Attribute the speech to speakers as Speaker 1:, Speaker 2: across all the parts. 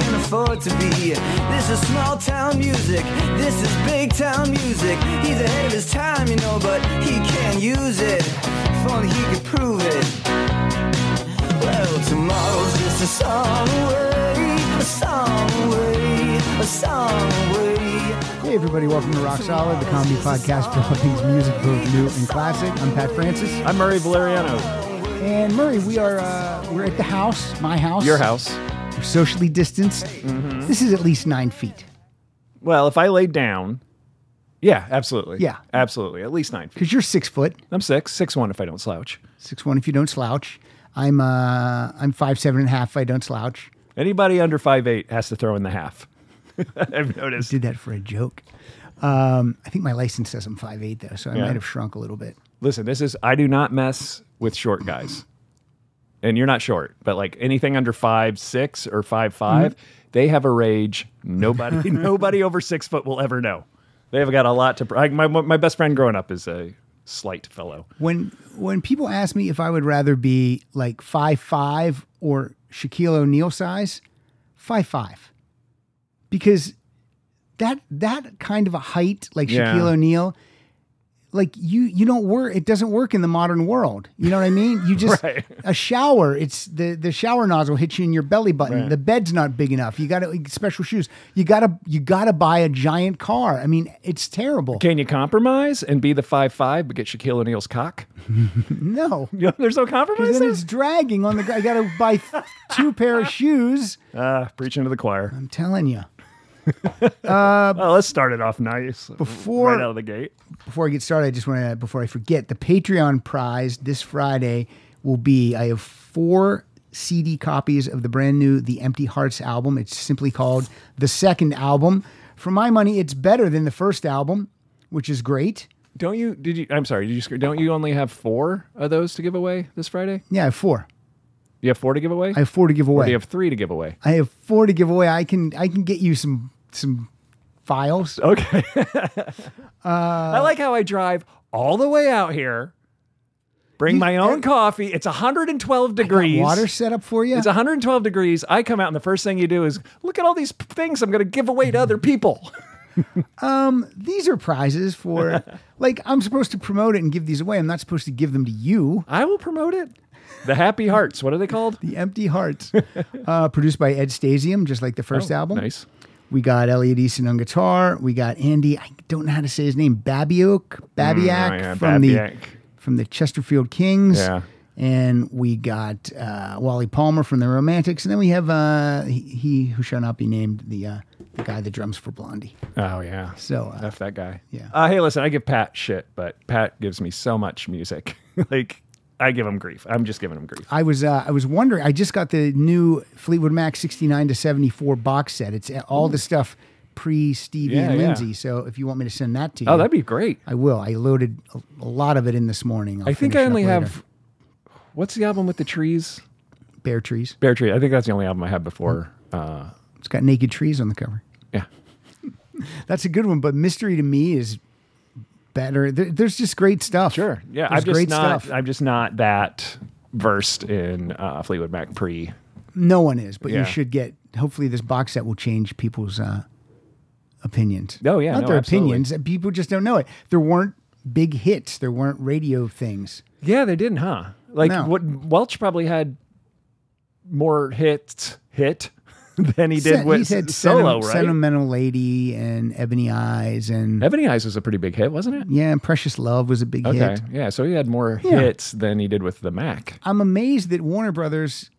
Speaker 1: to be. This is small town music. This is big town music. He's ahead of his time, you know, but he can't use it. If only he could prove it. Well, tomorrow's just a song away, a song away, a song away.
Speaker 2: Hey everybody, welcome to Rock Solid, the comedy podcast for all things music, both new and classic. I'm Pat Francis.
Speaker 3: I'm Murray Valeriano.
Speaker 2: And Murray, we are uh, we're at the house, my house.
Speaker 3: Your house. Mm-hmm.
Speaker 2: We're socially distanced. This is at least nine feet.
Speaker 3: Well, if I lay down, yeah, absolutely.
Speaker 2: Yeah.
Speaker 3: absolutely. At least nine feet.
Speaker 2: Because you're six foot,
Speaker 3: I'm six, six one if I don't slouch.
Speaker 2: six one if you don't slouch. I'm uh I'm five seven and a half if I don't slouch.
Speaker 3: Anybody under five eight has to throw in the half. I've noticed.
Speaker 2: Did that for a joke. Um, I think my license says I'm five eight though, so I might have shrunk a little bit.
Speaker 3: Listen, this is I do not mess with short guys, and you're not short, but like anything under five six or five they have a rage. Nobody, nobody over six foot will ever know. They've got a lot to. pr- Like my my best friend growing up is a slight fellow.
Speaker 2: When when people ask me if I would rather be like five five or Shaquille O'Neal size, five five, because that that kind of a height like
Speaker 3: Yeah.
Speaker 2: Shaquille O'Neal, like you you don't work. It doesn't work in the modern world. You know what I mean? You just
Speaker 3: Right.
Speaker 2: a shower. It's the the shower nozzle hits you in your belly button.
Speaker 3: Right.
Speaker 2: The bed's not big enough. You got to special shoes. You gotta you gotta buy a giant car. I mean, it's terrible.
Speaker 3: Can you compromise and be the five five but get Shaquille O'Neal's cock?
Speaker 2: No.
Speaker 3: You know, there's no compromise.
Speaker 2: Then
Speaker 3: there?
Speaker 2: it's dragging on the. gr- I got to buy th- two pair of shoes.
Speaker 3: Ah, preaching to the choir.
Speaker 2: I'm telling you.
Speaker 3: Well, let's start it off nice
Speaker 2: Uh, Before-
Speaker 3: right out of the gate.
Speaker 2: Before I get started, I just want to. Before I forget, the Patreon prize this Friday will be. I have four CD copies of the brand new The Empty Hearts album. It's simply called the second album. For my money, it's better than the first album, which is great.
Speaker 3: Don't you? Did you? I'm sorry. Did you? sc- Don't you only have four of those to give away this Friday?
Speaker 2: Yeah, I have four.
Speaker 3: You have four to give away.
Speaker 2: I have four to give away.
Speaker 3: You have three to give away.
Speaker 2: I have four to give away. I can. I can get you some some files.
Speaker 3: Okay.
Speaker 2: Uh,
Speaker 3: I like how I drive all the way out here, bring
Speaker 2: You-
Speaker 3: my own coffee. It's 112 degrees.
Speaker 2: Water set up for you.
Speaker 3: It's 112 degrees. I come out, and the first thing you do is look at all these p- things I'm going to give away to other people.
Speaker 2: these are prizes for like I'm supposed to promote it and give these away. I'm not supposed to give them to you.
Speaker 3: I will promote it. The Happy Hearts. What are they called?
Speaker 2: The Empty Hearts, uh, produced by Ed Stasium, just like the first album.
Speaker 3: Oh, Nice.
Speaker 2: We got Elliot Easton on guitar. We got Andy. I don't know how to say his name. Babiok, Babiak
Speaker 3: Mm, oh, yeah,
Speaker 2: from
Speaker 3: Babiak.
Speaker 2: the from the Chesterfield Kings.
Speaker 3: Yeah.
Speaker 2: And we got uh, Wally Palmer from the Romantics, and then we have uh, he, he who shall not be named, the uh, the guy that drums for Blondie.
Speaker 3: Oh yeah.
Speaker 2: So uh,
Speaker 3: F that guy.
Speaker 2: Yeah.
Speaker 3: Uh, hey, listen, I give Pat shit, but Pat gives me so much music. like I give him grief. I'm just giving him grief.
Speaker 2: I was uh, I was wondering. I just got the new Fleetwood Mac sixty nine to seventy four box set. It's uh, all the stuff pre Stevie
Speaker 3: Yeah,
Speaker 2: and
Speaker 3: yeah.
Speaker 2: Lindsay. So if you want me to send that to you,
Speaker 3: Oh, that'd be great.
Speaker 2: I will. I loaded a, a lot of it in this morning. I'll
Speaker 3: I think
Speaker 2: finish
Speaker 3: I
Speaker 2: it up
Speaker 3: only
Speaker 2: later.
Speaker 3: have what's the album with the trees?
Speaker 2: bare trees.
Speaker 3: Bear Tree. I think that's the only album I had before. Uh,
Speaker 2: It's got naked trees on the cover.
Speaker 3: yeah.
Speaker 2: That's a good one. But mystery to me is better. There, there's just great stuff.
Speaker 3: Sure. Yeah.
Speaker 2: there's
Speaker 3: I'm just
Speaker 2: great
Speaker 3: not
Speaker 2: stuff.
Speaker 3: I'm just not that versed in uh, Fleetwood Mac pre.
Speaker 2: no one is, but
Speaker 3: Yeah.
Speaker 2: you should get. Hopefully, this box set will change people's uh, opinions.
Speaker 3: Oh, yeah,
Speaker 2: not
Speaker 3: no,
Speaker 2: their
Speaker 3: absolutely.
Speaker 2: opinions. People just don't know it. There weren't big hits. There weren't radio things.
Speaker 3: Yeah, they didn't, huh? Like
Speaker 2: No.
Speaker 3: what Welch probably had more hits hit than he did
Speaker 2: Sen-
Speaker 3: with
Speaker 2: he's had
Speaker 3: solo,
Speaker 2: Senem-
Speaker 3: right?
Speaker 2: Sentimental Lady and Ebony Eyes and
Speaker 3: Ebony Eyes was a pretty big hit, wasn't it?
Speaker 2: yeah, and Precious Love was a big
Speaker 3: Okay.
Speaker 2: hit.
Speaker 3: Yeah. So he had more
Speaker 2: Yeah.
Speaker 3: hits than he did with the Mac.
Speaker 2: I'm amazed that Warner Brothers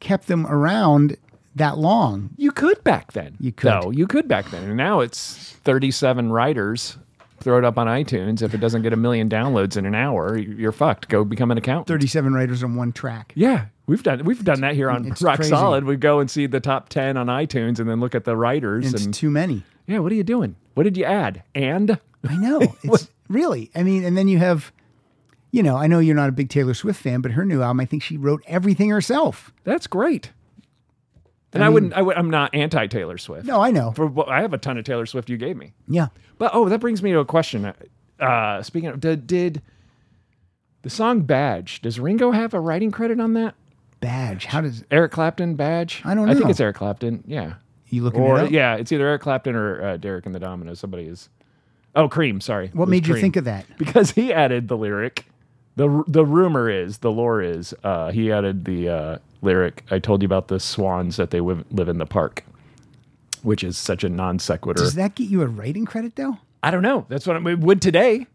Speaker 2: kept them around that long.
Speaker 3: You could back then.
Speaker 2: You could.
Speaker 3: though. you could back then. And now it's 37 writers. Throw it up on iTunes. If it doesn't get a million downloads in an hour, you're fucked. Go become an accountant.
Speaker 2: 37 writers on one track.
Speaker 3: Yeah. We've done we've done that here on
Speaker 2: it's
Speaker 3: Rock
Speaker 2: crazy.
Speaker 3: Solid. We go and see the top ten on iTunes and then look at the writers
Speaker 2: It's
Speaker 3: and
Speaker 2: too many.
Speaker 3: yeah, what are you doing? What did you add? And
Speaker 2: I know. It's really. I mean, and then you have, you know, I know you're not a big Taylor Swift fan, but her new album, I think she wrote everything herself.
Speaker 3: that's great. And I, wouldn't I would I'm not anti Taylor Swift.
Speaker 2: No, I know.
Speaker 3: For what I have a ton of Taylor Swift you gave me.
Speaker 2: Yeah.
Speaker 3: But oh, that brings me to a question. Uh, speaking of, did, did the song "Badge" does Ringo have a writing credit on that?
Speaker 2: Badge. How does
Speaker 3: Eric Clapton, "Badge."
Speaker 2: I don't
Speaker 3: I think
Speaker 2: know.
Speaker 3: it's Eric Clapton. Yeah,
Speaker 2: You looking
Speaker 3: Or
Speaker 2: it up?
Speaker 3: yeah, it's either Eric Clapton or uh, Derek and the Dominoes. Somebody is. Oh, Cream. Sorry. It
Speaker 2: What
Speaker 3: was
Speaker 2: made you
Speaker 3: Cream.
Speaker 2: think of that?
Speaker 3: Because he added the lyric. the r- The rumor is, the lore is, uh, he added the uh, lyric. I told you about the swans that they w- live in the park, which is such a non sequitur.
Speaker 2: Does that get you a writing credit though?
Speaker 3: I don't know. That's what I it would today.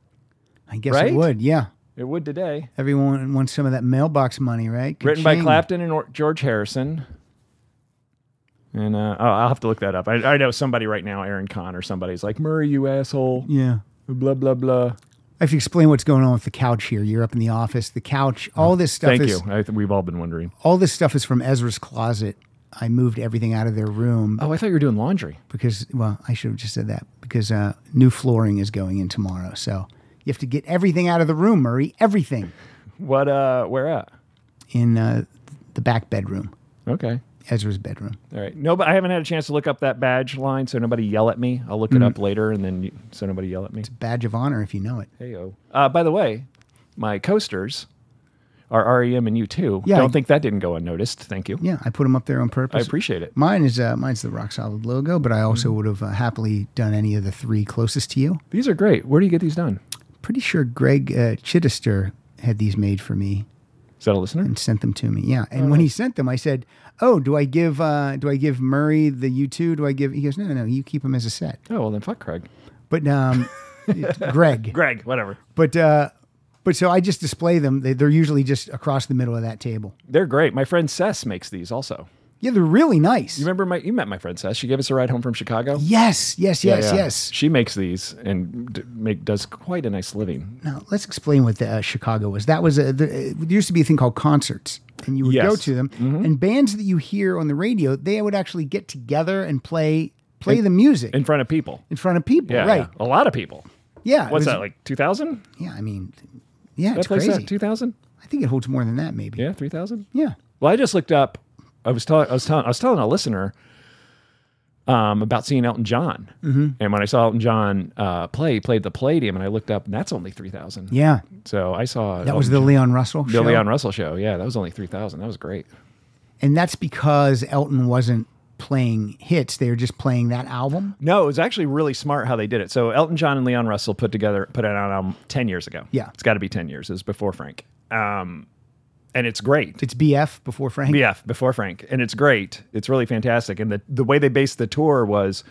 Speaker 2: I guess
Speaker 3: Right?
Speaker 2: it would. Yeah.
Speaker 3: It would today.
Speaker 2: Everyone wants some of that mailbox money, right?
Speaker 3: Written by
Speaker 2: Ka-ching.
Speaker 3: Clapton and or- George Harrison. And uh, oh, I'll have to look that up. I, I know somebody right now, Aaron Kahn or somebody's like Murray, you asshole.
Speaker 2: Yeah.
Speaker 3: Blah blah blah.
Speaker 2: I have to explain what's going on with the couch here. You're up in the office. The couch, all this stuff
Speaker 3: Oh, Thank
Speaker 2: is
Speaker 3: you. I th- we've all been wondering.
Speaker 2: all this stuff is from Ezra's closet. I moved everything out of their room
Speaker 3: Oh, I thought you were doing laundry.
Speaker 2: because well, I should have just said that because uh, new flooring is going in tomorrow. So you have to get everything out of the room, Murray. Everything
Speaker 3: What? Uh, where at?
Speaker 2: in uh, the back bedroom,
Speaker 3: Okay.
Speaker 2: Ezra's bedroom.
Speaker 3: All right. No, but I haven't had a chance to look up that badge line, so nobody yell at me. I'll
Speaker 2: Mm-hmm.
Speaker 3: look it up later, and then you, so nobody yell at me.
Speaker 2: Badge of honor, if you know it.
Speaker 3: Hey yo. Uh, by the way, my coasters are REM and U2.
Speaker 2: Yeah,
Speaker 3: Don't
Speaker 2: I-
Speaker 3: think that didn't go unnoticed. Thank you.
Speaker 2: Yeah, I put them up there on
Speaker 3: I
Speaker 2: purpose.
Speaker 3: appreciate it.
Speaker 2: Mine is uh, mine's the rock solid logo, but I also would have uh, happily done any of the three closest to you.
Speaker 3: These are great. Where do you get these done?
Speaker 2: Pretty sure Greg uh, Chittister had these made for me
Speaker 3: Is that a listener?
Speaker 2: and sent them to me. Yeah, and when he sent them, I said, "Oh, do I give uh, do I give Murray the U two? Do I give?" He goes, "No, no, you keep them as a set."
Speaker 3: Oh well, then fuck Craig.
Speaker 2: But um, it's Greg,
Speaker 3: Greg, whatever.
Speaker 2: but uh, but so I just display them. They, they're usually just across the middle of that table.
Speaker 3: They're great. My friend Sess makes these also.
Speaker 2: Yeah, they're really nice.
Speaker 3: You remember my? You met my friend Sess. She gave us a ride home from Chicago.
Speaker 2: yes, yes, yes,
Speaker 3: Yeah.
Speaker 2: yes.
Speaker 3: She makes these and d- make does quite a nice living.
Speaker 2: Now let's explain what the, uh, Chicago was. That was a, the, uh, there used to be a thing called concerts, and you would
Speaker 3: Yes. Mm-hmm.
Speaker 2: go to them. And bands that you hear on the radio, they would actually get together and play play the music
Speaker 3: In front of people.
Speaker 2: in front of people.
Speaker 3: Yeah.
Speaker 2: right?
Speaker 3: yeah. A lot of people.
Speaker 2: Yeah. it
Speaker 3: What's
Speaker 2: was-
Speaker 3: that like 2000?
Speaker 2: Yeah, I mean, yeah,
Speaker 3: That
Speaker 2: it's
Speaker 3: place
Speaker 2: crazy.
Speaker 3: that 2000?
Speaker 2: I think it holds more than that, maybe.
Speaker 3: Yeah, 3000?
Speaker 2: Yeah.
Speaker 3: Well, I just looked up. I was telling I was telling I was telling a listener um, about seeing Elton John, mm-hmm. and when I saw Elton John uh, play, he played the Palladium, and I looked up, and that's only three thousand.
Speaker 2: Yeah.
Speaker 3: So I saw
Speaker 2: That was the Leon Russell
Speaker 3: Oh, the
Speaker 2: show.
Speaker 3: Leon Russell show. Yeah, that was only three thousand. That was great.
Speaker 2: and that's because Elton wasn't playing hits. They were just playing that album.
Speaker 3: No, it was actually really smart how they did it. So Elton John and Leon Russell put together put it out um, ten years ago.
Speaker 2: Yeah.
Speaker 3: it's got to be ten years. It was before Frank, um, and it's great.
Speaker 2: It's BF before Frank.
Speaker 3: Yeah, before Frank, and it's great. It's really fantastic. And the the way they based the tour was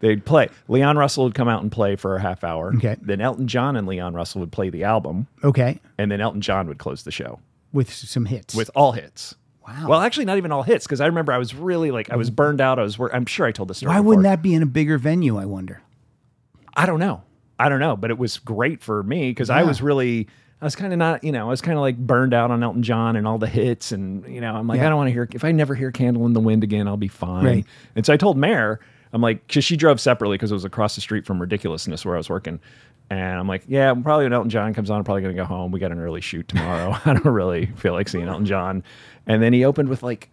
Speaker 3: they'd play. Leon Russell would come out and play for a half hour.
Speaker 2: Okay.
Speaker 3: Then Elton John and Leon Russell would play the album,
Speaker 2: Okay.
Speaker 3: and then Elton John would close the show
Speaker 2: With s- some hits.
Speaker 3: with all hits.
Speaker 2: Wow. Mm.
Speaker 3: Well, actually, not even all hits because I remember I was really like I was burned out. I was. wor- I'm sure I told the story.
Speaker 2: Why
Speaker 3: before.
Speaker 2: wouldn't that be in a bigger venue? I wonder.
Speaker 3: I don't know. I don't know, but it was great for me because I was really, I was kind of not, you know, I was kind of like burned out on Elton John and all the hits. And, you know, I'm like,
Speaker 2: Yeah.
Speaker 3: I don't want to hear, if I never hear Candle in the Wind again, I'll be fine.
Speaker 2: Right.
Speaker 3: And so I told Mare, I'm like, because she drove separately because it was across the street from Ridiculousness where I was working. And I'm like, yeah, probably when Elton John comes on, I'm probably going to go home. We got an early shoot tomorrow. I don't really feel like seeing Elton John. And then he opened with like,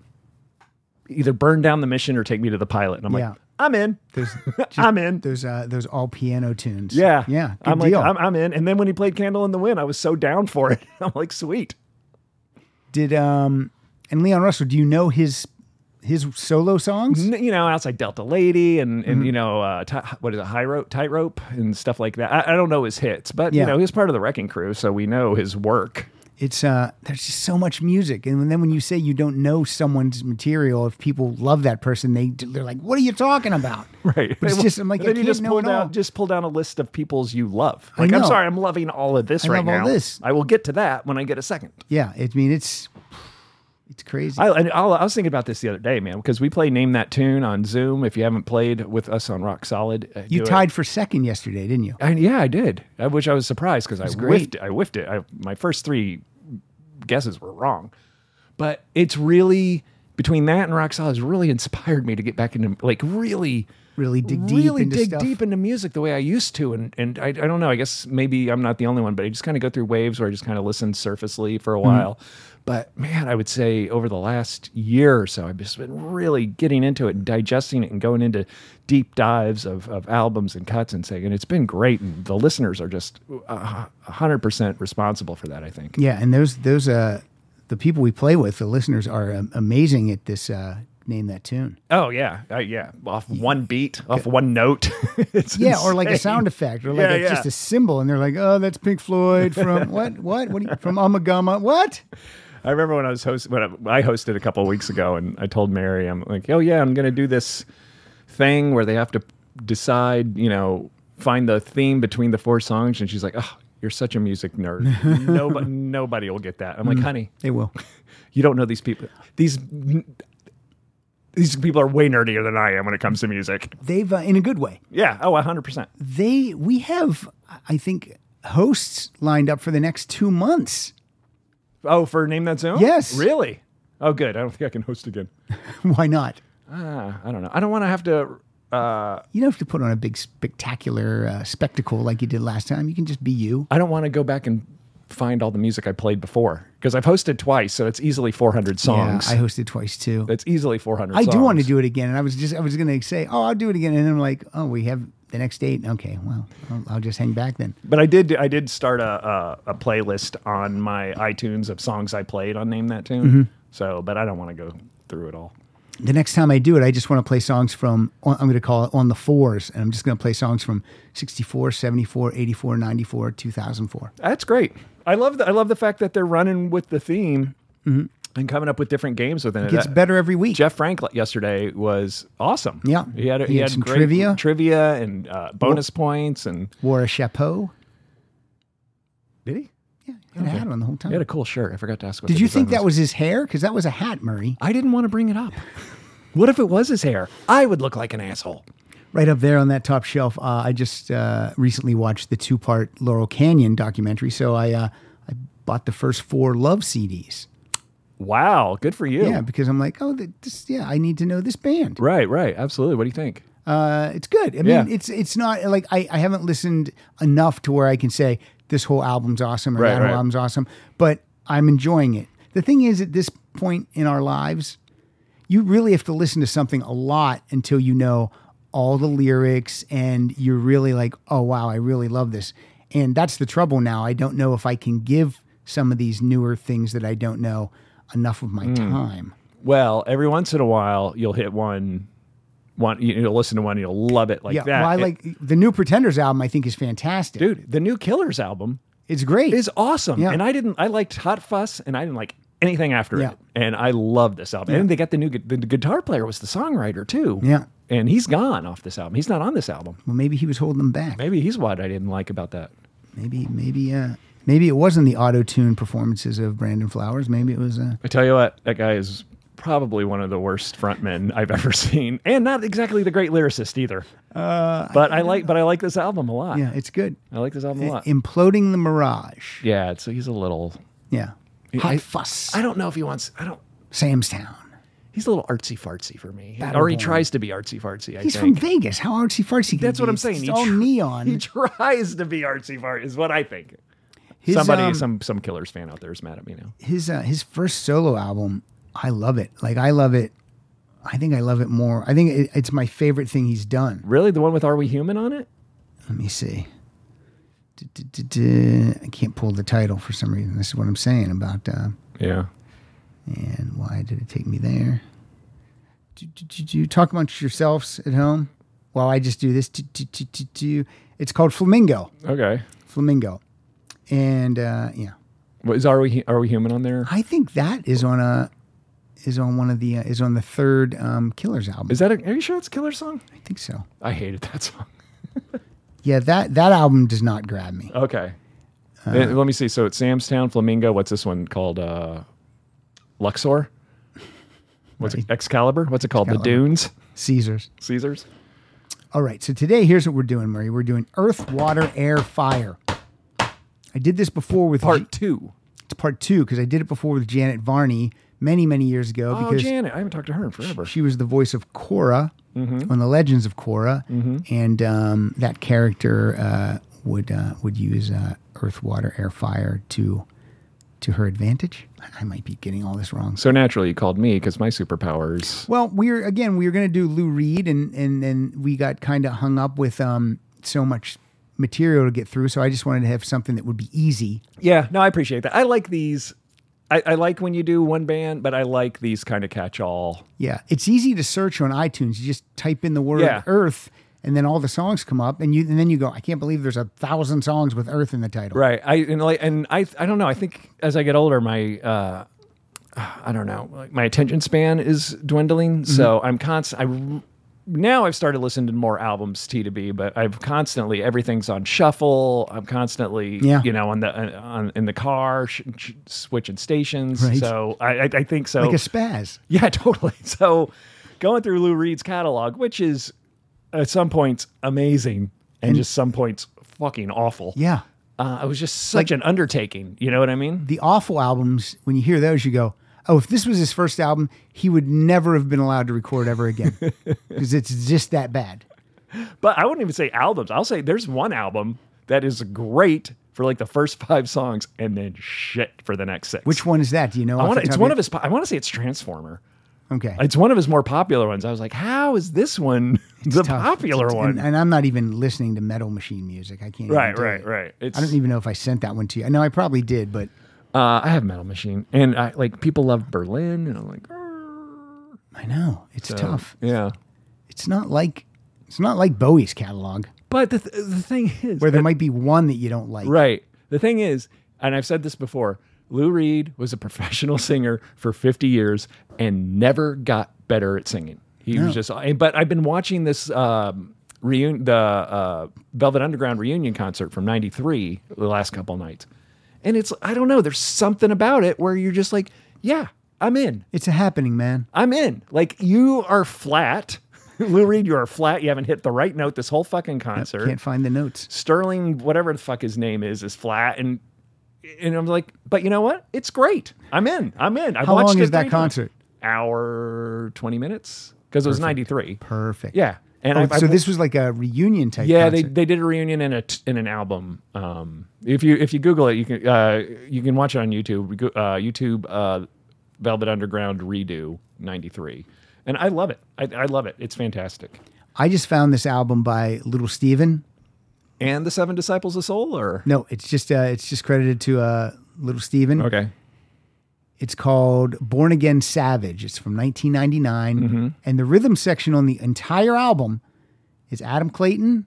Speaker 3: either burn down the mission or take me to the pilot. And I'm
Speaker 2: Yeah.
Speaker 3: like, I'm in. I'm in.
Speaker 2: Those uh, those all piano tunes.
Speaker 3: Yeah.
Speaker 2: Yeah. Good
Speaker 3: I'm
Speaker 2: deal.
Speaker 3: like, I'm, I'm in. And then when he played Candle in the Wind, I was so down for it. I'm like, sweet.
Speaker 2: Did um and Leon Russell? Do you know his his solo songs?
Speaker 3: N- You know, outside Delta Lady and,
Speaker 2: Mm-hmm.
Speaker 3: and you know, uh, ti- what is it, high rope, tightrope and stuff like that. I, I don't know his hits, but,
Speaker 2: Yeah.
Speaker 3: you know, he was part of the Wrecking Crew, so we know his work.
Speaker 2: It's uh there's just so much music, and then when you say you don't know someone's material, if people love that person, they they're like, "What are you talking about?"
Speaker 3: Right.
Speaker 2: But it's just I'm like, I
Speaker 3: then you
Speaker 2: can't
Speaker 3: just
Speaker 2: know
Speaker 3: pull
Speaker 2: it
Speaker 3: down,
Speaker 2: all.
Speaker 3: just pull down a list of peoples you love.
Speaker 2: I
Speaker 3: Like, I'm
Speaker 2: know.
Speaker 3: sorry, I'm loving all of this
Speaker 2: I
Speaker 3: right
Speaker 2: love all
Speaker 3: now.
Speaker 2: this.
Speaker 3: I will get to that when I get a second.
Speaker 2: Yeah, it, I mean it's it's crazy.
Speaker 3: I, and I'll, I was thinking about this the other day, man, because we play Name That Tune on Zoom. If you haven't played with us on Rock Solid, uh,
Speaker 2: you
Speaker 3: do it.
Speaker 2: tied for second yesterday, didn't you?
Speaker 3: And yeah, I did. I, which I was surprised because I
Speaker 2: great.
Speaker 3: whiffed. I whiffed it. I, my first three guesses were wrong, but it's really between that and rock solid has really inspired me to get back into like really,
Speaker 2: Really dig deep
Speaker 3: really
Speaker 2: into
Speaker 3: dig
Speaker 2: stuff.
Speaker 3: deep into music the way I used to. And and I, I don't know. I guess maybe I'm not the only one, but I just kind of go through waves where I just kind of listen surfacely for a
Speaker 2: Mm-hmm.
Speaker 3: while. But man, I would say over the last year or so, I've just been really getting into it and digesting it and going into deep dives of, of albums and cuts and saying, and it's been great. And the listeners are just uh, 100% responsible for that, I think.
Speaker 2: Yeah, and those those uh the people we play with, the listeners are um, amazing at this uh name that tune.
Speaker 3: Oh yeah, uh, yeah. Off one beat, off one note. it's
Speaker 2: Yeah, or like a
Speaker 3: insane.
Speaker 2: sound effect, or like
Speaker 3: Yeah,
Speaker 2: a,
Speaker 3: yeah.
Speaker 2: just a symbol, and they're like, "Oh, that's Pink Floyd from what? What? What? Are you, from Amagama? What?"
Speaker 3: I remember when I was host when I, I hosted a couple of weeks ago, and I told Mary, I'm like, oh yeah, I'm gonna do this thing where they have to decide, you know, find the theme between the four songs, and she's like, oh, you're such a music nerd. nobody, nobody will get that. I'm like, honey,
Speaker 2: They will.
Speaker 3: you don't know these people. These these people are way nerdier than I am when it comes to music.
Speaker 2: They've uh, in a good way.
Speaker 3: Yeah. Oh, 100 percent.
Speaker 2: They we have, I think, hosts lined up for the next two months.
Speaker 3: Oh, for name that zone.
Speaker 2: Yes.
Speaker 3: Really. Oh, good. I don't think I can host again.
Speaker 2: Why not?
Speaker 3: Ah, I don't know. I don't want to have to. Uh,
Speaker 2: You don't have to put on a big spectacular uh, spectacle like you did last time. You can just be you.
Speaker 3: I don't want to go back and find all the music I played before because I've hosted twice, so it's easily 400 songs.
Speaker 2: Yeah, I hosted twice too.
Speaker 3: it's easily 400.
Speaker 2: I do want to
Speaker 3: songs.
Speaker 2: do it again, and I was just I was gonna say, oh, I'll do it again, and then I'm like, oh, we have the next date. Okay, well, I'll, I'll just hang back then.
Speaker 3: but I did. I did start a, a a playlist on my iTunes of songs I played on Name That Tune.
Speaker 2: Mm-hmm.
Speaker 3: So, but I don't want to go through it all.
Speaker 2: The next time I do it, I just want to play songs from on- I'm gonna call it on the fours, and I'm just gonna play songs from 64, 74, 84, 94, 2004.
Speaker 3: That's great. I love the I love the fact that they're running with the theme and coming up with different games within it.
Speaker 2: Mm-hmm. It gets
Speaker 3: That-
Speaker 2: better every week.
Speaker 3: Jeff Frank le- yesterday was awesome.
Speaker 2: Yeah.
Speaker 3: he had a-
Speaker 2: He
Speaker 3: he,
Speaker 2: had
Speaker 3: had,
Speaker 2: some
Speaker 3: great
Speaker 2: trivia.
Speaker 3: trivia and uh, bonus points, and
Speaker 2: wore a chapeau.
Speaker 3: did he?
Speaker 2: Yeah, he had a hat on the whole time.
Speaker 3: He had a cool shirt. I forgot to ask. What
Speaker 2: Did
Speaker 3: the
Speaker 2: you
Speaker 3: design
Speaker 2: think that was his hair? Because that was a hat, Murray.
Speaker 3: I didn't want to bring it up. What if it was his hair? I would look like an asshole.
Speaker 2: Right up there on that top shelf. Uh, I just uh, recently watched the two-part Laurel Canyon documentary, so I uh, I bought the first four Love CDs.
Speaker 3: Wow, good for you.
Speaker 2: Yeah, because I'm like, oh, th- this, yeah, I need to know this band.
Speaker 3: Right, right, absolutely. What do you think?
Speaker 2: Uh, it's good. I mean,
Speaker 3: Yeah.
Speaker 2: it's it's not like I, I haven't listened enough to where I can say this whole album's awesome or
Speaker 3: Right,
Speaker 2: that whole
Speaker 3: right.
Speaker 2: album's awesome, but I'm enjoying it. The thing is, at this point in our lives, you really have to listen to something a lot until you know all the lyrics and you're really like, oh wow, I really love this. And that's the trouble now. I don't know if I can give some of these newer things that I don't know enough of my
Speaker 3: Mm.
Speaker 2: time.
Speaker 3: Well, every once in a while, you'll hit one. One, you- you'll listen to one, and you'll love it like
Speaker 2: Yeah,
Speaker 3: that.
Speaker 2: well, I
Speaker 3: It-
Speaker 2: like the new Pretenders album. I think is fantastic.
Speaker 3: dude. The new Killers album
Speaker 2: it's great.
Speaker 3: is awesome,
Speaker 2: Yeah.
Speaker 3: and I didn't. I liked Hot Fuss, and I didn't like anything after
Speaker 2: Yeah.
Speaker 3: it. And I love this album. And they got the new gu- the guitar player was the songwriter too.
Speaker 2: Yeah.
Speaker 3: and he's gone off this album. He's not on this album.
Speaker 2: well, maybe he was holding them back.
Speaker 3: Maybe he's what I didn't like about that.
Speaker 2: Maybe, maybe, uh, maybe it wasn't the auto tune performances of Brandon Flowers. Maybe it was. Uh,
Speaker 3: I tell you what, that guy is probably one of the worst frontmen I've ever seen, and not exactly the great lyricist either. but I, like, but I like this album a lot.
Speaker 2: Uh, yeah, it's good.
Speaker 3: I like this album a lot.
Speaker 2: Imploding the Mirage.
Speaker 3: yeah, it's, he's a little.
Speaker 2: Yeah, Hot
Speaker 3: I-
Speaker 2: Fuss.
Speaker 3: I don't know if he wants. I don't.
Speaker 2: Sam's Town.
Speaker 3: He's a little artsy fartsy for me, or he tries to be artsy fartsy. I
Speaker 2: He's
Speaker 3: think.
Speaker 2: from Vegas. How artsy fartsy? can
Speaker 3: That's
Speaker 2: he
Speaker 3: what
Speaker 2: be?
Speaker 3: I'm
Speaker 2: It's-
Speaker 3: saying.
Speaker 2: It's
Speaker 3: He
Speaker 2: all
Speaker 3: tr-
Speaker 2: neon.
Speaker 3: he tries to be artsy fart is what I think.
Speaker 2: His,
Speaker 3: Somebody,
Speaker 2: um,
Speaker 3: some some Killers fan out there is mad at me now.
Speaker 2: his uh, his first solo album. I love it. Like I love it. I think I love it more. I think it, it's my favorite thing he's done.
Speaker 3: Really, the one with "Are We Human" on it?
Speaker 2: Let me see. Du-du-du-du. I can't pull the title for some reason. This is what I'm saying about, uh,
Speaker 3: Yeah.
Speaker 2: and why did it take me there? Du-du-du-du. Talk amongst yourselves at home while I just do this. Du-du-du-du-du. It's called Flamingo.
Speaker 3: Okay.
Speaker 2: Flamingo. And uh, yeah,
Speaker 3: What is "Are We Hu- Are We Human" on there?
Speaker 2: I think that is on a is on one of the uh, is on the third um, Killers album.
Speaker 3: Is that? A, are you sure it's a Killer song?
Speaker 2: I think so.
Speaker 3: I hated that song.
Speaker 2: Yeah, that that album does not grab me.
Speaker 3: Okay. Eh, Let me see. So it's Sam's Town, Flamingo. What's this one called? Uh, Luxor. What's it? Excalibur? What's it called? The
Speaker 2: Excalibur.
Speaker 3: Dunes.
Speaker 2: Caesars.
Speaker 3: Caesars.
Speaker 2: All right, so today here's what we're doing, Murray. We're doing earth, water, air, fire. I did this before with
Speaker 3: Part two.
Speaker 2: it's part two because I did it before with Janet Varney many, many years ago
Speaker 3: Oh,
Speaker 2: because
Speaker 3: Janet. I haven't talked to her in forever.
Speaker 2: she was the voice of Cora
Speaker 3: Mm-hmm.
Speaker 2: on the Legends of Cora, and um, that character uh, would uh, would use uh, earth, water, air, fire to to her advantage. I might be getting all this wrong.
Speaker 3: so naturally, you called me because my superpowers.
Speaker 2: Well, we're again we were going to do Lou Reed, and and and we got kind of hung up with um so much material to get through. So I just wanted to have something that would be easy.
Speaker 3: Yeah. No, I appreciate that. I like these. I, I like when you do one band, but I like these kind of catch-all.
Speaker 2: Yeah, it's easy to search on iTunes. You just type in the word
Speaker 3: Yeah.
Speaker 2: Earth, and then all the songs come up, and you and then you go, I can't believe there's a thousand songs with Earth in the title.
Speaker 3: Right. I and like and I I don't know. I think as I get older, my uh, I don't know, like my attention span is
Speaker 2: Mm-hmm.
Speaker 3: dwindling. So I'm constant. I now I've started listening to more albums T to B, but I've constantly everything's on shuffle. I'm constantly
Speaker 2: Yeah.
Speaker 3: you know on the on in the car sh- sh- switching stations.
Speaker 2: Right.
Speaker 3: So I I, I think so.
Speaker 2: Like a spaz.
Speaker 3: Yeah, totally. So going through Lou Reed's catalog, which is at some points amazing and, just some points fucking awful.
Speaker 2: Yeah.
Speaker 3: Uh, it was just such an undertaking. You know what I mean?
Speaker 2: The awful albums, when you hear those, you go, Oh, if this was his first album, he would never have been allowed to record ever again. Because it's just that bad.
Speaker 3: But I wouldn't even say albums. I'll say there's one album that is great for like the first five songs and then shit for the next six.
Speaker 2: Which one is that? Do you know?
Speaker 3: I
Speaker 2: off
Speaker 3: want
Speaker 2: the top
Speaker 3: it's one
Speaker 2: your-
Speaker 3: of his. po- I want to say it's Transformer.
Speaker 2: Okay.
Speaker 3: It's one of his more popular ones. I was like, how is this one the
Speaker 2: Tough.
Speaker 3: popular
Speaker 2: It's-
Speaker 3: one?
Speaker 2: And, and I'm not even listening to metal machine music. I can't. even
Speaker 3: right,
Speaker 2: do
Speaker 3: right,
Speaker 2: it.
Speaker 3: right. It's,
Speaker 2: I don't even know if I sent that one to you. I know I probably did, but
Speaker 3: Uh, I have Metal Machine, and I like people love Berlin, and I'm like,
Speaker 2: I know it's tough.
Speaker 3: yeah.
Speaker 2: It's not like it's not like Bowie's catalog
Speaker 3: But the, th- the thing is,
Speaker 2: where there might be one that you don't like.
Speaker 3: right? The thing is, and I've said this before. Lou Reed was a professional singer for 50 years and never got better at singing. He was just. and- But I've been watching this um, reunion, the uh, Velvet Underground reunion concert from '93, the last couple nights, and it's I don't know. There's something about it where you're just like, yeah, I'm in.
Speaker 2: It's a happening, man.
Speaker 3: I'm in. Like you are flat. Lou Reed, you are flat. You haven't hit the right note this whole fucking concert.
Speaker 2: Can't find the notes.
Speaker 3: Sterling, whatever the fuck his name is, is flat and and I'm like, but you know what? It's great. I'm in. I'm in. I
Speaker 2: How
Speaker 3: watched
Speaker 2: long
Speaker 3: it
Speaker 2: is that
Speaker 3: three times.
Speaker 2: concert?
Speaker 3: Hour twenty minutes because it was ninety three.
Speaker 2: Perfect.
Speaker 3: Yeah, and
Speaker 2: Oh,
Speaker 3: I,
Speaker 2: so
Speaker 3: I,
Speaker 2: this was like a reunion type.
Speaker 3: yeah,
Speaker 2: concert.
Speaker 3: they, they did a reunion in a t- in an album. Um, if you if you Google it, you can uh, you can watch it on YouTube. Go- Uh, YouTube uh, Velvet Underground redo '93, and I love it. I, I love it. It's fantastic.
Speaker 2: I just found this album by Little Steven.
Speaker 3: And the Seven Disciples of Soul, or
Speaker 2: No, it's just uh, it's just credited to uh, Little Steven.
Speaker 3: okay,
Speaker 2: It's called Born Again Savage. It's from 1999.
Speaker 3: Mm-hmm.
Speaker 2: And the rhythm section on the entire album is Adam Clayton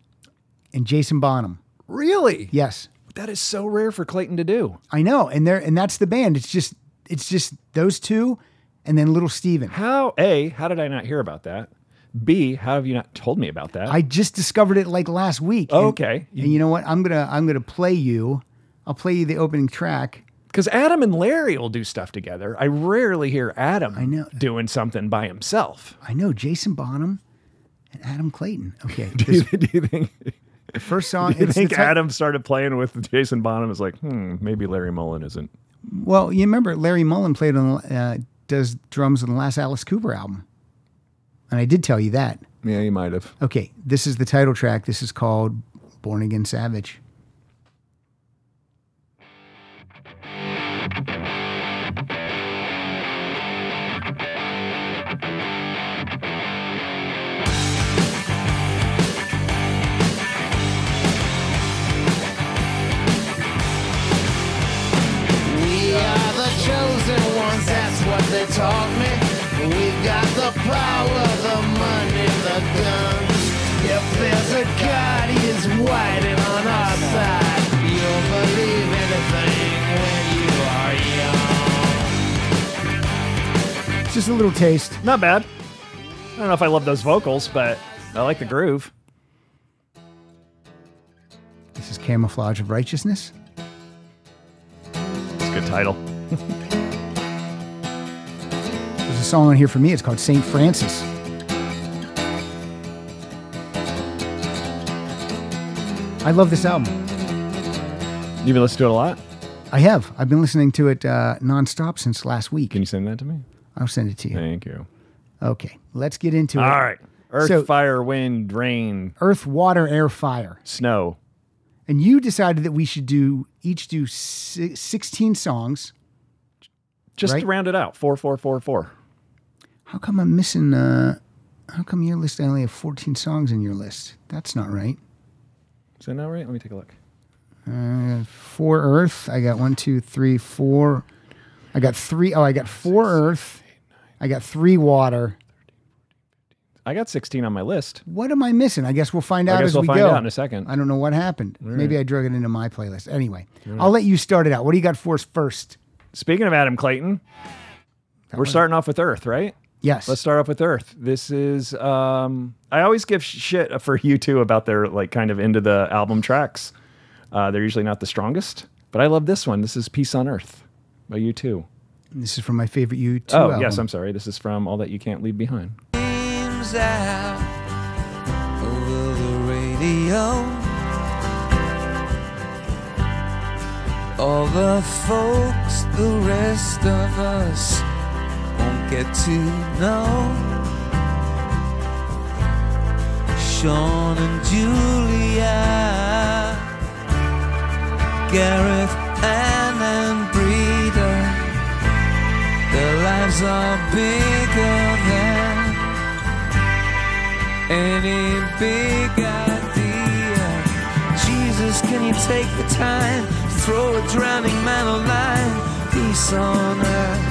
Speaker 2: and Jason Bonham.
Speaker 3: really?
Speaker 2: Yes,
Speaker 3: That is so rare for Clayton to do.
Speaker 2: I know. And there and that's the band. It's just it's just those two and then Little Steven.
Speaker 3: How a how did I not hear about that? B how have you not told me about that?
Speaker 2: I just discovered it like last week. And-
Speaker 3: Okay.
Speaker 2: And, you know what? I'm going to I'm going to play you I'll play you the opening track.
Speaker 3: Because Adam and Larry will do stuff together. I rarely hear Adam I
Speaker 2: know.
Speaker 3: doing something by himself.
Speaker 2: I know Jason Bonham and Adam Clayton. Okay.
Speaker 3: Do you, do you think?
Speaker 2: The first song
Speaker 3: I
Speaker 2: it's the
Speaker 3: think
Speaker 2: ti-
Speaker 3: Adam started playing with Jason Bonham. Is like, hmm, maybe Larry Mullen isn't.
Speaker 2: Well, you remember Larry Mullen played on the- uh, does drums on the last Alice Cooper album, and I did tell you that.
Speaker 3: Yeah, he might have.
Speaker 2: Okay, this is the title track. This is called "Born Again Savage."
Speaker 4: We are the chosen ones, that's what they taught me. We got the power, the money, the guns. If there's a God, he is waiting on our side. You'll believe anything when you are young.
Speaker 2: It's Just a little taste.
Speaker 3: Not bad. I don't know if I love those vocals, but I like the groove.
Speaker 2: This is "Camouflage of Righteousness."
Speaker 3: It's a good title.
Speaker 2: There's a song on here for me. It's called "Saint Francis." I love this album.
Speaker 3: You've been listening to it a lot.
Speaker 2: I have. I've been listening to it uh, nonstop since last week.
Speaker 3: Can you send that to me?
Speaker 2: I'll send it to you.
Speaker 3: Thank you.
Speaker 2: Okay, let's get into it.
Speaker 3: All right. Earth,
Speaker 2: So-
Speaker 3: fire, wind, rain,
Speaker 2: Earth, water, air, fire.
Speaker 3: snow.
Speaker 2: and you decided that we should do each do si- 16 songs
Speaker 3: Just
Speaker 2: Right.
Speaker 3: to round it out. Four, four, four, four.
Speaker 2: how come i'm missing uh how come your list i only have 14 songs in your list that's not right
Speaker 3: Is that not right? Let me take a look.
Speaker 2: for earth i got one two three four I got three. Oh, I got four earth. I got three water.
Speaker 3: I got 16 on my list.
Speaker 2: What am I missing? I guess we'll find out
Speaker 3: guess
Speaker 2: as
Speaker 3: we'll
Speaker 2: we
Speaker 3: find
Speaker 2: go.
Speaker 3: out in a second.
Speaker 2: I don't know what happened. Maybe I drug it into my playlist. Anyway, I'll let you start it out. What do you got for us first?
Speaker 3: Speaking of Adam Clayton, we're starting off with Earth, right?
Speaker 2: Yes.
Speaker 3: Let's start off with Earth. This is um, I always give sh- shit for you two about their like kind of into the album tracks. Uh, they're usually not the strongest, but I love this one. This is Peace on Earth by you two.
Speaker 2: this is from my favorite U2
Speaker 3: Oh
Speaker 2: album.
Speaker 3: yes, I'm sorry. This is from All That You Can't Leave Behind.
Speaker 4: screams out over the radio. All the folks the rest of us won't get to know. Sean and Julia, Gareth, Anne, and Breda. Their lives are bigger than any big idea. Jesus, can you take the time to throw a drowning man a line? Peace on earth.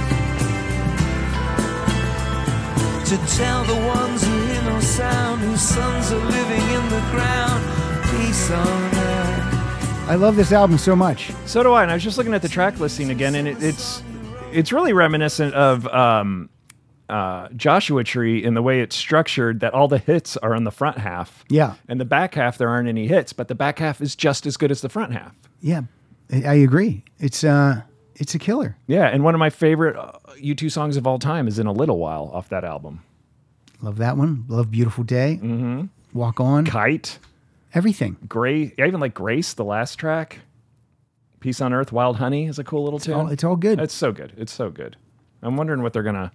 Speaker 4: To tell the ones who hear no sound, whose sons are living in the ground. Peace on earth.
Speaker 2: I love this album so much.
Speaker 3: So do I. And I was just looking at the track listing again, and it, it's it's really reminiscent of um, uh, Joshua Tree in the way it's structured. That all the hits are on the front half.
Speaker 2: Yeah.
Speaker 3: And the back half there aren't any hits, but the back half is just as good as the front half.
Speaker 2: Yeah, I I agree. It's uh, it's a killer.
Speaker 3: Yeah, and one of my favorite uh, U2 songs of all time is in a little while off that album.
Speaker 2: Love that one. Love Beautiful Day. Mm-hmm. Walk on.
Speaker 3: Kite,
Speaker 2: Everything.
Speaker 3: Gray, I even like Grace, the last track. Peace on Earth, Wild Honey is a cool little tune.
Speaker 2: all- it's all good.
Speaker 3: It's so good. It's so good. I'm wondering what they're gonna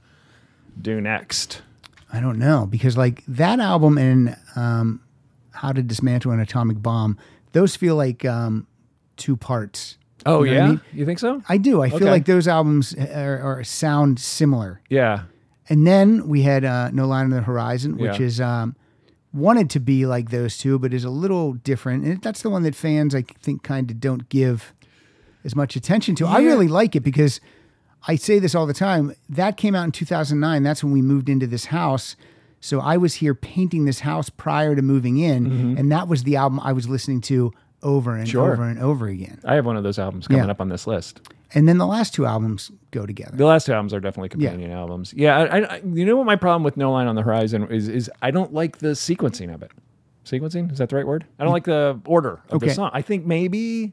Speaker 3: do next.
Speaker 2: I don't know because like that album and um, How to Dismantle an Atomic Bomb, those feel like um, two parts.
Speaker 3: Oh
Speaker 2: You know what I mean?
Speaker 3: you think so?
Speaker 2: I do. I feel
Speaker 3: Okay.
Speaker 2: like those albums are, are sound similar.
Speaker 3: yeah,
Speaker 2: And then we had uh, No Line on the Horizon, which
Speaker 3: Yeah.
Speaker 2: is um, wanted to be like those two, but is a little different. And that's the one that fans, I think, kind of don't give as much attention to. I
Speaker 3: Yeah.
Speaker 2: really like it because I say this all the time. That came out in 2009. That's when we moved into this house. So I was here painting this house prior to moving in, and that was the album I was listening to over and
Speaker 3: Mm-hmm. Sure.
Speaker 2: over and over again.
Speaker 3: I have one of those albums coming
Speaker 2: Yeah.
Speaker 3: up on this list.
Speaker 2: And then the last two albums go together.
Speaker 3: The last two albums are definitely companion albums. Yeah, I, I, I- you know what my problem with No Line on the Horizon is is I don't like the sequencing of it. Sequencing is that the right word? I don't like the order of
Speaker 2: Mm. Okay.
Speaker 3: the song. I think maybe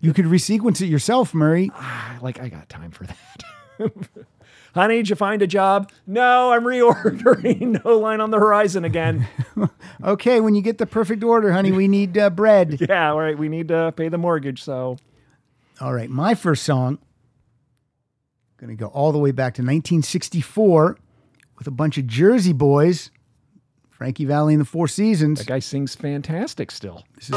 Speaker 2: You could resequence it yourself, Murray.
Speaker 3: I- like I got time for that. Honey, did you find a job? No, I'm reordering No Line on the Horizon again.
Speaker 2: Okay, when you get the perfect order, honey, we need uh, bread.
Speaker 3: yeah, all right, we need to pay the mortgage, so
Speaker 2: All right, my first song. Going to go all the way back to 1964 with a bunch of Jersey boys, Frankie Valley and the Four Seasons.
Speaker 3: that guy sings fantastic still.
Speaker 5: Earth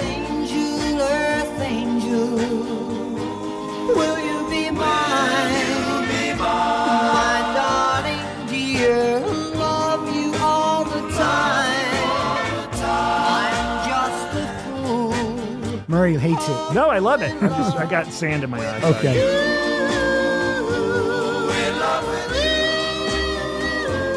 Speaker 5: angel, earth angel, will you be mine? My darling dear, love you all the time. I'm just a fool.
Speaker 2: Murray hates it.
Speaker 3: No, I love it. I'm just I got sand in my eyes.
Speaker 2: Okay,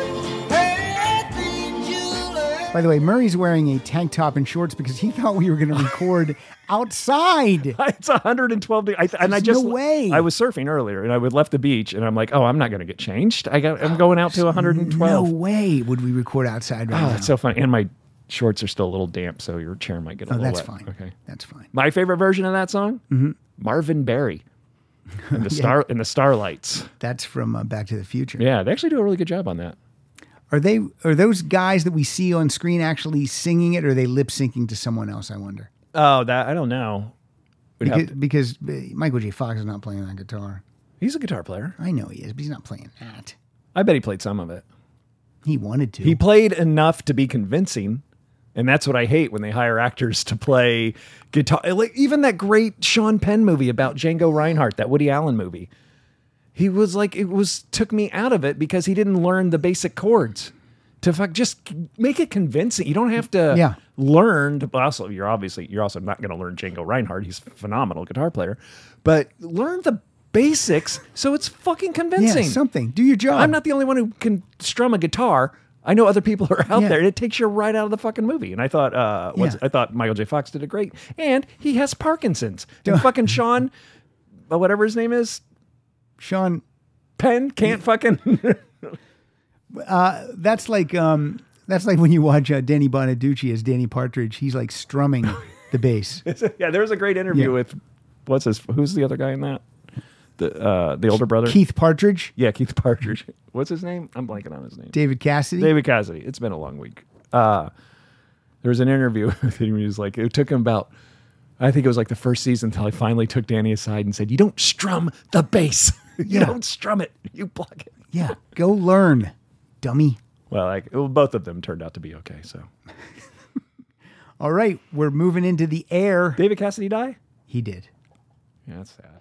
Speaker 5: Earth angel, earth
Speaker 2: by the way, Murray's wearing a tank top and shorts because he thought we were going to record outside.
Speaker 3: it's 112 degrees. I, and I
Speaker 2: There's
Speaker 3: just
Speaker 2: no way.
Speaker 3: I was surfing earlier, and I would left the beach, and I'm like, oh, I'm not going to get changed. I got I'm going out to 112.
Speaker 2: No way would we record outside right
Speaker 3: Oh,
Speaker 2: now.
Speaker 3: that's so funny. And my shorts are still a little damp, so your chair might get a
Speaker 2: Oh,
Speaker 3: little
Speaker 2: that's
Speaker 3: wet.
Speaker 2: fine. Mm-hmm.
Speaker 3: Okay.
Speaker 2: That's fine.
Speaker 3: My favorite version of that song, Marvin Berry, and the star and the Starlights.
Speaker 2: That's from uh, Back to the Future.
Speaker 3: Yeah, they actually do a really good job on that.
Speaker 2: Are they are those guys that we see on screen actually singing it, or are they lip syncing to someone else? I wonder.
Speaker 3: Oh, that I don't know. We'd have
Speaker 2: Because,
Speaker 3: to-
Speaker 2: because uh, Michael J. Fox is not playing that guitar.
Speaker 3: he's a guitar player.
Speaker 2: I know he is, but he's not playing that.
Speaker 3: I bet he played some of it.
Speaker 2: He wanted to.
Speaker 3: He played enough to be convincing, and that's what I hate when they hire actors to play guitar. Like even that great Sean Penn movie about Django Reinhardt, that Woody Allen movie. He was like, it was took me out of it because he didn't learn the basic chords. to fuck just c- make it convincing. You don't have to
Speaker 2: Yeah.
Speaker 3: learn to but also you're obviously you're also not going to learn Django Reinhardt. He's a phenomenal guitar player, but learn the basics so it's fucking
Speaker 2: Yeah,
Speaker 3: convincing.
Speaker 2: something. Do your job.
Speaker 3: I'm not the only one who can strum a guitar. I know other people are out
Speaker 2: Yeah.
Speaker 3: there. It takes you right out of the fucking movie. And I thought, uh, what's,
Speaker 2: Yeah.
Speaker 3: I thought Michael J. Fox did a great, and he has Parkinson's. And fucking Sean, uh, whatever his name is,
Speaker 2: Sean.
Speaker 3: Penn can't fucking.
Speaker 2: That's like um, that's like when you watch uh, Danny Bonaducci as Danny Partridge. He's like strumming the bass.
Speaker 3: yeah, there was a great interview
Speaker 2: Yeah.
Speaker 3: with what's his? Who's the other guy in that? The uh, the older brother.
Speaker 2: Keith Partridge,
Speaker 3: Yeah, Keith Partridge. What's his name? I'm blanking on his name.
Speaker 2: David Cassidy.
Speaker 3: David Cassidy. It's been a long week. Uh, there was an interview with him. He was like, it took him about, I think it was like the first season until I finally took Danny aside and said, "You don't strum the bass. you
Speaker 2: Yeah.
Speaker 3: don't strum it. You plug it."
Speaker 2: Yeah, go learn, dummy.
Speaker 3: Well, like well, both of them turned out to be okay. So
Speaker 2: All right, we're moving into the air.
Speaker 3: David Cassidy die?
Speaker 2: He did.
Speaker 3: Yeah, that's sad.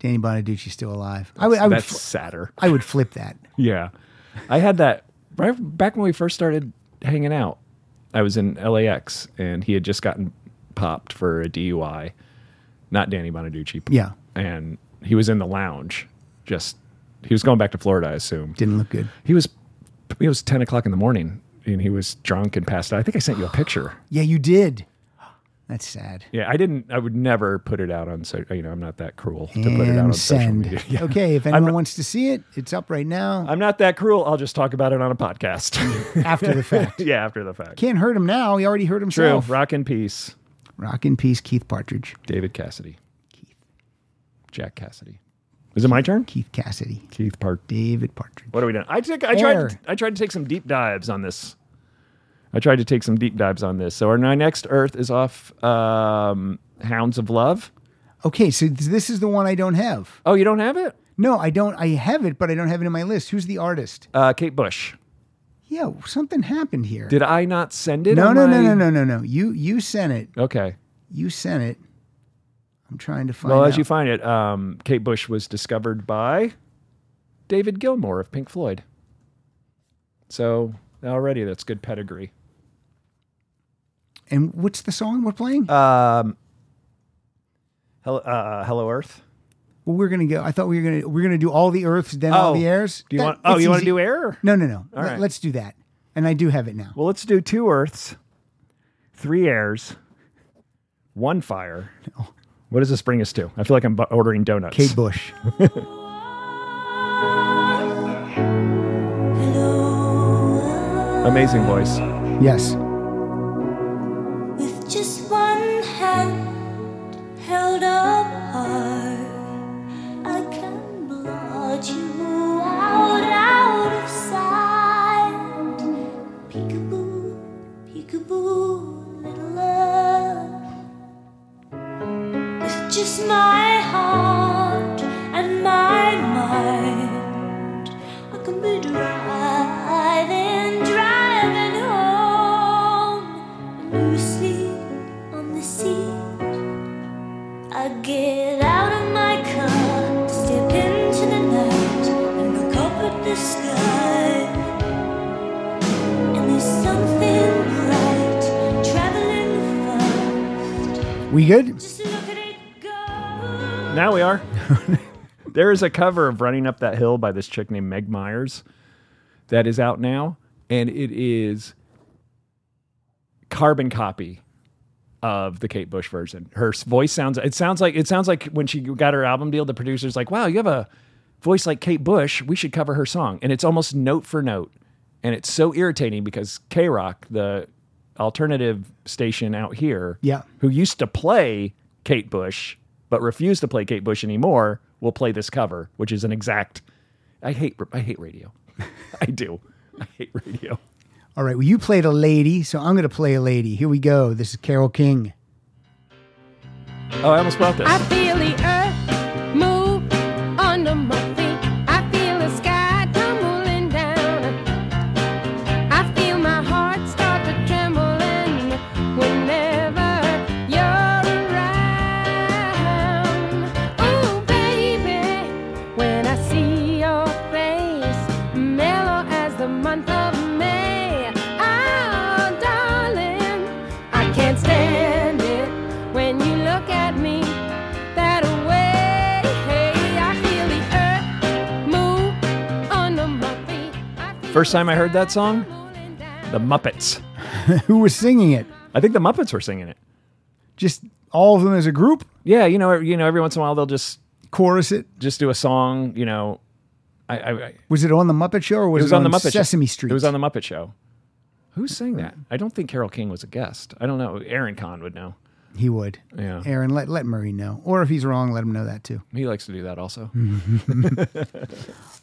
Speaker 2: Danny Bonaducci's still alive. I would. I would.
Speaker 3: that's
Speaker 2: fl-
Speaker 3: sadder.
Speaker 2: I would flip that.
Speaker 3: Yeah. I had that right back when we first started hanging out. I was in LAX and he had just gotten popped for a DUI. Not Danny Bonaducci.
Speaker 2: Yeah.
Speaker 3: And he was in the lounge. Just he was going back to Florida, I assume.
Speaker 2: Didn't look good.
Speaker 3: He was it was ten o'clock in the morning and he was drunk and passed out. I think I sent you a picture.
Speaker 2: Yeah, you did. That's sad.
Speaker 3: Yeah, I didn't I would never put it out on so you know, I'm not that cruel to
Speaker 2: and
Speaker 3: put it out on social
Speaker 2: send.
Speaker 3: media. Yeah.
Speaker 2: Okay, if anyone
Speaker 3: not-
Speaker 2: wants to see it, it's up right now
Speaker 3: I'm not that cruel. I'll just talk about it on a podcast.
Speaker 2: after the fact.
Speaker 3: yeah, after the fact.
Speaker 2: Can't hurt him now. He already hurt
Speaker 3: True.
Speaker 2: himself.
Speaker 3: Rock in peace,
Speaker 2: Rock in peace, Keith Partridge.
Speaker 3: David Cassidy. Keith. Jack Cassidy. Is it my turn?
Speaker 2: Keith Cassidy.
Speaker 3: Keith Park.
Speaker 2: David Partridge.
Speaker 3: What are we doing? I took. I tried.
Speaker 2: Air.
Speaker 3: To, I tried to take some deep dives on this. I tried to take some deep dives on this. So our my next Earth is off um, Hounds of Love.
Speaker 2: Okay, so th- this is the one I don't have.
Speaker 3: Oh, you don't have it?
Speaker 2: No, I don't. I have it, but I don't have it in my list. Who's the artist?
Speaker 3: Uh, Kate Bush.
Speaker 2: Yeah, something happened here.
Speaker 3: Did I not send it?
Speaker 2: no,
Speaker 3: on
Speaker 2: no,
Speaker 3: my-
Speaker 2: no, no, no, no, no. You you sent it.
Speaker 3: Okay.
Speaker 2: You sent it. I'm trying to find.
Speaker 3: Well, as
Speaker 2: out.
Speaker 3: you find it, um, Kate Bush was discovered by David Gilmour of Pink Floyd. So already that's good pedigree.
Speaker 2: and what's the song we're playing?
Speaker 3: Um, hello, uh, hello Earth.
Speaker 2: well, we're gonna go. I thought we were gonna we're gonna do all the Earths, then all
Speaker 3: Oh,
Speaker 2: the airs.
Speaker 3: Do you
Speaker 2: That-
Speaker 3: want? Oh,
Speaker 2: it's
Speaker 3: you want to
Speaker 2: easy.
Speaker 3: do air?
Speaker 2: No, no, no.
Speaker 3: All
Speaker 2: Let,
Speaker 3: right.
Speaker 2: us do that. And I do have it now.
Speaker 3: Well, let's do two Earths, three airs, one fire. What does this bring us to? I feel like I'm bu- ordering donuts.
Speaker 2: Kate Bush.
Speaker 3: Amazing voice.
Speaker 2: yes.
Speaker 6: With just one hand held up hard, I can blot you out, out of sight. Peekaboo, peekaboo, little love. With just my heart and my mind, I can be driving, driving home. You sleep on the seat. I get out of my car, step into the night, and look up at the sky. And there's something bright traveling fast.
Speaker 2: We good?
Speaker 6: Just look at it go.
Speaker 3: Now we are. there is a cover of Running Up That Hill by this chick named Meg Myers that is out now, and it is carbon copy of the Kate Bush version. Her s- voice sounds it sounds like it sounds like when she got her album deal, the producer's like, Wow, you have a voice like Kate Bush, we should cover her song. And it's almost note for note. And it's so irritating because K Rock, the alternative station out here,
Speaker 2: Yeah.
Speaker 3: who used to play Kate Bush but refused to play Kate Bush anymore, will play this cover, which is an exact. I hate I hate radio. I do. I hate radio.
Speaker 2: All right. Well, you played a lady, so I'm gonna play a lady. Here we go. This is Carol King.
Speaker 3: Oh, I almost brought this.
Speaker 7: I feel the earth move under my feet. I feel the sky tumbling down. I feel my heart start to tremble and whenever you're around. Ooh, baby, when I see your face, mellow as the month of May. Oh,
Speaker 3: First time I heard that song, the Muppets.
Speaker 2: Who was singing it?
Speaker 3: I think the Muppets were singing it.
Speaker 2: Just all of them as a group
Speaker 3: Yeah, you know, you know, every once in a while they'll just
Speaker 2: chorus it.
Speaker 3: just do a song. You know, I, I, I
Speaker 2: Was it on the Muppet Show or was
Speaker 3: it
Speaker 2: it,
Speaker 3: was on, the Muppet
Speaker 2: Sesame
Speaker 3: show.
Speaker 2: Street?
Speaker 3: It was on the Muppet Show. Who sang that? I don't think Carol King was a guest. I don't know. Aaron Kahn would know.
Speaker 2: he would.
Speaker 3: Yeah.
Speaker 2: Aaron, let let Murray know, or if he's wrong, let him know that too.
Speaker 3: He likes to do that also.
Speaker 2: Hmm.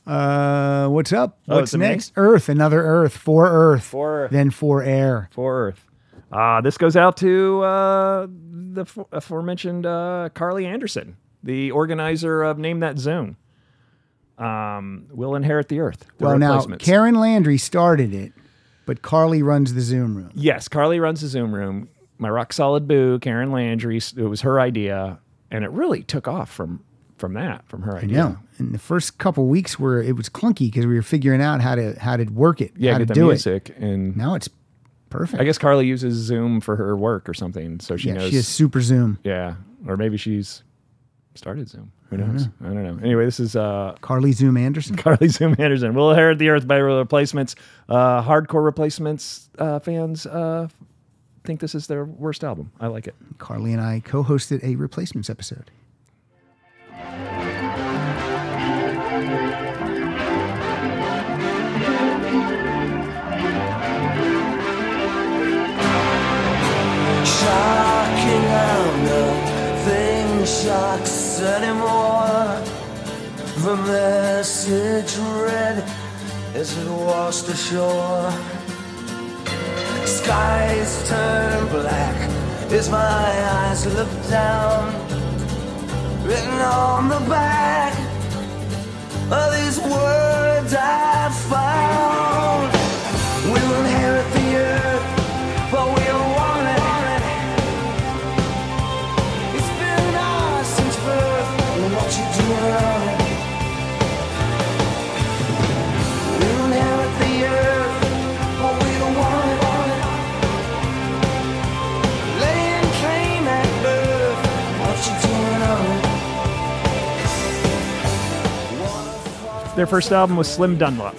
Speaker 2: Uh, what's up?
Speaker 3: Oh,
Speaker 2: what's
Speaker 3: it's a me?
Speaker 2: next? Earth, another Earth, for Earth,
Speaker 3: For Earth.
Speaker 2: then for air.
Speaker 3: For Earth. Uh, this goes out to uh, the f- aforementioned uh, Carly Anderson, the organizer of Name That Zone. Um, will inherit the Earth. the
Speaker 2: Well, now
Speaker 3: replacements.
Speaker 2: Karen Landry started it, but Carly runs the Zoom room.
Speaker 3: Yes, Carly runs the Zoom room. My rock solid boo, Karen Landry. s- It was her idea, and it really took off from from that, from her
Speaker 2: I
Speaker 3: idea.
Speaker 2: know. And the first couple weeks were it was clunky because we were figuring out how to how to work it,
Speaker 3: Yeah,
Speaker 2: how to
Speaker 3: get the
Speaker 2: do it.
Speaker 3: music, and
Speaker 2: Now it's perfect.
Speaker 3: I guess Carly uses Zoom for her work or something, so she
Speaker 2: yeah,
Speaker 3: knows.
Speaker 2: she has super Zoom.
Speaker 3: yeah, or maybe she's started Zoom. Who knows? I don't know. Anyway, this is uh,
Speaker 2: Carly Zoom Anderson.
Speaker 3: Carly Zoom Anderson. We'll inherit the earth by replacements. Uh, hardcore replacements uh, fans uh, think this is their worst album. I like it.
Speaker 2: Carly and I co-hosted a replacements episode.
Speaker 1: Shocking and nothing shocks anymore. The message read as it washed ashore. Skies turn black as my eyes look down. Written on the back are these words I found. We'll inherit the earth, but we'll want it. It's been ours since birth, and what you do around it. We'll inherit the earth, but we don't want it. Laying claim at birth, what you doing on it?
Speaker 3: Their first album was Slim Dunlop.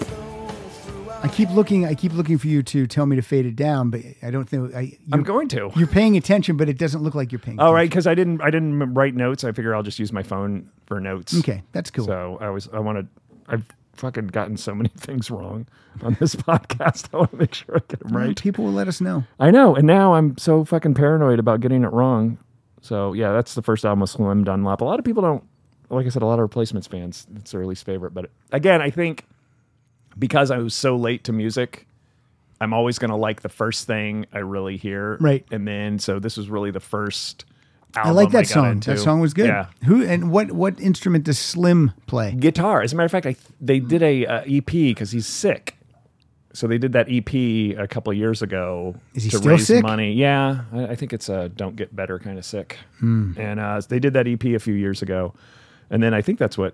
Speaker 2: I keep looking. I keep looking for you to tell me to fade it down, but I don't think I.
Speaker 3: I'm
Speaker 2: you're-
Speaker 3: going to.
Speaker 2: You're paying attention, but it doesn't look like you're paying.
Speaker 3: All Oh, right, because I didn't I didn't m- write notes. I figure I'll just use my phone for notes.
Speaker 2: Okay, that's cool.
Speaker 3: So I was I want to I've fucking gotten so many things wrong on this podcast. I want to make sure I get them
Speaker 2: Well,
Speaker 3: right.
Speaker 2: Mm, People will let us know.
Speaker 3: I know, and now I'm so fucking paranoid about getting it wrong. So yeah, that's the first album with Slim Dunlop. A lot of people don't like I said, a lot of replacements fans. It's their least favorite. But again, I think because I was so late to music, I'm always gonna like the first thing I really hear.
Speaker 2: Right.
Speaker 3: And then so this was really the first
Speaker 2: I
Speaker 3: album
Speaker 2: like that
Speaker 3: got
Speaker 2: song.
Speaker 3: into.
Speaker 2: That song was good.
Speaker 3: Yeah.
Speaker 2: Who and what? What instrument does Slim play?
Speaker 3: guitar. As a matter of fact, I th- they did a uh, EP because he's sick. So they did that EP a couple years ago
Speaker 2: Is he
Speaker 3: to
Speaker 2: still
Speaker 3: raise
Speaker 2: sick?
Speaker 3: money. Yeah, I, I think it's a "Don't Get Better" kind of sick. And uh, they did that EP a few years ago, and then I think that's what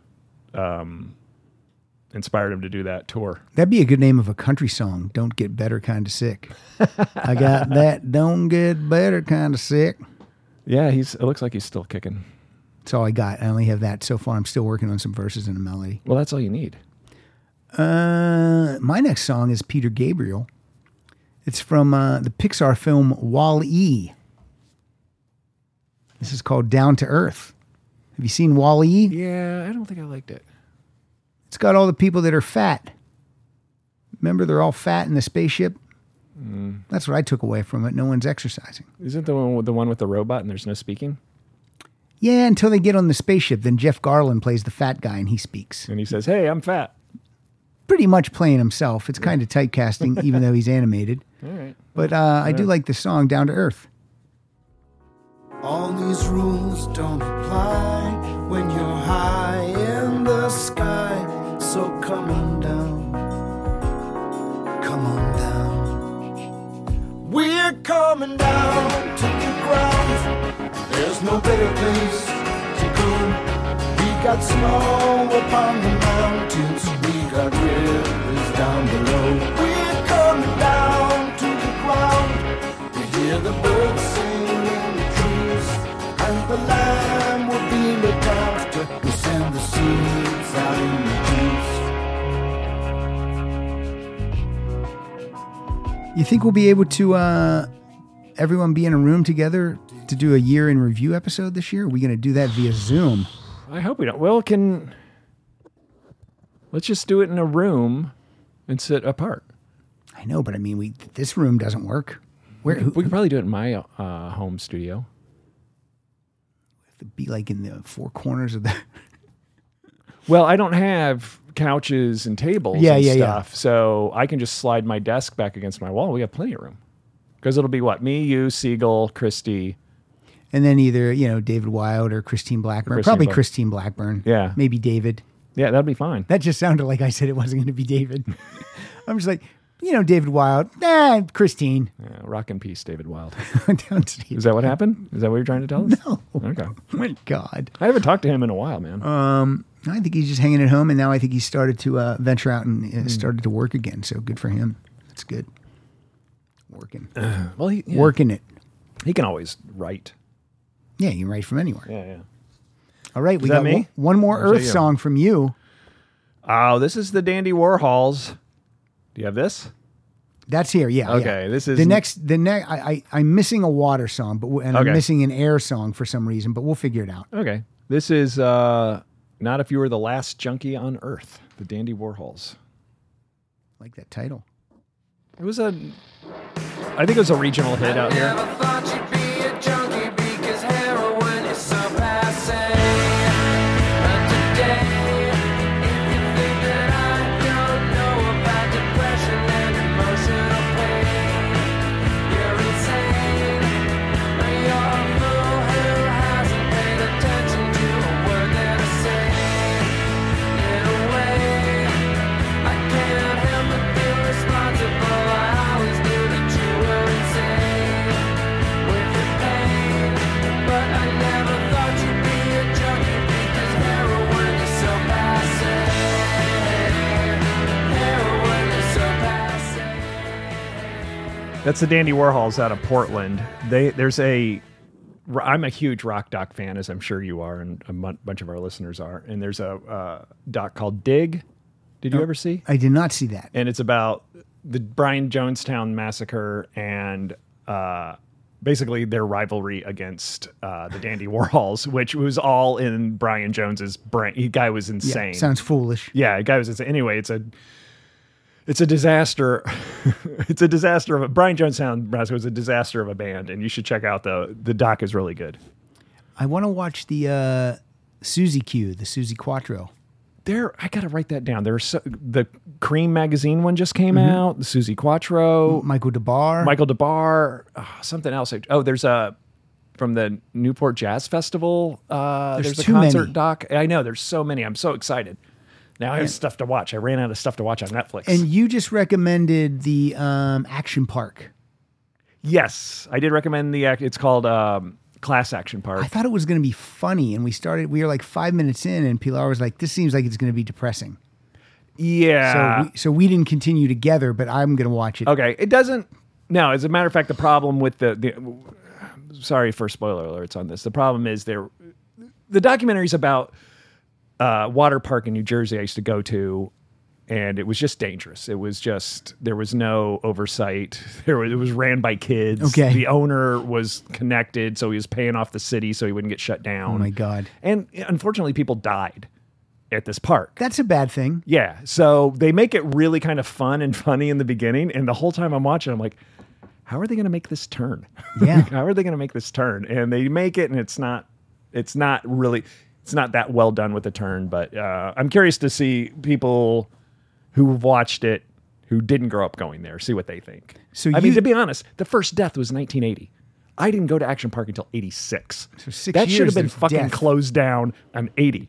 Speaker 3: um, inspired him to do that tour.
Speaker 2: That'd be a good name of a country song. Don't get better, kind of sick. I got that. Don't get better, kind of sick.
Speaker 3: Yeah, he's. It looks like he's still kicking.
Speaker 2: That's all I got. I only have that so far. I'm still working on some verses and a melody.
Speaker 3: Well, that's all you need.
Speaker 2: Uh, my next song is Peter Gabriel. It's from uh, the Pixar film Wall E. This is called Down to Earth. Have you seen Wall E?
Speaker 3: Yeah, I don't think I liked it.
Speaker 2: It's got all the people that are fat. Remember, they're all fat in the spaceship.
Speaker 3: Mm.
Speaker 2: That's what I took away from it. No one's exercising.
Speaker 3: Isn't the one with the one with the robot and there's no speaking
Speaker 2: Yeah, until they get on the spaceship, then Jeff Garland plays the fat guy and he speaks.
Speaker 3: and he says, "Hey, I'm fat."
Speaker 2: Pretty much playing himself. It's kind of typecasting, even though he's animated.
Speaker 3: All right.
Speaker 2: But uh, I do like the song Down to Earth.
Speaker 4: All these rules don't apply when you're high in the sky. So come on down, come on down. We're coming down to the ground. There's no better place to go. We got snow upon the mountains, we got rivers down below. We're coming down to the ground. You hear the birds sing in the trees, and the lamb will be looked after. We send the seeds out in the trees.
Speaker 2: You think we'll be able to uh, everyone be in a room together to do a year in review episode this year? Are we going to do that via Zoom?
Speaker 3: I hope we don't. Well, can let's just do it in a room and sit apart.
Speaker 2: I know, but I mean, we this room doesn't work. Where who,
Speaker 3: We could probably do it in my uh, home studio.
Speaker 2: be like in the four corners of the.
Speaker 3: Well, I don't have couches and tables
Speaker 2: Yeah,
Speaker 3: and
Speaker 2: yeah, yeah.
Speaker 3: stuff, so I can just slide my desk back against my wall. We have plenty of room because it'll be what me, you, Siegel, Christy.
Speaker 2: And then either you know David Wilde or Christine Blackburn,
Speaker 3: Christine
Speaker 2: probably
Speaker 3: Black-
Speaker 2: Christine Blackburn.
Speaker 3: Yeah.
Speaker 2: maybe David.
Speaker 3: Yeah, that'd be fine.
Speaker 2: That just sounded like I said it wasn't going to be David. I'm just like, you know, David Wilde, nah, Christine.
Speaker 3: Yeah, rock in Uh, peace, David Wilde.
Speaker 2: Downstairs.
Speaker 3: Is that what happened? Is that what you're trying to tell us?
Speaker 2: No. Uh,
Speaker 3: Okay.
Speaker 2: Oh My God.
Speaker 3: I haven't talked to him in a while, man.
Speaker 2: I think he's just hanging at home, and now I think he started to uh, venture out and
Speaker 3: Hmm.
Speaker 2: uh, started to work again. So good for him. That's good. Working,
Speaker 3: well, he, yeah,
Speaker 2: working it.
Speaker 3: he can always write.
Speaker 2: Yeah, you can write from anywhere.
Speaker 3: Yeah, yeah.
Speaker 2: All right, we
Speaker 3: that
Speaker 2: got
Speaker 3: me?
Speaker 2: One, one more
Speaker 3: Or is that
Speaker 2: Earth
Speaker 3: you?
Speaker 2: song from you.
Speaker 3: Oh, this is the Dandy Warhols. Do you have this?
Speaker 2: That's here. Yeah. yeah.
Speaker 3: Okay, this is-
Speaker 2: the next. The next. I, I I'm missing a water song, but w- and
Speaker 3: Okay.
Speaker 2: I'm missing an air song for some reason, but we'll figure it out.
Speaker 3: Okay. This is uh, Not If You Were the Last Junkie on Earth, the Dandy Warhols.
Speaker 2: Like that title.
Speaker 3: It was a, I think it was a regional hit out here.
Speaker 4: Never thought you'd be a junkie because heroin is so passe. But today, if you think that I don't know about depression and emotional pain, you're insane. You're a fool who hasn't paid attention to a word that I say. In a way, I can't help but feel responsible. I always knew that you were insane with your pain, but I never thought you'd be a junkie because heroin is so passe. Heroin is so passe.
Speaker 3: That's the Dandy Warhols out of Portland. They there's a I'm a huge rock doc fan, as I'm sure you are, and a mon- bunch of our listeners are. And there's a uh, doc called Dig. Did you ever see?
Speaker 2: I did not see that.
Speaker 3: and it's about the Brian Jonestown massacre and uh, basically their rivalry against uh, the Dandy Warhols, which was all in Brian Jones's brain. He guy was
Speaker 2: Yeah,
Speaker 3: insane.
Speaker 2: sounds foolish.
Speaker 3: Yeah, the guy was insane. Anyway, it's a it's a disaster. it's a disaster of a Brian Jonestown massacre was a disaster of a band, and you should check out the the doc is really good.
Speaker 2: I want to watch the uh, Susie Q, the Susie Quattro.
Speaker 3: there I gotta write that down. There's so, the Cream magazine one just came
Speaker 2: Mm-hmm.
Speaker 3: out. The Susie Quattro,
Speaker 2: Michael DeBar.
Speaker 3: Michael DeBar, ah, something else. Oh, there's a from the Newport Jazz Festival. Uh,
Speaker 2: There's
Speaker 3: there's,
Speaker 2: too
Speaker 3: a concert
Speaker 2: many.
Speaker 3: doc. I know there's so many. I'm so excited. Now I have stuff to watch. I ran out of stuff to watch on Netflix.
Speaker 2: And you just recommended the um, Action Park.
Speaker 3: yes, I did recommend the act. It's called um, Class Action Park.
Speaker 2: I thought it was going to be funny, and we started. We were like five minutes in, and Pilar was like, "This seems like it's going to be depressing."
Speaker 3: yeah.
Speaker 2: so, we, so we didn't continue together, but I'm going to watch it.
Speaker 3: Ah. Okay, it doesn't. No, as a matter of fact, the problem with the the sorry for spoiler alerts on this. The problem is there. The documentary's about uh, water park in New Jersey I used to go to, and it was just dangerous. It was just there was no oversight. There was, it was ran by kids.
Speaker 2: Okay.
Speaker 3: the owner was connected, so he was paying off the city so he wouldn't get shut down.
Speaker 2: Oh my god,
Speaker 3: And unfortunately, people died at this park.
Speaker 2: that's a bad thing.
Speaker 3: Yeah. So they make it really kind of fun and funny in the beginning. And the whole time I'm watching, I'm like, how are they going to make this turn?
Speaker 2: Yeah.
Speaker 3: how are they going to make this turn? And they make it, and it's not, it's not really, it's not that well done with the turn. But uh, I'm curious to see people who watched it who didn't grow up going there see what they think.
Speaker 2: So
Speaker 3: I mean,
Speaker 2: you-
Speaker 3: to be honest, the first death was 1980. I didn't go to Action Park until 86.
Speaker 2: So six
Speaker 3: that should
Speaker 2: years
Speaker 3: have been
Speaker 2: of
Speaker 3: fucking
Speaker 2: death.
Speaker 3: closed down on 80.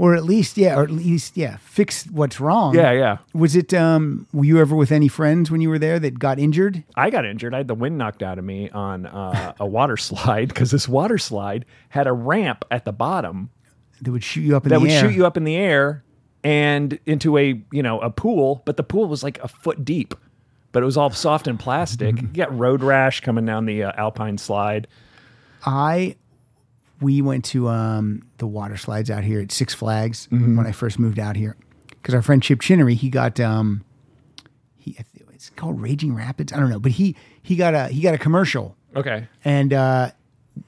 Speaker 2: Or at least, yeah, or at least, yeah, fix what's wrong.
Speaker 3: Yeah, yeah.
Speaker 2: Was it? Um, were you ever with any friends when you were there that got injured?
Speaker 3: I got injured. I had the wind knocked out of me on uh, a water slide because this water slide had a ramp at the bottom
Speaker 2: That would shoot you up in
Speaker 3: that
Speaker 2: the
Speaker 3: would
Speaker 2: air.
Speaker 3: shoot you up in the air and into a you know a pool, but the pool was like a foot deep, but it was all soft and
Speaker 2: Mm-hmm.
Speaker 3: plastic. you got road rash coming down the uh, alpine slide.
Speaker 2: I we went to um, the water slides out here at Six Flags
Speaker 3: Mm-hmm.
Speaker 2: when I first moved out here because our friend Chip Chinnery he got um, he it's called Raging Rapids. I don't know, but he he got a he got a commercial,
Speaker 3: Okay.
Speaker 2: and uh,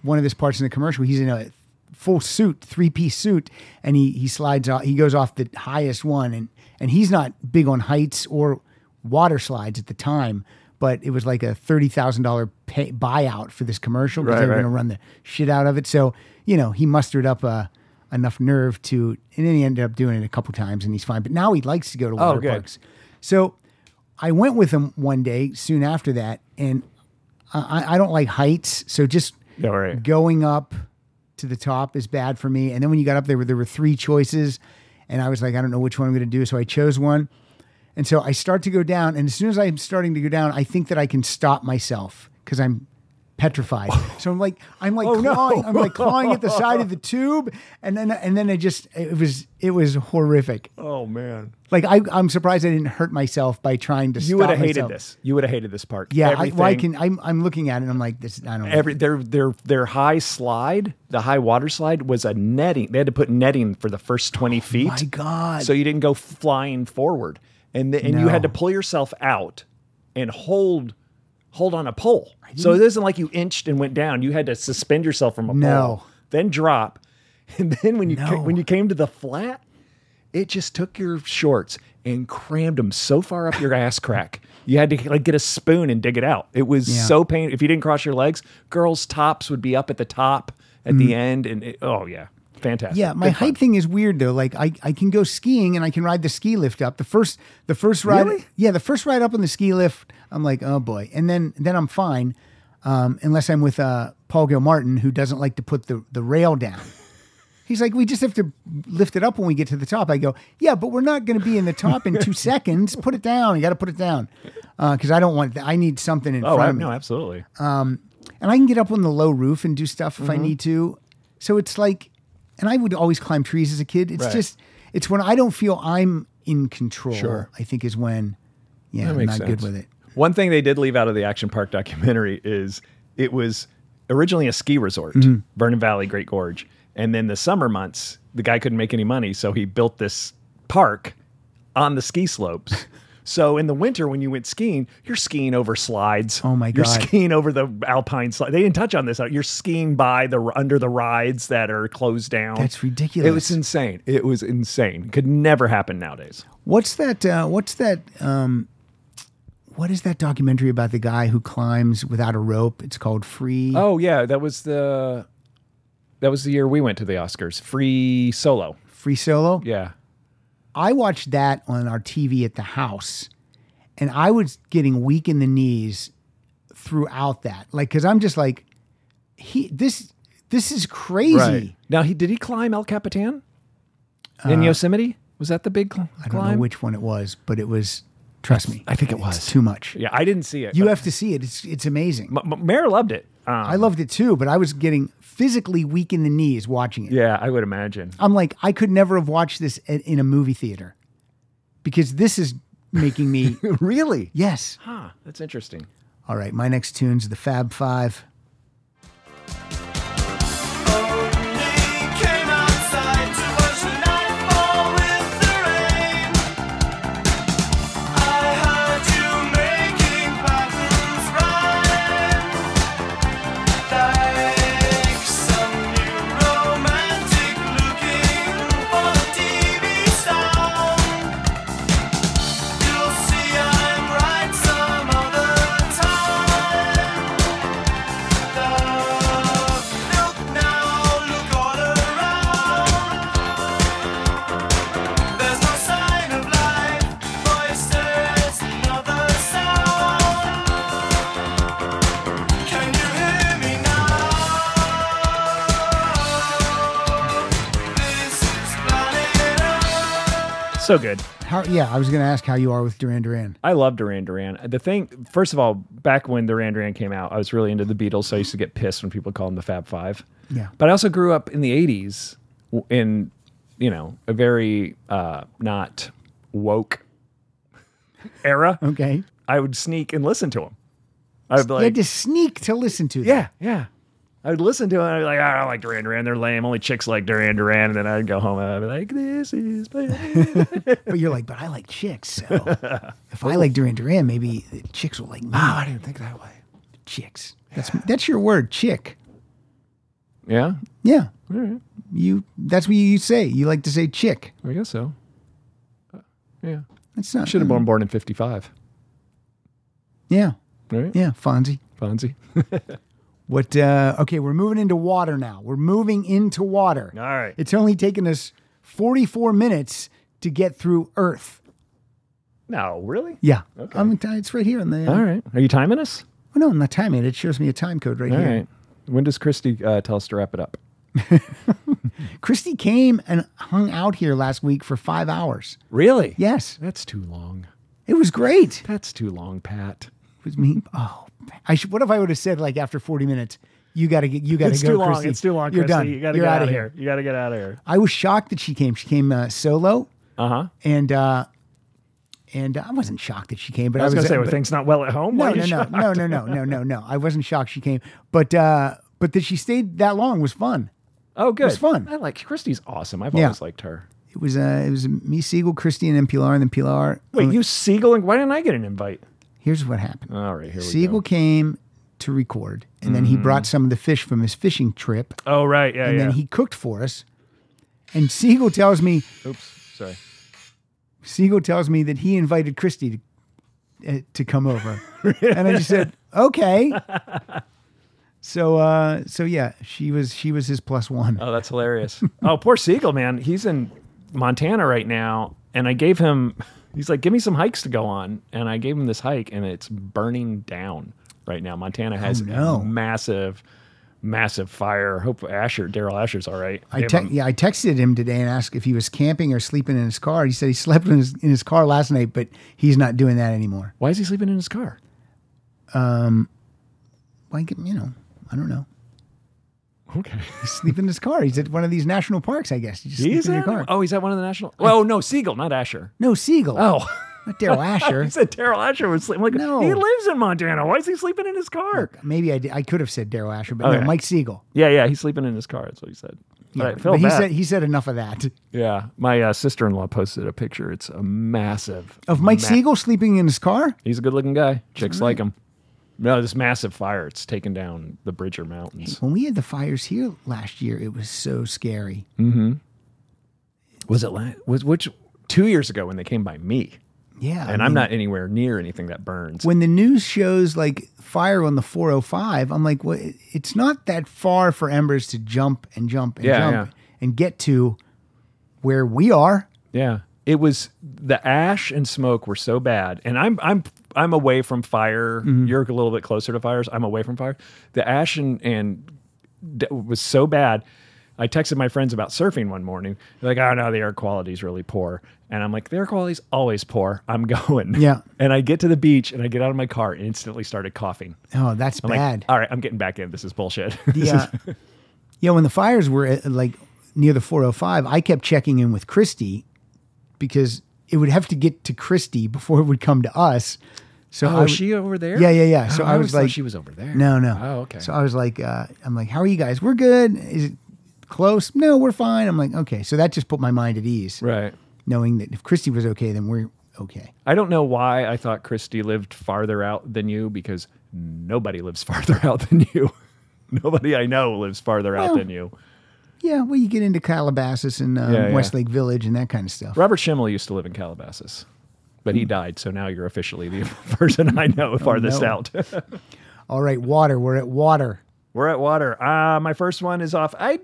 Speaker 2: one of his parts in the commercial, he's in a full suit, three piece suit, and he he slides off. He goes off the highest one, and and he's not big on heights or water slides at the time. But it was like a thirty thousand dollar buyout for this commercial because
Speaker 3: Right,
Speaker 2: they were
Speaker 3: right.
Speaker 2: going to run the shit out of it. So you know he mustered up uh, enough nerve to, and then he ended up doing it a couple times, and he's fine. But now he likes to go to water
Speaker 3: Oh, good.
Speaker 2: parks. So I went with him one day soon after that, and I, I- I don't like heights, so just
Speaker 3: Yeah, right.
Speaker 2: going up to the top is bad for me. And then when you got up there, were- there were three choices, and I was like, I don't know which one I'm going to do, so I chose one. And so I start to go down, and as soon as I'm starting to go down, I think that I can stop myself because I'm petrified. so I'm like, I'm like
Speaker 3: Oh, no.
Speaker 2: clawing, I'm like clawing at the side of the tube, and then and then I just it was it was horrific.
Speaker 3: Oh man.
Speaker 2: Like I, I'm surprised I didn't hurt myself by trying to.
Speaker 3: You
Speaker 2: stop
Speaker 3: would have hated
Speaker 2: myself.
Speaker 3: this. You would have hated this part.
Speaker 2: Yeah, I, well, I
Speaker 3: Everything-
Speaker 2: can. I'm, I'm looking at it. and I'm like, this. I don't. know.
Speaker 3: Every their their their high slide, the high water slide was a netting. They had to put netting for the first twenty feet.
Speaker 2: Oh my God.
Speaker 3: So you didn't go flying forward, and the, and you had to
Speaker 2: No.
Speaker 3: pull yourself out and hold hold on a pole. So it isn't like you inched and went down. You had to suspend yourself from a
Speaker 2: No.
Speaker 3: pole, then drop, and then when you ca-
Speaker 2: No.
Speaker 3: when you came to the flat, it just took your shorts and crammed them so far up your ass crack. You had to like get a spoon and dig it out. It was
Speaker 2: Yeah.
Speaker 3: so pain. If you didn't cross your legs, girls' tops would be up at the top at the end, and it, oh yeah, fantastic.
Speaker 2: Mm. Yeah, my
Speaker 3: Good fun.
Speaker 2: height thing is weird though. Like I, I can go skiing and I can ride the ski lift up. The first the first ride
Speaker 3: Really?
Speaker 2: Yeah, the first ride up on the ski lift, I'm like, oh boy. And then then I'm fine. Um, unless I'm with uh, Paul Gilmartin who doesn't like to put the, the rail down. He's like, we just have to lift it up when we get to the top. I go, yeah, but we're not going to be in the top in two seconds. Put it down. You got to put it down because I don't want. I need something in
Speaker 3: Oh
Speaker 2: front
Speaker 3: I,
Speaker 2: of me
Speaker 3: no, absolutely.
Speaker 2: and I can get up on the low roof and do stuff if I
Speaker 3: Mm-hmm.
Speaker 2: need to. So it's like, and I would always climb trees as a kid. It's
Speaker 3: Right.
Speaker 2: just, it's when I don't feel I'm in control.
Speaker 3: Sure.
Speaker 2: I think is when, yeah, I'm not good with it.
Speaker 3: One thing they did leave out of the Action Park documentary is it was originally a ski resort,
Speaker 2: Mm-hmm.
Speaker 3: Vernon Valley Great Gorge, and then the summer months the guy couldn't make any money, so he built this park on the ski slopes. So in the winter, when you went skiing, you're skiing over slides.
Speaker 2: Oh, my
Speaker 3: You're
Speaker 2: God.
Speaker 3: skiing over the alpine slide. They didn't touch on this. uh, You're skiing by the under the rides that are closed down.
Speaker 2: That's ridiculous.
Speaker 3: It was insane. It was insane. Could never happen nowadays.
Speaker 2: What's that? Uh, what's that? Um, what is that documentary about the guy who climbs without a rope? It's called Free.
Speaker 3: Oh yeah, that was the that was the year we went to the Oscars. Free solo.
Speaker 2: Free solo.
Speaker 3: Yeah.
Speaker 2: I watched that on our TV at the house, and I was getting weak in the knees throughout that. Like, because I'm just like, he this this is crazy.
Speaker 3: Now he did he climb El Capitan in Yosemite? Was that the big cl-
Speaker 2: Uh, I don't
Speaker 3: climb?
Speaker 2: know which one it was, but it was. Trust me,
Speaker 3: I think it
Speaker 2: it's
Speaker 3: was.
Speaker 2: too much.
Speaker 3: Yeah, I didn't see it.
Speaker 2: You
Speaker 3: but
Speaker 2: have to see it. It's it's amazing.
Speaker 3: M- M- Mare loved it. Um,
Speaker 2: I loved it too, but I was getting physically weak in the knees watching it.
Speaker 3: Yeah, I would imagine.
Speaker 2: I'm like, I could never have watched this in, in a movie theater because this is making me
Speaker 3: Really?
Speaker 2: yes.
Speaker 3: Huh. That's interesting.
Speaker 2: All right, my next tune's the Fab Five.
Speaker 4: Look now, look all around. There's no sign of life, voices, another sound. Can you hear me now? This is planet
Speaker 3: So good.
Speaker 2: How, yeah, I was going to ask how you are with Duran Duran.
Speaker 3: I love Duran Duran. The thing, first of all, back when Duran Duran came out, I was really into the Beatles, so I used to get pissed when people called them the Fab Five.
Speaker 2: Yeah.
Speaker 3: But I also grew up in the '80s w- in, you know, a very uh, not woke era.
Speaker 2: Okay.
Speaker 3: I would sneak and listen to them. I'd be
Speaker 2: you had
Speaker 3: like,
Speaker 2: to sneak to listen to them.
Speaker 3: yeah, yeah. I would listen to it and I'd be like, "Ah, I don't like Duran Duran. They're lame. Only chicks like Duran Duran. And then I'd go home and I'd be like, this is. bad."
Speaker 2: But you're like, but I like chicks. So if I like Duran Duran, maybe the chicks will like me.
Speaker 3: Wow, I didn't think that way.
Speaker 2: Chicks. That's that's your word, chick.
Speaker 3: Yeah,
Speaker 2: Yeah. You. That's what you say. You like to say chick.
Speaker 3: I guess so. Uh, yeah.
Speaker 2: That's not.
Speaker 3: Should have been born in 55.
Speaker 2: Yeah.
Speaker 3: Right?
Speaker 2: Yeah. Fonzie.
Speaker 3: Fonzie.
Speaker 2: What? Uh, okay, we're moving into water now. We're moving into water.
Speaker 3: All right.
Speaker 2: It's only taken us 44 minutes to get through Earth.
Speaker 3: No, really?
Speaker 2: Yeah. Okay. I'm, it's right here on the.
Speaker 3: All right. Are you timing us?
Speaker 2: Oh, no, I'm not timing it. It shows me a time code right
Speaker 3: All right.
Speaker 2: here.
Speaker 3: When does Christy uh, tell us to wrap it up?
Speaker 2: Christy came and hung out here last week for five hours.
Speaker 3: Really? Yeah.
Speaker 2: Yes,
Speaker 3: That's too long.
Speaker 2: it was great.
Speaker 3: That's too long, Pat.
Speaker 2: It was me. Oh, I should, what if I would have said like after 40 minutes, you gotta get, you gotta
Speaker 3: It's
Speaker 2: go.
Speaker 3: too long.
Speaker 2: Christy.
Speaker 3: It's too long,
Speaker 2: You're
Speaker 3: Christy.
Speaker 2: done.
Speaker 3: You gotta
Speaker 2: You're
Speaker 3: get
Speaker 2: outta
Speaker 3: out of here. You gotta get out of here.
Speaker 2: I was shocked that she came. She came uh, solo,
Speaker 3: Uh huh.
Speaker 2: and uh, and I wasn't shocked that she came. But I
Speaker 3: I was,
Speaker 2: was, uh,
Speaker 3: gonna say, were
Speaker 2: but-
Speaker 3: things not well at home?
Speaker 2: No,
Speaker 3: Why are you
Speaker 2: no, no,
Speaker 3: shocked?
Speaker 2: no, no, no, no, no, no. I wasn't shocked she came, but uh, but that she stayed that long was fun.
Speaker 3: Oh, good.
Speaker 2: was fun.
Speaker 3: I like Christy's awesome. I've
Speaker 2: Yeah.
Speaker 3: always liked her.
Speaker 2: It was uh, it was me, Siegel, Christy, and Pilar, and then Pilar.
Speaker 3: Wait, you Siegel? and Why didn't I get an invite?
Speaker 2: Here's what happened.
Speaker 3: All right, here we
Speaker 2: Siegel
Speaker 3: go.
Speaker 2: came to record, and then he brought some of the fish from his fishing trip,
Speaker 3: Oh, right. Yeah,
Speaker 2: and
Speaker 3: yeah.
Speaker 2: then he cooked for us. And Siegel tells me,
Speaker 3: Oops. Sorry.
Speaker 2: Siegel tells me that he invited Christy to, uh, to come over, and I just said, okay. So, uh, so yeah, she was she was his plus one.
Speaker 3: Oh, that's hilarious. oh, poor Siegel, man. He's in Montana right now, and I gave him. He's like, "Give me some hikes to go on," and I gave him this hike, and it's burning down right now. Montana has
Speaker 2: Oh, no.
Speaker 3: a massive, massive fire. Hope Asher, Daryl Asher's all right.
Speaker 2: I
Speaker 3: Gave
Speaker 2: te-
Speaker 3: him-
Speaker 2: yeah, I texted him today and asked if he was camping or sleeping in his car. He said he slept in his, in his car last night, but he's not doing that anymore.
Speaker 3: Why is he sleeping in his car?
Speaker 2: Like, you know, I don't know.
Speaker 3: Okay,
Speaker 2: He's sleeping in his car. He's at one of these national parks, I guess. You just sleep
Speaker 3: he's
Speaker 2: in your
Speaker 3: in.
Speaker 2: car.
Speaker 3: Oh, he's at one of the national. Oh no, Siegel, not Asher.
Speaker 2: No, Siegel.
Speaker 3: Oh.
Speaker 2: Not Daryl Asher.
Speaker 3: He said Daryl Asher was sleeping. Like,
Speaker 2: No.
Speaker 3: He lives in Montana. Why is he sleeping in his car?
Speaker 2: Maybe I, did- I could have said Daryl Asher, but
Speaker 3: Okay.
Speaker 2: no, Mike Siegel.
Speaker 3: Oh, Yeah, yeah, he's sleeping in his car. That's what he said. Yeah,
Speaker 2: but he said he said enough of that.
Speaker 3: Yeah, my uh, sister in law posted a picture. It's a massive
Speaker 2: Of Mike
Speaker 3: ma-
Speaker 2: Siegel sleeping in his car?
Speaker 3: He's a good looking guy. Chicks like him. No, this massive fire. It's taken down the Bridger Mountains.
Speaker 2: When we had the fires here last year, it was so scary.
Speaker 3: Was it la- was which two years ago when they came by me?
Speaker 2: Yeah.
Speaker 3: And
Speaker 2: I
Speaker 3: I'm
Speaker 2: mean,
Speaker 3: not anywhere near anything that burns.
Speaker 2: when the news shows like fire on the 405, I'm like, well, it- it's not that far for embers to jump and jump and
Speaker 3: Yeah,
Speaker 2: jump
Speaker 3: yeah.
Speaker 2: and get to where we are.
Speaker 3: Yeah. It was the ash and smoke were so bad. And I'm I'm I'm away from fire. You're a little bit closer to fires. I'm away from fire. The ash and and d- was so bad. I texted my friends about surfing one morning. They're like, "Oh no, the air quality's really poor." And I'm like, "The air quality's always poor. I'm going."
Speaker 2: Yeah.
Speaker 3: And I get to the beach and I get out of my car and instantly started coughing.
Speaker 2: Oh, that's
Speaker 3: I'm
Speaker 2: bad.
Speaker 3: like, "All right, I'm getting back in. This is bullshit." This is-
Speaker 2: yeah. yeah, when the fires were at, like near the 405, I kept checking in with Christy because it would have to get to Christy before it would come to us. So I
Speaker 3: oh,
Speaker 2: would-
Speaker 3: is she over there?
Speaker 2: Yeah, yeah, yeah. So
Speaker 3: Oh,
Speaker 2: I,
Speaker 3: always
Speaker 2: was
Speaker 3: thought
Speaker 2: like,
Speaker 3: she was over there.
Speaker 2: No, no.
Speaker 3: Oh, okay.
Speaker 2: So I was like, uh, I'm like, how are you guys? We're good. Is it close? No, we're fine. I'm like, okay. So that just put my mind at ease,
Speaker 3: right.
Speaker 2: knowing that if Christy was okay, then we're okay.
Speaker 3: I don't know why I thought Christy lived farther out than you because nobody lives farther out than you. nobody I know lives farther out
Speaker 2: Well-
Speaker 3: than you.
Speaker 2: Yeah. Well, you get into Calabasas and um,
Speaker 3: Yeah, yeah.
Speaker 2: Westlake Village and that kind of stuff.
Speaker 3: Robert Schimmel used to live in Calabasas, but he died, so now you're officially the person I know farthest
Speaker 2: Hmm. Oh, no.
Speaker 3: out.
Speaker 2: All right, water. We're at water.
Speaker 3: We're at water. Uh, my first one is off. I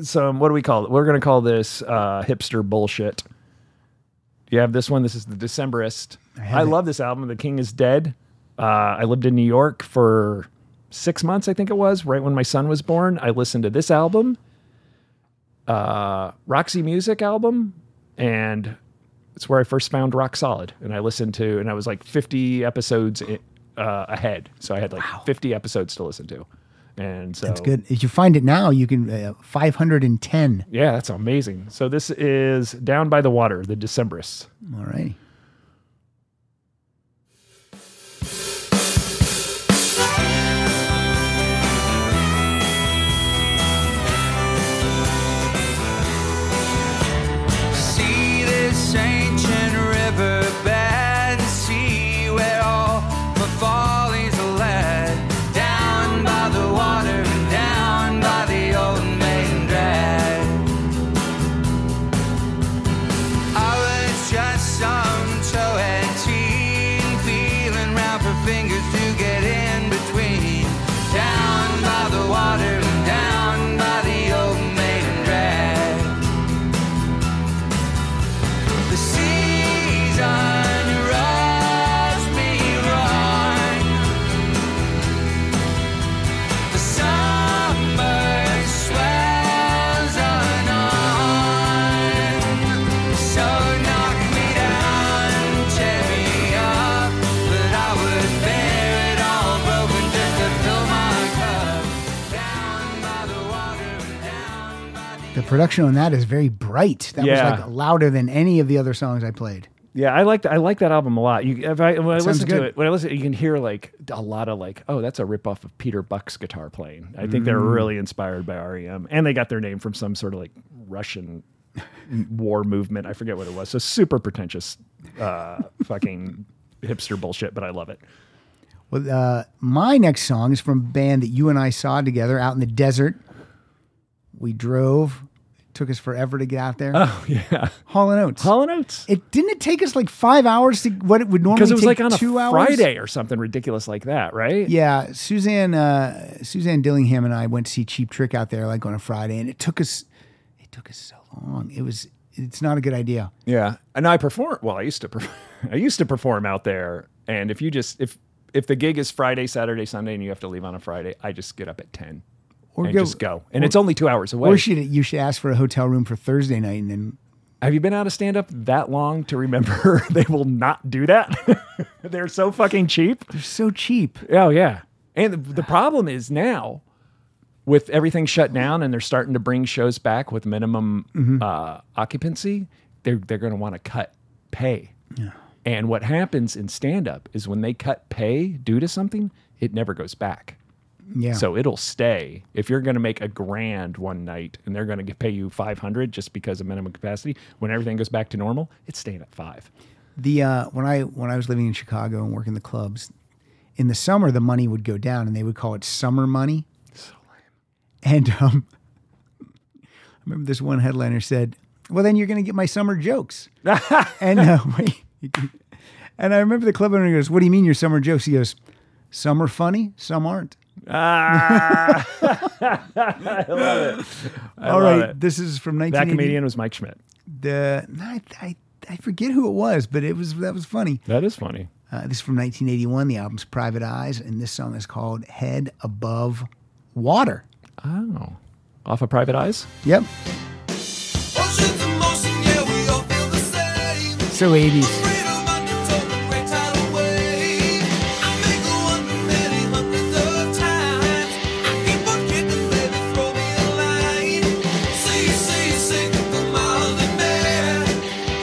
Speaker 3: some what do we call it? We're gonna call this uh, hipster bullshit. Do you have this one? This is the Decemberist.
Speaker 2: have
Speaker 3: I,
Speaker 2: it.
Speaker 3: love this album. The King is Dead. Uh, I lived in New York for six months, I think it was, right when my son was born. I listened to this album, uh, Roxy Music album, and it's where I first found Rock Solid, and I listened to, and I was like 50 episodes i- uh, ahead, so I had like 50 episodes to listen to, and so
Speaker 2: That's good. If you find it now, you can uh, 510.
Speaker 3: Yeah, that's amazing. So this is Down by the Water, the Decemberists.
Speaker 2: All
Speaker 8: Down
Speaker 2: right. The production on that is very bright. That
Speaker 3: Yeah.
Speaker 2: was like louder than any of the other songs I played.
Speaker 3: Yeah, I like I like that album a lot. You, if I, when I
Speaker 2: Sounds
Speaker 3: listen
Speaker 2: good.
Speaker 3: to it, when I listen, you can hear like a lot of like, oh, that's a ripoff of Peter Buck's guitar playing. I think they're
Speaker 2: Mm.
Speaker 3: really inspired by REM, and they got their name from some sort of like Russian war movement. I forget what it was. So super pretentious, uh, fucking hipster bullshit. But I love it.
Speaker 2: Well, uh, my next song is from a band that you and I saw together out in the desert. We drove. It took us forever to get out there.
Speaker 3: Oh yeah,
Speaker 2: Hall and Oates.
Speaker 3: Hall and Oates.
Speaker 2: it didn't it take us like five hours to what it would normally
Speaker 3: Because it was
Speaker 2: take
Speaker 3: like on a
Speaker 2: two hours.
Speaker 3: Friday or something ridiculous like that, right?
Speaker 2: Yeah, Suzanne uh, Suzanne Dillingham and I went to see Cheap Trick out there like on a Friday, and it took us it took us so long. It was it's not a good idea.
Speaker 3: Yeah, and I perform. Well, I used to. Perform, I used to perform out there, and if you just if if the gig is Friday, Saturday, Sunday, and you have to leave on a Friday, I just get up at ten
Speaker 2: Or
Speaker 3: and
Speaker 2: go-
Speaker 3: just go, and it's only two hours away.
Speaker 2: Or should it, you should ask for a hotel room for Thursday night, and then
Speaker 3: have you been out of stand up that long to remember they will not do that? They're so fucking cheap.
Speaker 2: they're so cheap.
Speaker 3: Oh yeah, and the, the problem is now with everything shut down, and they're starting to bring shows back with minimum uh, occupancy. They're they're going to want to cut pay. And what happens in stand up is when they cut pay due to something, it never goes back.
Speaker 2: Yeah.
Speaker 3: So it'll stay. If you're going to make a grand one night and they're going to pay you 500 just because of minimum capacity, when everything goes back to normal, it's staying at 5.
Speaker 2: the uh, when I when I was living in Chicago and working the clubs, in the summer the money would go down, and they would call it summer money. So lame. And um, I remember this one headliner said, "Well, then you're going to get my summer jokes." and uh, and I remember the club owner goes, "What do you mean your summer jokes?" He goes, "Some are funny, some aren't." Ah, All
Speaker 3: love
Speaker 2: right,
Speaker 3: it.
Speaker 2: this is from
Speaker 3: That
Speaker 2: 1980.
Speaker 3: comedian was Mike Schmidt.
Speaker 2: The no, I, I I forget who it was, but it was that was funny.
Speaker 3: That is funny.
Speaker 2: Uh, this is from 1981. The album's Private Eyes, and this song is called Head Above Water.
Speaker 3: Oh. Off of Private Eyes?
Speaker 2: Yep.
Speaker 5: Ocean's in motion, yeah, we all feel the same.
Speaker 2: So 80s.
Speaker 5: Freedom at the total great tidal wave. I may go under many hundreds of times. I keep on kicking, baby, throw me a line. See, see, sink the miles in there.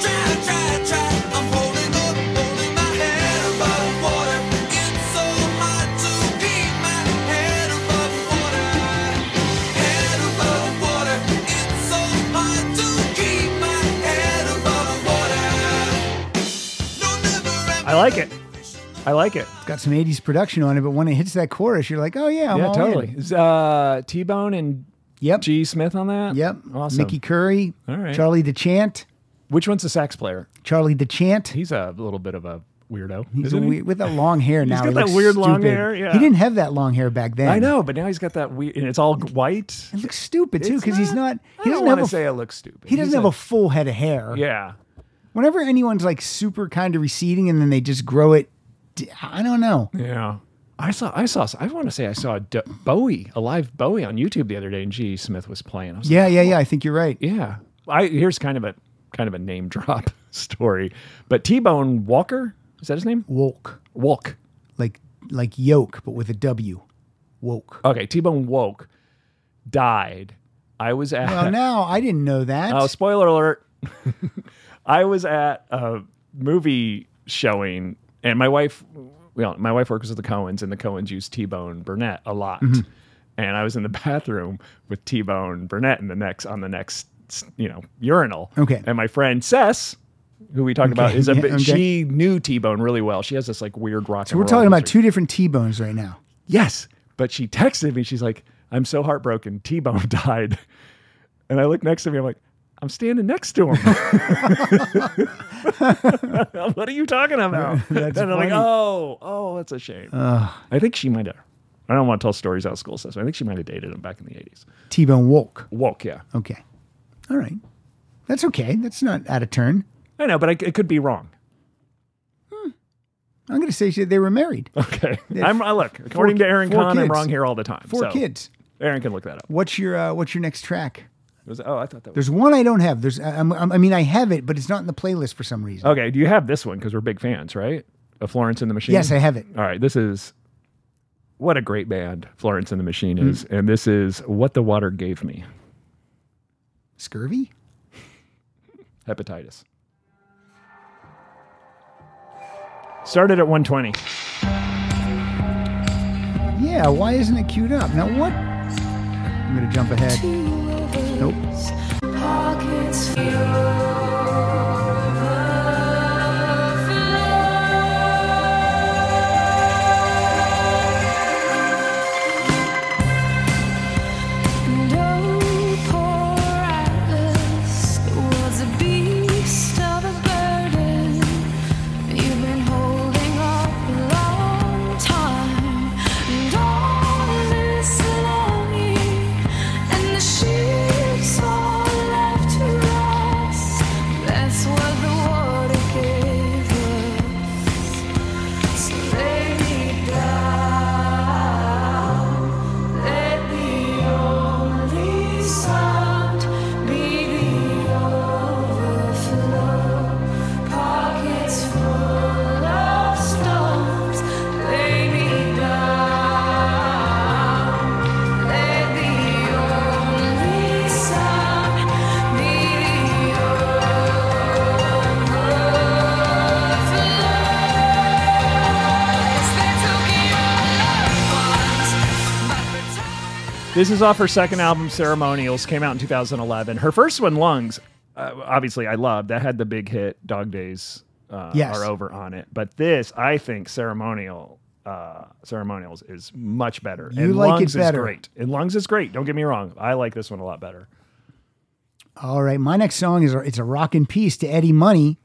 Speaker 5: Try, try, try. I'm holding on, holding my head above water. It's so hard to keep my head above water. Head above water, it's so hard to keep my head above water. No, never
Speaker 3: I like it. I like it.
Speaker 2: It's got some 80s production on it, but when it hits that chorus, you're like, oh, yeah, I'm
Speaker 3: yeah,
Speaker 2: all
Speaker 3: totally.
Speaker 2: in.
Speaker 3: Is, Uh, T Bone and
Speaker 2: Yep.
Speaker 3: G Smith on that?
Speaker 2: Yep.
Speaker 3: Awesome.
Speaker 2: Mickey Curry.
Speaker 3: All right.
Speaker 2: Charlie DeChant.
Speaker 3: Which one's the sax player?
Speaker 2: Charlie DeChant.
Speaker 3: He's a little bit of a weirdo.
Speaker 2: He's a
Speaker 3: isn't he?
Speaker 2: weird, with that long hair now.
Speaker 3: got
Speaker 2: he
Speaker 3: that
Speaker 2: looks
Speaker 3: weird long
Speaker 2: stupid.
Speaker 3: hair, yeah.
Speaker 2: He didn't have that long hair back then.
Speaker 3: I know, but now he's got that weird, and it's all g- white.
Speaker 2: It looks stupid too
Speaker 3: It's
Speaker 2: because he's not.
Speaker 3: I
Speaker 2: He
Speaker 3: don't
Speaker 2: doesn't
Speaker 3: want
Speaker 2: have
Speaker 3: to
Speaker 2: a.
Speaker 3: say it looks stupid.
Speaker 2: he doesn't
Speaker 3: He's
Speaker 2: have a full head of hair.
Speaker 3: Yeah,
Speaker 2: Whenever anyone's like super kind of receding and then they just grow it, d- I don't know.
Speaker 3: yeah. I saw. I saw. I want to say I saw a D- Bowie, a live Bowie on YouTube the other day, and G. Smith was playing. I was
Speaker 2: Yeah, yeah, yeah. I think you're right.
Speaker 3: Yeah. I here's kind of a kind of a name drop story, but T Bone Walker is that his name?
Speaker 2: Woke,
Speaker 3: Walk.
Speaker 2: like like yoke, but with a W. Woke.
Speaker 3: Okay, T Bone Woke died. I was at.
Speaker 2: Oh, now I didn't know that.
Speaker 3: Oh, spoiler alert. I was at a movie showing and my wife well, my wife works with the Cohens and the Cohens use T-Bone Burnett a lot.
Speaker 2: Mm-hmm.
Speaker 3: And I was in the bathroom with T-Bone Burnett in the next on the next, you know, urinal.
Speaker 2: Okay.
Speaker 3: And my friend Sess who we talked about is a
Speaker 2: yeah,
Speaker 3: bit,
Speaker 2: okay.
Speaker 3: she knew T-Bone really well. She has this like weird rock.
Speaker 2: We're talking about two different T-bones right now.
Speaker 3: Yes. But she texted me. She's like, I'm so heartbroken. T Bone died. And I look next to me. I'm like, I'm standing next to him. what are you talking about?
Speaker 2: That's
Speaker 3: and I'm like,
Speaker 2: funny.
Speaker 3: oh, oh, that's a shame. I think she might have. I don't want to tell stories out of school system. I think she might have dated him back in the 80s.
Speaker 2: T-bone woke.
Speaker 3: Woke, yeah.
Speaker 2: Okay. All right. That's okay. That's not out of turn.
Speaker 3: I know, but I, it could be wrong.
Speaker 2: I'm going to say they were married.
Speaker 3: Okay. I'm, I look, according
Speaker 2: ki-
Speaker 3: to Aaron
Speaker 2: four
Speaker 3: Kahn, I'm
Speaker 2: kids.
Speaker 3: wrong here all the time.
Speaker 2: Four
Speaker 3: So,
Speaker 2: kids.
Speaker 3: Aaron can look that up.
Speaker 2: What's your uh, What's your next track?
Speaker 3: It was- oh, I thought that was.
Speaker 2: There's one I don't have. There's I, I'm, I'm- I mean I have it, but it's not in the playlist for some reason.
Speaker 3: Okay. Do you have this one? Because we're big fans, right? Of Florence and the Machine?
Speaker 2: yes, I have it.
Speaker 3: All right, this is what a
Speaker 2: Hmm.
Speaker 3: great band Florence and the Machine is, and this is what the water gave me.
Speaker 2: Scurvy?
Speaker 3: Hepatitis. Started at 120.
Speaker 2: Yeah, why isn't it queued up? Now what? I'm gonna jump ahead. Nope.
Speaker 6: That's what the water gave us. So let me die. Let the only sound be the overflow. Pockets full of stones. Lay me down. Let the only sound be the overflow. Yes, they took your love once, but pretend.
Speaker 3: This is off her second album, Ceremonials, came out in 2011. Her first one, Lungs, uh, obviously I love. That had the big hit, Dog Days uh,
Speaker 2: Yes.
Speaker 3: Are Over on it. But this, I think, Ceremonial. Uh, ceremonials is much better.
Speaker 2: You
Speaker 3: and
Speaker 2: like it
Speaker 3: lungs
Speaker 2: better.
Speaker 3: is great. And lungs is great. Don't get me wrong. I like this one a lot better.
Speaker 2: All right, my next song is it's a rockin' piece to Eddie Money.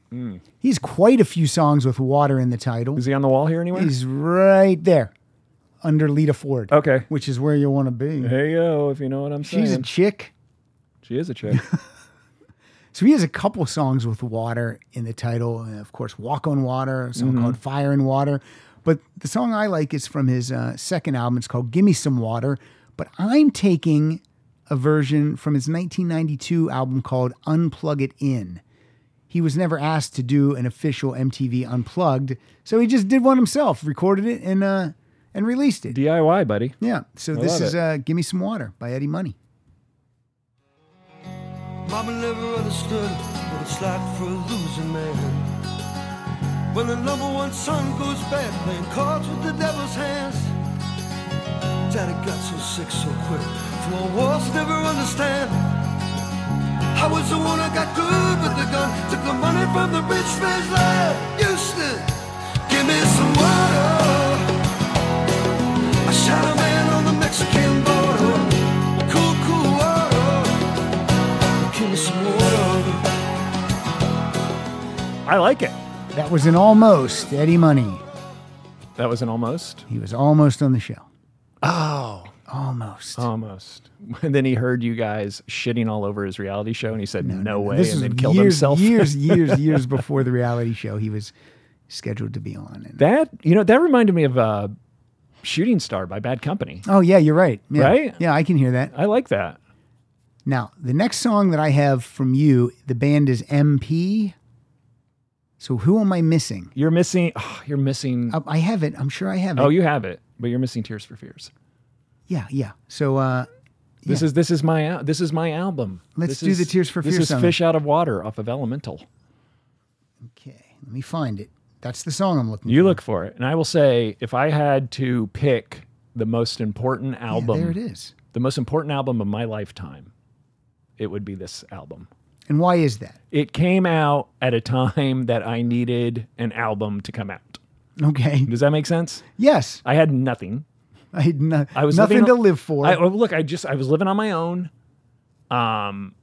Speaker 2: He's quite a few songs with water in the title.
Speaker 3: Is he on the wall here anywhere?
Speaker 2: He's right there under Lita Ford.
Speaker 3: Okay.
Speaker 2: Which is where you want to be.
Speaker 3: Oh. hey yo, if you know what I'm saying.
Speaker 2: She's a chick.
Speaker 3: she is a chick.
Speaker 2: So he has a couple songs with water in the title. And of course, Walk on Water, a song
Speaker 3: Mm-hmm.
Speaker 2: called Fire and Water. But the song I like is from his uh, second album. It's called Gimme Some Water. But I'm taking a version from his 1992 album called Unplug It In. He was never asked to do an official MTV Unplugged. So he just did one himself, recorded it, and, uh, and released it.
Speaker 3: DIY, buddy.
Speaker 2: Yeah. So this
Speaker 3: love
Speaker 2: is
Speaker 3: it.
Speaker 2: uh, Gimme Some Water by Eddie Money.
Speaker 4: Mama never understood what it's like for a losing man. When the number one son goes bad playing cards with the devil's hands. Daddy got so sick so quick, floor walls never understand. I was the one that got good with the gun, took the money from the rich man's lab. Houston, give me some water. I shot a man on the Mexican border. Cool, cool water. Give me some water.
Speaker 3: I like it.
Speaker 2: That was an almost Eddie Money.
Speaker 3: That was an almost.
Speaker 2: He was almost on the show. Oh, almost.
Speaker 3: Almost. And then he heard you guys shitting all over his reality show and he said, no, way.
Speaker 2: this
Speaker 3: and
Speaker 2: is
Speaker 3: then killed
Speaker 2: years,
Speaker 3: himself.
Speaker 2: years, years, years before the reality show he was scheduled to be on. And,
Speaker 3: That, you know, that reminded me of uh, Shooting Star by Bad Company.
Speaker 2: oh yeah, you're right. Yeah.
Speaker 3: Right?
Speaker 2: Yeah, I can hear that.
Speaker 3: I like that.
Speaker 2: Now, the next song that I have from you, the band is MP. So who am I missing?
Speaker 3: You're missing, oh, you're missing.
Speaker 2: I, I have it. I'm sure I have it.
Speaker 3: oh, you have it, but you're missing Tears for Fears.
Speaker 2: yeah, yeah. So uh,
Speaker 3: This is this is my al- this is my album.
Speaker 2: Let's
Speaker 3: This
Speaker 2: do
Speaker 3: is-
Speaker 2: the Tears for
Speaker 3: This
Speaker 2: Fears
Speaker 3: is
Speaker 2: song.
Speaker 3: Fish Out of Water off of Elemental.
Speaker 2: okay, let me find it. That's the song I'm looking
Speaker 3: You
Speaker 2: for.
Speaker 3: look for it, and I will say, if I had to pick the most important
Speaker 2: Yeah,
Speaker 3: album,
Speaker 2: there it is.
Speaker 3: the most important album of my lifetime, it would be this album.
Speaker 2: And why is that?
Speaker 3: It came out at a time that I needed an album to come out.
Speaker 2: Okay.
Speaker 3: Does that make sense?
Speaker 2: Yes.
Speaker 3: I had nothing.
Speaker 2: I had no,
Speaker 3: I was
Speaker 2: nothing
Speaker 3: living
Speaker 2: to
Speaker 3: on-
Speaker 2: live for.
Speaker 3: I, oh, look, I just I was living on my own. Um,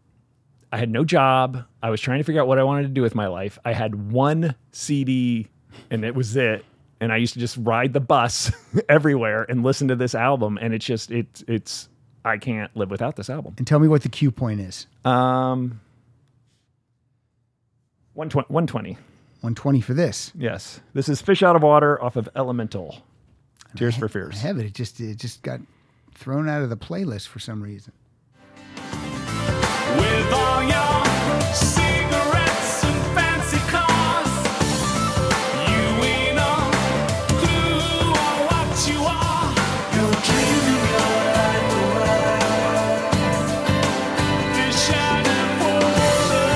Speaker 3: I had no job. I was trying to figure out what I wanted to do with my life. I had one CD, and it was it. And I used to just ride the bus everywhere and listen to this album. And it's just it's it's I can't live without this album.
Speaker 2: and tell me what the cue point is.
Speaker 3: Um, one twenty. One twenty.
Speaker 2: 120 for this.
Speaker 3: Yes, this is Fish Out of Water off of Elemental. Tears for
Speaker 2: I
Speaker 3: Fears.
Speaker 2: have it. It just it just got thrown out of the playlist for some reason.
Speaker 5: With all your cigarettes and fancy cars, you ain't a clue on what you are. You're dreaming your life away. Fish out of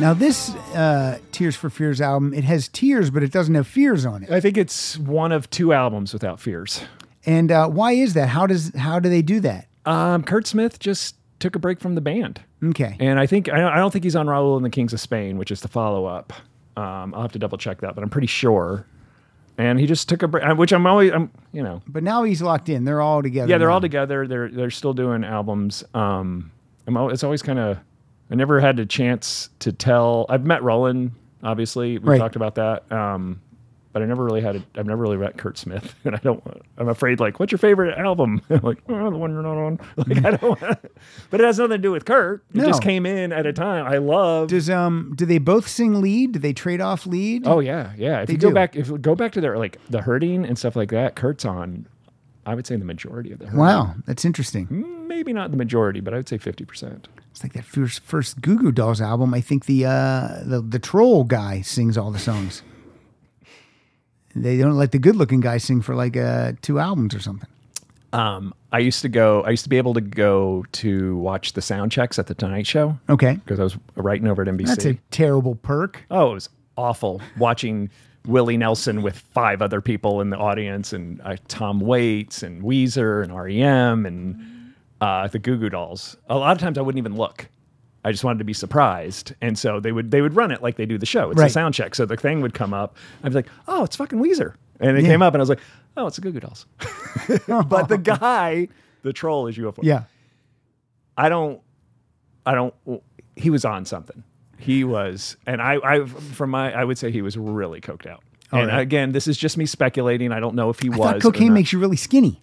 Speaker 2: Now this uh, Tears for Fears album, it has tears, but it doesn't have fears on it.
Speaker 3: I think it's one of two albums without fears.
Speaker 2: And uh, why is that? How does how do they do that?
Speaker 3: Um, Kurt Smith just took a break from the band.
Speaker 2: Okay,
Speaker 3: And I think I don't, I don't think he's on Raul and the Kings of Spain, which is the follow up. Um, I'll have to double check that, but I'm pretty sure. And he just took a break, uh, which I'm always, I'm you know,
Speaker 2: but now he's locked in. They're all together.
Speaker 3: yeah, they're
Speaker 2: now.
Speaker 3: all together. They're they're still doing albums. Um, I'm al- it's always kind of I never had a chance to tell. I've met Roland, obviously. We
Speaker 2: Right.
Speaker 3: talked about that. Um, but I never really had. A, I've never really met Kurt Smith, and I don't. want- I'm afraid. Like, what's your favorite album? I'm like, oh, the one you're not on. Like, I don't. wanna- but it has nothing to do with Kurt. It
Speaker 2: No.
Speaker 3: just came in at a time I love.
Speaker 2: Does um do they both sing lead? Do they trade off lead?
Speaker 3: Oh yeah, yeah. If
Speaker 2: They
Speaker 3: you go
Speaker 2: do.
Speaker 3: back, if you go back to their like the hurting and stuff like that, Kurt's on. I would say the majority of the hurting.
Speaker 2: wow, that's interesting.
Speaker 3: Hmm. Maybe not the majority, but I would say fifty percent.
Speaker 2: It's like that first first Goo Goo Dolls album. I think the uh, the the troll guy sings all the songs. they don't let the good looking guy sing for like uh, two albums or something.
Speaker 3: Um, I used to go. I used to be able to go to watch the sound checks at the Tonight Show
Speaker 2: Okay,
Speaker 3: because I was writing over at NBC.
Speaker 2: that's a terrible perk.
Speaker 3: oh, it was awful watching Willie Nelson with five other people in the audience and uh, Tom Waits and Weezer and REM and uh, the Goo Goo Dolls. A lot of times I wouldn't even look. I just wanted to be surprised, and so they would they would run it like they do the show. It's
Speaker 2: Right.
Speaker 3: a sound check, so the thing would come up. I'd be like, "Oh, it's fucking Weezer," and it
Speaker 2: Yeah.
Speaker 3: came up, and I was like, "Oh, it's the Goo Goo Dolls." but the guy, the troll, is UFO.
Speaker 2: Yeah,
Speaker 3: I don't, I don't. He was on something. He was, and I, I from my, I would say he was really coked out. and
Speaker 2: right.
Speaker 3: again, this is just me speculating. I don't know if he
Speaker 2: I
Speaker 3: was.
Speaker 2: thought
Speaker 3: or
Speaker 2: cocaine
Speaker 3: not.
Speaker 2: makes you really skinny.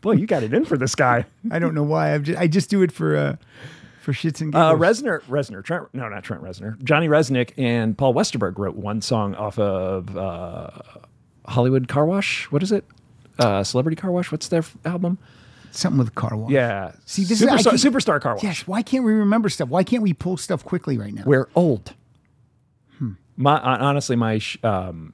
Speaker 3: Boy, you got it in for this guy.
Speaker 2: I don't know why. I've just, I just do it for uh, for shits and giggles.
Speaker 3: Uh, Resner, Resner, Trent, no, not Trent Resner. Johnny Resnick and Paul Westerberg wrote one song off of uh, Hollywood Car Wash. What is it? Uh, Celebrity Car Wash. What's their f- album?
Speaker 2: Something with car wash.
Speaker 3: Yeah.
Speaker 2: See, this is I
Speaker 3: superstar,
Speaker 2: keep-
Speaker 3: superstar Car Wash.
Speaker 2: Yes. Why can't we remember stuff? Why can't we pull stuff quickly right now?
Speaker 3: We're old. My hon- honestly, my sh- um,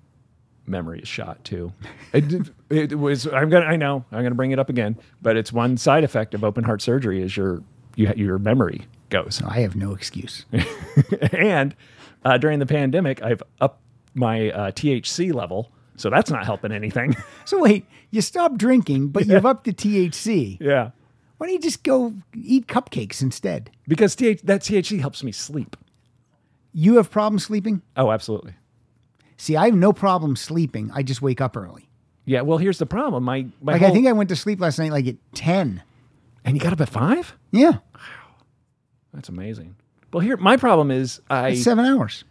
Speaker 3: memory is shot too. It, did- it was. I'm gonna. I know. I'm gonna bring it up again. But it's one side effect of open heart surgery is your you, ha- your memory goes.
Speaker 2: I have no excuse.
Speaker 3: Oh. and uh, during the pandemic, I've upped my uh, THC level, so that's not helping anything.
Speaker 2: so wait, you stopped drinking, but you've upped the THC.
Speaker 3: yeah,
Speaker 2: Why don't you just go eat cupcakes instead?
Speaker 3: because TH- that THC helps me sleep.
Speaker 2: You have problems sleeping?
Speaker 3: Oh, absolutely.
Speaker 2: See, I have no problem sleeping. I just wake up early.
Speaker 3: Yeah. Well, here's the problem. My, my
Speaker 2: Like I
Speaker 3: whole-
Speaker 2: think I went to sleep last night like at 10.
Speaker 3: and you got up at five.
Speaker 2: Yeah.
Speaker 3: That's amazing. Well, here my problem is I
Speaker 2: It's 7 hours.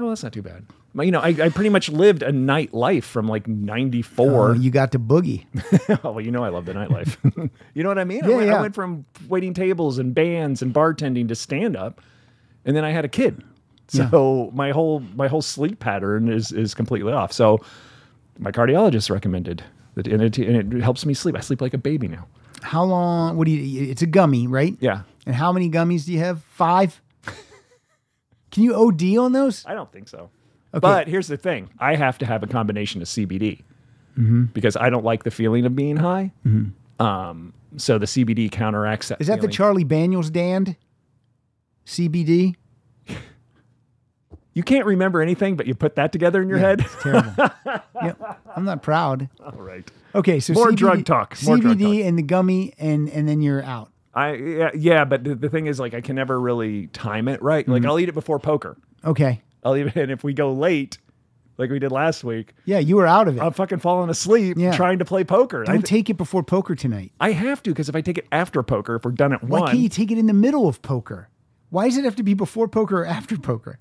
Speaker 3: Oh, that's not too bad. My- You know, I, I pretty much lived a night life from like
Speaker 2: Or
Speaker 3: '94.
Speaker 2: you got to boogie.
Speaker 3: Oh, well, you know, I love the nightlife. you know what I mean? I,
Speaker 2: Yeah,
Speaker 3: went, I
Speaker 2: yeah.
Speaker 3: went from waiting tables and bands and bartending to stand up, and then I had a kid. So my whole my whole sleep pattern is is completely off. So my cardiologist recommended that, and it, and it helps me sleep. I sleep like a baby now.
Speaker 2: How long? What do you It's a gummy, right?
Speaker 3: Yeah,
Speaker 2: And how many gummies do you have? 5? Can you OD on those?
Speaker 3: I don't think so. But here's the thing: I have to have a combination of CBD
Speaker 2: Mm-hmm.
Speaker 3: because I don't like the feeling of being high. Um, so the CBD counteracts that.
Speaker 2: Is that the
Speaker 3: feeling.
Speaker 2: Charlie Daniels dand? CBD?
Speaker 3: You can't remember anything, but you put that together in your head.
Speaker 2: Terrible. yep. I'm not proud.
Speaker 3: All right.
Speaker 2: Okay, so
Speaker 3: More
Speaker 2: CBD,
Speaker 3: drug talk, more
Speaker 2: CBD
Speaker 3: drug talk.
Speaker 2: and the gummy, and and then you're out.
Speaker 3: I yeah, yeah but the, the thing is, like, I can never really time it right.
Speaker 2: Mm-hmm.
Speaker 3: Like, I'll eat it before poker.
Speaker 2: Okay.
Speaker 3: I'll even if we go late, like we did last week.
Speaker 2: Yeah, you were out of it.
Speaker 3: I'm fucking falling asleep
Speaker 2: Yeah.
Speaker 3: trying to play poker. Uh, I,
Speaker 2: Don't take it before poker tonight.
Speaker 3: I have to because if I take it after poker, if we're done at
Speaker 2: Why
Speaker 3: one,
Speaker 2: can't you take it in the middle of poker? Why does it have to be before poker or after poker?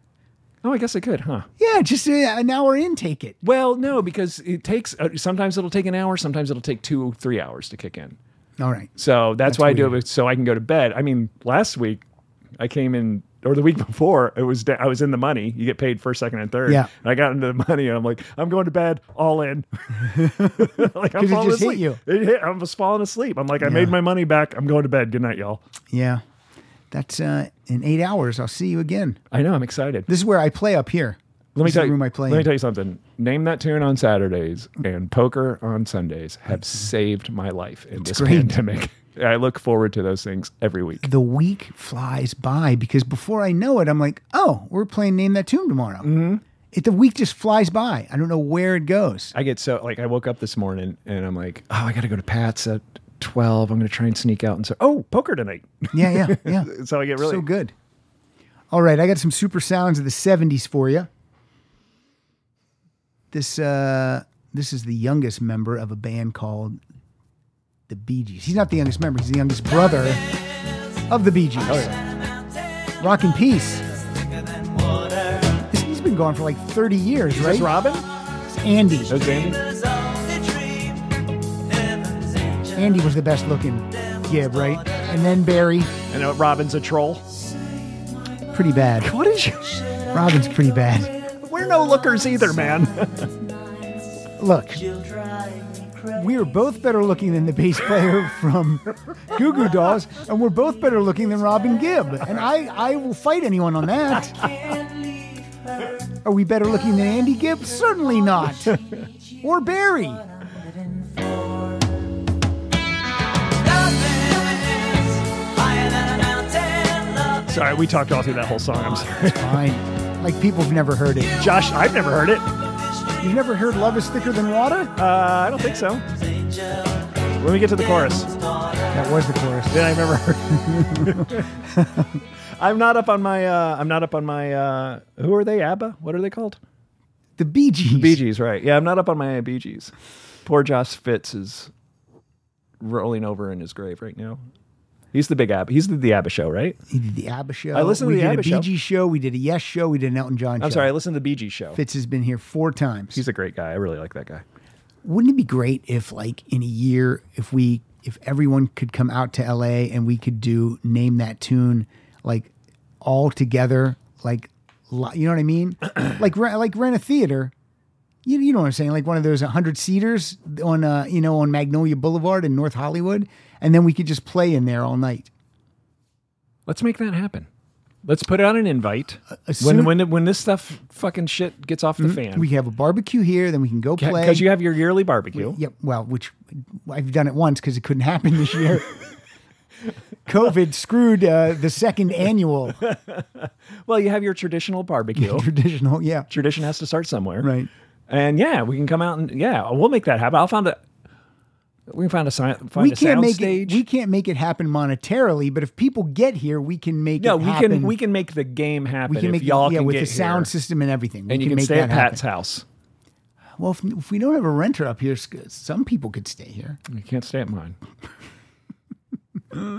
Speaker 3: oh, I guess I could, huh?
Speaker 2: Yeah, just uh, an hour in, take it.
Speaker 3: Well, no, because it takes. Uh, sometimes it'll take an hour. Sometimes it'll take two, three hours to kick in.
Speaker 2: All right.
Speaker 3: So that's, why I do it so I can go to bed. I mean, last week I came in, or the week before, it was da- I was in the money. You get paid first, second, and third.
Speaker 2: Yeah.
Speaker 3: And I got into the money, and I'm like, I'm going to bed, all in. like
Speaker 2: 'Cause it
Speaker 3: I'm falling
Speaker 2: just hit
Speaker 3: asleep.
Speaker 2: you.
Speaker 3: It hit. I was falling asleep. I'm like, I made my money back. I'm going to bed. Good night, y'all.
Speaker 2: Yeah. That's uh, in eight hours. I'll see you again.
Speaker 3: I know. I'm excited.
Speaker 2: This is where I play up here.
Speaker 3: let me
Speaker 2: this is
Speaker 3: tell
Speaker 2: the
Speaker 3: you.
Speaker 2: room I play
Speaker 3: let me
Speaker 2: in.
Speaker 3: tell you something. Name that tune on Mm. Mm-hmm. Saturdays and poker on Sundays have saved my life in this
Speaker 2: great.
Speaker 3: pandemic. I look forward to those things every week.
Speaker 2: the week flies by because before I know it, I'm like, oh, we're playing Name That Tune tomorrow. Mm-hmm. It, the week just flies by. I don't know where it goes.
Speaker 3: I get so like I woke up this morning and I'm like, oh, I got to go to Pat's at twelve. I'm going to try and sneak out and say, oh, poker tonight.
Speaker 2: Yeah, yeah, yeah.
Speaker 3: so I get really
Speaker 2: so good. All right, I got some super sounds of the 70s for you. This uh this is the youngest member of a band called the Bee Gees. He's not the youngest member, he's the youngest brother of the Bee Gees. Oh, yeah. Rock in peace. He's- He's been gone for like 30 years,
Speaker 3: Is
Speaker 2: right?
Speaker 3: this Robin?
Speaker 2: Andy.
Speaker 3: That was Andy?
Speaker 2: Andy was the best looking Gib, right? And then Barry.
Speaker 3: And uh, Robin's a troll.
Speaker 2: Pretty bad.
Speaker 3: What is you?
Speaker 2: Robin's pretty bad.
Speaker 3: We're no lookers either, man.
Speaker 2: Look, we are both better looking than the bass player from Goo Goo Dolls, and we're both better looking than Robin Gibb. And I, I will fight anyone on that. Are we better looking than Andy Gibb? Certainly not. Or Barry.
Speaker 3: sorry, we talked all through that whole song. I'm sorry.
Speaker 2: Fine. Like people have never heard it.
Speaker 3: Josh, I've never heard it.
Speaker 2: You've never heard Love is Thicker Than Water?
Speaker 3: Uh, I don't think so. When we get to the chorus,
Speaker 2: That was the chorus.
Speaker 3: then I remember. I'm not up on my. Uh, I'm not up on my. Uh, who are they? ABBA. What are they called?
Speaker 2: The Bee Gees.
Speaker 3: Bee Gees, right? Yeah, I'm not up on my Bee Gees. Poor Josh Fitz is rolling over in his grave right now. He's the big ABBA. He's the, the ABBA show, right?
Speaker 2: He did the ABBA show.
Speaker 3: I listened to
Speaker 2: we
Speaker 3: the
Speaker 2: did
Speaker 3: ABBA
Speaker 2: a Bee
Speaker 3: show.
Speaker 2: Gees show. We did a Yes show. We did an Elton John show.
Speaker 3: I'm sorry, I listened to the Bee Gees show.
Speaker 2: Fitz has been here four times.
Speaker 3: He's a great guy. I really like that guy.
Speaker 2: Wouldn't it be great if, like, in a year, if we, if everyone could come out to LA and we could do name that tune, like, all together, like, li- you know what I mean? like, re- like rent a theater. You, you know what I'm saying? Like one of those 100 seaters on, uh, you know, on Magnolia Boulevard in North Hollywood, and then we could just play in there all night.
Speaker 3: Let's make that happen. Let's put out an invite.
Speaker 2: assume-
Speaker 3: When when when this stuff fucking shit gets off the fan.
Speaker 2: Mm-hmm. We could have a barbecue here, then we can go play.
Speaker 3: because you have your yearly barbecue.
Speaker 2: Yep. Well, which I've done it once because it couldn't happen this year. COVID screwed uh, the second annual
Speaker 3: Well, you have your traditional barbecue.
Speaker 2: traditional. Yeah.
Speaker 3: Tradition has to start somewhere,
Speaker 2: Right.
Speaker 3: And yeah, we can come out and yeah, we'll make that happen. I'll find a we can find a sign. Find
Speaker 2: we
Speaker 3: a
Speaker 2: can't
Speaker 3: sound
Speaker 2: make
Speaker 3: stage.
Speaker 2: it. We can't make it happen monetarily, but if people get here, we can make
Speaker 3: no,
Speaker 2: it
Speaker 3: we
Speaker 2: happen.
Speaker 3: can we can make the game happen.
Speaker 2: we can
Speaker 3: if
Speaker 2: make it-
Speaker 3: y'all
Speaker 2: yeah
Speaker 3: can
Speaker 2: with
Speaker 3: get
Speaker 2: the sound
Speaker 3: here.
Speaker 2: system and everything. We
Speaker 3: and you
Speaker 2: can
Speaker 3: can
Speaker 2: make
Speaker 3: stay
Speaker 2: that
Speaker 3: at Pat's
Speaker 2: happen.
Speaker 3: house.
Speaker 2: Well, if, if we don't have a renter up here, s- some people could stay here.
Speaker 3: You can't stay at mine. if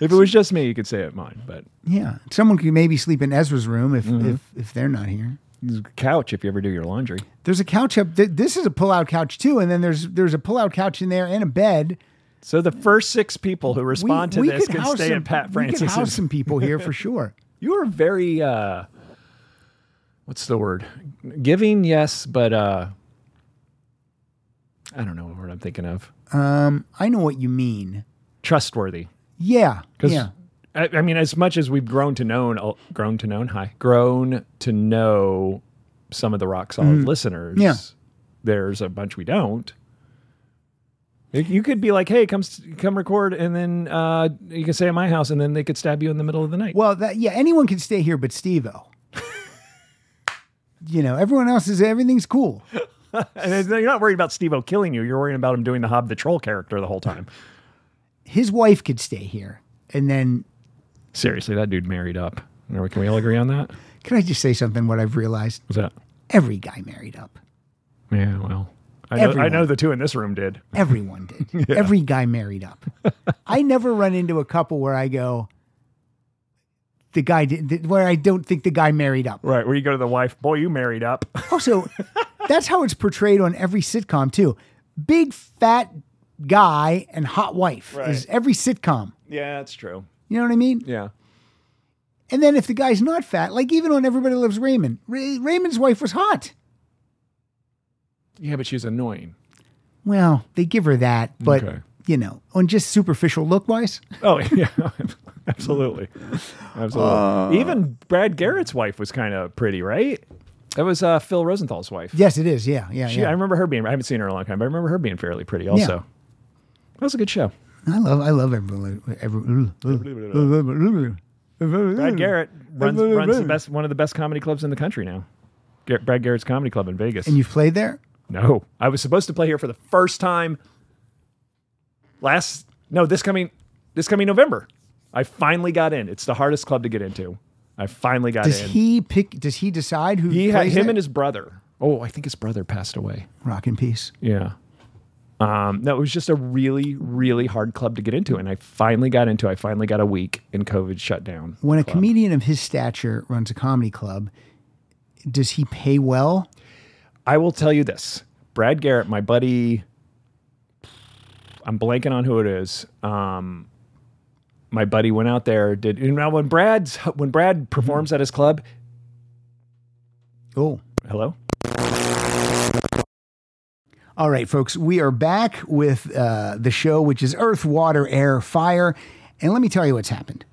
Speaker 3: it was just me, you could stay at mine, but
Speaker 2: Yeah, someone could maybe sleep in Ezra's room if
Speaker 3: Mm-hmm.
Speaker 2: if, if they're not here.
Speaker 3: there's a couch if you ever do your laundry.
Speaker 2: There's a couch up. Th- this is a pull-out couch too, and then there's there's a pull-out couch in there and a bed.
Speaker 3: So the first six people who respond to this
Speaker 2: could
Speaker 3: can
Speaker 2: house
Speaker 3: stay
Speaker 2: some,
Speaker 3: at Pat
Speaker 2: We could house
Speaker 3: Francis.
Speaker 2: some people here for sure.
Speaker 3: You are very uh what's the word? Giving, yes, but uh I don't know what word I'm thinking of.
Speaker 2: I know what you mean.
Speaker 3: Trustworthy.
Speaker 2: Yeah,
Speaker 3: 'Cause
Speaker 2: yeah.
Speaker 3: I, I mean, as much as we've grown to know, grown to know, hi, grown to know some of the rock solid listeners.
Speaker 2: Yeah.
Speaker 3: there's a bunch we don't. You- You could be like, "Hey, come s- come record," and then uh, you can stay at my house, and then they could stab you in the middle of the night.
Speaker 2: Well, that yeah, anyone can stay here, but Steve-O. you know, everyone else is everything's cool.
Speaker 3: and then you're not worried about Steve-O killing you. You're worrying about him doing the Hob the Troll character the whole time.
Speaker 2: His wife could stay here, and then
Speaker 3: Seriously, that dude married up. Are we- Can we all agree on that?
Speaker 2: can I just say something? What I've realized:
Speaker 3: Was that?
Speaker 2: every guy married up.
Speaker 3: Yeah. Well, I know, I
Speaker 2: Everyone.
Speaker 3: know the two in this room did.
Speaker 2: Everyone did. Every guy married up. I never run into a couple where I go, the guy did, where I don't think the guy married up.
Speaker 3: Right. Where you go to the wife, boy, you married up.
Speaker 2: Also, that's how it's portrayed on every sitcom too. Big fat guy and hot wife is
Speaker 3: Right.
Speaker 2: every sitcom.
Speaker 3: yeah, that's true.
Speaker 2: You know what I mean?
Speaker 3: Yeah.
Speaker 2: And then if the guy's not fat, like even on Everybody Loves Raymond, Ray- Raymond's wife was hot.
Speaker 3: Yeah, but she's annoying.
Speaker 2: Well, they give her that, but
Speaker 3: Okay.
Speaker 2: you know, on just superficial look wise,
Speaker 3: Oh yeah, absolutely, absolutely. Even Brad Garrett's wife was kind of pretty, right? That was uh, Phil Rosenthal's wife.
Speaker 2: yes, it is. Yeah, yeah,
Speaker 3: she,
Speaker 2: yeah.
Speaker 3: I remember her being. I haven't seen her in a long time, but I remember her being fairly pretty. Also, that was a good show.
Speaker 2: I love I love everyone. everyone
Speaker 3: Brad Garrett runs, runs the best, one of the best comedy clubs in the country now. Gar- Brad Garrett's Comedy Club in Vegas.
Speaker 2: And you've played there?
Speaker 3: no, I was supposed to play here for the first time last. No, this coming this coming November. I finally got in. It's the hardest club to get into. I finally got
Speaker 2: Does
Speaker 3: in.
Speaker 2: he pick? Does he decide who?
Speaker 3: he had
Speaker 2: plays
Speaker 3: him
Speaker 2: it?
Speaker 3: and his brother. Oh, I think his brother passed away.
Speaker 2: rock in peace.
Speaker 3: Yeah. Um, no, it was just a really, really hard club to get into. And I finally got into. I finally got a week, and COVID shut down.
Speaker 2: When a comedian of his stature runs a comedy club, does he pay well?
Speaker 3: I will tell you this Brad Garrett, my buddy, I'm blanking on who it is. Um, my buddy went out there, did, you know, when Brad's, when Brad performs
Speaker 9: Hmm.
Speaker 3: at his club,
Speaker 2: Oh.
Speaker 3: hello?
Speaker 2: All right, folks, we are back with uh, the show, which is Earth, Water, Air, Fire. And let me tell you what's happened.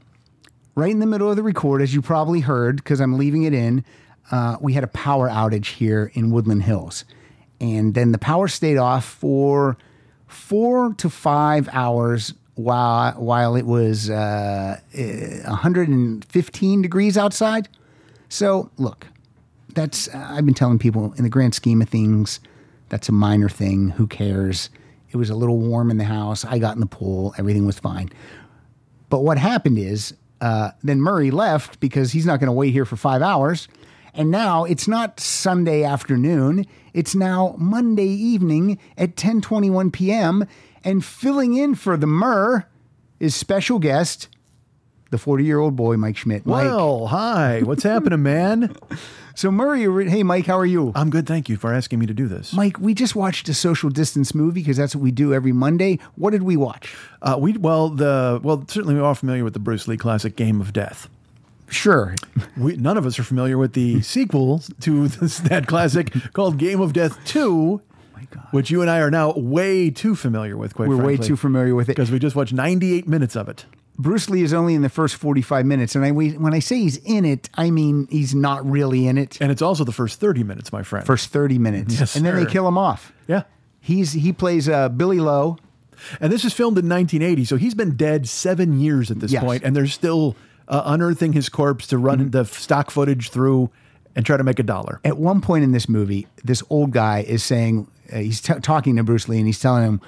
Speaker 2: Right in the middle of the record, as you probably heard, because I'm leaving it in, uh, we had a power outage here in Woodland Hills. And then the power stayed off for four to five hours while, while it was uh, eh, 115 degrees outside. So, look, that's uh, I've been telling people in the grand scheme of things, that's a minor thing. Who cares? It was a little warm in the house. I got in the pool. Everything was fine. But what happened is uh, then Murray left because he's not going to wait here for five hours. And now it's not Sunday afternoon. It's now Monday evening at 10:21 p.m. And filling in for the Murr is special guest, the 40-year-old boy Mike Schmidt. Mike.
Speaker 9: Well, hi. What's happening, man?
Speaker 2: So Murray, you're- hey Mike, how are you?
Speaker 9: I'm good. Thank you for asking me to do this.
Speaker 2: Mike, we just watched a social distance movie because that's what we do every Monday. What did we watch?
Speaker 9: Uh, we well the well certainly we are familiar with the Bruce Lee classic Game of Death.
Speaker 2: Sure.
Speaker 9: We, none of us are familiar with the sequel to this, that classic called Game of Death
Speaker 2: Oh
Speaker 9: Two, which you and I are now way too familiar with. Quite
Speaker 2: We're way
Speaker 9: frankly,
Speaker 2: too familiar with it.
Speaker 9: because we just watched 98 minutes of it.
Speaker 2: Bruce Lee is only in the first 45 minutes. And I, we, when I say he's in it, I mean he's not really in it.
Speaker 9: And it's also the first 30 minutes, my friend.
Speaker 2: First 30 minutes.
Speaker 9: Yes,
Speaker 2: and then they
Speaker 9: sir.
Speaker 2: kill him off.
Speaker 9: Yeah.
Speaker 2: He's, he plays uh, Billy Lowe.
Speaker 9: And this is filmed in 1980, so he's been dead seven years at this
Speaker 2: Yes. Mm-hmm.
Speaker 9: point, and they're still uh, unearthing his corpse to run the stock footage through and try to make a dollar.
Speaker 2: At one point in this movie, this old guy is saying, uh, he's t- talking to Bruce Lee and he's telling him,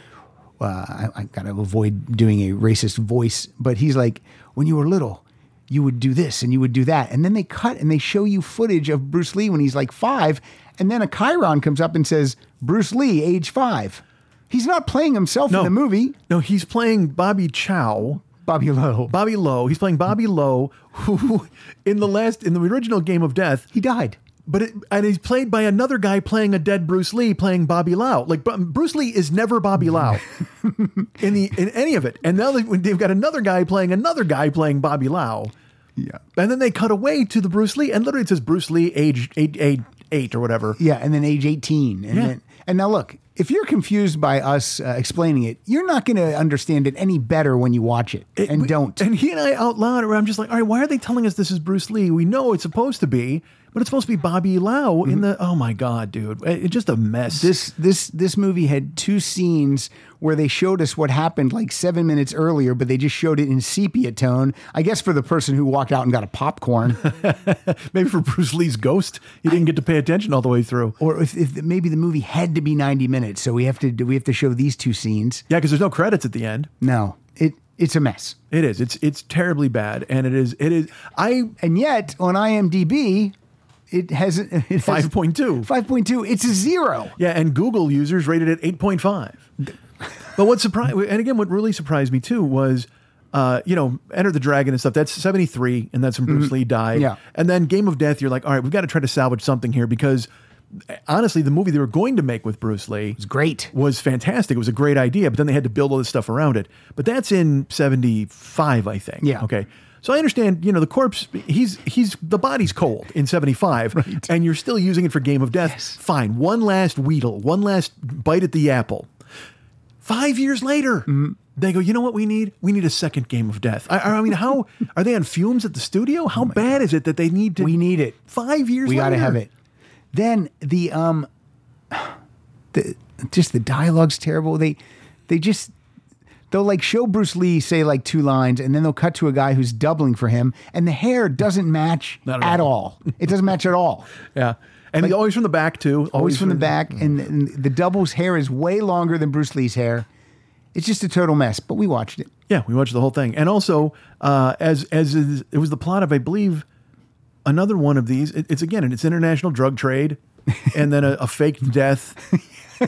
Speaker 2: uh, I, I got to avoid doing a racist voice, but he's like, when you were little, you would do this and you would do that. And then they cut and they show you footage of Bruce Lee when he's like five. And then a Chiron comes up and says, Bruce Lee, age five. He's not playing himself in the movie.
Speaker 9: No, he's playing Bobby Chow.
Speaker 2: Bobby Lowe.
Speaker 9: Bobby Lowe. He's playing Bobby Lowe, who in the last in the original Game of Death,
Speaker 2: He died.
Speaker 9: but it, and he's played by another guy playing a dead Bruce Lee playing Bobby Lau. Like Bu- Bruce Lee is never Bobby Lau in the in any of it. And now they- they've got another guy playing another guy playing Bobby Lau.
Speaker 2: Yeah.
Speaker 9: And then they cut away to the Bruce Lee, and literally it says Bruce Lee, age eight, eight, eight or whatever.
Speaker 2: Yeah, and then age 18. And,
Speaker 9: Yeah.
Speaker 2: then, and now look, if you're confused by us uh, explaining it, you're not going to understand it any better when you watch it.
Speaker 9: It-
Speaker 2: and
Speaker 9: we-
Speaker 2: don't.
Speaker 9: And he and I out loud, where I'm just like, all right, why are they telling us this is Bruce Lee? We know it's supposed to be, but it's supposed to be Bobby Lau in the. Oh my god, dude, It- it's just a mess.
Speaker 2: Mm-hmm. this this this movie had two scenes where they showed us what happened like 7 minutes earlier, but they just showed it in sepia tone. I guess for the person who walked out and got a popcorn
Speaker 9: maybe for Bruce Lee's ghost, he didn't get to pay attention all the way through.
Speaker 2: or if, if maybe the movie had to be 90 minutes, so we have to do we have to show these two scenes.
Speaker 9: Yeah, because there's no credits at the end.
Speaker 2: No. It it's a mess.
Speaker 9: It is. It's it's terribly bad, and it is. It is. I
Speaker 2: And yet on IMDb it has it has-
Speaker 9: five point two.
Speaker 2: 5.2 it's a 0.
Speaker 9: Yeah, and Google users rated it 8.5. but what surprised, and again, what really surprised me too was, uh, you know, Enter the Dragon and stuff. That's 73, and that's when Bruce Lee died.
Speaker 2: Mm-hmm. Yeah.
Speaker 9: And then Game of Death, you're like, all right, we've got to try to salvage something here because eh, honestly, the movie they were going to make with Bruce Lee
Speaker 2: It's great.
Speaker 9: was fantastic. It was a great idea, but then they had to build all this stuff around it. But that's in 75, I think.
Speaker 2: Yeah.
Speaker 9: Okay. So I understand, you know, the corpse, he's, he's, the body's cold in 75, and you're still using it for Game of Death. Fine. One last Weedle, one last bite at the apple. Five years later,
Speaker 2: Mm-hmm.
Speaker 9: they go, you know what we need? We need a second Game of Death. I, I mean, how, are they on fumes at the studio? How bad is it that they need to,
Speaker 2: Oh We need it.
Speaker 9: five years
Speaker 2: we
Speaker 9: later?
Speaker 2: got to have it. Then the um, the just the dialogue's terrible. They they just They'll like show Bruce Lee say like two lines, and then they'll cut to a guy who's doubling for him, and the hair doesn't match
Speaker 9: Not
Speaker 2: at
Speaker 9: at
Speaker 2: all. It doesn't match at all.
Speaker 9: Yeah. And always from the back too. Always,
Speaker 2: Always from the back, and, and the double's hair is way longer than Bruce Lee's hair. It's just a total mess. But we watched it.
Speaker 9: Yeah, we watched the whole thing. And also, uh, as as is, it was the plot of, I believe, another one of these. It, it's again, and it's international drug trade, and then a, a fake death.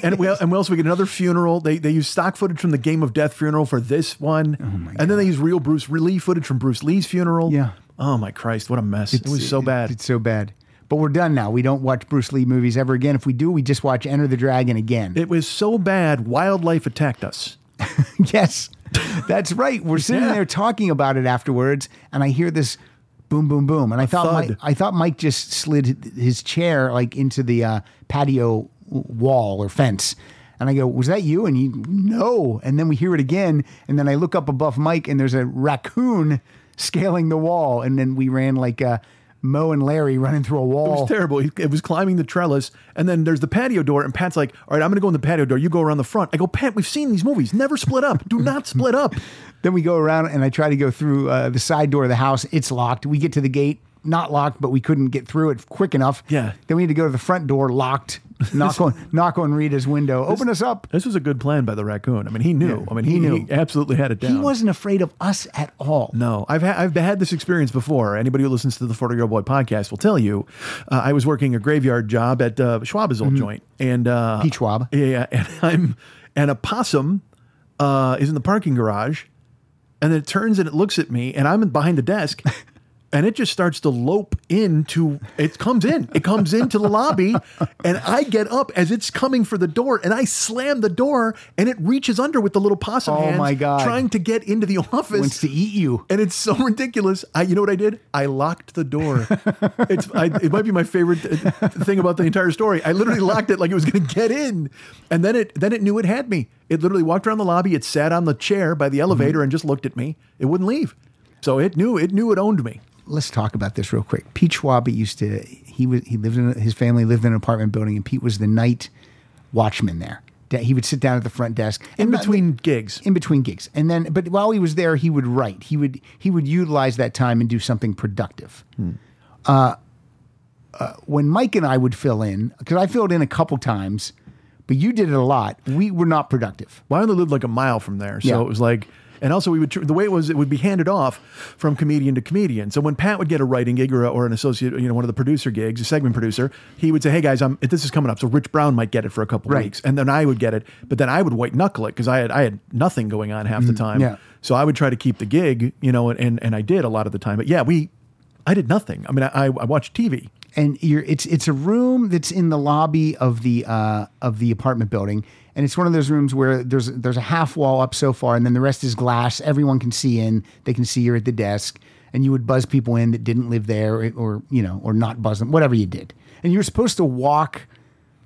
Speaker 9: and we and we also we get another funeral. They they use stock footage from the Game of Death funeral for this one,
Speaker 2: Oh
Speaker 9: and then they use real Bruce Lee footage from Bruce Lee's funeral.
Speaker 2: Yeah.
Speaker 9: Oh my Christ! What a mess! it was so bad.
Speaker 2: It's so bad. But we're done now. We don't watch Bruce Lee movies ever again. If we do, we just watch Enter the Dragon again.
Speaker 9: it was so bad. Wildlife attacked us.
Speaker 2: yes, that's right. We're sitting
Speaker 9: Yeah.
Speaker 2: there talking about it afterwards, and I hear this boom, boom, boom, and I thought
Speaker 9: thud.
Speaker 2: Mike, I thought Mike just slid his chair like into the uh, patio wall or fence. And I go, was that you? And you, no. And then we hear it again. And then I look up above Mike, and there's a raccoon scaling the wall. And then we ran like uh, Mo and Larry running through a wall.
Speaker 9: It was terrible. He- It was climbing the trellis, and then there's the patio door, and Pat's like, "All right, I'm going to go in the patio door. You go around the front." I go, "Pat, we've seen these movies. Never split up. Do not split up."
Speaker 2: Then we go around and I try to go through uh, the side door of the house. It's locked. We get to the gate, not locked, but we couldn't get through it quick enough.
Speaker 9: Yeah.
Speaker 2: Then we had to go to the front door, locked. Knock on knock on Rita's window. Open us up.
Speaker 9: This was a good plan by the raccoon. I mean, he knew. I mean, he,
Speaker 2: he knew.
Speaker 9: he absolutely had it down.
Speaker 2: He wasn't afraid of us at all.
Speaker 9: No, I've ha- I've had this experience before. Anybody who listens to the Forty Year Old Boy podcast will tell you. Uh, I was working a graveyard job at uh, Schwab's old joint, and uh,
Speaker 2: Pete Schwab.
Speaker 9: Yeah, yeah, and I'm and a possum uh, is in the parking garage, and then it turns and it looks at me, and I'm in- behind the desk. And it just starts to lope into it comes in. It comes into the lobby and I get up as it's coming for the door and I slam the door and it reaches under with the little possum
Speaker 2: Oh
Speaker 9: hands
Speaker 2: my God.
Speaker 9: trying to get into the office.
Speaker 2: Wants to eat you.
Speaker 9: And it's so ridiculous. I, you know what I did? I locked the door. it's, I, it might be my favorite th- thing about the entire story. I literally locked it like it was going to get in, and then it, then it knew it had me. It literally walked around the lobby. It sat on the chair by the elevator and just looked at me. It wouldn't leave. So it knew, it knew it owned me.
Speaker 2: Let's talk about this real quick. Pete Schwab used to he was he lived in his family lived in an apartment building and Pete was the night watchman there. Da- He would sit down at the front desk
Speaker 9: In
Speaker 2: And not-
Speaker 9: between gigs,
Speaker 2: in between gigs and then but while he was there he would write he would he would utilize that time and do something productive uh, uh, when mike and i would fill in because i filled in a couple times but you did it a lot we were not productive
Speaker 9: Well, I only lived like a mile from there, so
Speaker 2: Yeah.
Speaker 9: it was like. And also, we would tr- the way it was, it would be handed off from comedian to comedian. So when Pat would get a writing gig or, a, or an associate, you know, one of the producer gigs, a segment producer, he would say, "Hey guys, I'm this is coming up." So Rich Brown might get it for a couple
Speaker 2: Right.
Speaker 9: weeks, and then I would get it, but then I would white knuckle it because I had I had nothing going on half the time.
Speaker 2: Mm, yeah.
Speaker 9: So I would try to keep the gig, you know, and, and and I did a lot of the time. But yeah, we, I did nothing. I mean, I I I watched TV.
Speaker 2: and you're it's it's a room that's in the lobby of the uh, of the apartment building, and it's one of those rooms where there's there's a half wall up so far, and then the rest is glass. Everyone can see in; they can see you're at the desk, and you would buzz people in that didn't live there, or, or you know, or not buzz them, whatever you did. And you're supposed to walk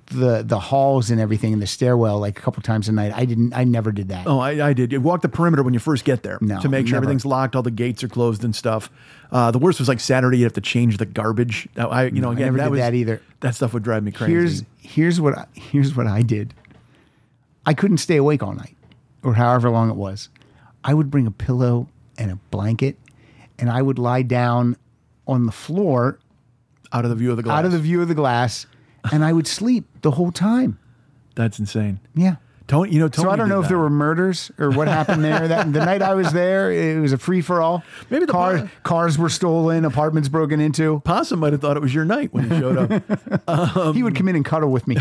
Speaker 2: the the halls and everything in the stairwell like a couple times a night. I didn't. I never did that.
Speaker 9: Oh, I, I did. You walk the perimeter when you first get there
Speaker 2: No,
Speaker 9: to make sure
Speaker 2: never.
Speaker 9: everything's locked, all the gates are closed and stuff. Uh, the worst was like Saturday, you have to change the garbage. Uh, I, you know, again,
Speaker 2: never
Speaker 9: that
Speaker 2: did
Speaker 9: was,
Speaker 2: that either.
Speaker 9: That stuff would drive me crazy.
Speaker 2: here's here's what I, here's what I did. I couldn't stay awake all night, or however long it was. I would bring a pillow and a blanket, and I would lie down on the floor
Speaker 9: out of the view of the glass.
Speaker 2: out of the view of the glass, and I would sleep the whole time.
Speaker 9: That's insane.
Speaker 2: Yeah.
Speaker 9: Tony, you know, Tony
Speaker 2: So I don't
Speaker 9: did
Speaker 2: know if
Speaker 9: that.
Speaker 2: there were murders or what happened there. That the night I was there, it was a free for all.
Speaker 9: Maybe the
Speaker 2: cars
Speaker 9: poli-
Speaker 2: cars were stolen, apartments broken into.
Speaker 9: Possum might have thought it was your night when you showed up.
Speaker 2: he
Speaker 9: Um,
Speaker 2: would come in and cuddle with me.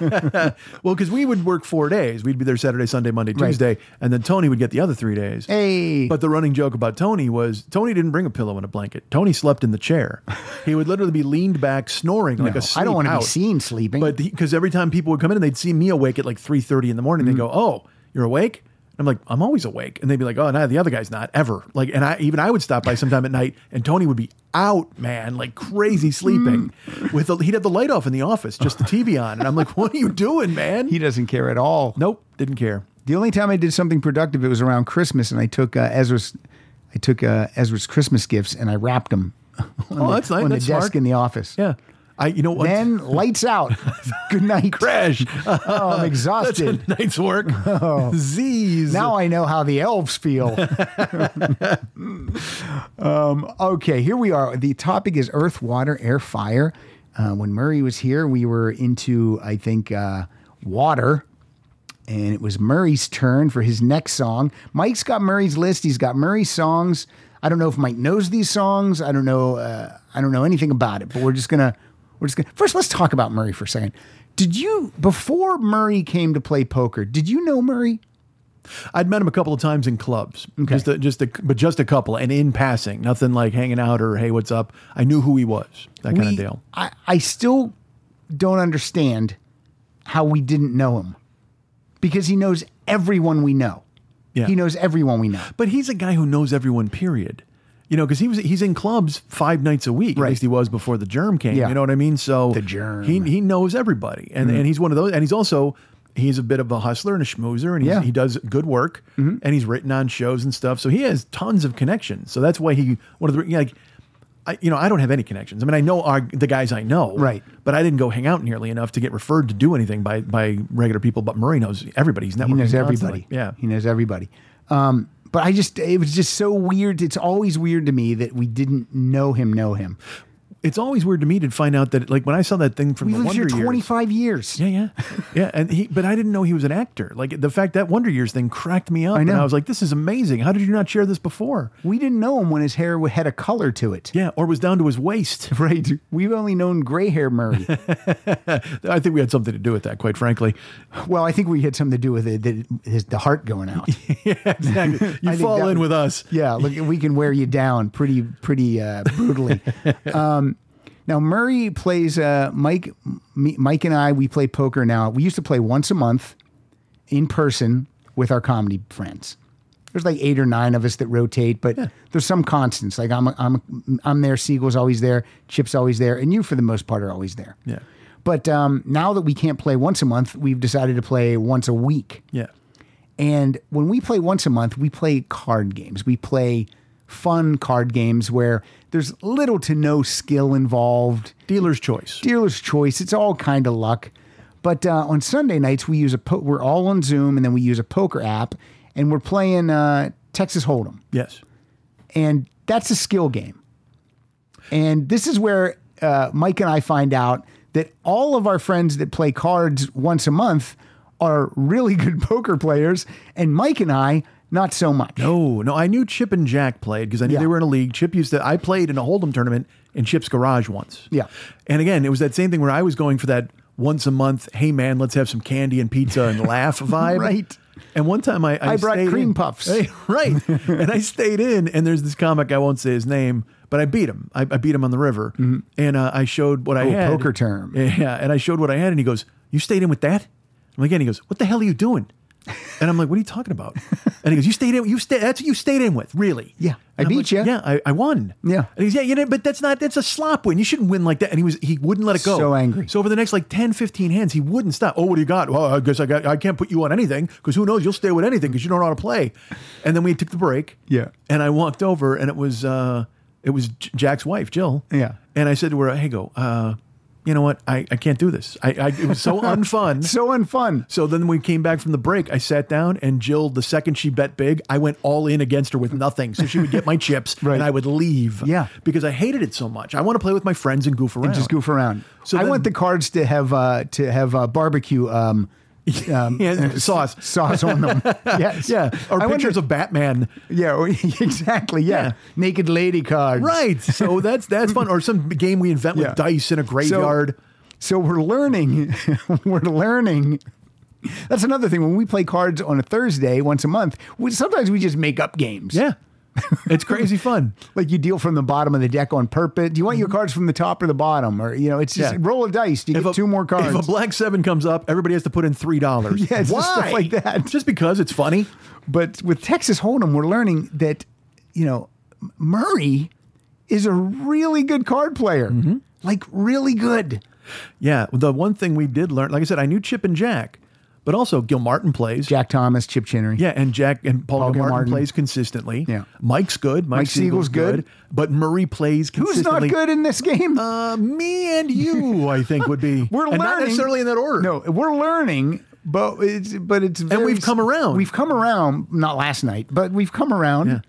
Speaker 9: well, because we would work four days. We'd be there Saturday, Sunday, Monday,
Speaker 2: Right.
Speaker 9: Tuesday, and then Tony would get the other three days.
Speaker 2: Hey,
Speaker 9: But the running joke about Tony was Tony didn't bring a pillow and a blanket. Tony slept in the chair. He would literally be leaned back, snoring like
Speaker 2: No,
Speaker 9: a
Speaker 2: I don't want to
Speaker 9: out.
Speaker 2: be seen sleeping.
Speaker 9: But because every time people would come in and they'd see me awake at like three thirty in the morning, they
Speaker 2: Mm-hmm.
Speaker 9: go, "Oh, you're awake." And I'm like, "I'm always awake," and they'd be like, "Oh, no, the other guy's not ever." Like, and I even I would stop by sometime at night, and Tony would be out, man, like crazy sleeping.
Speaker 2: Mm.
Speaker 9: With the, he'd have the light off in the office, just the TV on, and I'm like, "What are you doing, man?"
Speaker 2: he doesn't care at all.
Speaker 9: nope, didn't care.
Speaker 2: The only time I did something productive, it was around Christmas, and I took uh, Ezra's, I took uh, Ezra's Christmas gifts and I wrapped them. On
Speaker 9: Oh, that's nice.
Speaker 2: On
Speaker 9: That's
Speaker 2: the desk
Speaker 9: smart.
Speaker 2: in the office.
Speaker 9: Yeah. I you know what?
Speaker 2: Then lights out. Good night.
Speaker 9: crash.
Speaker 2: Oh, I'm
Speaker 9: That's a
Speaker 2: exhausted.
Speaker 9: night's work. Z's.
Speaker 2: Oh. Now I know how the elves feel. um, okay, here we are. The topic is earth, water, air, fire. Uh, when Murray was here, we were into, I think, uh, water. And it was Murray's turn for his next song. Mike's got Murray's list. He's got Murray's songs. I don't know if Mike knows these songs. I don't know. Uh, I don't know anything about it. But we're just gonna. We're just gonna. First, let's talk about Murray for a second. Did you before Murray came to play poker? Did you know Murray?
Speaker 9: I'd met him a couple of times in clubs, just a, just a, but just a couple, and in passing, nothing like hanging out or hey, what's up. I knew who he was, that kind
Speaker 2: we-
Speaker 9: of deal.
Speaker 2: I, I still don't understand how we didn't know him because he knows everyone we know.
Speaker 9: Yeah.
Speaker 2: He knows everyone we know.
Speaker 9: But he's a guy who knows everyone. Period. You know, because he was he's in clubs five nights a week.
Speaker 2: Right.
Speaker 9: At least he was before the germ came.
Speaker 2: Yeah.
Speaker 9: You know what I mean? So
Speaker 2: The germ. Mm-hmm.
Speaker 9: He he knows everybody, and and he's one of those. And he's also he's a bit of a hustler and a schmoozer, and he's,
Speaker 2: Yeah. Mm-hmm.
Speaker 9: he does good work, and he's written on shows and stuff. So he has tons of connections. So that's why he one of the like. I, you know, I don't have any connections. I mean, I know our, the guys I know,
Speaker 2: Right.
Speaker 9: But I didn't go hang out nearly enough to get referred to do anything by by regular people. But Murray knows everybody. He's networking
Speaker 2: He knows
Speaker 9: constantly.
Speaker 2: everybody.
Speaker 9: Yeah,
Speaker 2: He knows everybody. Um, but I just, it was just so weird. It's always weird to me that we didn't know him, know him.
Speaker 9: it's always weird to me to find out that like when I saw that thing from
Speaker 2: We
Speaker 9: the
Speaker 2: lived
Speaker 9: Wonder
Speaker 2: here
Speaker 9: Years.
Speaker 2: 25 years.
Speaker 9: yeah, yeah, yeah, and he, but I didn't know he was an actor. Like the fact that Wonder Years thing cracked me up, and
Speaker 2: know.
Speaker 9: I was like, "This is amazing! How did you not share this before?"
Speaker 2: We didn't know him when his hair had a color to it.
Speaker 9: Yeah, or was down to his waist.
Speaker 2: Right. We've only known gray hair Murray.
Speaker 9: I think we had something to do with that, quite frankly.
Speaker 2: well, I think we had something to do with it, that his, the heart going out.
Speaker 9: Exactly. You
Speaker 2: think
Speaker 9: fall
Speaker 2: that-
Speaker 9: in with us.
Speaker 2: Yeah, look, we can wear you down pretty, pretty uh, brutally. um, now Murray plays uh, Mike. Me, Mike and I we play poker now. We used to play once a month in person with our comedy friends. There's like eight or nine of us that rotate, but there's some constants. Like I'm, I'm, I'm there. Siegel's always there. Chip's always there, and you for the most part are always there.
Speaker 9: Yeah.
Speaker 2: But um, now that we can't play once a month, we've decided to play once a week.
Speaker 9: Yeah,
Speaker 2: And when we play once a month, we play card games. We play fun card games where there's little to no skill involved.
Speaker 9: dealer's choice.
Speaker 2: Dealer's choice. It's all kind of luck. But uh, on Sunday nights, we use a po- we're all on Zoom, and then we use a poker app, and we're playing uh, Texas Hold'em,
Speaker 9: Yes.
Speaker 2: and that's a skill game. And this is where uh, Mike and I find out that all of our friends that play cards once a month are really good poker players, and Mike and I not so much.
Speaker 9: Oh no, I knew Chip and Jack played because I knew
Speaker 2: Yeah.
Speaker 9: they were in a league. Chip used to. I played in a hold'em tournament in Chip's garage once.
Speaker 2: Yeah.
Speaker 9: and again, it was that same thing where I was going for that once a month. Hey man, let's have some candy and pizza and laugh vibe.
Speaker 2: Right.
Speaker 9: And one time I I,
Speaker 2: I brought
Speaker 9: stayed
Speaker 2: cream
Speaker 9: in-
Speaker 2: puffs.
Speaker 9: Hey, right. and I stayed in, and there's this comic I won't say his name, but I beat him. I, I beat him on the river, and uh, I showed what I
Speaker 2: Mm-hmm. Oh,
Speaker 9: had.
Speaker 2: poker term.
Speaker 9: Yeah, and I showed what I had, and he goes, "You stayed in with that?" I'm like, "Yeah." And he goes, "What the hell are you doing?" And I'm like, "What are you talking about?" And he goes, "You stayed in. You stayed. That's what you stayed in with, really."
Speaker 2: Yeah, I
Speaker 9: And I'm
Speaker 2: beat
Speaker 9: like,
Speaker 2: ya.
Speaker 9: Yeah, I, I won.
Speaker 2: Yeah.
Speaker 9: And he's yeah, you know, but that's not that's a slop win. You shouldn't win like that. And he was he wouldn't let it go.
Speaker 2: So angry.
Speaker 9: So over the next like 10, 15 hands, he wouldn't stop. Oh, what do you got? Well, I guess I got I can't put you on anything because who knows? You'll stay with anything because you don't know how to play. And then we took the break.
Speaker 2: Yeah.
Speaker 9: And I walked over, and it was uh it was J- Jack's wife, Jill.
Speaker 2: Yeah.
Speaker 9: And I said to her, "Hey, go. Uh, you know what? I, I can't do this. I, I it was so unfun.
Speaker 2: So unfun.
Speaker 9: So then we came back from the break. I sat down and Jill, the second she bet big, I went all in against her with nothing. So she would get my chips
Speaker 2: Right.
Speaker 9: and I would leave.
Speaker 2: Yeah.
Speaker 9: Because I hated it so much. I want to play with my friends and goof around.
Speaker 2: and just goof around.
Speaker 9: So
Speaker 2: I
Speaker 9: then-
Speaker 2: want the cards to have uh, to have uh, barbecue um, um,
Speaker 9: Yeah,
Speaker 2: uh,
Speaker 9: sauce.
Speaker 2: sauce on them. yes.
Speaker 9: Yeah. Or
Speaker 2: I want
Speaker 9: pictures
Speaker 2: the-
Speaker 9: of Batman.
Speaker 2: Yeah, or- exactly. Yeah.
Speaker 9: Yeah.
Speaker 2: Naked lady cards.
Speaker 9: Right. So that's that's fun. Or some game we invent
Speaker 2: Yeah.
Speaker 9: with dice in a graveyard.
Speaker 2: So we're learning. we're learning. That's another thing. When we play cards on a Thursday once a month, we, sometimes we just make up games.
Speaker 9: yeah. It's crazy fun.
Speaker 2: Like you deal from the bottom of the deck on purpose. Do you want your cards from the top or the bottom? Or, you know, it's just
Speaker 9: Mm-hmm. Yeah.
Speaker 2: roll a dice. Do you get
Speaker 9: a-
Speaker 2: two more cards?
Speaker 9: If a black seven comes up, everybody has to put in three dollars.
Speaker 2: Yeah, it's
Speaker 9: Why?
Speaker 2: just stuff like that.
Speaker 9: Just because it's funny.
Speaker 2: But with Texas Hold'em, we're learning that, you know, M- Murray is a really good card player.
Speaker 9: Mm-hmm.
Speaker 2: Like really good.
Speaker 9: Yeah, the one thing we did learn, like I said, I knew Chip and Jack, But also, Gil Martin plays.
Speaker 2: Jack Thomas, Chip Chinnery.
Speaker 9: Yeah, and Jack and Paul,
Speaker 2: Paul
Speaker 9: Gilmartin
Speaker 2: Gilmartin.
Speaker 9: plays consistently.
Speaker 2: Yeah.
Speaker 9: Mike's good. Mike,
Speaker 2: Mike
Speaker 9: Siegel's,
Speaker 2: Siegel's
Speaker 9: good,
Speaker 2: good.
Speaker 9: But Murray plays
Speaker 2: Who's not
Speaker 9: consistently.
Speaker 2: good in this game?
Speaker 9: Uh, me and you, I think, would be.
Speaker 2: we're learning.
Speaker 9: and not necessarily in that order.
Speaker 2: No, we're learning, but it's but it's and
Speaker 9: we've come around.
Speaker 2: We've come around. Not last night, but we've come around.
Speaker 9: Yeah.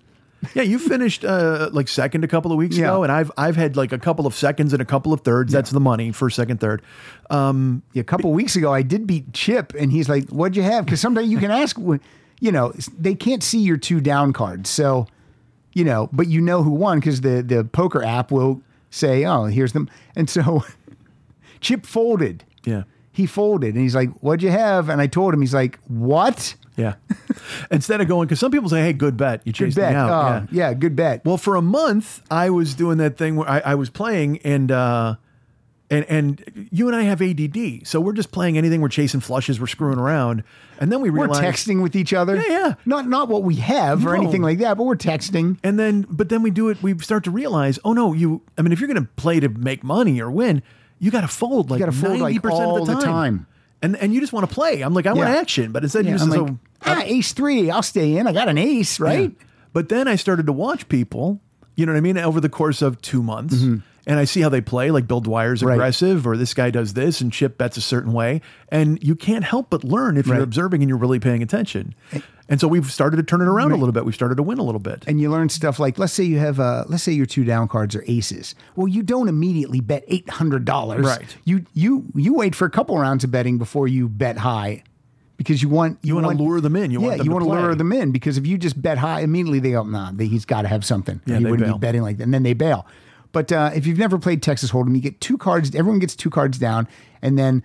Speaker 9: Yeah, you finished uh, like second a couple of weeks
Speaker 2: Yeah.
Speaker 9: ago, and I've I've had like a couple of seconds and a couple of thirds. That's the money for second, third.
Speaker 2: Yeah, a couple weeks ago, I did beat Chip, and he's like, "What'd you have?" Because sometimes you can ask, when- you know, s- they can't see your two down cards, so you know, but you know who won because the the poker app will say, "Oh, here's them," and so Chip folded.
Speaker 9: Yeah,
Speaker 2: He folded, and he's like, "What'd you have?" And I told him, he's like, "What?"
Speaker 9: yeah. Instead of going, because some people say, "Hey, good bet," you
Speaker 2: Good
Speaker 9: chased
Speaker 2: bet.
Speaker 9: me out.
Speaker 2: Oh, yeah. good bet.
Speaker 9: Well, for a month, I was doing that thing where I, I was playing, and uh, and and you and I have ADD, so we're just playing anything. We're chasing flushes, we're screwing around, and then we
Speaker 2: we're
Speaker 9: realized.
Speaker 2: texting with each other.
Speaker 9: Yeah, yeah.
Speaker 2: Not not what we have or
Speaker 9: No.
Speaker 2: anything like that, but we're texting.
Speaker 9: And then, but then we do it. We start to realize, oh no, you. I mean, if you're going to play to make money or win, you got to fold like
Speaker 2: gotta
Speaker 9: ninety
Speaker 2: fold, like,
Speaker 9: percent
Speaker 2: all
Speaker 9: of the
Speaker 2: the
Speaker 9: time.
Speaker 2: time.
Speaker 9: And and you just want to play. I'm like, I want
Speaker 2: Yeah.
Speaker 9: action, but instead
Speaker 2: Yeah,
Speaker 9: you just "Oh,
Speaker 2: I'm
Speaker 9: so-
Speaker 2: like, ah, ace three. I'll stay in. I got an ace, right?
Speaker 9: Yeah. But then I started to watch people, you know what I mean, over the course of two months. And I see how they play, like Bill Dwyer's
Speaker 2: Mm-hmm. Right.
Speaker 9: aggressive, or this guy does this, and Chip bets a certain way. And you can't help but learn if you're
Speaker 2: Right.
Speaker 9: observing and you're really paying attention. And so we've started to turn it around a little bit. We've started to win a little bit.
Speaker 2: And you learn stuff like, let's say you have, uh, let's say your two down cards are aces. Well, you don't immediately bet eight hundred dollars.
Speaker 9: Right.
Speaker 2: You you you wait for a couple rounds of betting before you bet high, because you want you,
Speaker 9: wanna
Speaker 2: want
Speaker 9: lure them in. You
Speaker 2: yeah,
Speaker 9: want them
Speaker 2: you
Speaker 9: to
Speaker 2: want to
Speaker 9: play.
Speaker 2: lure them in because if you just bet high immediately, they go, nah, they- he's got to have something.
Speaker 9: Yeah,
Speaker 2: he
Speaker 9: they
Speaker 2: wouldn't
Speaker 9: bail.
Speaker 2: be betting like that, and then they bail. But uh, if you've never played Texas Hold'em, you get two cards. Everyone gets two cards down, and then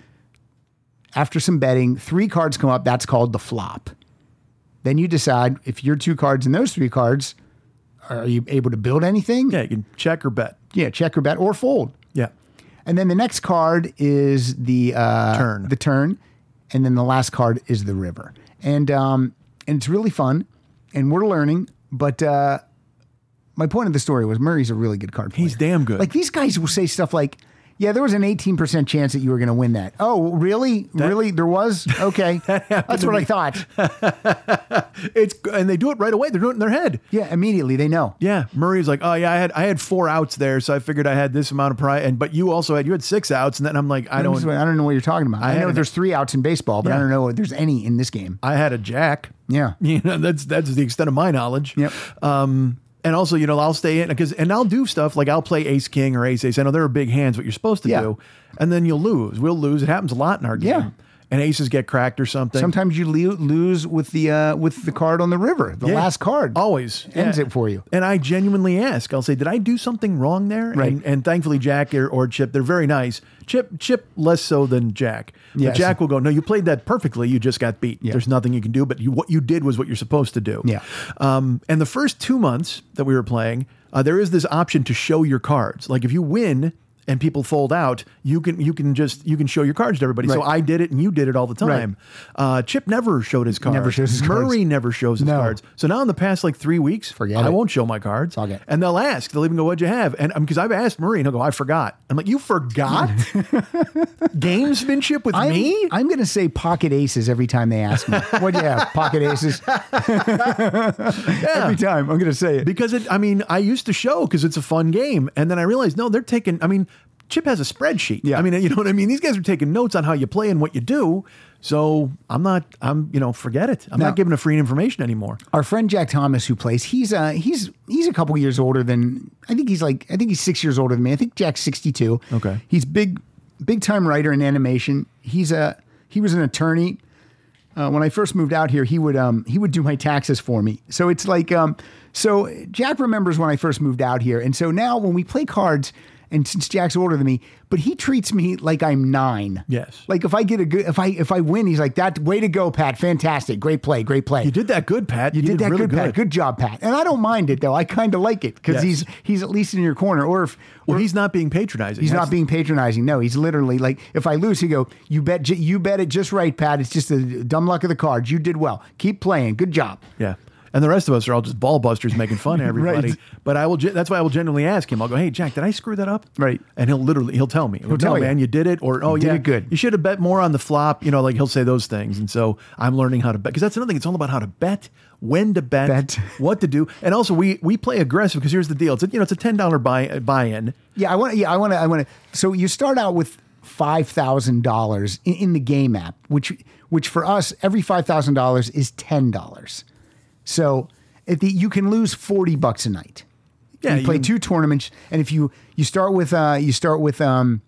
Speaker 2: after some betting, three cards come up. That's called the flop. Then you decide if your two cards and those three cards are you able to build anything?
Speaker 9: Yeah, you can check or bet.
Speaker 2: Yeah, check or bet or fold.
Speaker 9: Yeah.
Speaker 2: And then the next card is the uh,
Speaker 9: Turn.
Speaker 2: The turn, and then the last card is the river. And um, and it's really fun, and we're learning. But uh, my point of the story was Murray's a really good card. Player.
Speaker 9: He's damn good.
Speaker 2: Like these guys will say stuff like. Yeah, there was an 18% chance that you were going to win that. Oh, really? really? There was? Okay. That's what I thought.
Speaker 9: It's and they do it right away. They're doing it in their head.
Speaker 2: Yeah, immediately they know.
Speaker 9: Yeah, Murray's like, oh yeah, I had I had four outs there, so I figured I had this amount of pride. And but you also had you had six outs, and then I'm like, I
Speaker 2: I
Speaker 9: don't,
Speaker 2: don't, I don't know what you're talking about. I,
Speaker 9: had
Speaker 2: know
Speaker 9: an-
Speaker 2: there's three outs in baseball, but
Speaker 9: Yeah.
Speaker 2: I don't know if there's any in this game.
Speaker 9: I had a jack.
Speaker 2: Yeah.
Speaker 9: you know that's that's the extent of my knowledge.
Speaker 2: Yep.
Speaker 9: Um, and also, you know, I'll stay in because and I'll do stuff like I'll play ace king or ace ace. I know there are big hands, what you're supposed to
Speaker 2: Yeah.
Speaker 9: do, and then you'll lose. We'll lose. It happens a lot in our game.
Speaker 2: Yeah.
Speaker 9: And aces get cracked or something.
Speaker 2: Sometimes you le- lose with the uh, with the card on the river, the
Speaker 9: Yeah. Oh,
Speaker 2: last card.
Speaker 9: always
Speaker 2: ends
Speaker 9: Yeah.
Speaker 2: it for you.
Speaker 9: And I genuinely ask. I'll say, did I do something wrong there?
Speaker 2: Right.
Speaker 9: And, and thankfully, Jack or, or Chip, they're very nice. Chip, Chip, less so than Jack. But
Speaker 2: Yes.
Speaker 9: Jack will go, no, you played that perfectly. You just got beat. There's nothing you can do. But you, what you did was what you're supposed to do.
Speaker 2: Yeah.
Speaker 9: Um, and the first two months that we were playing, uh, there is this option to show your cards. Like if you win. And people fold out. You can you can just you can show your cards to everybody. So
Speaker 2: Right.
Speaker 9: I did it, and you did it all the time. Uh, Chip never showed his cards.
Speaker 2: Never shows his cards.
Speaker 9: Murray never shows his
Speaker 2: No.
Speaker 9: cards. So now in the past like three weeks,
Speaker 2: Forget
Speaker 9: I
Speaker 2: it.
Speaker 9: won't show my cards.
Speaker 2: Fuck it.
Speaker 9: And they'll ask, they'll even go, "What'd you have?" And because I've asked Murray, and he'll go, "I forgot." I'm like, "You forgot gamesmanship with
Speaker 2: I'm,
Speaker 9: me?"
Speaker 2: I'm going to say pocket aces every time they ask me. what do you have? Pocket aces. every time I'm going to say it.
Speaker 9: because it, I mean, I used to show because it's a fun game, and then I realized no, they're taking. I mean, Chip has a spreadsheet.
Speaker 2: Yeah.
Speaker 9: I mean, you know what I mean. These guys are taking notes on how you play and what you do. So I'm not. I'm you know, forget it. I'm
Speaker 2: No.
Speaker 9: not giving a free information anymore.
Speaker 2: Our friend Jack Thomas, who plays, he's uh he's he's a couple years older than I think he's like I think he's six years older than me. I think Jack's sixty two.
Speaker 9: Okay.
Speaker 2: he's big big time writer in animation. He's a he was an attorney. Uh, when I first moved out here, he would um he would do my taxes for me. So it's like um so Jack remembers when I first moved out here, and so now when we play cards. And since Jack's older than me, but he treats me like I'm nine.
Speaker 9: Yes.
Speaker 2: Like if I get a good, if I if I win, he's like that. Way to go, Pat! Fantastic, great play, great play.
Speaker 9: You did that good, Pat.
Speaker 2: You, did, that
Speaker 9: really
Speaker 2: good, Pat. Good job, Pat. And I don't mind it though. I kind of like it because
Speaker 9: Yes.
Speaker 2: he's he's at least in your corner. Or if
Speaker 9: Well,
Speaker 2: or
Speaker 9: he's not being patronizing.
Speaker 2: he's
Speaker 9: That's-
Speaker 2: not being patronizing. No, he's literally like, if I lose, he go, you bet, j- you bet it just right, Pat. It's just the dumb luck of the cards. You did well. Keep playing. Good job.
Speaker 9: Yeah. and the rest of us are all just ball busters making fun of everybody.
Speaker 2: Right.
Speaker 9: But I will. ge- That's why I will generally ask him. I'll go, "Hey, Jack, did I screw that up?"
Speaker 2: Right.
Speaker 9: And he'll literally he'll tell me. He'll,
Speaker 2: tell
Speaker 9: tell
Speaker 2: you.
Speaker 9: man, you did it, or oh
Speaker 2: You did
Speaker 9: yeah,
Speaker 2: it good."
Speaker 9: You should have bet more on the flop. You know, like he'll say those things. And so I'm learning how to bet because that's another thing. It's all about how to bet, when to bet,
Speaker 2: Bet.
Speaker 9: what to do, and also we we play aggressive because here's the deal. It's a, you know it's a ten dollar buy buy in.
Speaker 2: Yeah, I want. Yeah, I want to. I want to. So you start out with five thousand dollars in in the game app, which which for us every five thousand dollars is ten dollars. So at the, you can lose forty bucks a night.
Speaker 9: Yeah,
Speaker 2: you play
Speaker 9: you-
Speaker 2: two tournaments, and if you you start with uh you start with um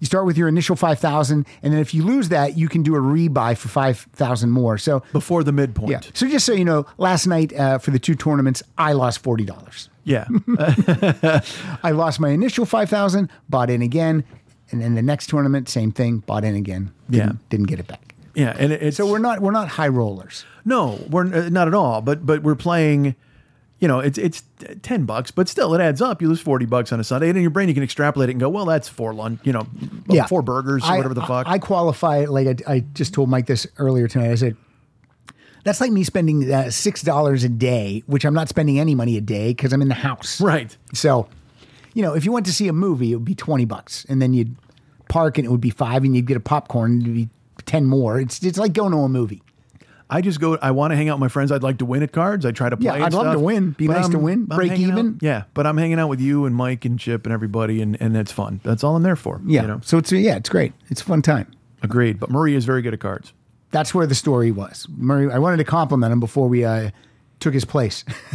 Speaker 2: you start with your initial five thousand, and then if you lose that, you can do a rebuy for five thousand more. So
Speaker 9: before the midpoint.
Speaker 2: yeah. So just so you know, last night uh, for the two tournaments, I lost forty dollars.
Speaker 9: Yeah. Uh,
Speaker 2: I lost my initial 5,000, bought in again, and then the next tournament, same thing, bought in again. Didn't,
Speaker 9: Yeah.
Speaker 2: didn't get it back.
Speaker 9: yeah. And it, it's
Speaker 2: So we're not we're not high rollers.
Speaker 9: No, we're uh, not at all. But but we're playing. You know, it's it's ten bucks, but still, it adds up. You lose forty bucks on a Sunday, and in your brain, you can extrapolate it and go, "Well, that's four lunch, you know, four burgers or
Speaker 2: I-
Speaker 9: whatever the fuck."
Speaker 2: I, I qualify like I, I just told Mike this earlier tonight. I said that's like me spending uh, six dollars a day, which I'm not spending any money a day because I'm in the house.
Speaker 9: right?
Speaker 2: So, you know, if you went to see a movie, it would be twenty bucks, and then you'd park, and it would be five, and you'd get a popcorn, and it'd be ten more. It's it's like going to a movie.
Speaker 9: I just go. I want to hang out with my friends. I'd like to win at cards. I try to play.
Speaker 2: Yeah,
Speaker 9: and
Speaker 2: I'd love
Speaker 9: stuff,
Speaker 2: to win. Be
Speaker 9: but
Speaker 2: nice to win. Break
Speaker 9: hanging out-
Speaker 2: even.
Speaker 9: yeah, but I'm hanging out with you and Mike and Chip and everybody, and and that's fun. That's all I'm there for.
Speaker 2: Yeah.
Speaker 9: you know?
Speaker 2: So it's yeah, it's great. It's a fun time.
Speaker 9: agreed. But Marie is very good at cards.
Speaker 2: That's where the story was. Murray, I wanted to compliment him before we uh, took his place.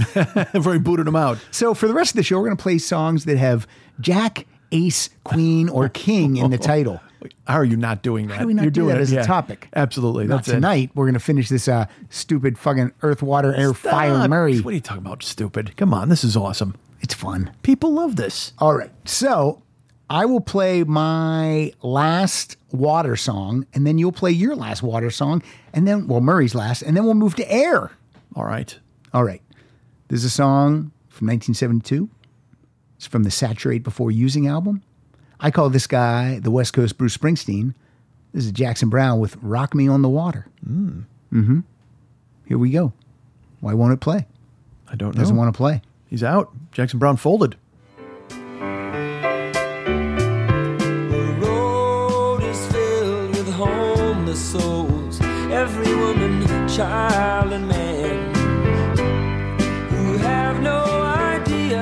Speaker 9: Before he booted him out.
Speaker 2: so for the rest of the show, we're going to play songs that have Jack, Ace, Queen, or King in the title.
Speaker 9: How are you not doing that?
Speaker 2: do we not
Speaker 9: You're
Speaker 2: do
Speaker 9: doing
Speaker 2: that
Speaker 9: it.
Speaker 2: as a
Speaker 9: Yeah.
Speaker 2: topic?
Speaker 9: Absolutely.
Speaker 2: Not
Speaker 9: that's it.
Speaker 2: tonight. We're going to finish this uh, stupid fucking Earth, Water, Air, Fire,
Speaker 9: Stop.
Speaker 2: Murray.
Speaker 9: What are you talking about? Stupid. Come on, this is awesome.
Speaker 2: It's fun.
Speaker 9: People love this.
Speaker 2: All right. So I will play my last water song, and then you'll play your last water song, and then, well, Murray's last, and then we'll move to air.
Speaker 9: All right.
Speaker 2: All right. This is a song from 1972. It's from the Saturate Before Using album. I call this guy the West Coast Bruce Springsteen. This is Jackson Brown with Rock Me on the Water. Mm. hmm Here we go. Why won't it play?
Speaker 9: I don't know.
Speaker 2: Doesn't want to play.
Speaker 9: He's out. Jackson Brown folded.
Speaker 1: The road is filled with homeless souls, every woman, child, and man who have no idea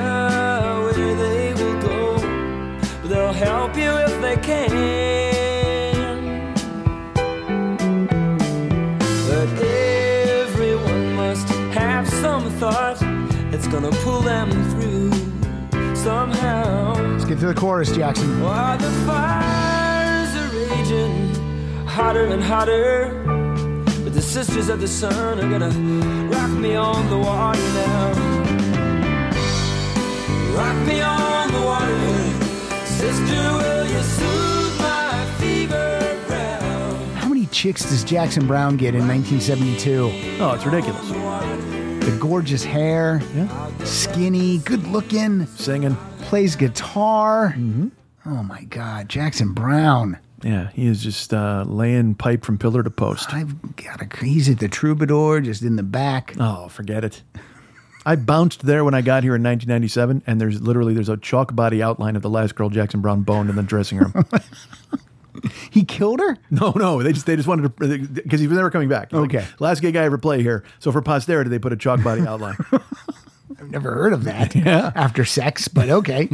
Speaker 1: where they will go, but they'll help you if they can. But everyone must have some thought that's gonna pull them through somehow.
Speaker 2: Let's get to the chorus, Jackson.
Speaker 1: While the fires are raging hotter and hotter, but the sisters of the sun are gonna rock me on the water now. Rock me on the water, sister, will you soothe my fever brown?
Speaker 2: How many chicks does Jackson Brown get in 1972?
Speaker 9: Oh, it's ridiculous.
Speaker 2: The gorgeous hair, skinny, good looking,
Speaker 9: Singing.
Speaker 2: plays guitar. Oh my God, Jackson Brown.
Speaker 9: Yeah, he is just uh, laying pipe from pillar to post.
Speaker 2: I've got a he's at the troubadour just in the back.
Speaker 9: Oh, forget it. I bounced there when I got here in 1997, and there's literally there's a chalk body outline of the last girl Jackson Brown boned in the dressing room.
Speaker 2: He killed her?
Speaker 9: No, no, they just they just wanted to because he was never coming back. He's like,
Speaker 2: Okay.
Speaker 9: last gig I ever played here. So for posterity, they put a chalk body outline.
Speaker 2: I've never heard of that after sex, but okay.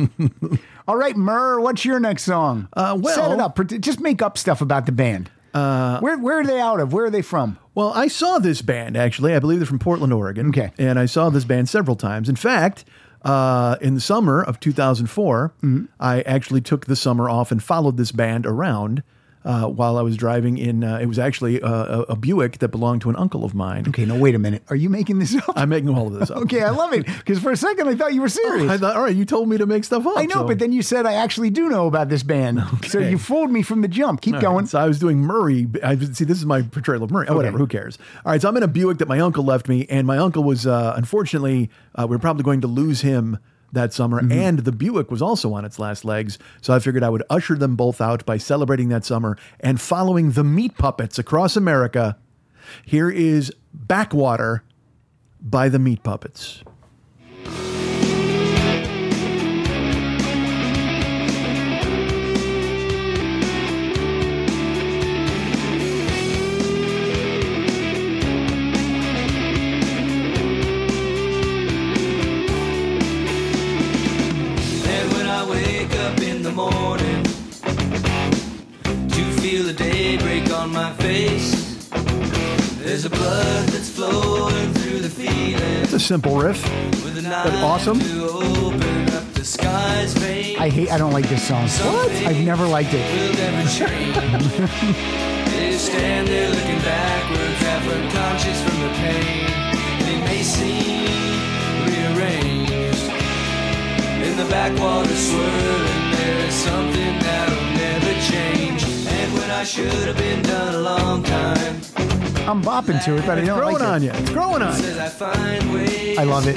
Speaker 2: All right, Murr, what's your next song?
Speaker 9: Uh, well-
Speaker 2: Set it up. Pret- Just make up stuff about the band. Uh, where, where are they out of? Where are they from?
Speaker 9: Well, I saw this band actually. I believe they're from Portland, Oregon.
Speaker 2: Okay.
Speaker 9: And I saw this band several times. In fact, uh, in the summer of 2004,
Speaker 2: Mm-hmm.
Speaker 9: I actually took the summer off and followed this band around uh, while I was driving in. Uh, it was actually uh, a, a Buick that belonged to an uncle of mine.
Speaker 2: Okay, now wait a minute. Are you making this up?
Speaker 9: I'm making all of this up.
Speaker 2: okay, I love it because for a second I thought you were serious.
Speaker 9: I thought, all right, you told me to make stuff up.
Speaker 2: I know,
Speaker 9: so-
Speaker 2: but then you said I actually do know about this band. So
Speaker 9: Okay.
Speaker 2: you fooled me from the jump. Keep
Speaker 9: All right,
Speaker 2: going.
Speaker 9: So I was doing Murray. I was- see. This is my portrayal of Murray. Oh, Whatever. Who cares? All right. So I'm in a Buick that my uncle left me, and my uncle was uh, unfortunately uh, we are probably going to lose him that summer, and the Buick was also on its last legs. So I figured I would usher them both out by celebrating that summer and following the meat puppets across America. Here is Backwater by the Meat Puppets.
Speaker 5: And when I wake up in the morning to feel the daybreak on my face, there's a blood that's flowing through the feeling
Speaker 9: It's a simple riff.
Speaker 5: with an
Speaker 9: But awesome.
Speaker 5: to open up the sky's vein.
Speaker 2: I hate. I don't like this song. What? I've never liked it.
Speaker 5: will never change. they stand there looking backwards, half unconscious from the pain. They may seem rearranged. In the backwater swirling, there is something that'll never change. And when I should have been done a long time,
Speaker 2: I'm bopping to it, but I
Speaker 9: It's
Speaker 2: don't
Speaker 9: growing
Speaker 2: like
Speaker 9: on
Speaker 2: it.
Speaker 9: you. It's growing on you.
Speaker 5: says I find ways.
Speaker 2: I love it.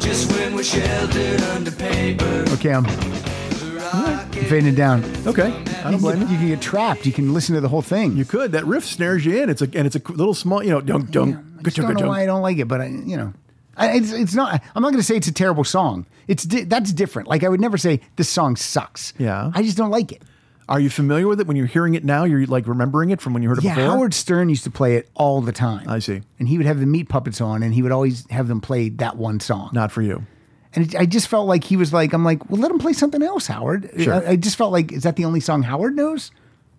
Speaker 5: Just when we're sheltered under paper,
Speaker 2: Okay, I'm fading it down.
Speaker 9: Okay. I
Speaker 2: You
Speaker 9: don't blame
Speaker 2: can,
Speaker 9: you.
Speaker 2: get, you can get trapped. You can listen to the whole thing.
Speaker 9: You could. That riff snares you in. It's a and it's a little small, you know, dunk dunk.
Speaker 2: I just don't know why I don't like it, but I, you know, I, it's it's not. I'm not going to say it's a terrible song. It's di- that's different. Like I would never say this song sucks.
Speaker 9: Yeah.
Speaker 2: I just don't like it.
Speaker 9: Are you familiar with it? When you're hearing it now, you're like remembering it from when you heard it
Speaker 2: Yeah,
Speaker 9: before.
Speaker 2: Howard Stern used to play it all the time.
Speaker 9: I see.
Speaker 2: And he would have the meat puppets on, and he would always have them play that one song.
Speaker 9: Not for you.
Speaker 2: And it, I just felt like he was like, I'm like, well, let him play something else, Howard.
Speaker 9: Sure.
Speaker 2: I, I just felt like, is that the only song Howard knows,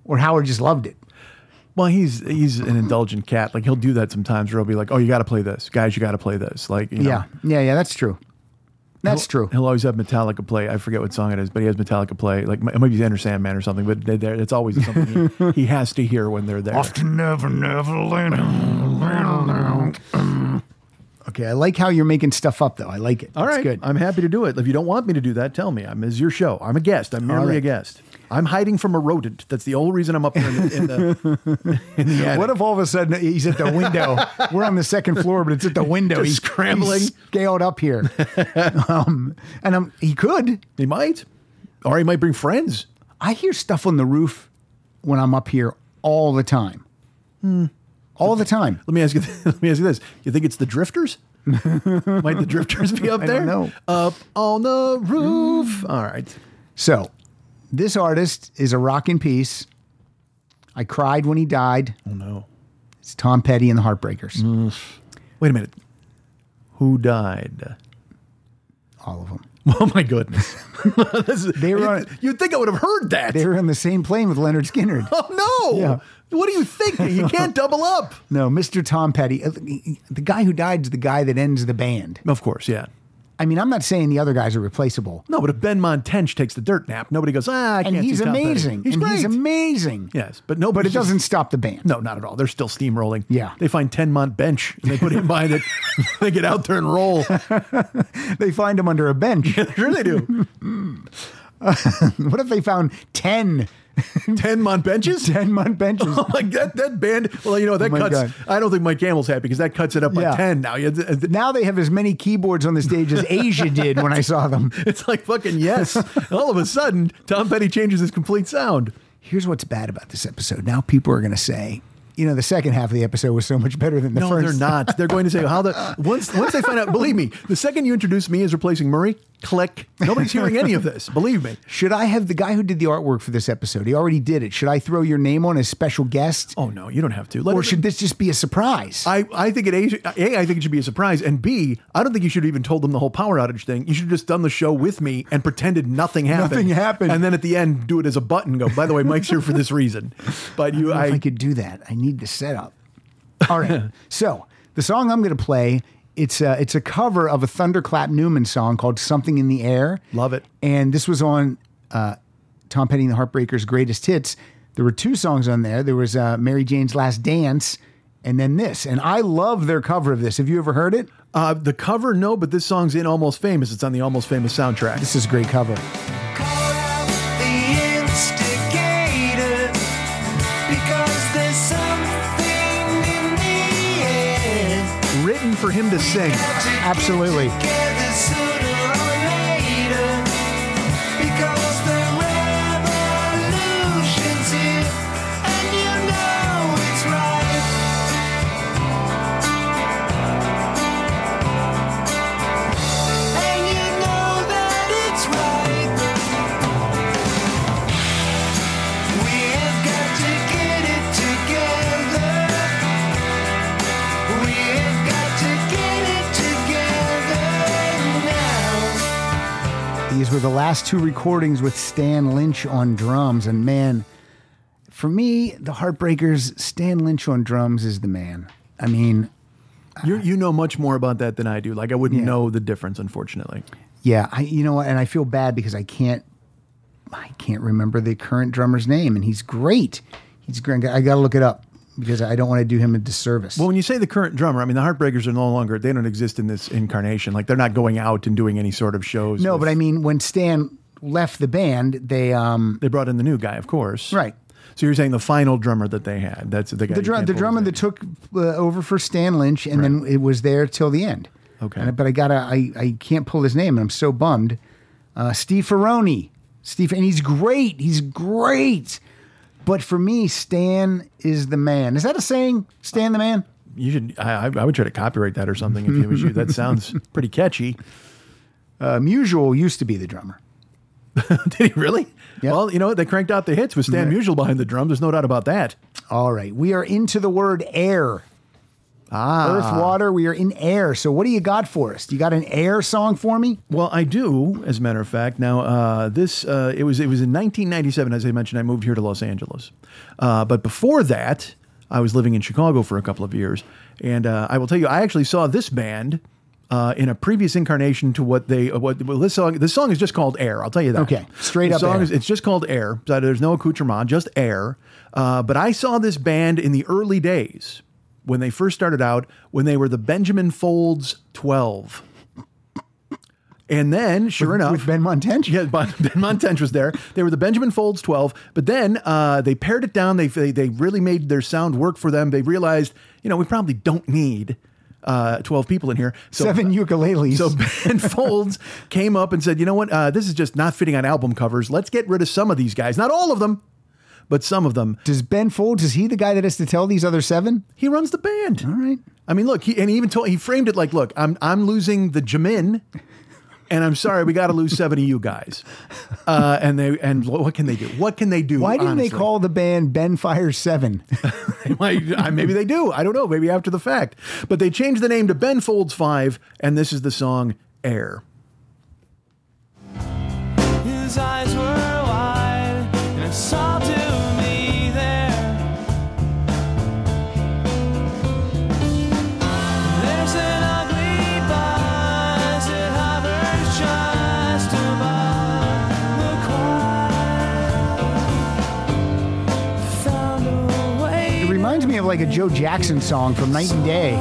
Speaker 2: or Howard just loved it?
Speaker 9: Well, he's he's an indulgent cat. Like he'll do that sometimes. Where he'll be like, "Oh, you got to play this, guys. You got to play this." Like, you know,
Speaker 2: Yeah, yeah, yeah. That's true. That's
Speaker 9: he'll-
Speaker 2: true.
Speaker 9: He'll always have Metallica play. I forget what song it is, but he has Metallica play. Like it might be Enter Sandman or something. But they- they're- it's always something he, he has to hear when they're there.
Speaker 2: never, never Okay, I like how you're making stuff up, though. I like it.
Speaker 9: All
Speaker 2: It's
Speaker 9: right,
Speaker 2: good.
Speaker 9: I'm happy to do it. If you don't want me to do that, tell me. I'm this is your show. I'm a guest. I'm merely
Speaker 2: right.
Speaker 9: a guest. I'm hiding from a rodent. That's the only reason I'm up here in the, in the, in the attic.
Speaker 2: What if all of a sudden he's at the window? We're on the second floor, but it's at the window.
Speaker 9: Just
Speaker 2: he's
Speaker 9: scrambling.
Speaker 2: he's scaled up here, um, and i he could.
Speaker 9: He might, or he might bring friends.
Speaker 2: I hear stuff on the roof when I'm up here all the time.
Speaker 9: Hmm.
Speaker 2: All the time.
Speaker 9: Let me ask you. Let me ask you this: You think it's the Drifters? might the Drifters be up
Speaker 2: I
Speaker 9: there?
Speaker 2: don't know.
Speaker 9: Up on the roof. All right.
Speaker 2: So, this artist is a rockin' piece. I cried when he died.
Speaker 9: Oh no.
Speaker 2: It's Tom Petty and the Heartbreakers.
Speaker 9: Hmm. Wait a minute. Who died?
Speaker 2: All of them.
Speaker 9: Oh my goodness. This is-
Speaker 2: They were on-
Speaker 9: you'd think I would have heard that.
Speaker 2: They were on the same plane with Leonard Skinner.
Speaker 9: Oh no!
Speaker 2: Yeah.
Speaker 9: What do you think? You can't double up.
Speaker 2: No, Mr. Tom Petty. Uh, The guy who died is the guy that ends the band.
Speaker 9: Of course, yeah.
Speaker 2: I mean, I'm not saying the other guys are replaceable.
Speaker 9: No, but if Ben Montench takes the dirt nap, nobody goes. Ah, I
Speaker 2: And
Speaker 9: can't see
Speaker 2: he's
Speaker 9: Tom Petty."
Speaker 2: amazing.
Speaker 9: He's
Speaker 2: and
Speaker 9: great.
Speaker 2: he's amazing.
Speaker 9: yes, but no,
Speaker 2: But it doesn't stop the band.
Speaker 9: No, not at all. They're still steamrolling.
Speaker 2: Yeah.
Speaker 9: They find 10 Mont Bench and they put him behind it. they get out there and roll.
Speaker 2: They find him under a bench.
Speaker 9: sure they do.
Speaker 2: what if they found 10,
Speaker 9: 10 Mont Benches?
Speaker 2: 10 month benches?
Speaker 9: Like that, that band. Well, you know, that
Speaker 2: my
Speaker 9: cuts.
Speaker 2: God.
Speaker 9: I don't think Mike Gamble's happy because that cuts it up by
Speaker 2: Yeah.
Speaker 9: 10 now. You-
Speaker 2: now they have as many keyboards on the stage as Asia did when I saw them.
Speaker 9: It's like fucking yes. All of a sudden, Tom Petty changes his complete sound.
Speaker 2: Here's what's bad about this episode. Now people are going to say, you know, the second half of the episode was so much better than the
Speaker 9: No,
Speaker 2: first.
Speaker 9: they're not. They're going to say how the once once they find out. Believe me, the second you introduce me as replacing Murray, click. Nobody's hearing any of this. Believe me.
Speaker 2: Should I have the guy who did the artwork for this episode? He already did it. Should I throw your name on as special guest?
Speaker 9: Oh no, you don't have to. Let
Speaker 2: Or
Speaker 9: it-
Speaker 2: should this just be a surprise?
Speaker 9: I, I think it a, I think it should be a surprise, and B, I don't think you should have even told them the whole power outage thing. You should have just done the show with me and pretended nothing happened.
Speaker 2: Nothing happened.
Speaker 9: and then at the end, do it as a button. Go. By the way, Mike's here for this reason. But you,
Speaker 2: I,
Speaker 9: I,
Speaker 2: if I could do that, I need the setup. All right. so the song I'm going to play it's a, it's a cover of a Thunderclap Newman song called "Something in the Air."
Speaker 9: Love it.
Speaker 2: And this was on uh, Tom Petty and the Heartbreakers' Greatest Hits. There were two songs on there. There was uh, Mary Jane's Last Dance, and then this. And I love their cover of this. Have you ever heard it?
Speaker 9: uh, the cover, no, but this song's in Almost Famous. It's on the Almost Famous soundtrack.
Speaker 2: This is a great cover.
Speaker 4: Call out the instigator because there's something in the air.
Speaker 9: Written for him to sing.
Speaker 2: Absolutely.
Speaker 4: Together sooner or later because the revolution's here and you know it's right.
Speaker 2: These were the last two recordings with Stan Lynch on drums. And man, for me, the Heartbreakers, Stan Lynch on drums is the man. I mean,
Speaker 9: You you know much more about that than I do. Like I wouldn't
Speaker 2: Yeah.
Speaker 9: know the difference, unfortunately.
Speaker 2: yeah, I you know, what, and I feel bad because I can't I can't remember the current drummer's name and he's great. He's great. I got to look it up because I don't want to do him a disservice.
Speaker 9: Well, when you say the current drummer, I mean the Heartbreakers are no longer they don't exist in this incarnation. Like they're not going out and doing any sort of shows.
Speaker 2: no,
Speaker 9: with-
Speaker 2: but I mean when Stan left the band, they um
Speaker 9: they brought in the new guy, of course.
Speaker 2: Right.
Speaker 9: So you're saying the final drummer that they had? That's the guy.
Speaker 2: the
Speaker 9: you
Speaker 2: drum
Speaker 9: can't
Speaker 2: the
Speaker 9: pull
Speaker 2: drummer
Speaker 9: his
Speaker 2: that took uh, over for Stan Lynch, and then it was there till the end.
Speaker 9: Okay.
Speaker 2: And- but I gotta I, I can't pull his name, and I'm so bummed. Uh, Steve Ferroni, Steve, and he's great. He's great. But for me, Stan is the man. Is that a saying? Stan the man.
Speaker 9: name. You should. I, I- I would try to copyright that or something if it was you. That sounds pretty catchy.
Speaker 2: Uh, Musial used to be the drummer.
Speaker 9: Did he really?
Speaker 2: Yeah.
Speaker 9: Well, you know what? They cranked out the hits with Stan Musial behind the drums. There's no doubt about that.
Speaker 2: All right, we are into the word air. Ah, earth, water. We are in air. So what do you got for us? You got an air song for me?
Speaker 9: Well, I do, as a matter of fact. Now, uh, this uh, it was it was in 1997, as I mentioned. I moved here to Los Angeles, uh, but before that, I was living in Chicago for a couple of years, and uh, I will tell you, I actually saw this band. Uh, in a previous incarnation to what they uh, what well, this song this song is just called Air. I'll tell you that.
Speaker 2: Okay. Straight
Speaker 9: The
Speaker 2: up
Speaker 9: song
Speaker 2: Air.
Speaker 9: is- it's just called Air. So there's no accoutrement, just Air. Uh, but I saw this band in the early days when they first started out when they were the Benjamin Folds Twelve. And then, sure enough,
Speaker 2: with Ben Montench.
Speaker 9: yeah, Bon- Ben Montench was there. They were the Benjamin Folds 12, but then uh, they pared it down. They, they they really made their sound work for them. They realized, you know, we probably don't need uh, 12 people in here. So, uh,
Speaker 2: Seven ukuleles.
Speaker 9: So Ben Folds came up and said, you know what? Uh, this is just not fitting on album covers. Let's get rid of some of these guys. Not all of them, but some of them.
Speaker 2: Does Ben Folds, is he the guy that has to tell these other seven?
Speaker 9: He runs the band.
Speaker 2: All right.
Speaker 9: I mean, look, he, and he even told he framed it like, look, I'm I'm losing the Jamin, and I'm sorry, we got to lose seven of you guys. Uh, and they and wh- what can they do? What can they do?
Speaker 2: Why didn't they
Speaker 9: honestly?
Speaker 2: call the band Ben Fire Seven?
Speaker 9: Why- I- maybe they do. I don't know. Maybe after the fact, but they changed the name to Ben Folds Five, and this is the song Air.
Speaker 5: His eyes were wide and it saw to me there. There's an ugly buzz that hovers just above the crowd. Found a
Speaker 2: It
Speaker 5: way
Speaker 2: reminds me of like a Joe Jackson song from Night and Day.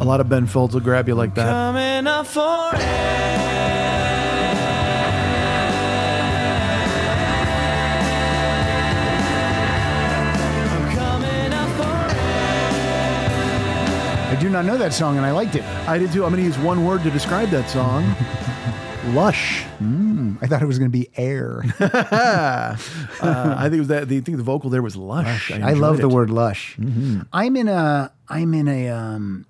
Speaker 9: A lot of Ben Folds will grab you like that.
Speaker 5: coming up for
Speaker 2: I do not know that song and I liked it.
Speaker 9: I did too. I'm going to use one word to describe that song. Lush.
Speaker 2: I thought it was going to be air.
Speaker 9: Uh, I think it was that. The, I think the vocal there was lush.
Speaker 2: I love
Speaker 9: enjoyed
Speaker 2: the
Speaker 9: it. Mm-hmm.
Speaker 2: word lush. I'm in a I'm in a um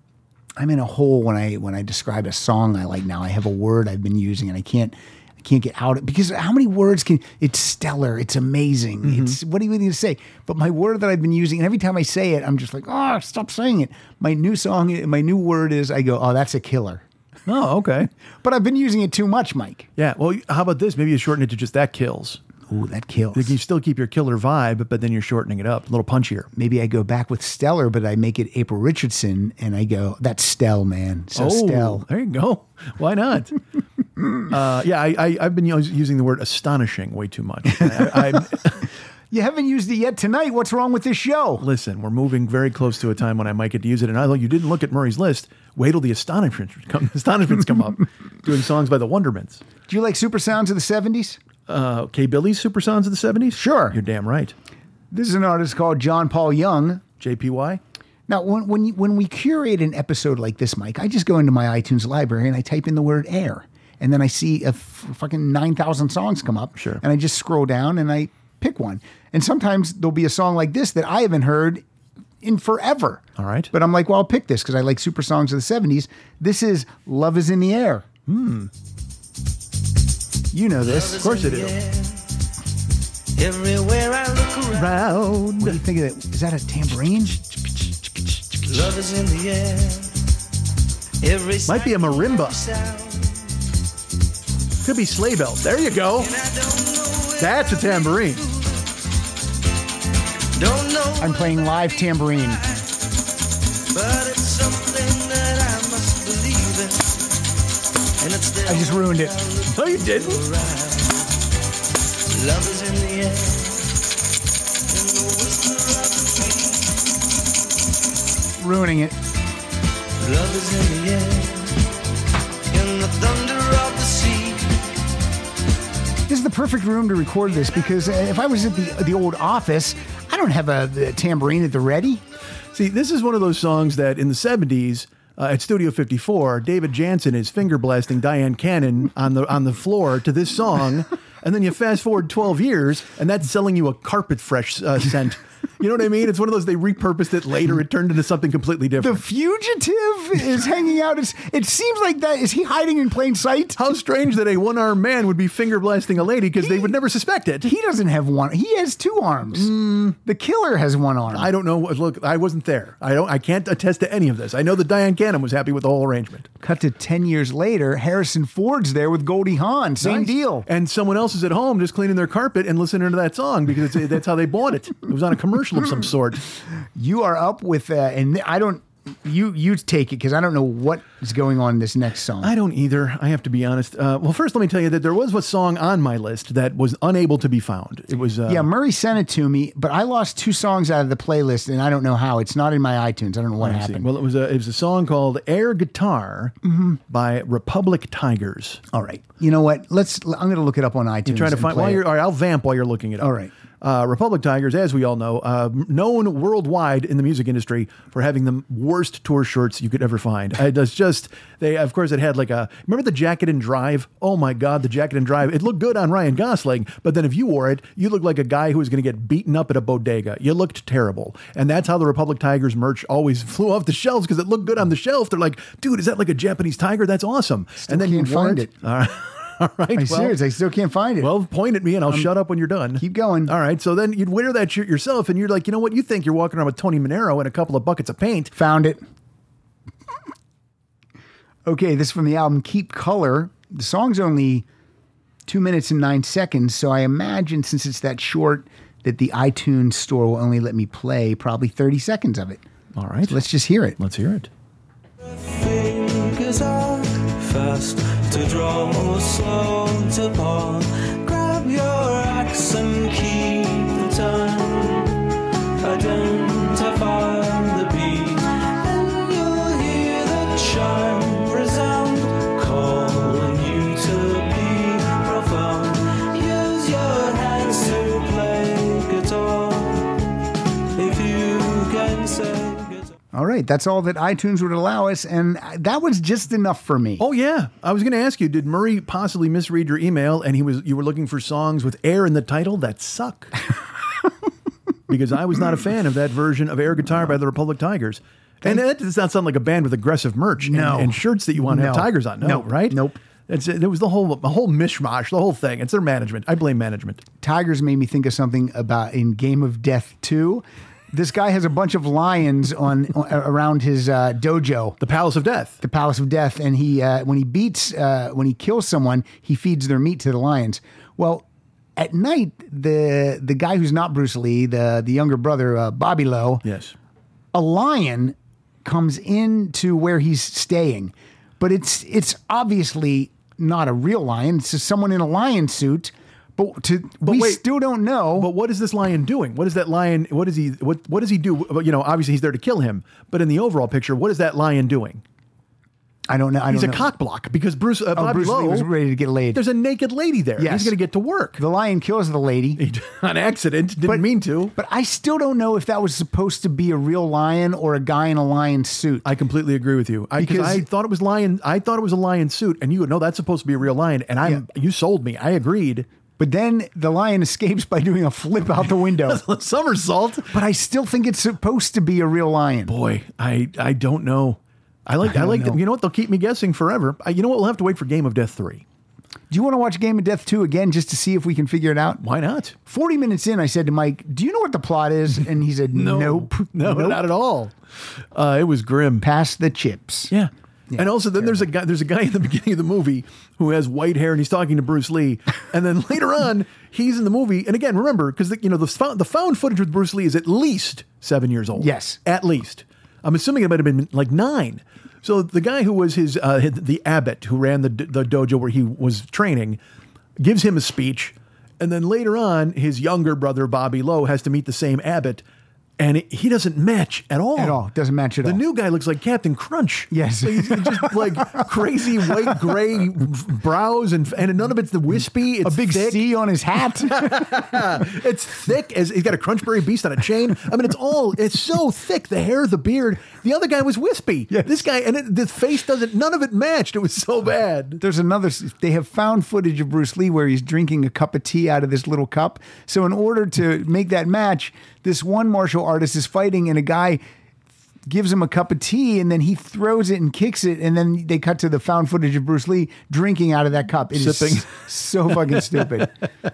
Speaker 2: I'm in a hole when I when I describe a song I like now. I have a word I've been using and I can't I can't get out of because how many words can it's stellar, it's amazing.
Speaker 9: Mm-hmm.
Speaker 2: It's what do you need to say? But my word that I've been using and every time I say it, I'm just like, "Oh, stop saying it." My new song, my new word is I go, "Oh, that's a killer."
Speaker 9: Oh, okay.
Speaker 2: But I've been using it too much, Mike.
Speaker 9: Yeah. Well, how about this? Maybe you shorten it to just that kills.
Speaker 2: Ooh, that kills.
Speaker 9: You still keep your killer vibe, but then you're shortening it up, a little punchier.
Speaker 2: maybe I go back with Stellar, but I make it April Richardson and I go, that's Stell, man. So Stell.
Speaker 9: Oh, there you go. Why not? uh, yeah, I, I, I've been us- using the word astonishing way too much. I, I,
Speaker 2: You haven't used it yet tonight. What's wrong with this show?
Speaker 9: listen, we're moving very close to a time when I might get to use it. And I, you didn't look at Murray's list. Wait till the astonishments come, astonishments come up, doing songs by the Wonderments.
Speaker 2: Do you like Super Sounds of the 70s?
Speaker 9: Uh, K. Billy's Super Sounds of the 70s?
Speaker 2: Sure.
Speaker 9: You're damn right.
Speaker 2: This is an artist called John Paul Young.
Speaker 9: JPY?
Speaker 2: Now, when when, you, when we curate an episode like this, Mike, I just go into my iTunes library and I type in the word air. And then I see a f- fucking 9,000 songs come up.
Speaker 9: Sure.
Speaker 2: And I just scroll down and I pick one. And sometimes there'll be a song like this that I haven't heard in forever.
Speaker 9: All right.
Speaker 2: But I'm like, well, I'll pick this because I like super songs of the 70s. This is Love is in the Air. Hmm. You know this.
Speaker 9: Of course it is.
Speaker 4: Everywhere I look around,
Speaker 2: What do you think of that? Is that a tambourine?
Speaker 4: love is in the air. Every
Speaker 9: Might be a marimba.
Speaker 4: sound.
Speaker 9: Could be sleigh bells. There you go. That's a tambourine.
Speaker 4: Don't know,
Speaker 2: I'm playing live tambourine.
Speaker 4: but it's something that I must believe in. And it's there.
Speaker 2: I just ruined it.
Speaker 9: No, you didn't.
Speaker 4: Love is in the air.
Speaker 2: Ruining it.
Speaker 4: Love is in the air. In the thunder of the sea.
Speaker 2: This is the perfect room to record this because uh, if I was at the the old office, I don't have a, the tambourine at the ready.
Speaker 9: See, this is one of those songs that in the 70s uh, at Studio 54, David Jansen is finger blasting Diane Cannon on the on the floor to this song, and then you fast forward 12 years, and that's selling you a carpet fresh uh, scent. You know what I mean? It's one of those they repurposed it later. It turned into something completely
Speaker 2: The
Speaker 9: different.
Speaker 2: fugitive is hanging out. It's, it seems like that. Is he hiding in plain sight?
Speaker 9: How strange that a one armed man would be finger blasting a lady because they would never suspect it.
Speaker 2: He doesn't have one. He has two arms. The killer has one arm.
Speaker 9: I don't know. what- Look, I wasn't there. I don't. I can't attest to any of this. I know that Diane Cannon was happy with the whole arrangement.
Speaker 2: Cut to 10 years later, Harrison Ford's there with Goldie Hawn. Same
Speaker 9: Nice.
Speaker 2: deal.
Speaker 9: And someone else is at home just cleaning their carpet and listening to that song because it's, that's how they bought it. It was on a commercial of some sort.
Speaker 2: You are up with, uh, and I don't, you you take it because I don't know what is going on in this next song.
Speaker 9: I don't either. I have to be honest. Uh, well, first, let me tell you that there was a song on my list that was unable to be found. It was uh,
Speaker 2: yeah, Murray sent it to me, but I lost two songs out of the playlist, and I don't know how. It's not in my iTunes. I don't know what
Speaker 9: let's see.
Speaker 2: happened. Mm-hmm.
Speaker 9: Well, it was a it was a song called "Air Guitar" by Republic Tigers.
Speaker 2: All right, you know what? Let's. I'm going to look it up on iTunes.
Speaker 9: trying to
Speaker 2: and
Speaker 9: find
Speaker 2: play
Speaker 9: while
Speaker 2: it.
Speaker 9: you're. All right, I'll vamp while you're looking it up.
Speaker 2: All right.
Speaker 9: Uh, Republic Tigers, as we all know, uh, known worldwide in the music industry for having the worst tour shirts you could ever find. Uh, It was just they. Of course, it had like a. Remember the jacket and drive? Oh my God, the jacket and drive. It looked good on Ryan Gosling, but then if you wore it, you looked like a guy who was going to get beaten up at a bodega. You looked terrible, and that's how the Republic Tigers merch always flew off the shelves because it looked good on the shelf. They're like, dude, is that like a Japanese tiger? That's awesome. and then
Speaker 2: can't
Speaker 9: you wore
Speaker 2: find it.
Speaker 9: All right. All right.
Speaker 2: I'm
Speaker 9: well-
Speaker 2: serious. I still can't find it.
Speaker 9: well, point at me and I'll shut up when you're done.
Speaker 2: Um, keep going.
Speaker 9: All right. So then you'd wear that shirt yourself and you're like, you know what? You think you're walking around with Tony Monero and a couple of buckets of paint.
Speaker 2: Found it. Okay, this is from the album Keep Color. The song's only two minutes and nine seconds, so I imagine since it's that short that the iTunes store will only let me play probably 30 seconds of it.
Speaker 9: All right.
Speaker 2: Let's just hear it.
Speaker 9: let's hear it.
Speaker 4: Fingers are fast to draw or slow to paw. Grab your axe and keep the time. Identify the beat, and you'll hear the chime resound, calling you to be profound. Use your hands to play guitar if you can say guitar.
Speaker 2: All right, that's all that iTunes would allow us, and that was just enough for me.
Speaker 9: Oh yeah. I was gonna ask you, did Murray possibly misread your email and he was you were looking for songs with air in the title that suck? because I was not a fan of that version of air guitar by the Republic Tigers. And that does not sound like a band with aggressive merch and-
Speaker 2: No.
Speaker 9: and, shirts that you want to have
Speaker 2: No.
Speaker 9: tigers on. No,
Speaker 2: Nope.
Speaker 9: right?
Speaker 2: Nope.
Speaker 9: It's, it was the whole the whole mishmash, the whole thing. It's their management. I blame management.
Speaker 2: Tigers made me think of something about in Game of Death 2. This guy has a bunch of lions on around his uh, dojo.
Speaker 9: The Palace of Death.
Speaker 2: the Palace of Death, and he uh, when he beats uh, when he kills someone, he feeds their meat to the lions. Well, at night, the the guy who's not Bruce Lee, the the younger brother uh, Bobby Lowe,
Speaker 9: Yes.
Speaker 2: a lion comes into where he's staying, but it's it's obviously not a real lion. It's just someone in a lion suit. But to we
Speaker 9: wait.
Speaker 2: still don't know.
Speaker 9: But what is this lion doing? What is that lion? What is he? What What does he do? Well, You know, obviously he's there to kill him. But in the overall picture, what is that lion doing?
Speaker 2: I don't know. I don't
Speaker 9: He's a
Speaker 2: know.
Speaker 9: cock block because Bruce uh,
Speaker 2: Oh,
Speaker 9: Bobby
Speaker 2: Bruce Lee
Speaker 9: Lowe-
Speaker 2: was ready to get laid.
Speaker 9: There's a naked lady there.
Speaker 2: Yes.
Speaker 9: He's going to get to work
Speaker 2: The lion kills the lady.
Speaker 9: on accident. Didn't mean to.
Speaker 2: But I still don't know if that was supposed to be a real lion or a guy in a lion suit.
Speaker 9: I completely agree with you. I, because
Speaker 2: Because-
Speaker 9: I thought it was lion. I thought it was a lion suit, and you would know that's supposed to be a real lion. And I, am you sold me. I agreed.
Speaker 2: but then the lion escapes by doing a flip out the window.
Speaker 9: Somersault.
Speaker 2: but I still think it's supposed to be a real lion.
Speaker 9: Boy, I I don't know. I like I,
Speaker 2: don't
Speaker 9: like
Speaker 2: know.
Speaker 9: you know what they'll keep me guessing forever. I, you know what we'll have to wait for Game of Death three.
Speaker 2: Do you want to watch Game of Death 2 again just to see if we can figure it out?
Speaker 9: Why not?
Speaker 2: 40 minutes in, I said to Mike, Do you know what the plot is? And he said, Nope.
Speaker 9: No,
Speaker 2: nope.
Speaker 9: not at all. Uh, it was grim.
Speaker 2: Pass the chips.
Speaker 9: Yeah. and also then there's a guy there's a guy at the beginning of the movie who has white hair and he's talking to Bruce Lee, and then later on he's in the movie. And again, remember because you know the found, the found footage with Bruce Lee is at least seven years old.
Speaker 2: Yes.
Speaker 9: at least. I'm assuming it might have been like nine. So the guy who was his uh, his- the abbot who ran the the dojo where he was training gives him a speech, and then later on his younger brother Bobby Lowe has to meet the same abbot. And it, he doesn't match at all.
Speaker 2: At all. Doesn't match at
Speaker 9: the
Speaker 2: all.
Speaker 9: new guy looks like Captain Crunch.
Speaker 2: Yes.
Speaker 9: Like, he's just like crazy white gray brows, and and none of it's the wispy.
Speaker 2: a
Speaker 9: It's
Speaker 2: big
Speaker 9: thick.
Speaker 2: C on his hat.
Speaker 9: It's thick as he's got a Crunchberry Beast on a chain. I mean, it's all it's so thick. The hair, the beard. The other guy was wispy.
Speaker 2: Yes.
Speaker 9: This guy and it, the face doesn't. None of it matched. It was so bad.
Speaker 2: There's another. They have found footage of Bruce Lee where he's drinking a cup of tea out of this little cup. So in order to make that match, this one martial artist is fighting, and a guy gives him a cup of tea, and then he throws it and kicks it, and then they cut to the found footage of Bruce Lee drinking out of that cup. It is
Speaker 9: Sipping.
Speaker 2: s- so fucking stupid,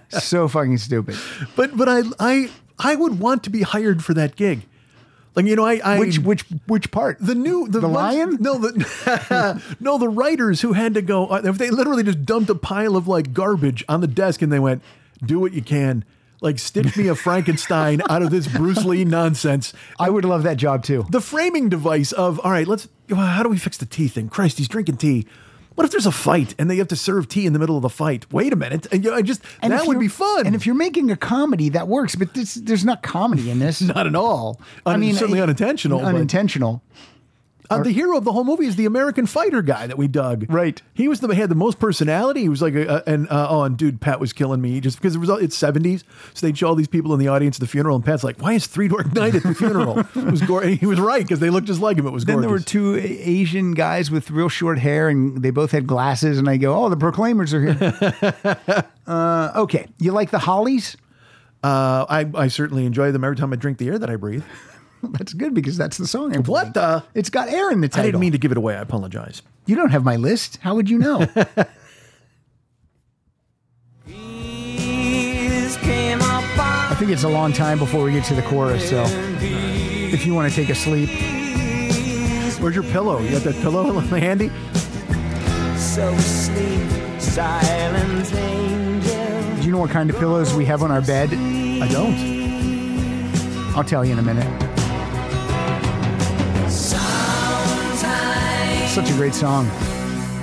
Speaker 2: so fucking stupid.
Speaker 9: But but I I I would want to be hired for that gig. Like you know I, I
Speaker 2: Which which which part?
Speaker 9: The new the,
Speaker 2: The
Speaker 9: ones-
Speaker 2: lion?
Speaker 9: No, the no the writers who had to go. uh, They literally just dumped a pile of like garbage on the desk, and they went, "Do what you can." Like stitch me a Frankenstein out of this Bruce Lee nonsense.
Speaker 2: I would love that job too.
Speaker 9: The framing device of all right, let's. well, How do we fix the tea thing? Christ, he's drinking tea. What if there's a fight and they have to serve tea in the middle of the fight? Wait a minute, and you know, I just
Speaker 2: And
Speaker 9: that
Speaker 2: if
Speaker 9: would
Speaker 2: you're-
Speaker 9: be fun.
Speaker 2: And if you're making a comedy, that works. But this, there's not comedy in this.
Speaker 9: not at all, I mean, certainly
Speaker 2: it-
Speaker 9: unintentional. but-
Speaker 2: Unintentional.
Speaker 9: Uh, the hero of the whole movie is the American fighter guy that we dug.
Speaker 2: Right.
Speaker 9: He was the he had the most personality. He was like, a, a, and uh, oh, and dude, Pat was killing me just because it was all, it's seventies. So they'd show all these people in the audience at the funeral, and Pat's like, "Why is Three Dark Night at the funeral?" it was gore. He was right because they looked just like him. It was
Speaker 2: Then
Speaker 9: gorgeous.
Speaker 2: there were two A- Asian guys with real short hair, and they both had glasses. And I go, "Oh, the Proclaimers are here." uh, okay, you like the Hollies?
Speaker 9: uh, I I certainly enjoy them every time I drink the air that I breathe.
Speaker 2: That's good because that's the song. I'm playing.
Speaker 9: What the-
Speaker 2: It's got air in the
Speaker 9: I
Speaker 2: title.
Speaker 9: didn't mean to give it away. I apologize.
Speaker 2: You don't have my list. How would you know?
Speaker 8: Breeze came upon
Speaker 2: I think it's a long time before we get to the chorus. So, if you want to take a sleep,
Speaker 9: Where's your pillow? You got that pillow handy?
Speaker 8: so sleep, silent angel.
Speaker 2: do you know what kind of pillows we have on our bed?
Speaker 9: I don't.
Speaker 2: I'll tell you in a minute.
Speaker 6: Sometimes
Speaker 2: Such a great song.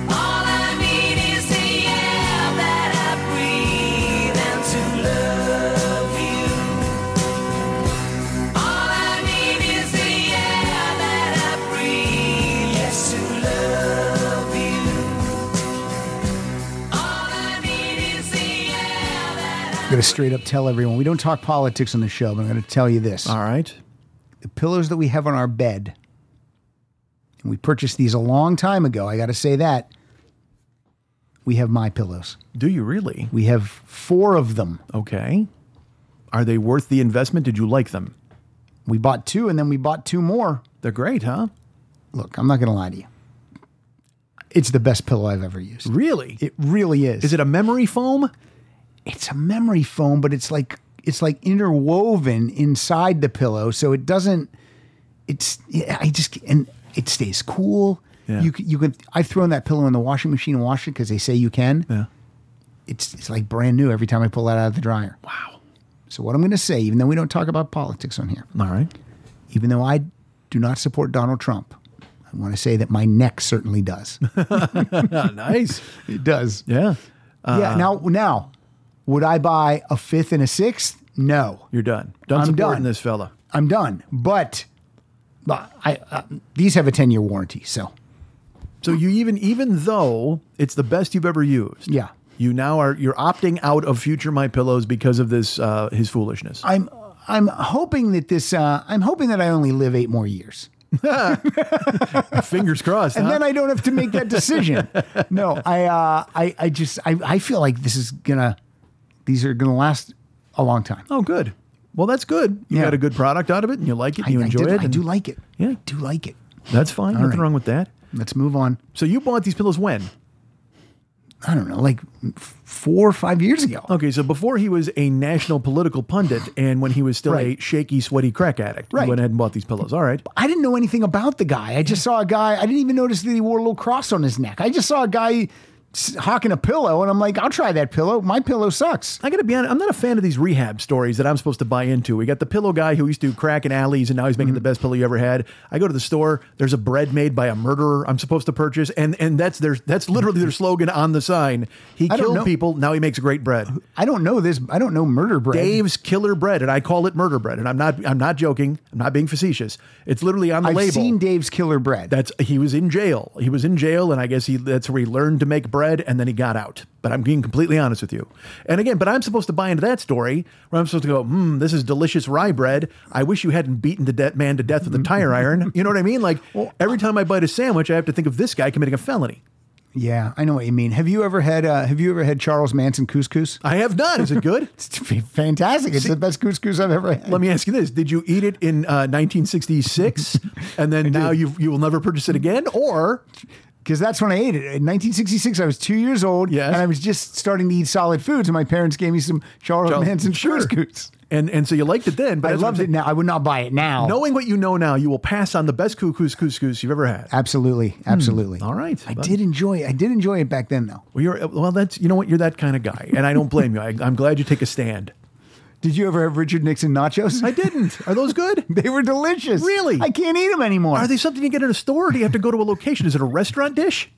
Speaker 6: all I need is the air that I breathe and to love you. All I need is the air that I breathe, yes to love you. All I need is the air that I
Speaker 2: I'm going to straight up tell everyone we don't talk politics on the show, but I'm going to tell you this.
Speaker 9: All right.
Speaker 2: the pillows that we have on our bed, and we purchased these a long time ago. I got to say that. We have my pillows.
Speaker 9: Do you really?
Speaker 2: We have four of them.
Speaker 9: Okay. Are they worth the investment? Did you like them?
Speaker 2: We bought two and then we bought two more.
Speaker 9: They're great, huh?
Speaker 2: Look, I'm not going to lie to you. It's the best pillow I've ever used.
Speaker 9: Really?
Speaker 2: It really is.
Speaker 9: Is it a memory foam?
Speaker 2: It's a memory foam, but it's like it's like interwoven inside the pillow, so it doesn't. It's yeah, I just and it stays cool.
Speaker 9: Yeah.
Speaker 2: You c- you can I've thrown that pillow in the washing machine and washed it because they say you can.
Speaker 9: Yeah.
Speaker 2: it's it's like brand new every time I pull that out of the dryer.
Speaker 9: Wow.
Speaker 2: So what I'm going to say, even though we don't talk about politics on here,
Speaker 9: All right.
Speaker 2: even though I do not support Donald Trump, I want to say that my neck certainly does. Ah,
Speaker 9: nice.
Speaker 2: it does.
Speaker 9: Yeah. Uh,
Speaker 2: yeah. Now now, would I buy a fifth and a sixth? No,
Speaker 9: You're done. Done
Speaker 2: I'm done.
Speaker 9: supporting this fella.
Speaker 2: I'm done. But, but I uh, these have a 10 year warranty, so
Speaker 9: So you even even though it's the best you've ever used.
Speaker 2: Yeah.
Speaker 9: You now are you're opting out of future my pillows because of this uh, his foolishness.
Speaker 2: I'm I'm hoping that this uh, I'm hoping that I only live eight more years. Ah,
Speaker 9: Fingers crossed.
Speaker 2: and
Speaker 9: huh?
Speaker 2: then I don't have to make that decision. no, I, uh, I, I just, I, I feel like this is gonna, these are gonna last a long time.
Speaker 9: oh, good. Well, that's good. You
Speaker 2: Yeah.
Speaker 9: got a good product out of it, and you like it, and you
Speaker 2: I,
Speaker 9: enjoy
Speaker 2: I did-
Speaker 9: it.
Speaker 2: I
Speaker 9: and
Speaker 2: do like it.
Speaker 9: Yeah.
Speaker 2: I do like it.
Speaker 9: That's fine. Nothing
Speaker 2: right.
Speaker 9: wrong with that.
Speaker 2: Let's move on.
Speaker 9: So you bought these pillows when?
Speaker 2: I don't know, like f- four or five years ago.
Speaker 9: Okay, so before he was a national political pundit and when he was still
Speaker 2: Right.
Speaker 9: a shaky, sweaty crack addict,
Speaker 2: Right.
Speaker 9: he went ahead and bought these pillows. All right.
Speaker 2: I didn't know anything about the guy. I just saw a guy. I didn't even notice that he wore a little cross on his neck. I just saw a guy s- hawking a pillow, and I'm like, I'll try that pillow. My pillow sucks.
Speaker 9: I got to be honest, I'm not a fan of these rehab stories that I'm supposed to buy into. We got the pillow guy who used to crack in alleys and now he's making
Speaker 2: Mm-hmm.
Speaker 9: the best pillow you ever had. I go to the store, there's a bread made by a murderer I'm supposed to purchase and and that's their that's literally their slogan on the sign. He
Speaker 2: I don't
Speaker 9: killed
Speaker 2: know.
Speaker 9: people, now he makes great bread.
Speaker 2: I don't know this. I don't know murder bread.
Speaker 9: Dave's killer bread and I call it murder bread and I'm not I'm not joking. I'm not being facetious. It's literally on the
Speaker 2: I've
Speaker 9: label.
Speaker 2: seen Dave's killer bread.
Speaker 9: that's he was in jail. He was in jail, and I guess he that's where he learned to make bread, and then he got out. But I'm being completely honest with you. And again, but I'm supposed to buy into that story where I'm supposed to go, hmm, this is delicious rye bread. I wish you hadn't beaten the de- man to death with a tire iron. You know what I mean? Like every time I bite a sandwich, I have to think of this guy committing a felony.
Speaker 2: yeah, I know what you mean. Have you ever had? Uh, have you ever had Charles Manson couscous?
Speaker 9: I have not. Is it good?
Speaker 2: It's fantastic. It's
Speaker 9: See-
Speaker 2: the best couscous I've ever had.
Speaker 9: Let me ask you this: Did you eat it in uh, 1966, and then now you you will never purchase it again, or
Speaker 2: because that's when I ate it. In 1966, I was two years old,
Speaker 9: Yes.
Speaker 2: and I was just starting to eat solid foods, and my parents gave me some Charles
Speaker 9: Charles-
Speaker 2: Manson
Speaker 9: Sure.
Speaker 2: couscous.
Speaker 9: and and so you liked it then? But
Speaker 2: I
Speaker 9: that's what I'm
Speaker 2: loved
Speaker 9: saying.
Speaker 2: it now. I would not buy it now.
Speaker 9: Knowing what you know now, you will pass on the best couscous couscous you've ever had.
Speaker 2: absolutely, absolutely.
Speaker 9: Hmm. All right.
Speaker 2: I
Speaker 9: Well,
Speaker 2: did enjoy. I did enjoy it back then, though.
Speaker 9: Well, you're, well, that's you know what you're that kind of guy, and I don't blame you. I, I'm glad you take a stand.
Speaker 2: Did you ever have Richard Nixon nachos?
Speaker 9: I didn't. Are those good?
Speaker 2: they were delicious.
Speaker 9: Really?
Speaker 2: I can't eat them anymore.
Speaker 9: Are they something you get at a store? Or do you have to go to a location? Is it a restaurant dish?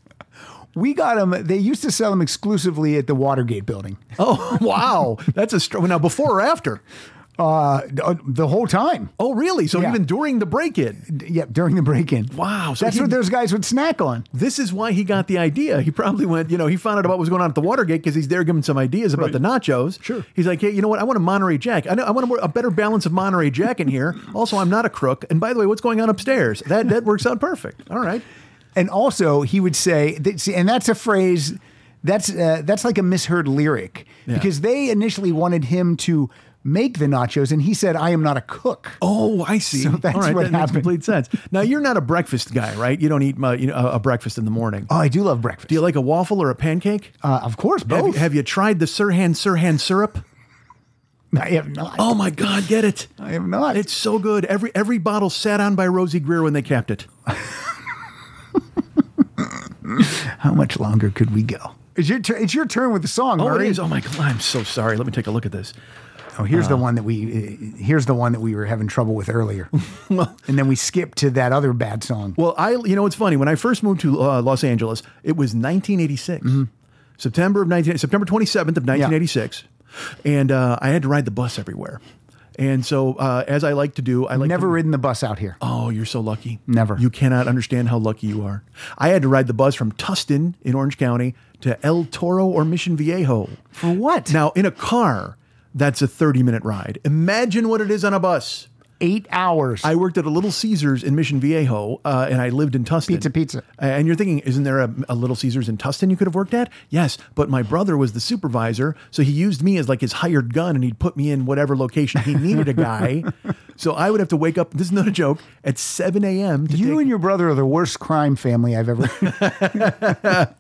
Speaker 2: we got them. They used to sell them exclusively at the Watergate building.
Speaker 9: Oh wow, that's a str- now before or after?
Speaker 2: Uh, the- the whole time.
Speaker 9: Oh really? So
Speaker 2: Yeah.
Speaker 9: even during the break-in,
Speaker 2: D- Yeah, during the break-in.
Speaker 9: Wow, so
Speaker 2: that's
Speaker 9: he-
Speaker 2: what those guys would snack on.
Speaker 9: this is why he got the idea. He probably went, you know, he found out about what was going on at the Watergate because he's there giving some ideas about the nachos.
Speaker 2: Sure.
Speaker 9: He's like, hey, you know what? I want a Monterey Jack. I know I want a, more- a better balance of Monterey Jack in here. Also, I'm not a crook. And by the way, what's going on upstairs? That that works out perfect. All right.
Speaker 2: and also he would say that, see, and that's a phrase that's uh, that's like a misheard lyric
Speaker 9: Yeah.
Speaker 2: because they initially wanted him to make the nachos and he said i am not a cook
Speaker 9: Oh, I see.
Speaker 2: So that's
Speaker 9: All right,
Speaker 2: what
Speaker 9: that
Speaker 2: happened.
Speaker 9: makes complete sense. Now you're not a breakfast guy, right? You don't eat uh, you know, a a breakfast in the morning.
Speaker 2: oh i do love breakfast
Speaker 9: Do you like a waffle or a pancake?
Speaker 2: uh, of course
Speaker 9: Have, you-
Speaker 2: both
Speaker 9: have you tried the Sirhan Sirhan syrup?
Speaker 2: i have not
Speaker 9: Oh my God, get it.
Speaker 2: i have not
Speaker 9: It's so good. Every every bottle sat on by Rosie Greer when they capped it.
Speaker 2: how much longer could we go it's your, tur- it's your turn with the song
Speaker 9: Oh, it
Speaker 2: Murray.
Speaker 9: is. Oh my god, I'm so sorry. Let me take a look at this.
Speaker 2: Oh, here's the one that we uh, here's the one that we were having trouble with earlier and then we skipped to that other bad song
Speaker 9: Well, I you know it's funny. When I first moved to uh, Los Angeles, it was 1986, September of 19 September 27th of 1986, and uh, I had to ride the bus everywhere. And so, uh, as I like to do, I like
Speaker 2: never
Speaker 9: To,
Speaker 2: ridden the bus out here
Speaker 9: oh, you're so lucky.
Speaker 2: Never.
Speaker 9: You cannot understand how lucky you are. I had to ride the bus from Tustin in Orange County to El Toro or Mission Viejo.
Speaker 2: for what
Speaker 9: Now, in a car, that's a 30 minute ride. Imagine what it is on a bus.
Speaker 2: eight hours
Speaker 9: I worked at a Little Caesars in Mission Viejo, uh, and I lived in Tustin.
Speaker 2: Pizza, pizza.
Speaker 9: And you're thinking, isn't there a, a Little Caesars in Tustin you could have worked at? Yes, but my brother was the supervisor, so he used me as like his hired gun, and he'd put me in whatever location he needed a guy. so I would have to wake up. This is not a joke. At 7 a.m. to
Speaker 2: You
Speaker 9: take-
Speaker 2: and your brother are the worst crime family I've ever.
Speaker 9: I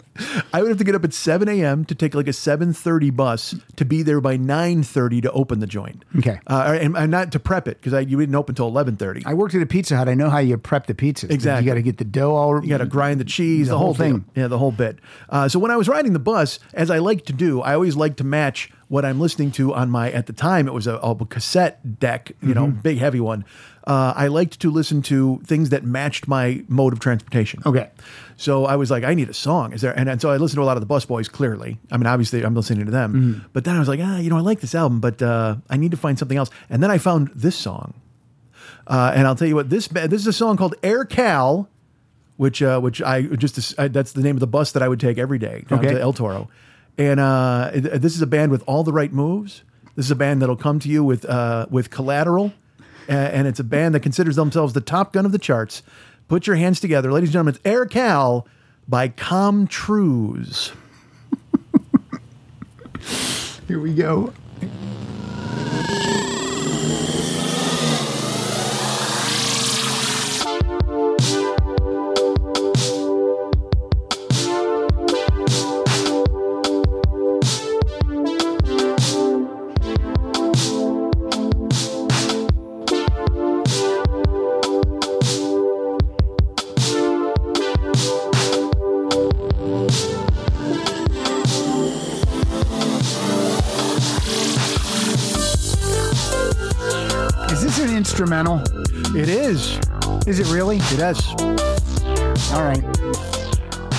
Speaker 9: would have to get up at 7 a.m. to take like a 7:30 bus to be there by 9:30 to open the joint.
Speaker 2: Okay.
Speaker 9: uh, and, and not to prep it because you didn't open until 11:30.
Speaker 2: I worked at a Pizza Hut. I know how you prep the pizzas.
Speaker 9: Exactly.
Speaker 2: You got to get the dough all.
Speaker 9: You got to grind the cheese, the,
Speaker 2: Mm-hmm. The
Speaker 9: whole,
Speaker 2: whole
Speaker 9: thing.
Speaker 2: thing.
Speaker 9: Yeah, the whole bit. Uh, so when I was riding the bus, as I like to do, I always like to match what I'm listening to on my. At the time, it was a, a cassette deck, you know, big heavy one. Uh, I liked to listen to things that matched my mode of transportation.
Speaker 2: Okay.
Speaker 9: So I was like, I need a song. Is there? And, and so I listened to a lot of the Busboys. Clearly, I mean, obviously, I'm listening to them. But then I was like, ah, you know, I like this album, but uh, I need to find something else. And then I found this song. Uh, and I'll tell you what this ba- this is a song called Air Cal, which uh, which I just I, that's the name of the bus that I would take every day down
Speaker 2: Okay.
Speaker 9: to El Toro, and uh, it- this is a band with all the right moves. This is a band that'll come to you with uh, with Collateral, a- and it's a band that considers themselves the top gun of the charts. Put your hands together, ladies and gentlemen. It's Air Cal by Comtrues.
Speaker 2: Here we go. That's an instrumental.
Speaker 9: It is.
Speaker 2: Is it really?
Speaker 9: It is.
Speaker 2: All right.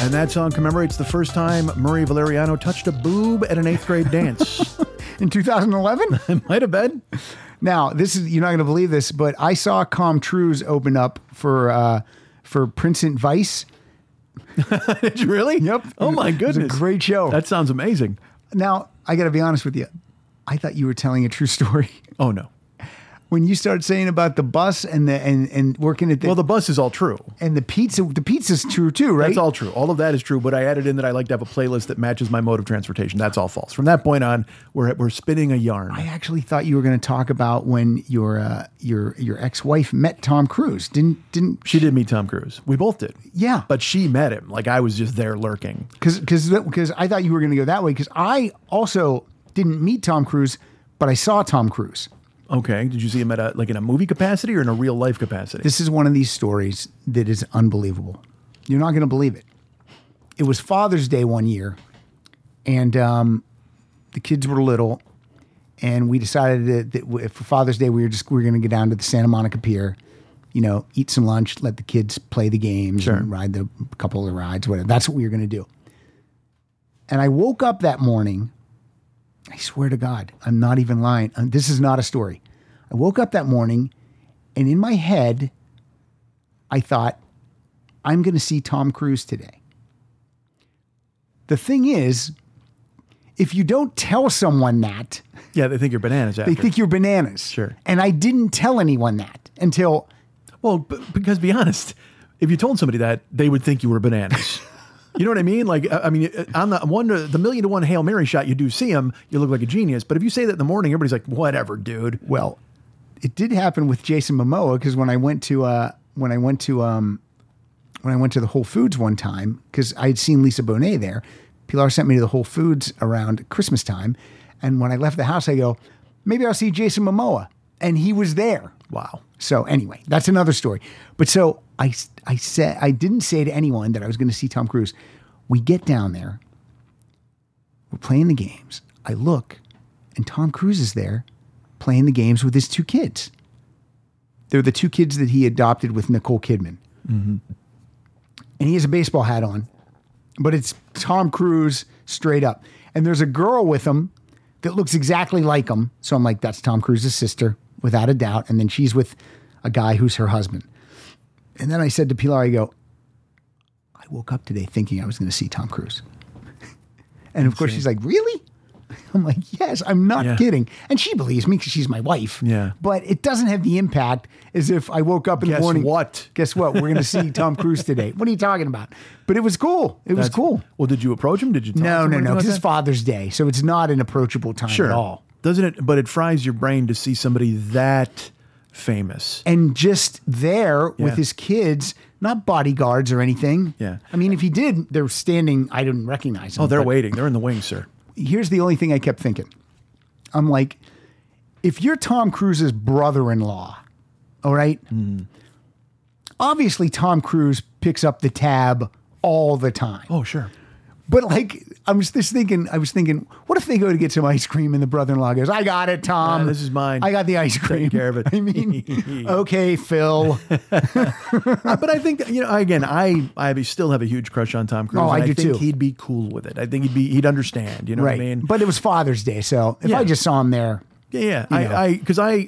Speaker 9: And that song commemorates the first time Murray Valeriano touched a boob at an eighth grade dance.
Speaker 2: In 2011?
Speaker 9: it might have been.
Speaker 2: Now, this is you're not going to believe this, but I saw Com Trues open up for uh, for Princeton Vice.
Speaker 9: Did you really?
Speaker 2: Yep.
Speaker 9: Oh my
Speaker 2: It was a
Speaker 9: goodness.
Speaker 2: great show.
Speaker 9: That sounds amazing.
Speaker 2: Now, I got to be honest with you. I thought you were telling a true story
Speaker 9: Oh no.
Speaker 2: when you started saying about the bus and the and and working at the
Speaker 9: Well, the bus is all true.
Speaker 2: and the pizza. The pizza's true too, right?
Speaker 9: That's all true. All of that is true. But I added in that I like to have a playlist that matches my mode of transportation. That's all false. From that point on, we're we're spinning a yarn.
Speaker 2: I actually thought you were going to talk about when your uh, your your ex wife met Tom Cruise. Didn't didn't
Speaker 9: she did meet Tom Cruise. We both did.
Speaker 2: Yeah.
Speaker 9: But she met him. Like I was just there lurking.
Speaker 2: because because because I thought you were going to go that way because I also didn't meet Tom Cruise, but I saw Tom Cruise.
Speaker 9: Okay. Did you see him at a like in a movie capacity or in a real life capacity?
Speaker 2: This is one of these stories that is unbelievable. You're not going to believe it. It was Father's Day one year, and um, the kids were little, and we decided that, that w- for Father's Day we were just we were going to go down to the Santa Monica Pier, you know, eat some lunch, let the kids play the games,
Speaker 9: Sure.
Speaker 2: and ride the a couple of rides, whatever. That's what we were going to do. And I woke up that morning. I swear to God, I'm not even lying. Um, This is not a story. I woke up that morning, and in my head, I thought, I'm going to see Tom Cruise today. The thing is, if you don't tell someone that,
Speaker 9: yeah, they think you're bananas after.
Speaker 2: they think you're bananas.
Speaker 9: Sure.
Speaker 2: And I didn't tell anyone that until
Speaker 9: Well, b- because be honest, if you told somebody that, they would think you were bananas. you know what I mean? Like, I I mean, uh, on the one, to- the million to one hail mary shot, you do see him, you look like a genius. But if you say that in the morning, everybody's like, "Whatever, dude."
Speaker 2: well, it did happen with Jason Momoa because when I went to uh, when I went to um, when I went to the Whole Foods one time because I had seen Lisa Bonet there, Pilar sent me to the Whole Foods around Christmas time, and when I left the house, I go, maybe I'll see Jason Momoa, and he was there.
Speaker 9: Wow.
Speaker 2: So anyway, that's another story. But so I, I said I didn't say to anyone that I was going to see Tom Cruise. We get down there. We're playing the games. I look, and Tom Cruise is there, playing the games with his two kids. They're the two kids that he adopted with Nicole Kidman, and he has a baseball hat on, but it's Tom Cruise straight up. And there's a girl with him that looks exactly like him. So I'm like, that's Tom Cruise's sister, without a doubt. And then she's with a guy who's her husband. And then I said to Pilar, I go, I woke up today thinking I was going to see Tom Cruise. and of course, she's like, really? I'm like, yes, I'm not
Speaker 9: Yeah.
Speaker 2: kidding. And she believes me because she's my wife.
Speaker 9: Yeah.
Speaker 2: But it doesn't have the impact as if I woke up in
Speaker 9: Guess
Speaker 2: the morning.
Speaker 9: what?
Speaker 2: Guess what? We're going to see Tom Cruise today. What are you talking about? But it was cool. It was
Speaker 9: That's-
Speaker 2: cool.
Speaker 9: Well, did you approach him? Did you? Tell
Speaker 2: No,
Speaker 9: him
Speaker 2: no,
Speaker 9: something
Speaker 2: no.
Speaker 9: about
Speaker 2: Because it's
Speaker 9: that?
Speaker 2: Father's Day, so it's not an approachable time
Speaker 9: Sure.
Speaker 2: at all.
Speaker 9: Doesn't it? But it fries your brain to see somebody that famous.
Speaker 2: And just there
Speaker 9: Yeah.
Speaker 2: with his kids, not bodyguards or anything.
Speaker 9: Yeah.
Speaker 2: I mean, if he did, they're standing. I didn't recognize him.
Speaker 9: Oh, they're
Speaker 2: but
Speaker 9: waiting. They're in the wings, sir.
Speaker 2: Here's the only thing I kept thinking. I'm like, if you're Tom Cruise's brother-in-law, all right.
Speaker 9: Mm.
Speaker 2: Obviously, Tom Cruise picks up the tab all the time.
Speaker 9: Oh, sure.
Speaker 2: But like, I was just thinking, I was thinking, what if they go to get some ice cream and the brother-in-law goes, "I got it, Tom.
Speaker 9: Yeah, this is mine.
Speaker 2: I got the ice cream.
Speaker 9: care of it."
Speaker 2: I mean, okay, Phil.
Speaker 9: Uh, but I think you know. Again, I I still have a huge crush on Tom Cruise.
Speaker 2: Oh, I
Speaker 9: and
Speaker 2: do
Speaker 9: think
Speaker 2: too.
Speaker 9: He'd be cool with it. I think he'd be he'd understand. You know
Speaker 2: right.
Speaker 9: what I mean?
Speaker 2: But it was Father's Day, so if I
Speaker 9: Yeah.
Speaker 2: just saw him there,
Speaker 9: Yeah, yeah.
Speaker 2: know.
Speaker 9: I because I,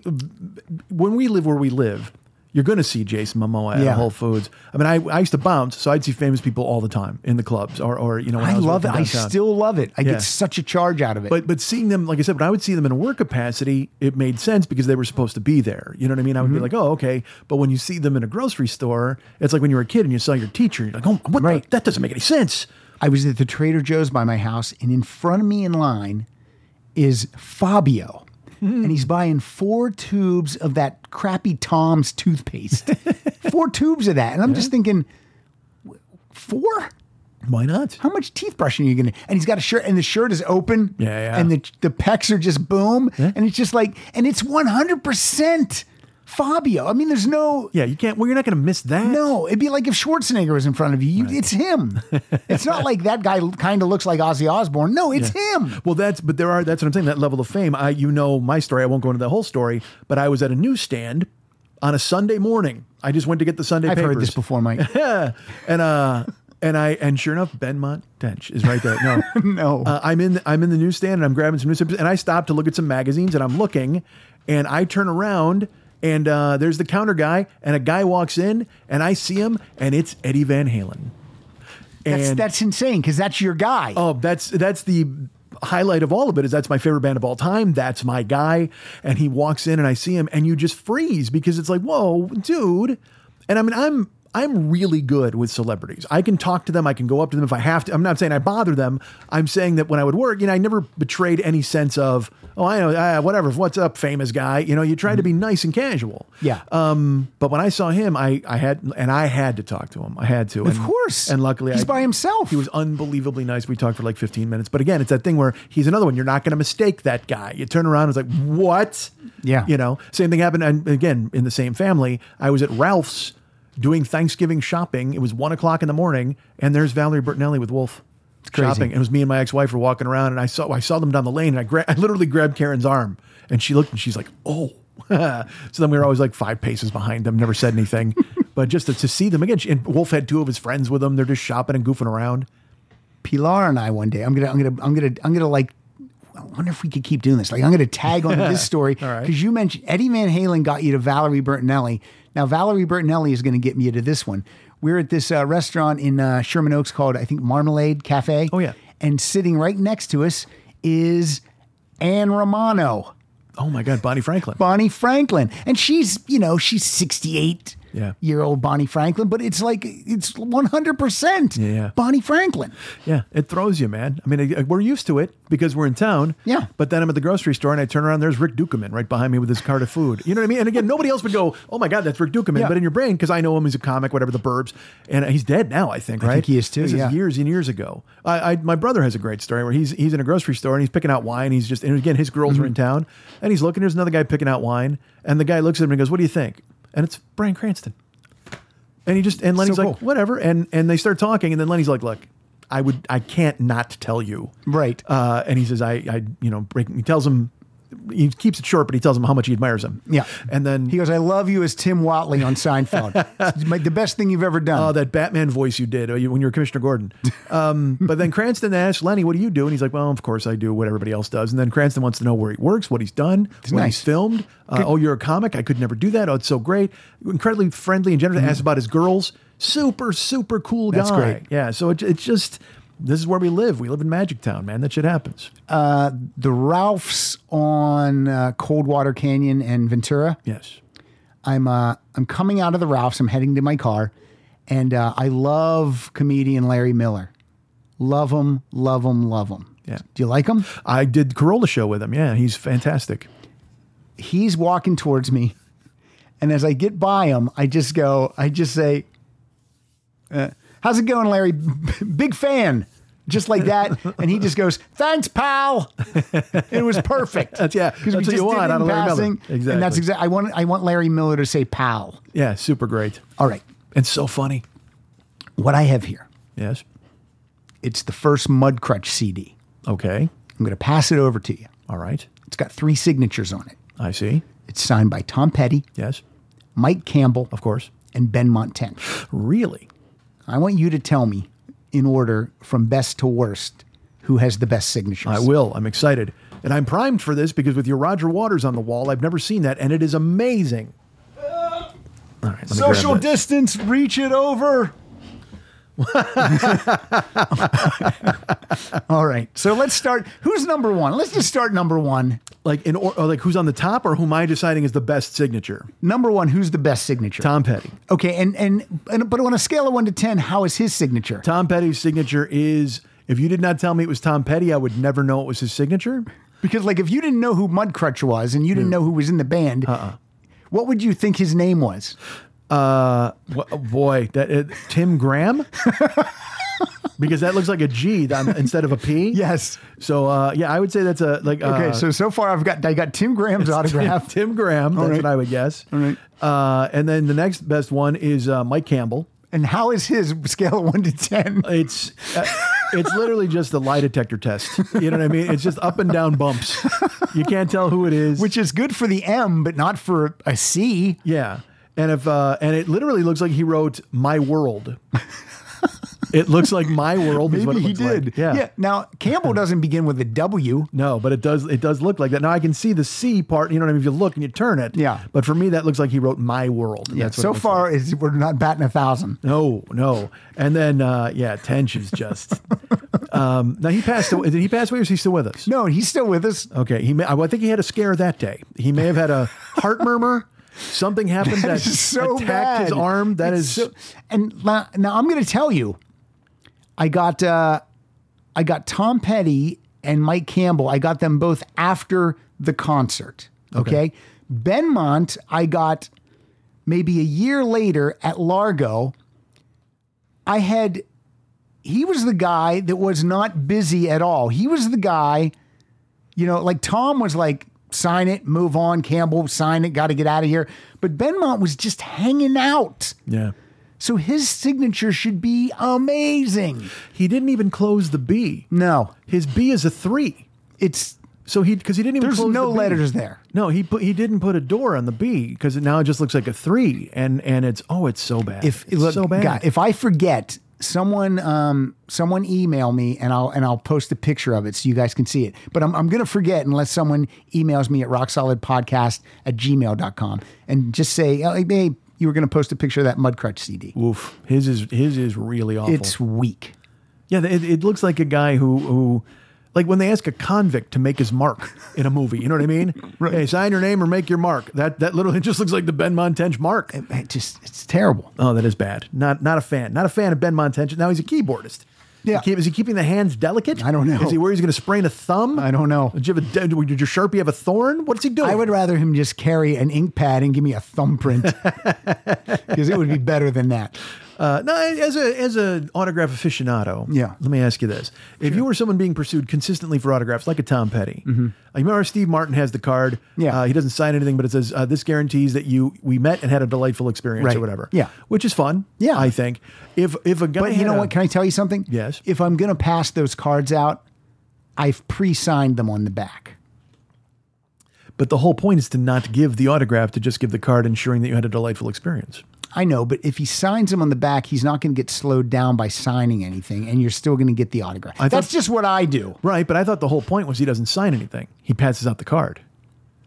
Speaker 9: when we live where we live, you're going to see Jason Momoa at
Speaker 2: Yeah.
Speaker 9: Whole Foods. I mean, I, I used to bounce, so I'd see famous people all the time in the clubs or or you know. When I,
Speaker 2: I,
Speaker 9: was
Speaker 2: love it.
Speaker 9: working
Speaker 2: I
Speaker 9: downtown.
Speaker 2: still love it. I
Speaker 9: Yeah.
Speaker 2: get such a charge out of it.
Speaker 9: But but seeing them, like I said, when I would see them in a work capacity, it made sense because they were supposed to be there. You know what I mean? I would be
Speaker 2: Mm-hmm.
Speaker 9: like, oh, okay. But when you see them in a grocery store, it's like when you were a kid and you saw your teacher. You're like, oh, what? the-
Speaker 2: Right.
Speaker 9: that doesn't make any sense.
Speaker 2: I was at the Trader Joe's by my house, and in front of me in line is Fabio.
Speaker 9: Hmm.
Speaker 2: And he's buying four tubes of that crappy Tom's toothpaste. four tubes of that. And I'm just thinking, w- four?
Speaker 9: Why not?
Speaker 2: How much teeth brushing are you going to? And he's got a shirt, and the shirt is open.
Speaker 9: Yeah, yeah.
Speaker 2: And the, the pecs are just boom. And it's just like, and it's 100% Fabio. I mean, there's no.
Speaker 9: Yeah, you can't. Well, you're not going to miss that.
Speaker 2: No, it'd be like if Schwarzenegger was in front of you. You- It's him. it's not like that guy kind of looks like Ozzy Osbourne. No, it's him.
Speaker 9: Well, that's but there are that's what I'm saying. That level of fame. I you know my story. I won't go into the whole story, but I was at a newsstand on a Sunday morning. I just went to get the Sunday
Speaker 2: I've
Speaker 9: papers.
Speaker 2: heard this before, Mike.
Speaker 9: and uh and I and sure enough, Ben Montench is right there. No,
Speaker 2: No.
Speaker 9: Uh, I'm in I'm in the newsstand and I'm grabbing some newspapers and I stop to look at some magazines and I'm looking and I turn around and uh, there's the counter guy and a guy walks in and I see him and it's Eddie Van Halen.
Speaker 2: that's
Speaker 9: And-
Speaker 2: that's insane because that's your guy.
Speaker 9: Oh, that's that's the highlight of all of it is that's my favorite band of all time. That's my guy. And he walks in and I see him and you just freeze because it's like, whoa, dude. And I mean, I'm I'm really good with celebrities. I can talk to them. I can go up to them if I have to. I'm not saying I bother them. I'm saying that when I would work, you know, I never betrayed any sense of, oh, I know, ah, whatever, what's up, famous guy. You know, you try to be nice and casual.
Speaker 2: Mm-hmm. Yeah.
Speaker 9: Um. But when I saw him, I I had and I had to talk to him. I had to.
Speaker 2: Of
Speaker 9: And-
Speaker 2: course.
Speaker 9: And luckily,
Speaker 2: He's
Speaker 9: I-
Speaker 2: by himself.
Speaker 9: He was unbelievably nice. We talked for like 15 minutes. But again, it's that thing where he's another one. You're not going to mistake that guy. You turn around, it's like, what?
Speaker 2: Yeah.
Speaker 9: You know, same thing happened. And again, in the same family, I was at Ralph's doing Thanksgiving shopping. It was one o'clock in the morning, and there's Valerie Bertinelli with Wolf.
Speaker 2: crazy.
Speaker 9: Shopping. And it was me and my ex-wife were walking around, and I saw I saw them down the lane, and I gra- I literally grabbed Karen's arm, and she looked, and she's like, "Oh." so then we were always like five paces behind them, never said anything, but just to, to see them again. And Wolf had two of his friends with him. They're just shopping and goofing around.
Speaker 2: Pilar and I one day. I'm gonna I'm gonna I'm gonna I'm gonna like. I wonder if we could keep doing this. Like, I'm going to tag on to this story because
Speaker 9: right.
Speaker 2: you mentioned Eddie Van Halen got you to Valerie Bertinelli. Now, Valerie Bertinelli is going to get me to this one. We're at this uh, restaurant in uh, Sherman Oaks called, I think, Marmalade Cafe.
Speaker 9: Oh, yeah.
Speaker 2: And sitting right next to us is Anne Romano.
Speaker 9: Oh my God, Bonnie Franklin.
Speaker 2: Bonnie Franklin. And she's, you know, she's 68
Speaker 9: Yeah.
Speaker 2: year old Bonnie Franklin, but it's like, it's 100%
Speaker 9: yeah.
Speaker 2: Bonnie Franklin.
Speaker 9: Yeah, it throws you, man. I mean, I- we're used to it because we're in town.
Speaker 2: Yeah.
Speaker 9: But then I'm at the grocery store and I turn around, there's Rick Dukeman right behind me with his cart of food. You know what I mean? And again, nobody else would go, oh my God, that's Rick Dukeman.
Speaker 2: Yeah.
Speaker 9: But in your brain, because I know him, he's a comic, whatever, the burbs. And he's dead now, I think, right?
Speaker 2: think he is too,
Speaker 9: This
Speaker 2: yeah.
Speaker 9: is years and years ago. I, I, my brother has a great story where he's he's in a grocery store and he's picking out wine. He's just, and again, his girls are in
Speaker 2: Mm-hmm.
Speaker 9: town and he's looking, there's another guy picking out wine. And the guy looks at him and goes, what do you think? And it's Brian Cranston. And he just and Lenny's
Speaker 2: So
Speaker 9: like,
Speaker 2: cool.
Speaker 9: whatever. And and they start talking, and then Lenny's like, look, I would I can't not tell you.
Speaker 2: Right.
Speaker 9: Uh, and he says, I I you know, break, he tells him he keeps it short, but he tells him how much he admires him.
Speaker 2: Yeah.
Speaker 9: And then
Speaker 2: He goes, I love you as Tim Watley on Seinfeld. it's my- the best thing you've ever done.
Speaker 9: Oh, that Batman voice you did uh, you- when you were Commissioner Gordon. Um, but then Cranston asks Lenny, "What do you do?" And he's like, "Well, of course I do what everybody else does." And then Cranston wants to know where he works, what he's done, what
Speaker 2: nice.
Speaker 9: he's filmed. Uh, oh, you're a comic. I could never do that. Oh, it's so great. Incredibly friendly and generous. Asks about his girls. Super, super cool guy.
Speaker 2: Mm-hmm. That's great.
Speaker 9: Yeah. So it, it's just this is where we live. We live in Magic Town, man. That shit happens.
Speaker 2: the Ralphs on uh, Coldwater Canyon and Ventura.
Speaker 9: Yes.
Speaker 2: I'm uh, I'm coming out of the Ralphs. I'm heading to my car, and uh, I love comedian Larry Miller. Love him, love him, love him.
Speaker 9: Yeah.
Speaker 2: Do you like him?
Speaker 9: I did Corolla show with him. Yeah, he's fantastic.
Speaker 2: He's walking towards me, and as I get by him, I just go, I just say, uh, "How's it going, Larry? Big fan." Just like that, and he just goes, "Thanks, pal." It was perfect.
Speaker 9: That's yeah.
Speaker 2: Because
Speaker 9: That's
Speaker 2: we
Speaker 9: what
Speaker 2: just
Speaker 9: you
Speaker 2: did
Speaker 9: want
Speaker 2: it
Speaker 9: out
Speaker 2: in
Speaker 9: of Larry Miller.
Speaker 2: passing,
Speaker 9: Exactly.
Speaker 2: and that's exactly. I want I want Larry Miller to say "pal."
Speaker 9: yeah, super great
Speaker 2: All right,
Speaker 9: and so funny.
Speaker 2: what I have here,
Speaker 9: Yes.
Speaker 2: it's the first Mudcrutch CD.
Speaker 9: Okay.
Speaker 2: I'm going to pass it over to you.
Speaker 9: All right.
Speaker 2: It's got three signatures on it.
Speaker 9: I see.
Speaker 2: It's signed by Tom Petty,
Speaker 9: Yes.
Speaker 2: Mike Campbell,
Speaker 9: Of course.
Speaker 2: and Ben Monten.
Speaker 9: Really?
Speaker 2: I want you to tell me, in order from best to worst, who has the best signatures.
Speaker 9: I will. I'm excited. And I'm primed for this because with your Roger Waters on the wall, I've never seen that, and it is amazing. All right. Let me grab that.
Speaker 2: distance, reach it over. All right, so let's start. Who's number one? Let's just start number one.
Speaker 9: Like in or, or like who's on the top or who am I deciding is the best signature?
Speaker 2: Number one, who's the best signature?
Speaker 9: Tom Petty.
Speaker 2: Okay, and, and and but on a scale of one to ten, how is his signature?
Speaker 9: Tom Petty's signature is if you did not tell me it was Tom Petty, I would never know it was his signature.
Speaker 2: Because like if you didn't know who Mudcrutch was and you
Speaker 9: Hmm.
Speaker 2: didn't know who was in the band,
Speaker 9: Uh-uh.
Speaker 2: what would you think his name was?
Speaker 9: Uh, wh- oh boy, that uh, Tim Graham. because that looks like a G down- instead of a P.
Speaker 2: Yes.
Speaker 9: So uh, yeah, I would say that's a like.
Speaker 2: Okay,
Speaker 9: uh,
Speaker 2: so so far I've got I got Tim Graham's autograph.
Speaker 9: Tim, Tim Graham. That's
Speaker 2: right.
Speaker 9: what I would guess.
Speaker 2: All right.
Speaker 9: Uh, and then the next best one is uh, Mike Campbell.
Speaker 2: And how is his scale of one to ten?
Speaker 9: It's uh, it's literally just the lie detector test. You know what I mean? It's just up and down bumps. You can't tell who it is.
Speaker 2: Which is good for the M, but not for a C.
Speaker 9: yeah. And if uh, and it literally looks like he wrote "My World." it looks like "My World." is what
Speaker 2: Maybe
Speaker 9: it
Speaker 2: he
Speaker 9: looks like.
Speaker 2: did.
Speaker 9: Yeah.
Speaker 2: Now Campbell doesn't begin with a W.
Speaker 9: No, but it does. It does look like that. Now I can see the C part. You know what I mean? If you look and you turn it.
Speaker 2: Yeah.
Speaker 9: But for me, that looks like he wrote "My World."
Speaker 2: Yeah.
Speaker 9: That's what it
Speaker 2: So
Speaker 9: looks
Speaker 2: far,
Speaker 9: like.
Speaker 2: is we're not batting a thousand.
Speaker 9: No, no. And then, uh, yeah, tension's just. um, now he passed away. Did he pass away or is he still with us?
Speaker 2: No, he's still with us.
Speaker 9: Okay. He may, I think he had a scare that day. He may have had a heart murmur. Something happened that,
Speaker 2: That is so
Speaker 9: attacked
Speaker 2: bad.
Speaker 9: his arm. That
Speaker 2: It's
Speaker 9: is
Speaker 2: so- and now, now I'm going to tell you, I got uh, I got Tom Petty and Mike Campbell. I got them both after the concert. Okay, Ben Mont. I got maybe a year later at Largo. I had he was the guy that was not busy at all. He was the guy, you know, like Tom was like, sign it, move on, Campbell, sign it, got to get out of here. But Benmont was just hanging out.
Speaker 9: yeah.
Speaker 2: So his signature should be amazing.
Speaker 9: He didn't even close the B.
Speaker 2: No,
Speaker 9: His B is a three.
Speaker 2: it's
Speaker 9: So he because he didn't even
Speaker 2: there's
Speaker 9: close
Speaker 2: no
Speaker 9: the B.
Speaker 2: letters there.
Speaker 9: No, he put he didn't put a door on the B because now it just looks like a three, and and it's oh, it's so bad.
Speaker 2: If
Speaker 9: it's
Speaker 2: look,
Speaker 9: so bad.
Speaker 2: God, if I forget, someone um someone email me and I'll and I'll post a picture of it so you guys can see it. But I'm I'm gonna forget unless someone emails me at rocksolidpodcast at gmail.com and just say, oh, hey, you were gonna post a picture of that Mudcrutch CD.
Speaker 9: Oof, his is his is really awful.
Speaker 2: It's weak.
Speaker 9: yeah, it, it looks like a guy who who. Like when they ask a convict to make his mark in a movie, you know what I mean? right. Hey, sign your name or make your mark. That that literally just looks like the Ben Montench mark.
Speaker 2: It just it's terrible.
Speaker 9: Oh, that is bad. Not not a fan. Not a fan of Ben Montench. Now he's a keyboardist.
Speaker 2: Yeah.
Speaker 9: He keep- is he keeping the hands delicate?
Speaker 2: I don't know.
Speaker 9: Is he worried he's going to sprain a thumb?
Speaker 2: I don't know.
Speaker 9: Did you have a did your sharpie have a thorn? What's he doing?
Speaker 2: I would rather him just carry an ink pad and give me a thumbprint because it would be better than that.
Speaker 9: Uh, no, as a as an autograph aficionado,
Speaker 2: Yeah.
Speaker 9: Let me ask you this: If you were someone being pursued consistently for autographs, like a Tom Petty, mm-hmm. you remember Steve Martin has the card.
Speaker 2: Yeah.
Speaker 9: uh, he doesn't sign anything, but it says uh, this guarantees that you we met and had a delightful experience
Speaker 2: Right.
Speaker 9: or whatever.
Speaker 2: Yeah.
Speaker 9: which is fun.
Speaker 2: Yeah.
Speaker 9: I think if if a guy,
Speaker 2: But you
Speaker 9: had
Speaker 2: know
Speaker 9: a-
Speaker 2: what? Can I tell you something?
Speaker 9: Yes.
Speaker 2: If I'm going to pass those cards out, I've pre-signed them on the back.
Speaker 9: but the whole point is to not give the autograph, to just give the card, ensuring that you had a delightful experience.
Speaker 2: I know, but if he signs them on the back, he's not going to get slowed down by signing anything, and you're still going to get the autograph.
Speaker 9: I thought-
Speaker 2: That's just what I do.
Speaker 9: Right, but I thought the whole point was he doesn't sign anything. He passes out the card.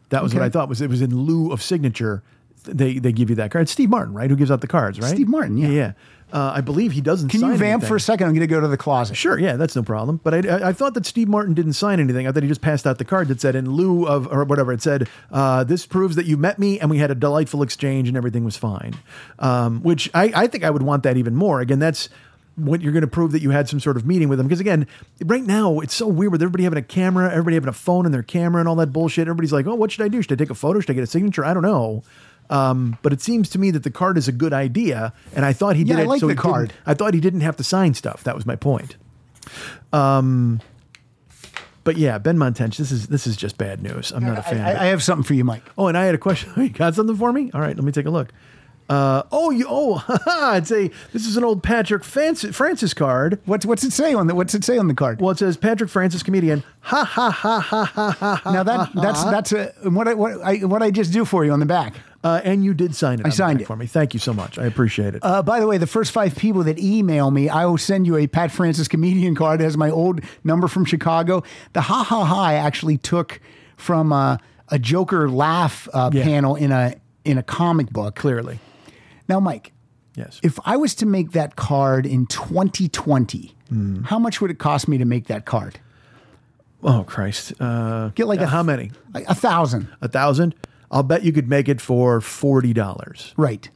Speaker 9: That was what I thought was it was in lieu of signature. They they give you that card. It's Steve Martin, right? Who gives out the cards, right?
Speaker 2: Steve Martin, yeah.
Speaker 9: yeah. Uh, I believe he doesn't.
Speaker 2: Can you
Speaker 9: sign
Speaker 2: vamp
Speaker 9: anything.
Speaker 2: for a second? I'm going to go to the closet.
Speaker 9: Sure, yeah, that's no problem. But I, I, I thought that Steve Martin didn't sign anything. I thought he just passed out the card that said in lieu of or whatever it said. Uh, this proves that you met me and we had a delightful exchange and everything was fine. Um, which I, I think I would want that even more. Again, that's what you're going to prove that you had some sort of meeting with them. Because again, right now it's so weird with everybody having a camera, everybody having a phone in their camera and all that bullshit. Everybody's like, oh, what should I do? Should I take a photo? Should I get a signature? I don't know. Um, but it seems to me that the card is a good idea, and I thought he
Speaker 2: Yeah,
Speaker 9: did
Speaker 2: I
Speaker 9: it.
Speaker 2: like
Speaker 9: so
Speaker 2: the
Speaker 9: he didn't-
Speaker 2: card.
Speaker 9: I thought he didn't have to sign stuff. That was my point. But yeah, Ben Montench, this is this is just bad news. I'm not a fan.
Speaker 2: I,
Speaker 9: of it.
Speaker 2: I have something for you, Mike.
Speaker 9: oh, and I had a question. you got something for me? All right, let me take a look. Uh, oh, you, oh, it's a this is an old Patrick Fanci- Francis card.
Speaker 2: What's what's it say on the What's it say on the card?
Speaker 9: Well, it says Patrick Francis comedian. Ha ha ha ha ha ha.
Speaker 2: now that that's
Speaker 9: uh-huh.
Speaker 2: that's a what I what I what I just do for you on the back.
Speaker 9: Uh, and you did sign it. on the
Speaker 2: signed
Speaker 9: back
Speaker 2: it.
Speaker 9: for me. Thank you so much. I appreciate it.
Speaker 2: Uh, by the way, the first five people that email me, I will send you a Pat Francis comedian card. It has my old number from Chicago. The ha ha ha I actually took from uh, a Joker laugh uh,
Speaker 9: Yeah.
Speaker 2: panel in a in a comic book.
Speaker 9: Clearly,
Speaker 2: Now, Mike,
Speaker 9: yes.
Speaker 2: if I was to make that card in 2020,
Speaker 9: Hmm.
Speaker 2: how much would it cost me to make that card?
Speaker 9: oh Christ, uh,
Speaker 2: Get like a-
Speaker 9: how many?
Speaker 2: A, a thousand,
Speaker 9: A thousand? I'll bet you could make it for forty dollars.
Speaker 2: right?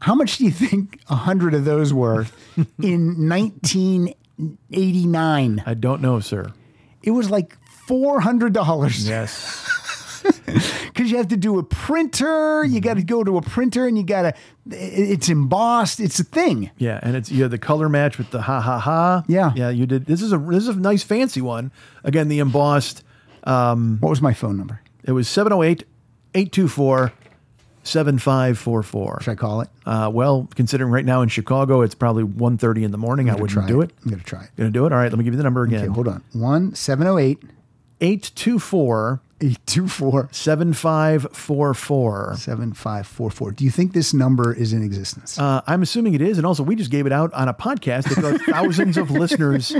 Speaker 2: How much do you think a hundred of those were in 1989?
Speaker 9: I don't know, sir.
Speaker 2: It was like four hundred dollars.
Speaker 9: Yes.
Speaker 2: because you have to do a printer.
Speaker 9: Mm-hmm.
Speaker 2: You got to go to a printer, and you got to. It's embossed. It's a thing.
Speaker 9: Yeah, and it's you had the color match with the ha ha ha.
Speaker 2: Yeah.
Speaker 9: yeah, you did. This is a this is a nice fancy one. Again, the embossed.
Speaker 2: What was my phone number?
Speaker 9: It was 708 824 7544.
Speaker 2: Should I call it?
Speaker 9: Uh, well, considering right now in Chicago, it's probably 1.30 in the morning. I
Speaker 2: I'm gonna
Speaker 9: wouldn't
Speaker 2: try
Speaker 9: do it.
Speaker 2: I'm gonna try it.
Speaker 9: Gonna do it? All right, let me give you the number
Speaker 2: Okay,
Speaker 9: again.
Speaker 2: hold on. One seven zero eight
Speaker 9: 824
Speaker 2: eight two four
Speaker 9: 7544.
Speaker 2: seven five four four. Do you think this number is in existence?
Speaker 9: Uh, I'm assuming it is. And also, we just gave it out on a podcast with like thousands of listeners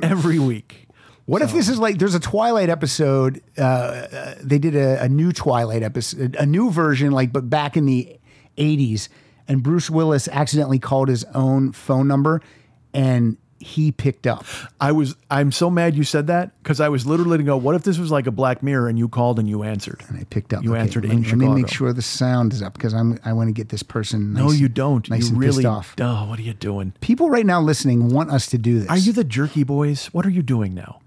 Speaker 9: every week.
Speaker 2: What if this is like there's a Twilight episode? Uh, uh, they did a, a new Twilight episode, a new version, like but back in the '80s, and Bruce Willis accidentally called his own phone number, and he picked up.
Speaker 9: I was I'm so mad you said that because I was literally going to go, what if this was like a Black Mirror and you called and you answered?
Speaker 2: And I picked up.
Speaker 9: You answered
Speaker 2: let,
Speaker 9: in
Speaker 2: me- Let me make
Speaker 9: Chicago.
Speaker 2: sure the sound is up because I'm. I want to get this person. Nice,
Speaker 9: No, you don't.
Speaker 2: Nice
Speaker 9: you
Speaker 2: and
Speaker 9: really
Speaker 2: pissed off.
Speaker 9: Oh, what are you doing?
Speaker 2: People right now listening want us to do this.
Speaker 9: Are you the jerky boys? What are you doing now?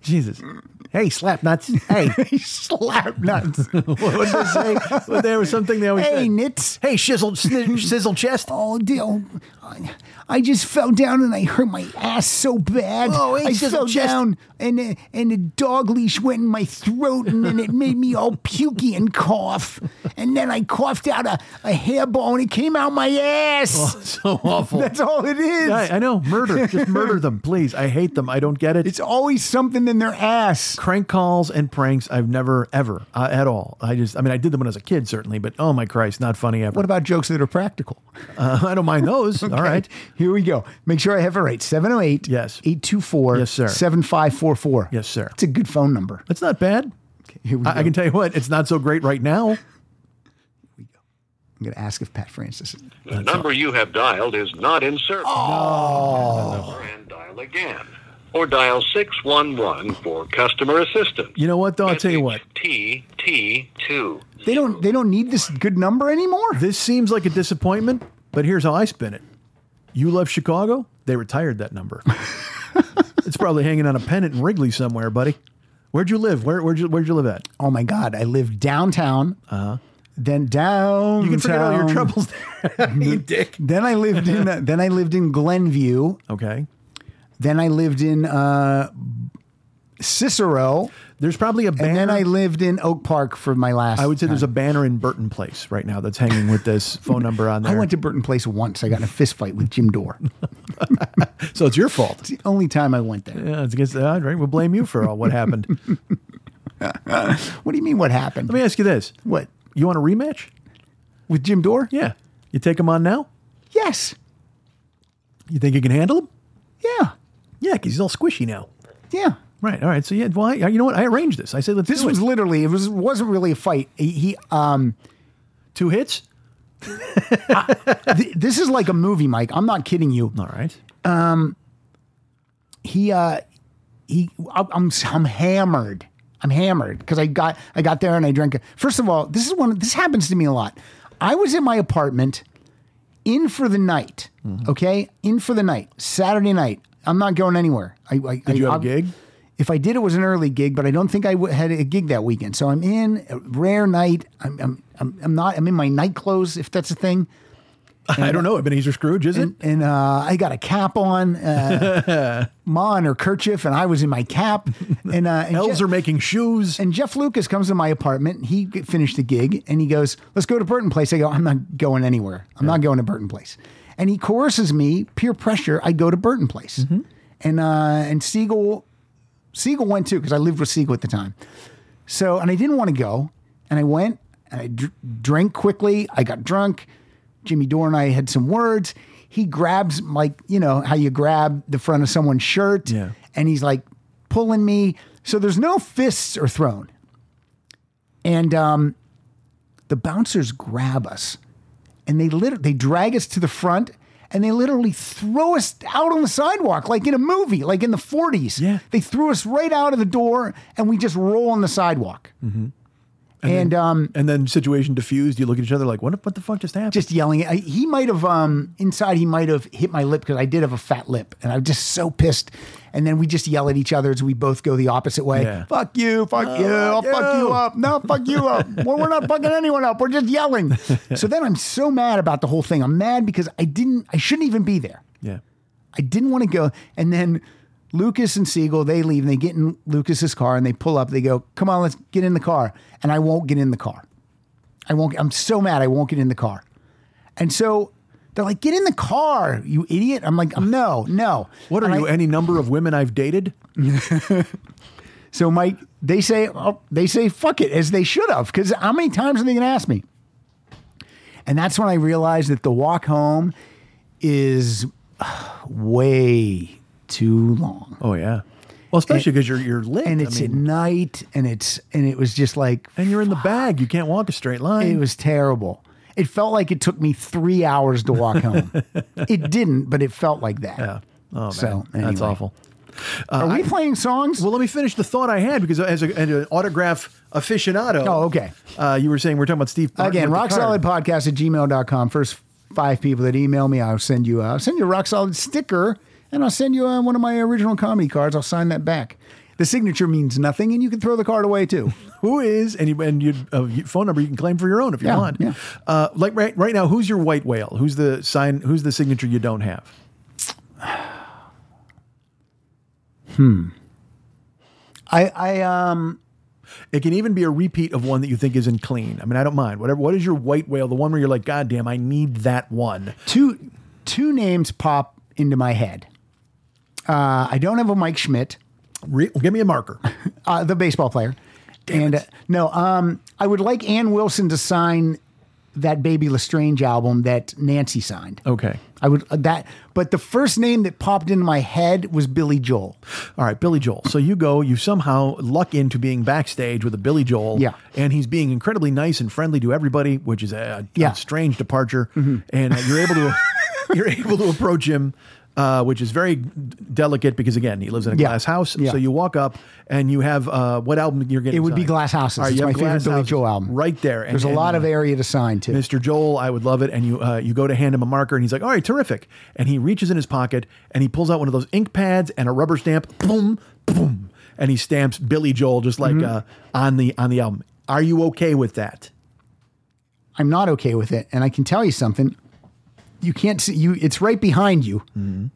Speaker 9: Jesus. Hey, slap nuts. Hey.
Speaker 2: slap nuts?
Speaker 9: what did they say? Well, there was something they always
Speaker 2: hey,
Speaker 9: said.
Speaker 2: nits.
Speaker 9: Hey, shizzle, sni- sizzle chest.
Speaker 2: Oh, dear. Oh, I- I just fell down and I hurt my ass so bad.
Speaker 9: Oh, hey,
Speaker 2: I
Speaker 9: just-
Speaker 2: fell
Speaker 9: just-
Speaker 2: down and uh, and a dog leash went in my throat and then it made me all pukey and cough. And then I coughed out a, a hairball and it came out my ass.
Speaker 9: Oh, So awful.
Speaker 2: That's all it is.
Speaker 9: I, I know. Murder. Just murder them, please. I hate them. I don't get it.
Speaker 2: It's always something in their ass.
Speaker 9: crank calls and pranks I've never, ever, uh, at all. I just, I mean, I did them when I was a kid, certainly, but oh my Christ, not funny ever.
Speaker 2: What about jokes that are practical?
Speaker 9: Uh, I don't mind those. All right.
Speaker 2: Here we go. Make sure I have it right. 708
Speaker 9: Yes.
Speaker 2: 824
Speaker 9: Yes, sir.
Speaker 2: 7544.
Speaker 9: Yes, sir.
Speaker 2: It's a good phone number.
Speaker 9: That's not bad.
Speaker 2: Here we
Speaker 9: I, I can tell you what, it's not so great right now.
Speaker 2: I'm going to ask if Pat Francis. is-
Speaker 10: The number you have dialed is not in service. Oh. And dial again. Or dial 611 for customer assistance.
Speaker 9: You know what, though? I'll tell you what.
Speaker 10: TT2.
Speaker 2: They don't. They don't need this good number anymore.
Speaker 9: This seems like a disappointment, but here's how I spin it. You left Chicago, they retired that number. it's probably hanging on a pennant in Wrigley somewhere, buddy. Where'd you live? Where, where'd, you, where'd you live at?
Speaker 2: Oh my God! I lived downtown. Uh huh. Then down.
Speaker 9: Uh-huh. You can forget all your troubles there. you dick.
Speaker 2: Then I lived in. then I lived in Glenview.
Speaker 9: Okay.
Speaker 2: Then I lived in uh, Cicero,
Speaker 9: There's probably a banner.
Speaker 2: and then I lived in Oak Park for my last.
Speaker 9: I would say there's a
Speaker 2: time.
Speaker 9: banner in Burton Place right now that's hanging with this phone number on there.
Speaker 2: I went to Burton Place once. I got in a fist fight with Jim Dore.
Speaker 9: so it's your fault.
Speaker 2: It's the only time I went there.
Speaker 9: Yeah, it's against the odds, right? We'll blame you for all what happened. Let
Speaker 2: What do you mean? What happened?
Speaker 9: me ask you this:
Speaker 2: what
Speaker 9: You want a rematch?
Speaker 2: with Jim Dore?
Speaker 9: Yeah. You take him on now?
Speaker 2: Yes.
Speaker 9: You think you can handle him?
Speaker 2: Yeah.
Speaker 9: Yeah, 'cause he's all squishy now.
Speaker 2: Yeah.
Speaker 9: Right. All right. So yeah, why? you know what? I arranged this. I said let's
Speaker 2: This
Speaker 9: do
Speaker 2: was
Speaker 9: it.
Speaker 2: literally. It was wasn't really a fight. He, he um.
Speaker 9: two hits.
Speaker 2: th- this is like a movie, Mike. I'm not kidding you.
Speaker 9: All right.
Speaker 2: He uh he I- I'm I'm hammered. I'm hammered because I got I got there and I drank. A, first of all, this is one this happens to me a lot. I was in my apartment in for the night.
Speaker 9: Mm-hmm.
Speaker 2: Okay? In for the night. Saturday night. I'm not going anywhere. I, I
Speaker 9: Did you
Speaker 2: I,
Speaker 9: have a
Speaker 2: I'm-
Speaker 9: gig?
Speaker 2: If I did, it was an early gig, but I don't think I w- had a gig that weekend. So I'm in a rare night. I'm, I'm, I'm, I'm not, I'm in my night clothes, if that's a thing.
Speaker 9: I don't know. Ebenezer Scrooge, is it?
Speaker 2: and, and uh, I got a cap on, uh, mon or kerchief, and I was in my cap. And, uh, and,
Speaker 9: Elves
Speaker 2: Je-
Speaker 9: are making shoes.
Speaker 2: and Jeff Lucas comes to my apartment. He g- finished the gig, and he goes, "Let's go to Burton Place." I go, "I'm not going anywhere. I'm not going to Burton Place." And he coerces me, peer pressure. I go to Burton Place, and uh, and Siegel, Siegel went too because I lived with Siegel at the time. So, and I didn't want to go. And I went and I dr- drank quickly. I got drunk. Jimmy Dore and I had some words. He grabs, like, you know, how you grab the front of someone's shirt.
Speaker 9: Yeah.
Speaker 2: And he's like pulling me. So there's no fists are thrown. And um, the bouncers grab us and they literally they drag us to the front and they literally throw us out on the sidewalk like in a movie like in the 40s
Speaker 9: Yeah.
Speaker 2: they threw us right out of the door and we just roll on the sidewalk And, um,
Speaker 9: Mm-hmm. and then situation diffused. You look at each other like, what? What the fuck just happened?
Speaker 2: just yelling. I, he might have um, inside. He might have hit my lip because I did have a fat lip, and I'm just so pissed. And then we just yell at each other as we both go the opposite way.
Speaker 9: Yeah. Oh,
Speaker 2: Fuck you! Fuck you! I'll fuck you
Speaker 9: you.
Speaker 2: up! No, fuck you up! well, we're not fucking anyone up. We're just yelling. so then I'm so mad about the whole thing. I'm mad because I didn't. I shouldn't even be there.
Speaker 9: yeah.
Speaker 2: I didn't want to go. And then Lucas and Siegel, they leave and they get in Lucas's car and they pull up. They go, come on, let's get in the car. And I won't get in the car. I won't, I'm so mad I won't get in the car. And so they're like, get in the car, you idiot. I'm like, no, no.
Speaker 9: What are
Speaker 2: And
Speaker 9: you?
Speaker 2: I-
Speaker 9: any number of women I've dated?
Speaker 2: So Mike, they say, oh, they say, fuck it, as they should have, because how many times are they going to ask me? And that's when I realized that the walk home is way too long.
Speaker 9: Oh yeah. Well, especially because you're you're lit,
Speaker 2: and
Speaker 9: I
Speaker 2: it's
Speaker 9: mean,
Speaker 2: at night and it's and it was just like
Speaker 9: and you're in the bag. You can't walk a straight line.
Speaker 2: it was terrible it felt like it took me three hours to walk home it didn't but it felt like that yeah
Speaker 9: oh man,
Speaker 2: so
Speaker 9: that's
Speaker 2: anyway.
Speaker 9: awful. Uh,
Speaker 2: are we playing songs
Speaker 9: Well, let me finish the thought I had because as, a, as an autograph aficionado,
Speaker 2: oh okay
Speaker 9: uh, you were saying we're talking about Steve Martin
Speaker 2: again
Speaker 9: with the
Speaker 2: rock
Speaker 9: card.
Speaker 2: solid podcast at gmail.com first five people that email me i'll send you a, i'll send you a rock solid sticker and i'll send you uh one of my original comedy cards i'll sign that back the signature means nothing and you can throw the card away too
Speaker 9: Who is and you, and your uh, your phone number you can claim for your own if you
Speaker 2: Yeah,
Speaker 9: want.
Speaker 2: yeah.
Speaker 9: Uh, like right right now, who's your white whale? Who's the sign? Who's the signature you don't have?
Speaker 2: i i um
Speaker 9: It can even be a repeat of one that you think isn't clean. I mean, I don't mind. Whatever. What is your white whale? The one where you're like, God damn, I need that one.
Speaker 2: two two names pop into my head. Uh, I don't have a Mike Schmidt,
Speaker 9: Re- give me a marker.
Speaker 2: uh, the baseball player, and uh, no, um, I would like Ann Wilson to sign that Baby Lestrange album that Nancy signed.
Speaker 9: Okay.
Speaker 2: I would uh, that, but the first name that popped into my head was Billy Joel.
Speaker 9: All right, Billy Joel. So you go, you somehow luck into being backstage with a Billy Joel.
Speaker 2: Yeah.
Speaker 9: And he's being incredibly nice and friendly to everybody, which is a, a
Speaker 2: Yeah. Mm-hmm.
Speaker 9: strange departure. And uh, you're able to you're able to approach him, uh, which is very delicate because again, he lives in a
Speaker 2: Yeah.
Speaker 9: glass house.
Speaker 2: Yeah.
Speaker 9: So you walk up and you have uh, what album you're getting?
Speaker 2: It would be
Speaker 9: signed?
Speaker 2: Glass Houses.
Speaker 9: All right,
Speaker 2: it's
Speaker 9: you
Speaker 2: my
Speaker 9: have
Speaker 2: favorite
Speaker 9: Glass
Speaker 2: Billy
Speaker 9: Houses
Speaker 2: Joel album.
Speaker 9: right there. And-
Speaker 2: There's a
Speaker 9: and,
Speaker 2: lot
Speaker 9: uh,
Speaker 2: of area to sign to.
Speaker 9: Mr. Joel, I would love it. And you uh, you go to hand him a marker, and he's like, "All right, terrific." And he reaches in his pocket and he pulls out one of those ink pads and a rubber stamp. Boom, boom, and he stamps Billy Joel just like
Speaker 2: Mm-hmm.
Speaker 9: uh, on the on the album. Are you okay with that?
Speaker 2: I'm not okay with it, and I can tell you something. You can't see you. It's right behind you.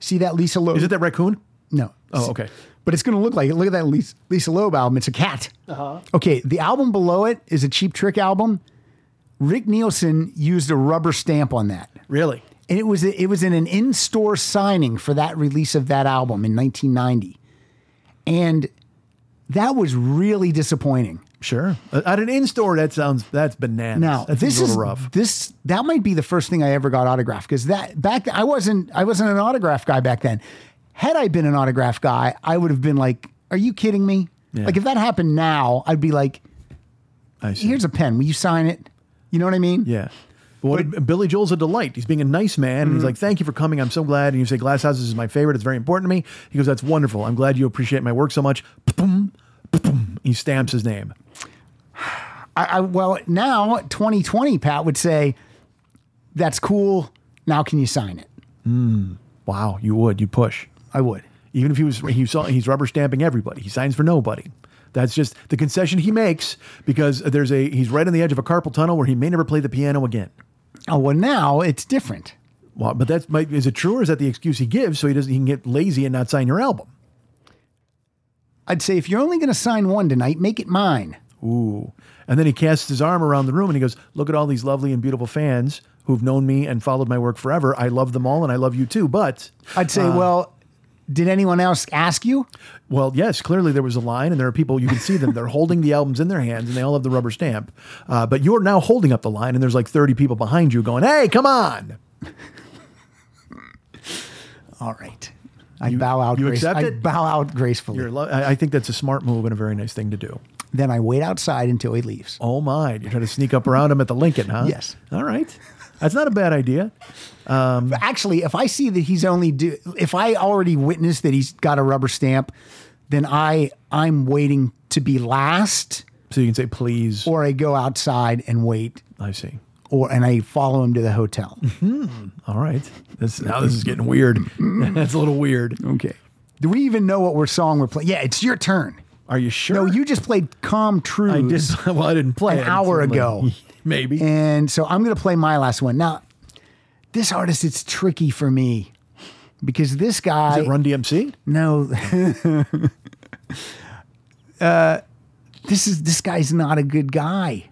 Speaker 2: See that Lisa Loeb?
Speaker 9: Mm-hmm. Is it that raccoon?
Speaker 2: No.
Speaker 9: Oh, okay.
Speaker 2: But it's going to look like it. Look at that Lisa, Lisa Loeb album. It's a cat.
Speaker 9: Uh-huh.
Speaker 2: Okay. The album below it is a Cheap Trick album. Rick Nielsen used a rubber stamp on that.
Speaker 9: Really?
Speaker 2: And it was it was in an in-store signing for that release of that album in 1990. And that was really disappointing.
Speaker 9: Sure. Uh, At an in store, that sounds that's bananas.
Speaker 2: Now,
Speaker 9: that
Speaker 2: this
Speaker 9: seems a
Speaker 2: is
Speaker 9: little rough.
Speaker 2: this that might be the first thing I ever got autographed because that back I wasn't I wasn't an autograph guy back then. Had I been an autograph guy, I would have been like, "Are you kidding me?"
Speaker 9: Yeah.
Speaker 2: Like if that happened now, I'd be like,
Speaker 9: I see.
Speaker 2: "Here's a pen. Will you sign it?" You know what I mean?
Speaker 9: Yeah. But what, Billy Joel's a delight. He's being a nice man. And he's like, thank you for coming. I'm so glad. And you say, Glass Houses is my favorite. It's very important to me. He goes, that's wonderful. I'm glad you appreciate my work so much. Boom, boom. He stamps his name.
Speaker 2: I, I well now 2020 Pat would say, "That's cool. Now can you sign it?"
Speaker 9: Wow, you would. You push.
Speaker 2: I would.
Speaker 9: Even if he was, he saw, he's rubber stamping everybody. He signs for nobody. That's just the concession he makes because there's a, he's right on the edge of a carpal tunnel where he may never play the piano again.
Speaker 2: Oh well, now it's different.
Speaker 9: Well, but that's, might, is it true or is that the excuse he gives so he doesn't, he can get lazy and not sign your album?
Speaker 2: I'd say if you're only going to sign one tonight, make it mine.
Speaker 9: Ooh. And then he casts his arm around the room and he goes, Look at all these lovely and beautiful fans who've known me and followed my work forever. I love them all and I love you too. But,
Speaker 2: I'd
Speaker 9: Uh.
Speaker 2: say, "Well, did anyone else ask you?"
Speaker 9: well, yes, clearly there was a line and there are people, you can see them. They're holding the albums in their hands and they all have the rubber stamp. Uh, but you're now holding up the line and there's like 30 people behind you going, Hey, come on.
Speaker 2: All right. I bow out.
Speaker 9: you
Speaker 2: grace-
Speaker 9: accept
Speaker 2: I
Speaker 9: it?
Speaker 2: bow out
Speaker 9: You're
Speaker 2: gracefully.
Speaker 9: lo- I I think that's a smart move and a very nice thing to do.
Speaker 2: Then I wait outside until he leaves.
Speaker 9: Oh my! You're trying to sneak up around him at the Lincoln, huh?
Speaker 2: Yes.
Speaker 9: All right, that's not a bad idea.
Speaker 2: But actually, if I see that he's only do, if I already witnessed that he's got a rubber stamp, then I I'm waiting to be last
Speaker 9: So you can say please.
Speaker 2: Or I go outside and wait.
Speaker 9: I see.
Speaker 2: Or and I follow him to the hotel.
Speaker 9: All right. This now this is getting weird. That's a little weird.
Speaker 2: Okay. Do we even know what we're song we're playing? Yeah, it's your turn.
Speaker 9: Are you sure?
Speaker 2: No, you just played Calm Truths.
Speaker 9: I did. Well, I didn't play
Speaker 2: an
Speaker 9: it.
Speaker 2: hour
Speaker 9: It's like-
Speaker 2: ago.
Speaker 9: Maybe.
Speaker 2: And so I'm going to play my last one. Now, this artist, it's tricky for me because this
Speaker 9: Is
Speaker 2: guy.
Speaker 9: it Run DMC?
Speaker 2: No. uh, this is this guy's not a good guy.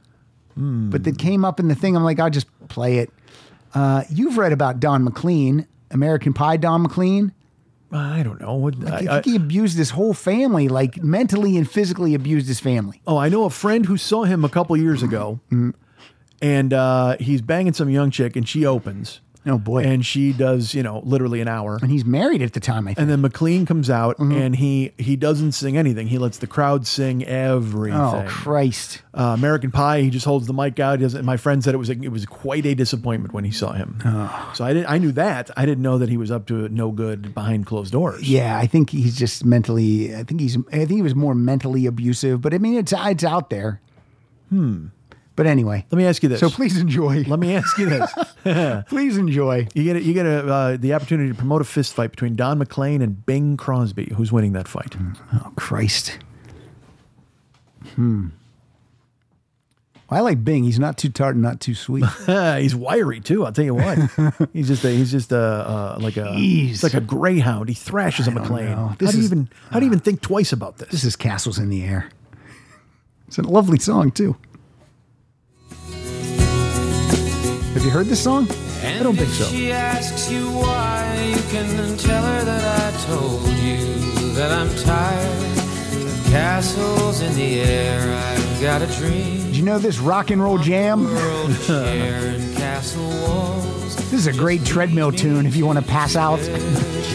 Speaker 9: Hmm.
Speaker 2: But that came up in the thing. I'm like, I'll just play it. Uh, you've read about Don McLean, American Pie Don McLean.
Speaker 9: I don't know. What,
Speaker 2: I
Speaker 9: I,
Speaker 2: think
Speaker 9: I,
Speaker 2: he abused his whole family, like mentally and physically abused his family.
Speaker 9: oh, I know a friend who saw him a couple years ago, and uh, he's banging some young chick, and she opens,
Speaker 2: Oh boy. And,
Speaker 9: and she does, you know, literally an hour.
Speaker 2: he's married at the time, I think.
Speaker 9: And then McLean comes out
Speaker 2: Mm-hmm.
Speaker 9: and he he doesn't sing anything. He lets the crowd sing everything.
Speaker 2: oh Christ.
Speaker 9: Uh, American Pie. He just holds the mic out. He doesn't, my friend said it was a, it was quite a disappointment when he saw him.
Speaker 2: Oh.
Speaker 9: So I did, I knew that. I didn't know that he was up to no good behind closed doors.
Speaker 2: Yeah, I think he's just mentally. I think he's. I think he was more mentally abusive. But I mean, it's it's out there. Hmm. But anyway,
Speaker 9: Let me ask you this.
Speaker 2: so please enjoy.
Speaker 9: Let me ask you this.
Speaker 2: please enjoy.
Speaker 9: You get a, you get a, uh, the opportunity to promote a fist fight between Don McLean and Bing Crosby. Who's winning that fight?
Speaker 2: Oh Christ. Hmm. I like Bing. He's not too tart and not too sweet.
Speaker 9: he's wiry too. I'll tell you what. he's just a, he's just a, uh, like a
Speaker 2: Jeez.
Speaker 9: he's like a greyhound. He thrashes a McLean.
Speaker 2: know.
Speaker 9: How
Speaker 2: This
Speaker 9: do you
Speaker 2: is- uh,
Speaker 9: even how do you even think twice about this?
Speaker 2: this is Castles in the Air. It's a lovely song too. Have you heard this song?
Speaker 9: I don't think so.
Speaker 8: She asks you why. You can tell her that I told you that I'm tired of castles in the air. I've got a dream.
Speaker 2: Did you know this rock and roll jam?
Speaker 8: World share and castle walls.
Speaker 2: This is a great treadmill tune if you want to pass out.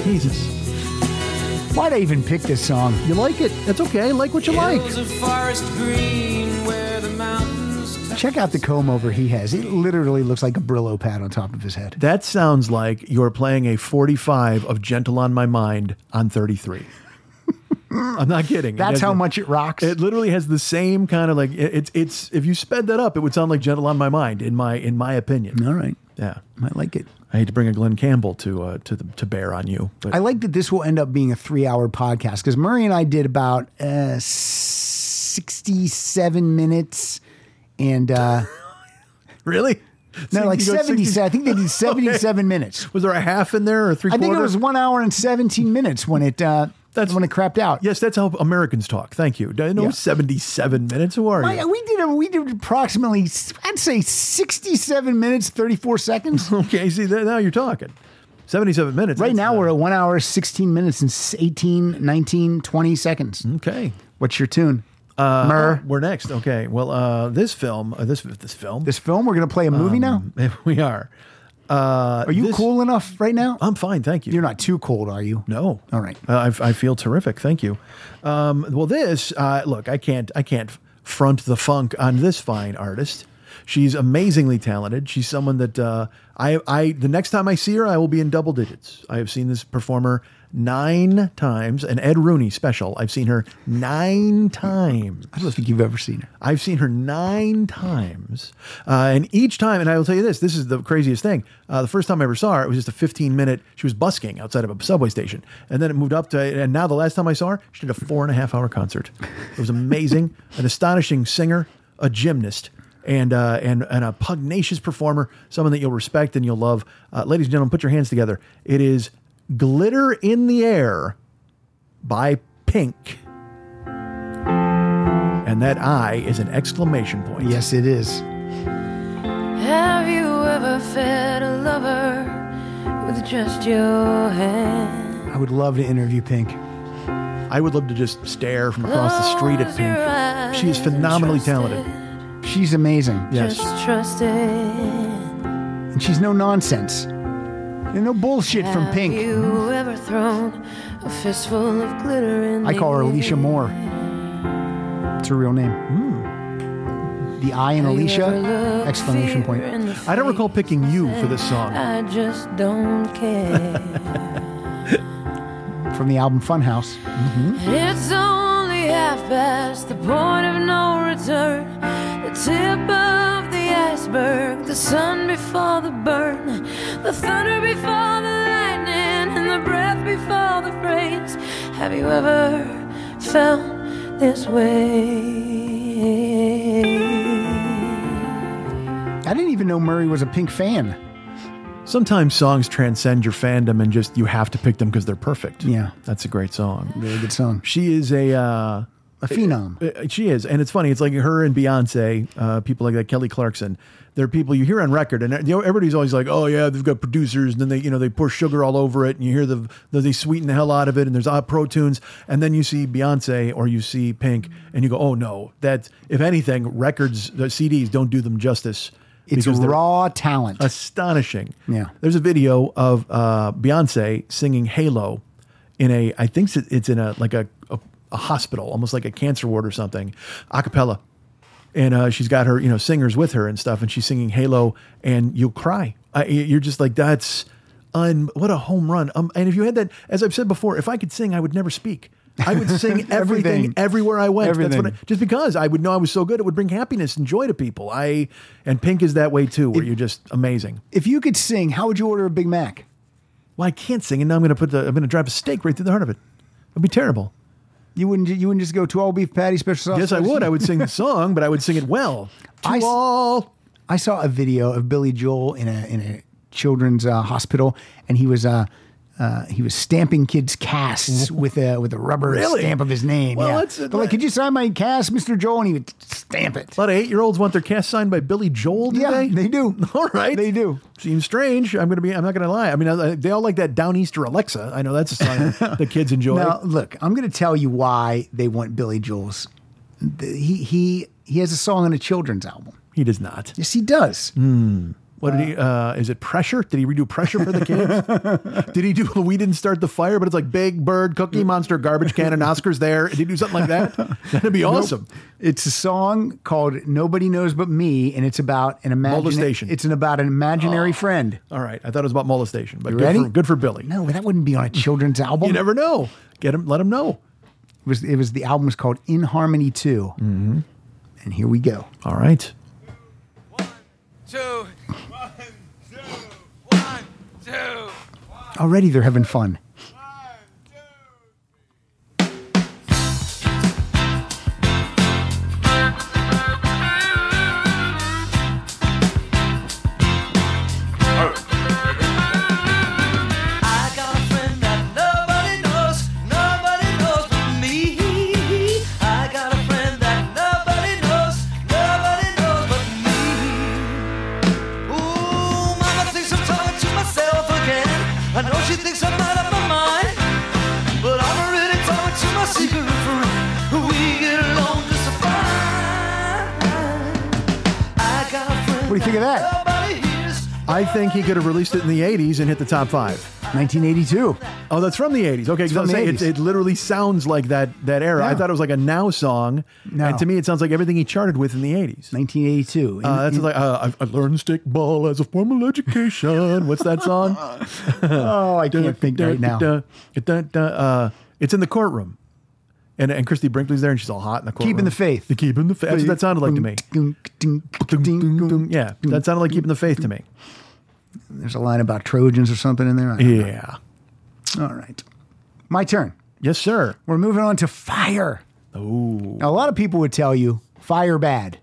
Speaker 9: Jesus,
Speaker 2: Why'd I even pick this song?
Speaker 9: you like it? That's okay. Like what you like.
Speaker 8: Hills of forest green where the mountains touch.
Speaker 2: Check out the comb over he has. It literally looks like a Brillo pad on top of his head.
Speaker 9: That sounds like you're playing a 45 of Gentle on My Mind on 33. I'm not kidding. It
Speaker 2: That's
Speaker 9: has
Speaker 2: how
Speaker 9: the-
Speaker 2: much it rocks.
Speaker 9: It literally has the same kind of like it- it's it's if you sped that up, it would sound like Gentle on My Mind in my in my opinion.
Speaker 2: All right.
Speaker 9: Yeah.
Speaker 2: I like it.
Speaker 9: I hate to bring a Glenn Campbell to uh, to the, to bear on you, but
Speaker 2: I like that this will end up being a three hour podcast because Murray and I did about uh, 67 minutes and uh,
Speaker 9: really,
Speaker 2: no, like
Speaker 9: You go
Speaker 2: 70.
Speaker 9: 60
Speaker 2: I think they did 77 minutes.
Speaker 9: Was there a half in there or three
Speaker 2: I think
Speaker 9: quarters?
Speaker 2: it was one hour and 17 minutes when it uh,
Speaker 9: That's-
Speaker 2: when it crapped out.
Speaker 9: Yes, that's how Americans talk. Thank you. No,
Speaker 2: Yeah.
Speaker 9: seventy-seven minutes. Who are
Speaker 2: My-
Speaker 9: you?
Speaker 2: we did a, we did approximately I'd say 67 minutes 34 seconds.
Speaker 9: Okay, see th- now you're talking. Seventy-seven minutes.
Speaker 2: Right
Speaker 9: that's,
Speaker 2: now,
Speaker 9: uh,
Speaker 2: we're at one hour, 16 minutes, and s- 18, 19, 20 seconds.
Speaker 9: okay.
Speaker 2: What's your tune? Uh, Murr.
Speaker 9: We're next. Okay. Well, uh, this film, uh, this this film, Mm,
Speaker 2: This film, we're going to play a movie now?
Speaker 9: we are. Uh,
Speaker 2: Are you
Speaker 9: Um, this-
Speaker 2: cool enough right now?
Speaker 9: I'm fine. Thank you.
Speaker 2: You're not too cold, are you?
Speaker 9: No.
Speaker 2: All right.
Speaker 9: Uh, I, I feel terrific. Thank you. Um, well, this uh, look, I can't, I can't front the funk on this fine artist. She's amazingly talented. She's someone that uh, I, I, the next time I see her, I will be in double digits. I have seen this performer nine times, an Ed Rooney special. I've seen her nine times.
Speaker 2: I don't think you've ever seen her.
Speaker 9: I've seen her nine times, uh, and each time, and I will tell you this: this is the craziest thing. Uh, the first time I ever saw her, it was just a 15 minute. She was busking outside of a subway station, and then it moved up to. And now the last time I saw her, she did a four and a half hour concert. It was amazing, an astonishing singer, a gymnast, and uh, and and a pugnacious performer, someone that you'll respect and you'll love. Uh, ladies and gentlemen, put your hands together. It is "Glitter in the Air" by Pink. And that I is an exclamation point.
Speaker 2: Yes, it is.
Speaker 11: Have you ever fed a lover with just your hand?
Speaker 2: I would love to interview Pink.
Speaker 9: I would love to just stare from across the street at
Speaker 11: Close your
Speaker 9: Pink.
Speaker 11: eyes
Speaker 9: She is phenomenally
Speaker 11: and trust
Speaker 9: talented.
Speaker 11: it.
Speaker 2: She's amazing.
Speaker 9: Yes.
Speaker 11: Just trust it.
Speaker 2: And she's no nonsense. And no bullshit
Speaker 6: Uh,
Speaker 2: from
Speaker 11: Have
Speaker 2: Pink.
Speaker 11: you ever thrown a fistful of glitter in
Speaker 2: I
Speaker 11: the
Speaker 2: call her Alicia
Speaker 11: air?
Speaker 2: Moore. It's her real name.
Speaker 9: Hmm.
Speaker 2: The I
Speaker 11: Have you
Speaker 2: in
Speaker 11: ever
Speaker 2: Alicia!
Speaker 11: looked
Speaker 2: Exclamation
Speaker 11: fear
Speaker 2: point.
Speaker 11: in the
Speaker 9: I don't
Speaker 11: face
Speaker 9: recall picking you for this
Speaker 11: and
Speaker 9: song.
Speaker 11: I just don't care.
Speaker 2: From the album Funhouse.
Speaker 11: It's only half past the point of no return.
Speaker 12: desert, the tip of the iceberg, the sun before the burn, the thunder before the lightning, and the breath before the phrase. Have you ever felt this way?
Speaker 2: I didn't even know Murray was a Pink fan.
Speaker 9: Sometimes songs transcend your fandom and just you have to pick them because they're perfect.
Speaker 2: Yeah.
Speaker 9: That's a great song.
Speaker 2: Really good song.
Speaker 9: She is a uh,
Speaker 2: A phenom.
Speaker 9: Uh, She is, and it's funny. It's like her and Beyonce, uh, people like that, Kelly Clarkson. They're people you hear on record, and you know, everybody's always like, "Oh yeah, they've got producers," and then they, you know, they pour sugar all over it, and you hear the the- they sweeten the hell out of it, and there's odd pro tunes, and then you see Beyonce or you see Pink, and you go, "Oh no, that's if anything, records, the CDs don't do them justice."
Speaker 2: It's
Speaker 9: because they're
Speaker 2: raw talent.
Speaker 9: astonishing.
Speaker 2: Yeah.
Speaker 9: There's a video of uh, Beyonce singing Halo in a, I think it's in a, like a, a, a hospital, almost like a cancer ward or something, a cappella. And uh, she's got her, you know, singers with her and stuff, and she's singing Halo, and you'll cry. I, you're just like, that's, un, what a home run. Um, and if you had that, as I've said before, if I could sing, I would never speak. I would sing
Speaker 2: Everything.
Speaker 9: everything, everywhere I went. That's
Speaker 2: Everything.
Speaker 9: what I, just because I would know I was so good, it would bring happiness and joy to people. I and Pink is that way too, where you're just amazing.
Speaker 2: If you could sing, how would you order a Big Mac?
Speaker 9: Well, I can't sing, and now I'm gonna put the I'm gonna drive a stake right through the heart of it. It'd be terrible.
Speaker 2: You wouldn't. You wouldn't just go two all beef patty special sauce.
Speaker 9: yes, I would. I would sing the song, but I would sing it well. To
Speaker 2: I s-
Speaker 9: all
Speaker 2: I saw a video of Billy Joel in a in a children's uh, hospital, and he was uh, uh, he was stamping kids' casts with a with a rubber
Speaker 9: Really?
Speaker 2: stamp of his name.
Speaker 9: Well,
Speaker 2: yeah.
Speaker 9: that's-
Speaker 2: They're like, could you sign my cast, Mister Joel? And he would stamp it.
Speaker 9: a lot of eight year olds want their cast signed by Billy Joel. Do
Speaker 2: Yeah,
Speaker 9: they?
Speaker 2: they do.
Speaker 9: All right,
Speaker 2: They do.
Speaker 9: Seems strange. I'm gonna be. I'm not gonna lie. I mean, I, I- they all like that Downeaster Alexa. I know that's a song the kids enjoy.
Speaker 2: Now, look, I'm going to tell you why they want Billy Joel's. The- He he he has a song on a children's album.
Speaker 9: He does not.
Speaker 2: Yes, he does.
Speaker 9: What did he? Uh, is it pressure? Did he redo pressure for the kids? did he do? We didn't start the fire, but it's like Big Bird, Cookie Monster, Garbage Can, and Oscars. There, did he do something like that? That'd be awesome.
Speaker 2: It's a song called "Nobody Knows But Me," and it's about an imaginary.
Speaker 9: Molestation.
Speaker 2: It's an, about an imaginary friend.
Speaker 9: All right, I thought it was about molestation, but
Speaker 2: You
Speaker 9: good,
Speaker 2: ready?
Speaker 9: For, good for Billy.
Speaker 2: No, that wouldn't be on a children's album.
Speaker 9: You never know. Get him. Let him know.
Speaker 2: It was it was the album was called In Harmony 2 Mm-hmm. And here we go.
Speaker 9: All right.
Speaker 8: Two. One, two. One, two.
Speaker 2: Already they're having fun.
Speaker 5: I got a friend that nobody knows, nobody knows but me. I got a friend that nobody knows, nobody knows but me. Ooh, mama thinks I'm talking to myself again. I know she thinks I'm out of my mind. But I'm already talking to my secret friend. We get along just fine. I got a friend
Speaker 2: What do you think of that?
Speaker 5: nobody hears.
Speaker 9: I think he could have released it in the '80s and hit the top five.
Speaker 2: 1982.
Speaker 9: Oh, that's from the '80s. Okay, 'cause I
Speaker 2: from
Speaker 9: was
Speaker 2: the
Speaker 9: saying,
Speaker 2: 80s.
Speaker 9: it, it literally sounds like that that era. I
Speaker 2: Yeah.
Speaker 9: thought it was like a now song,
Speaker 2: No.
Speaker 9: and to me, it sounds like everything he charted with in the '80s.
Speaker 2: 1982. In-
Speaker 9: Uh, that's
Speaker 2: in-
Speaker 9: like uh, I, I learned stickball as a formal education. What's that song?
Speaker 2: oh, I can't think right now.
Speaker 9: Uh, it's in the courtroom, and and Christy Brinkley's there, and she's all hot in the courtroom.
Speaker 2: Keeping the faith.
Speaker 9: The keeping the faith. That's what that sounded like to me. Yeah, that sounded like keeping the faith to me.
Speaker 2: There's a line about Trojans or something in there. I don't know.
Speaker 9: Yeah.
Speaker 2: All right. My turn.
Speaker 9: Yes, sir.
Speaker 2: We're moving on to fire. Oh. Now, a lot of people would tell you fire bad.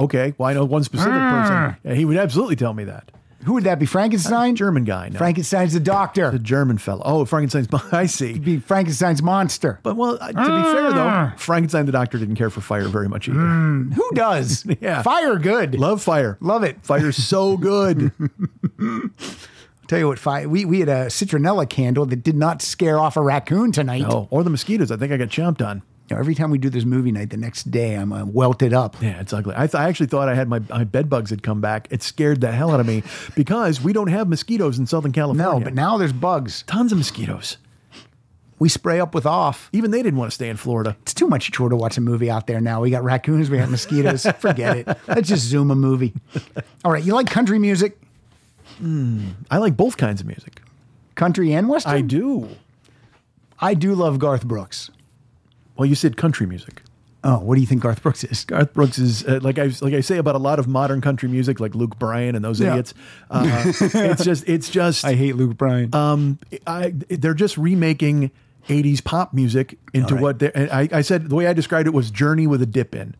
Speaker 9: Okay. Well, I know one specific
Speaker 2: Ah.
Speaker 9: person. Yeah, he would absolutely tell me that.
Speaker 2: Who would that be? Frankenstein?
Speaker 9: German guy. No.
Speaker 2: Frankenstein's the doctor.
Speaker 9: The German fellow. Oh, Frankenstein's. I see.
Speaker 2: be Ah. Frankenstein's monster.
Speaker 9: But well, uh, to be fair though, Frankenstein the doctor didn't care for fire very much either.
Speaker 2: Who does?
Speaker 9: Yeah.
Speaker 2: Fire good.
Speaker 9: Love fire.
Speaker 2: Love it.
Speaker 9: Fire's so good.
Speaker 2: Tell you what, fire. We, we had a citronella candle that did not scare off a raccoon tonight.
Speaker 9: oh, or the mosquitoes. I think I got chomped on.
Speaker 2: You know, every time we do this movie night, the next day I'm uh, welted up.
Speaker 9: Yeah, it's ugly. I, th- I actually thought I had my, my bed bugs had come back. It scared the hell out of me because we don't have mosquitoes in Southern California.
Speaker 2: No, but now there's bugs.
Speaker 9: tons of mosquitoes.
Speaker 2: We spray up with off.
Speaker 9: Even they didn't want to stay in Florida.
Speaker 2: It's too much chore to watch a movie out there now. We got raccoons, we got mosquitoes. Forget it. Let's just zoom a movie. All right, you like country music,
Speaker 9: I like both kinds of music.
Speaker 2: country and western?
Speaker 9: I do.
Speaker 2: I do love Garth Brooks.
Speaker 9: Well, you said country music.
Speaker 2: Oh, what do you think Garth Brooks is?
Speaker 9: Garth Brooks is uh, like I like I say about a lot of modern country music, like Luke Bryan and those
Speaker 2: Yeah.
Speaker 9: idiots. Uh, it's just it's just I
Speaker 2: hate Luke Bryan.
Speaker 9: Um, I they're just remaking. 80s pop music into
Speaker 2: All right.
Speaker 9: what they and I, I said the way I described it was Journey with a dip in,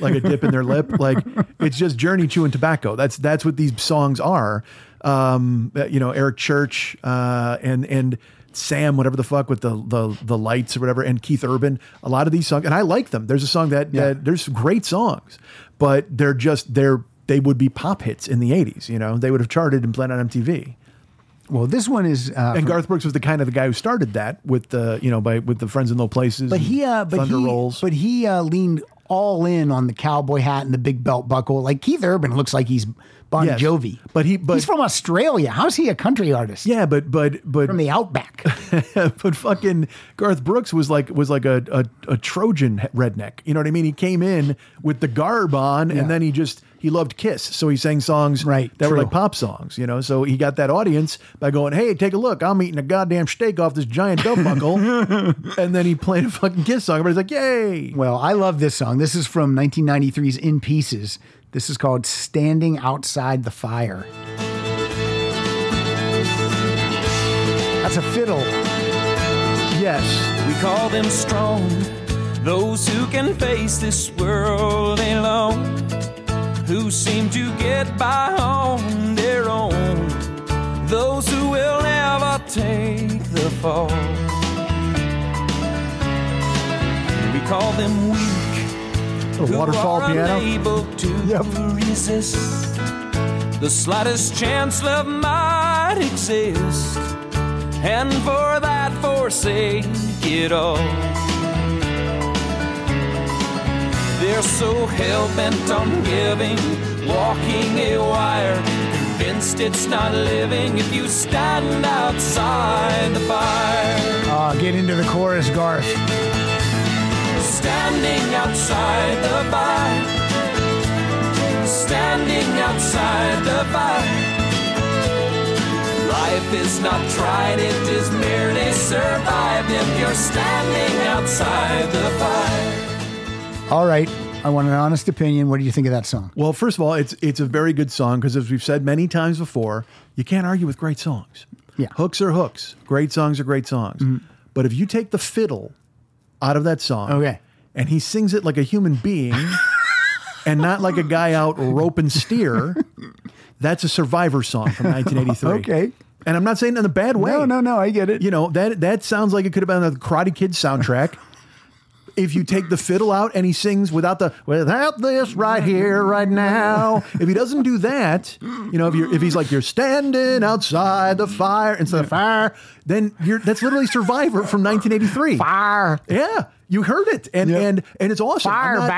Speaker 9: like a dip in their lip. Like it's just Journey chewing tobacco. That's that's what these songs are. Um, uh, you know Eric Church uh, and and Sam whatever the fuck with the the the lights or whatever and Keith Urban. A lot of these songs and I like them. There's a song that, that there's some great songs, but they're just they're they would be pop hits in the 80s. You know they would have charted and played on MTV
Speaker 2: Well, this one is uh,
Speaker 9: and
Speaker 2: from-
Speaker 9: Garth Brooks was the kind of the guy who started that with the you know by with the friends in low places.
Speaker 2: But
Speaker 9: and
Speaker 2: he, uh, but
Speaker 9: Thunder
Speaker 2: he,
Speaker 9: Rolls.
Speaker 2: but he uh, leaned all in on the cowboy hat and the big belt buckle. Like Keith Urban looks like he's Bon
Speaker 9: Yes.
Speaker 2: Jovi,
Speaker 9: But he, but
Speaker 2: he's from Australia. How's he a country artist?
Speaker 9: yeah, but but but
Speaker 2: From the outback.
Speaker 9: but fucking Garth Brooks was like was like a, a a Trojan redneck. You know what I mean? He came in with the garb on,
Speaker 2: Yeah.
Speaker 9: and then he just he loved Kiss, so he sang songs
Speaker 2: Right,
Speaker 9: that were
Speaker 2: true.
Speaker 9: like pop songs. You know, so he got that audience by going, "Hey, take a look! I'm eating a goddamn steak off this giant belt buckle," and then he played a fucking Kiss song. Everybody's like, "Yay!"
Speaker 2: Well, I love this song. This is from 1993's In Pieces. This is called Standing Outside the Fire. That's a fiddle.
Speaker 9: Yes.
Speaker 4: We call them strong, those who can face this world alone, who seem to get by on their own, those who will never take the fall. We call them weak,
Speaker 9: A waterfall
Speaker 4: who are
Speaker 9: piano.
Speaker 4: unable to resist the slightest chance love might exist, and for that forsake it all. They're so hell bent on giving, walking a wire, convinced it's not living if you stand outside the fire.
Speaker 2: Ah, get into the chorus, Garth.
Speaker 4: Standing outside the bar. Standing outside the bar. Life is not tried, it is merely survived if you're standing outside the bar.
Speaker 2: All right. I want an honest opinion. What do you think of that song?
Speaker 9: Well, first of all, it's it's a very good song because as we've said many times before, you can't argue with great songs.
Speaker 2: Yeah. Mm-hmm.
Speaker 9: Hooks are hooks. Great songs are great songs. But if you take the fiddle out of that song
Speaker 2: Okay.
Speaker 9: and he sings it like a human being and not like a guy out roping steer, that's a survivor song from 1983.
Speaker 2: Okay.
Speaker 9: And I'm not saying it in a bad way.
Speaker 2: No, no, no. I get it.
Speaker 9: You know, that that sounds like it could have been on the Karate Kid soundtrack. if you take the fiddle out and he sings without the without this right here right now if he doesn't do that you know if you're if he's like you're standing outside the fire instead of fire then you're that's literally survivor from 1983
Speaker 2: Fire.
Speaker 9: yeah you heard it and
Speaker 2: Yep.
Speaker 9: and and it's awesome I'm
Speaker 2: Fire
Speaker 9: not-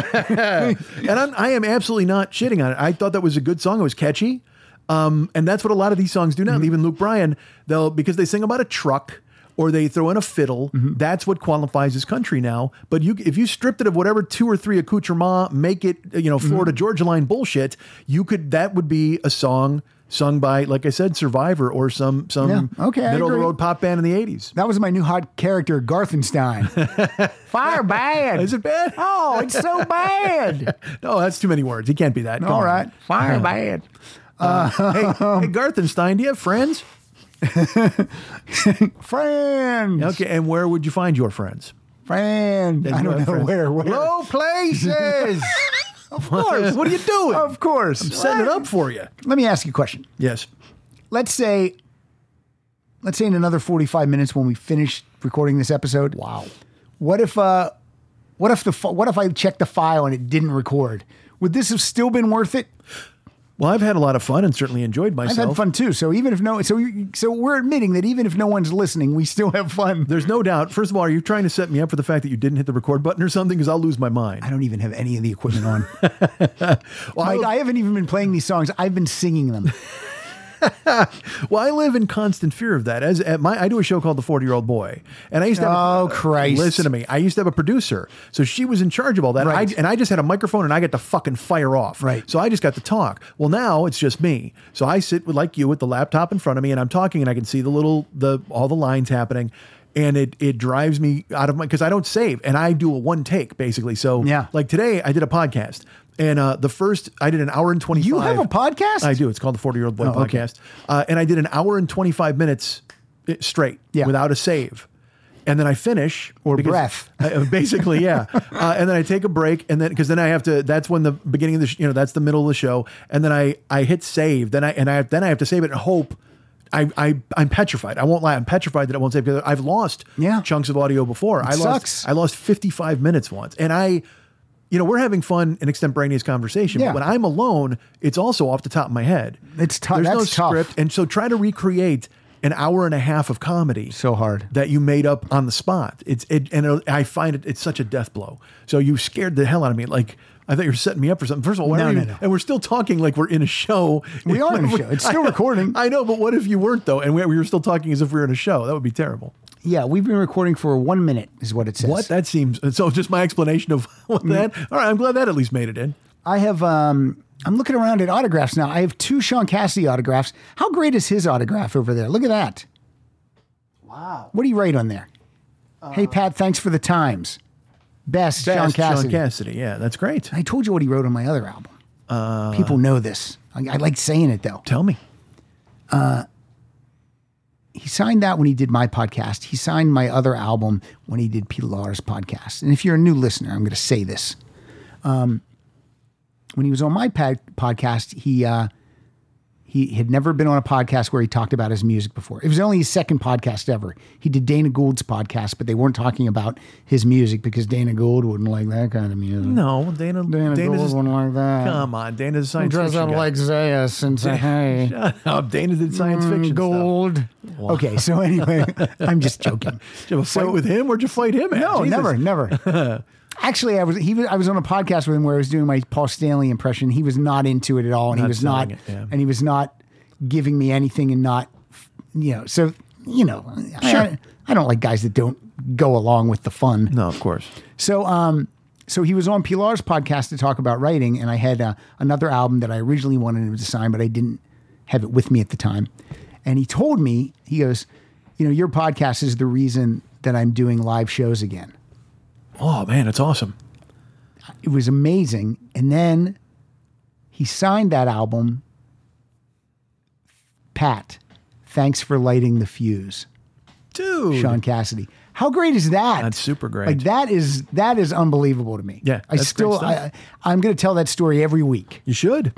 Speaker 2: bad.
Speaker 9: and I'm, I am absolutely not shitting on it. I thought that was a good song. It was catchy. Um, and that's what a lot of these songs do now.
Speaker 2: Mm-hmm.
Speaker 9: Even Luke Bryan, they'll because they sing about a truck or they throw in a fiddle.
Speaker 2: Mm-hmm.
Speaker 9: That's what qualifies as country now. But you, if you stripped it of whatever two or three accoutrements, make it you know
Speaker 2: Mm-hmm.
Speaker 9: Florida Georgia line bullshit. You could that would be a song sung by like I said Survivor or some some
Speaker 2: Yeah. Okay, I
Speaker 9: middle of the
Speaker 2: agree.
Speaker 9: road pop band in the eighties.
Speaker 2: That was my new hot character, Garthenstein. Fire bad.
Speaker 9: Is it bad?
Speaker 2: Oh, it's so bad.
Speaker 9: No, that's too many words. He can't be that. Come
Speaker 2: All
Speaker 9: on. Uh,
Speaker 2: right. Fire bad. Uh,
Speaker 9: Hey, hey, Garthenstein, do you have friends?
Speaker 2: Friends.
Speaker 9: Okay, and where would you find your friends?
Speaker 2: Friend. I don't
Speaker 9: you
Speaker 2: know
Speaker 9: have friends.
Speaker 2: where. Where?
Speaker 9: Low places. of course. What are you doing?
Speaker 2: Of course.
Speaker 9: I'm setting it up for you.
Speaker 2: Let me ask you a question.
Speaker 9: Yes.
Speaker 2: Let's say, let's say in another forty-five minutes when we finish recording this episode. Wow. What if? uh What if the? fi- What if I checked the file and it didn't record? Would this have still been worth it?
Speaker 9: Well, I've had a lot of fun and certainly enjoyed
Speaker 2: I've
Speaker 9: myself.
Speaker 2: had fun too. So even if no, so you- so we're admitting that even if no one's listening, we still have fun.
Speaker 9: There's no doubt. First of all, are you trying to set me up for the fact that you didn't hit the record button or something? Because I'll lose my mind.
Speaker 2: I don't even have any of the equipment on.
Speaker 9: Well,
Speaker 2: Mike,
Speaker 9: I,
Speaker 2: I haven't even been playing these songs. I've been singing them.
Speaker 9: well, I live in constant fear of that. As at my, I do a show called The Forty Year Old Boy, and I used to. Have
Speaker 2: Oh, Christ.
Speaker 9: Listen to me. I used to have a producer, so she was in charge of all that.
Speaker 2: Right.
Speaker 9: I, and I just had a microphone, and I got to fucking fire off.
Speaker 2: Right.
Speaker 9: So I just got to talk. Well, now it's just me. So I sit with, like you with the laptop in front of me, and I'm talking, and I can see the little the all the lines happening. and it it drives me out of my because I don't save and I do a one take basically. So yeah, like today I did a podcast and uh, the first I did an hour and twenty. You
Speaker 2: have a podcast?
Speaker 9: I do. It's called the Forty Year Old Boy
Speaker 2: Oh, okay.
Speaker 9: Podcast, uh, and I did an hour and twenty five minutes eh, straight without a save. And then I finish or
Speaker 2: breath.
Speaker 9: basically, yeah. Uh, and then I take a break, and then because then I have to. That's when the beginning of the sh- you know that's the middle of the show, and then I I hit save. Then I and I then I have to save it and hope. I, I I'm petrified. I won't lie. I'm petrified that it won't save because I've lost chunks of audio before. I
Speaker 2: sucks.
Speaker 9: lost I lost 55 minutes once, and I. You know, we're having fun and extemporaneous conversation.
Speaker 2: Yeah.
Speaker 9: But when I'm alone, it's also off the top of my head. It's
Speaker 2: tou-
Speaker 9: There's no
Speaker 2: that's tough.
Speaker 9: script, and so try to recreate an hour and a half of comedy so hard that you made up on the spot. It's it, and it- I find it it's such a death blow. So you scared the hell out of me. Like I thought you were setting me up for something. First of all, why
Speaker 2: No,
Speaker 9: are you,
Speaker 2: no, no.
Speaker 9: and we're still talking like we're in a show.
Speaker 2: We are in a show. It's still
Speaker 9: recording. I know, but what if you weren't though? And we, we were still talking as if we were in a show. That would be terrible.
Speaker 2: Yeah, we've been recording for one minute, is what it says.
Speaker 9: What that seems. and So just my explanation of what that.
Speaker 2: Mm.
Speaker 9: All right, I'm glad that at least made it in.
Speaker 2: I have. um I'm looking around at autographs now. I have two Sean Cassidy autographs. How great is his autograph over there? Look at that. Wow. What do you write on there? hey Pat, thanks for the times. Best, Sean
Speaker 9: Best Sean
Speaker 2: Cassidy.
Speaker 9: Cassidy. Yeah, that's great.
Speaker 2: I told you what he wrote on my other album. People know this. I, I like saying it though.
Speaker 9: Tell me.
Speaker 2: Uh, he signed that when he did my podcast. He signed my other album when he did Pilar's podcast. And if you're a new listener, I'm going to say this. Um, when he was on my pad- podcast, he uh, he had never been on a podcast where he talked about his music before. It was only his second podcast ever. He did Dana Gould's podcast, but they weren't talking about his music because Dana Gould wouldn't like that kind of music.
Speaker 9: No, Dana. Dana,
Speaker 2: Gould
Speaker 9: just,
Speaker 2: wouldn't like that.
Speaker 9: Come on, Dana's a science
Speaker 2: Dress
Speaker 9: fiction
Speaker 2: up
Speaker 9: guy.
Speaker 2: like Zayas and say, hey.
Speaker 9: Shut up. Dana did science
Speaker 2: Mm,
Speaker 9: fiction.
Speaker 2: Gold. Okay, so anyway, I'm just joking.
Speaker 9: Did you have a fight with him? Where'd you fight him at?
Speaker 2: No,
Speaker 9: Jesus.
Speaker 2: never, never. Actually, I was he was, I was on a podcast with him where I was doing my Paul Stanley impression. He was not into it at all, and he
Speaker 9: Not
Speaker 2: was not
Speaker 9: selling it, yeah.
Speaker 2: and he was not giving me anything, and not you know. So you know, I-
Speaker 9: Sure.
Speaker 2: I, I don't like guys that don't go along with the fun.
Speaker 9: No, of course.
Speaker 2: So, um, so he was on Pilar's podcast to talk about writing, and I had uh, another album that I originally wanted him to sign, but I didn't have it with me at the time. And he told me, he goes, "You know, your podcast is the reason that I'm doing live shows again."
Speaker 9: Oh man, it's awesome.
Speaker 2: It was amazing. And then he signed that album. Pat, thanks for lighting the fuse.
Speaker 9: Dude.
Speaker 2: Sean Cassidy. How great is that?
Speaker 9: That's super great.
Speaker 2: Like that is that is unbelievable to me.
Speaker 9: Yeah,
Speaker 2: I
Speaker 9: that's great
Speaker 2: still
Speaker 9: stuff.
Speaker 2: I, I- I'm going to tell that story every week.
Speaker 9: You should.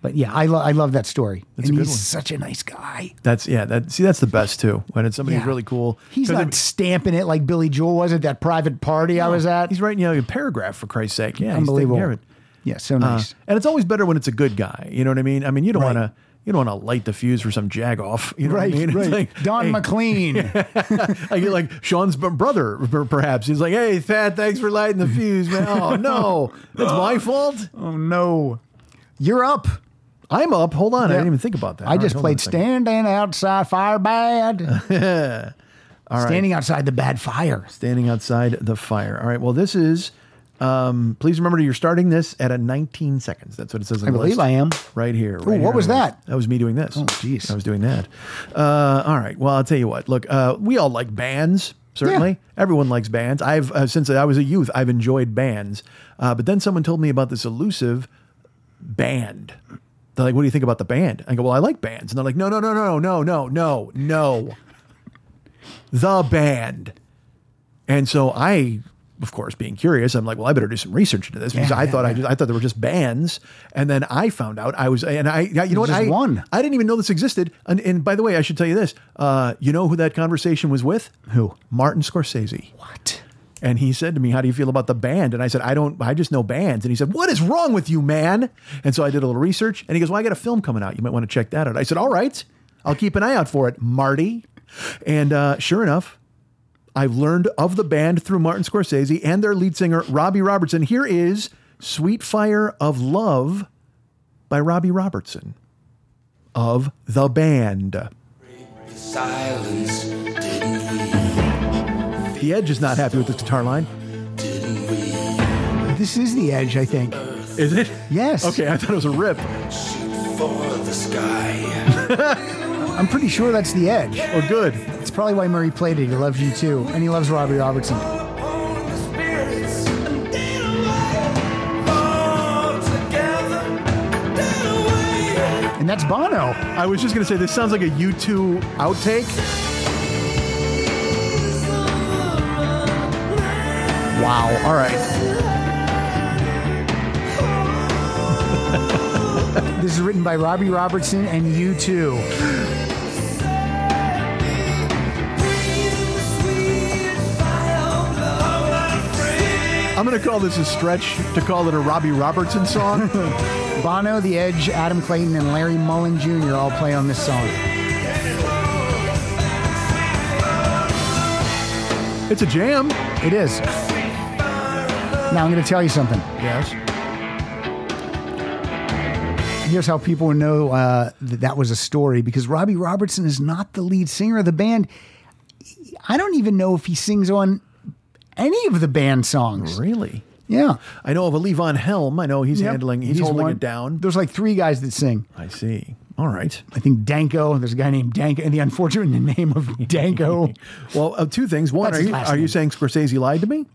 Speaker 2: But yeah, I love I love that story.
Speaker 9: That's
Speaker 2: and
Speaker 9: a good
Speaker 2: he's
Speaker 9: one.
Speaker 2: such a nice guy.
Speaker 9: That's yeah. That see, that's the best too. When it's somebody
Speaker 2: Yeah.
Speaker 9: really cool.
Speaker 2: He's
Speaker 9: 'Cause
Speaker 2: not
Speaker 9: I mean,
Speaker 2: stamping it like Billy Joel was at that private party I was at.
Speaker 9: He's writing you know, a paragraph for Christ's sake. Yeah, he's taking
Speaker 2: Unbelievable.
Speaker 9: care of it.
Speaker 2: Yeah, so
Speaker 9: Uh,
Speaker 2: nice.
Speaker 9: and it's always better when it's a good guy. You know what I mean? I mean, you don't want to. You don't want to light the fuse for some jagoff. You know
Speaker 2: right,
Speaker 9: what I mean? It's
Speaker 2: right.
Speaker 9: like,
Speaker 2: Don
Speaker 9: hey,
Speaker 2: McLean.
Speaker 9: I get like Sean's b- brother, per- perhaps. He's like, "Hey, Pat, thanks for lighting the fuse, man. Oh no, that's my fault.
Speaker 2: Oh no, you're up.
Speaker 9: I'm up. Hold on, I
Speaker 2: Yeah.
Speaker 9: didn't even think about that.
Speaker 2: I just played
Speaker 9: Stan.
Speaker 2: standing outside fire bad.
Speaker 9: All right.
Speaker 2: Standing outside the bad fire.
Speaker 9: Standing outside the fire. All right. Well, this is. Um, please remember you're starting this at a 19 seconds. That's what it says. On
Speaker 2: I
Speaker 9: the
Speaker 2: believe
Speaker 9: list.
Speaker 2: I am.
Speaker 9: Right here.
Speaker 2: Ooh,
Speaker 9: right
Speaker 2: what
Speaker 9: here.
Speaker 2: was that?
Speaker 9: That was me doing this. Oh, jeez. I was doing that. Uh, all right. Well, I'll tell you what. Look, uh, we all like bands. Certainly, everyone likes bands. I've uh, since I was a youth, I've enjoyed bands. Uh, but then someone told me about this elusive band. They're like, "What do you think about the band?" I go, "Well, I like bands." And they're like, "No, no, no, no, no, no, no, no, the band." And so I, of course, being curious, I'm like, "Well, I better do some research into this because
Speaker 2: Yeah,
Speaker 9: I
Speaker 2: yeah,
Speaker 9: thought I
Speaker 2: yeah.
Speaker 9: just I thought there were just bands." And then I found out I was, and I, you know what,
Speaker 2: just
Speaker 9: I
Speaker 2: one.
Speaker 9: I didn't even know this existed. And, and by the way, I should tell you this. Uh, you know who that conversation was with?
Speaker 2: Who?
Speaker 9: Martin Scorsese.
Speaker 2: What?
Speaker 9: And he said to me, How do you feel about the band? And I said, I don't, I just know bands. And he said, What is wrong with you, man? And so I did a little research and he goes, Well, I got a film coming out. You might want to check that out. I said, All right, I'll keep an eye out for it, Marty. And uh, sure enough, I've learned of the band through Martin Scorsese and their lead singer, Robbie Robertson. Here is Sweet Fire of Love by Robbie Robertson of the band.
Speaker 5: Silence, didn't we?
Speaker 9: The Edge is not happy with this guitar line.
Speaker 2: This is the edge, I think.
Speaker 9: Is it?
Speaker 2: Yes.
Speaker 9: Okay, I thought it was a rip.
Speaker 5: For the sky.
Speaker 2: I'm pretty sure that's The Edge.
Speaker 9: Oh,
Speaker 2: Well, good. It's probably why Murray played it. He loves you too, and he loves Robbie Robertson. And that's Bono.
Speaker 9: I was just going to say, this sounds like a U2 outtake.
Speaker 2: Wow. All right. this is written by Robbie Robertson and you too.
Speaker 9: I'm going to call this a stretch to call it a Robbie Robertson song.
Speaker 2: Bono, The Edge, Adam Clayton, and Larry Mullen Jr. all play on this song.
Speaker 9: It's a jam.
Speaker 2: It is. Now I'm going to tell you something.
Speaker 9: Yes.
Speaker 2: Here's how people would know uh, that that was a story because Robbie Robertson is not the lead singer of the band. I don't even know if he sings on any of the band songs.
Speaker 9: Really?
Speaker 2: Yeah.
Speaker 9: I know of a Levon Helm. I know he's
Speaker 2: Yep.
Speaker 9: handling, he's, holding
Speaker 2: one-
Speaker 9: it down.
Speaker 2: There's like three guys that sing.
Speaker 9: I see. All right.
Speaker 2: I think Danko. There's a guy named Danko, and the unfortunate name of Danko.
Speaker 9: Well, uh, two things. One,
Speaker 2: That's
Speaker 9: are
Speaker 2: his
Speaker 9: you,
Speaker 2: last
Speaker 9: are you
Speaker 2: name.
Speaker 9: saying Scorsese lied to me?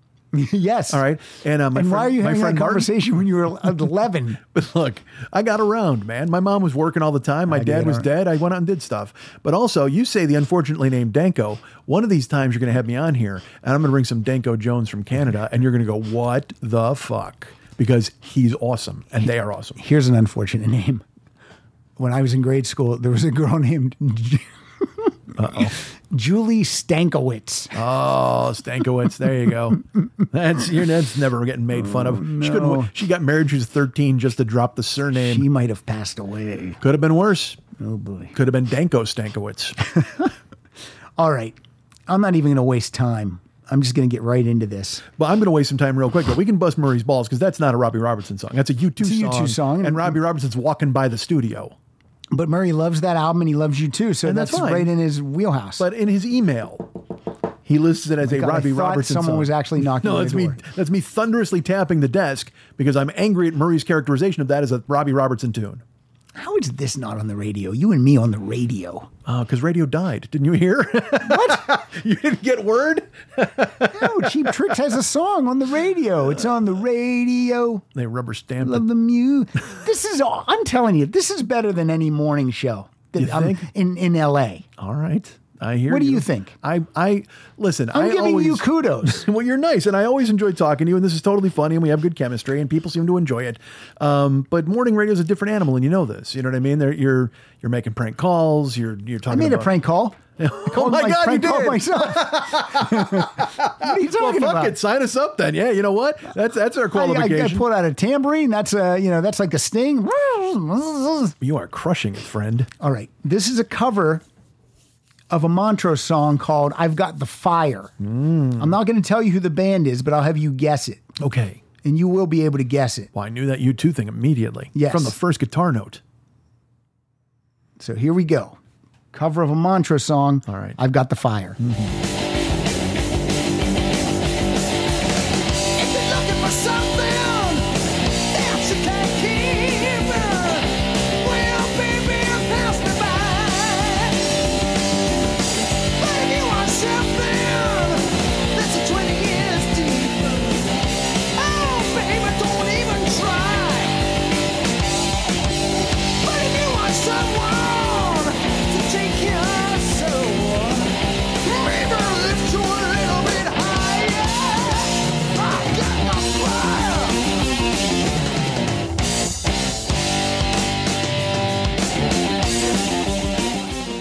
Speaker 2: yes.
Speaker 9: All right. And, uh, my
Speaker 2: and
Speaker 9: friend,
Speaker 2: why are you
Speaker 9: my
Speaker 2: having
Speaker 9: friend
Speaker 2: that
Speaker 9: Martin-
Speaker 2: conversation when you were 11?
Speaker 9: But look, I got around, man. My mom was working all the time. My dad
Speaker 2: get
Speaker 9: was
Speaker 2: ar-
Speaker 9: dead. I went out and did stuff. But also, you say the unfortunately named Danko. One of these times, you're going to have me on here, and I'm going to bring some Danko Jones from Canada, and you're going to go, "What the fuck?" Because he's awesome, and they are awesome.
Speaker 2: Here's an unfortunate name. When I was in grade school, there was a girl named Ju- Julie Stankowitz.
Speaker 9: Oh, Stankowitz, there you go. That's you're, that's never getting made fun of.
Speaker 2: Oh,
Speaker 9: She couldn't. wa- She got married. She was 13, just to drop the surname.
Speaker 2: She might have passed away.
Speaker 9: Could have been worse.
Speaker 2: Oh boy.
Speaker 9: Could have been Danko Stankowitz.
Speaker 2: All right. I'm not even going to waste time. I'm just going to get right into this.
Speaker 9: Well, I'm going to waste some time real quick, but we can bust Murray's balls because that's not a Robbie Robertson song. That's a U2
Speaker 2: It's a
Speaker 9: song.
Speaker 2: U2 song.
Speaker 9: And Robbie Robertson's walking by the studio.
Speaker 2: But Murray loves that album and he loves you too. So
Speaker 9: And that's
Speaker 2: that's,
Speaker 9: fine.
Speaker 2: right in his wheelhouse.
Speaker 9: But in his email, he lists it as a
Speaker 2: Oh God, I
Speaker 9: Robbie
Speaker 2: thought
Speaker 9: Robertson
Speaker 2: someone
Speaker 9: song.
Speaker 2: was actually knocking
Speaker 9: No,
Speaker 2: on
Speaker 9: that's
Speaker 2: the
Speaker 9: me.
Speaker 2: door.
Speaker 9: That's me thunderously tapping the desk because I'm angry at Murray's characterization of that as a Robbie Robertson tune.
Speaker 2: How is this not on the radio? You and me on the radio.
Speaker 9: Because Uh, radio died. Didn't you hear? What? you didn't get word?
Speaker 2: No, Cheap Tricks has a song on the radio. It's on the radio.
Speaker 9: They rubber stamped
Speaker 2: Love
Speaker 9: it.
Speaker 2: the mu. This is all. I'm telling you, this is better than any morning show that
Speaker 9: You
Speaker 2: um,
Speaker 9: think?
Speaker 2: in in L.A.
Speaker 9: All right. I hear
Speaker 2: What do
Speaker 9: you.
Speaker 2: you think?
Speaker 9: I, I listen.
Speaker 2: I'm
Speaker 9: I
Speaker 2: giving
Speaker 9: always,
Speaker 2: you kudos.
Speaker 9: well, you're nice, and I always enjoy talking to you, and this is totally funny, and we have good chemistry, and people seem to enjoy it. Um, but morning radio is a different animal, and you know this. You know what I mean? They're, you're you're making prank calls. You're you're
Speaker 2: I
Speaker 9: talking.
Speaker 2: made a
Speaker 9: about-
Speaker 2: prank call. I called
Speaker 9: Oh my God, you
Speaker 2: prank call
Speaker 9: did.
Speaker 2: myself. what are you
Speaker 9: Well,
Speaker 2: talking
Speaker 9: fuck
Speaker 2: about?
Speaker 9: it. Sign us up then. Yeah, you know what? That's that's our
Speaker 2: I, I, I
Speaker 9: qualification.
Speaker 2: pulled out a tambourine. That's a you know that's like a sting.
Speaker 9: you are crushing it, friend.
Speaker 2: All right, this is a cover of a Montrose song called "I've Got the Fire."
Speaker 9: Mm.
Speaker 2: I'm not going to tell you who the band is, but I'll have you guess it,
Speaker 9: Okay.
Speaker 2: and you will be able to guess it.
Speaker 9: Well, I knew that you two thing immediately.
Speaker 2: Yes.
Speaker 9: From the first guitar note.
Speaker 2: So here we go. Cover of a mantra song.
Speaker 9: All right. Mm-hmm.
Speaker 2: I've got the fire.
Speaker 5: If you're looking for something that you can't keep, well, baby, pass me by. But if you want something that's a 20 years deep, oh, baby, don't even try. But if you want someone to take your soul, baby, lift you a little bit higher. I've got the fire.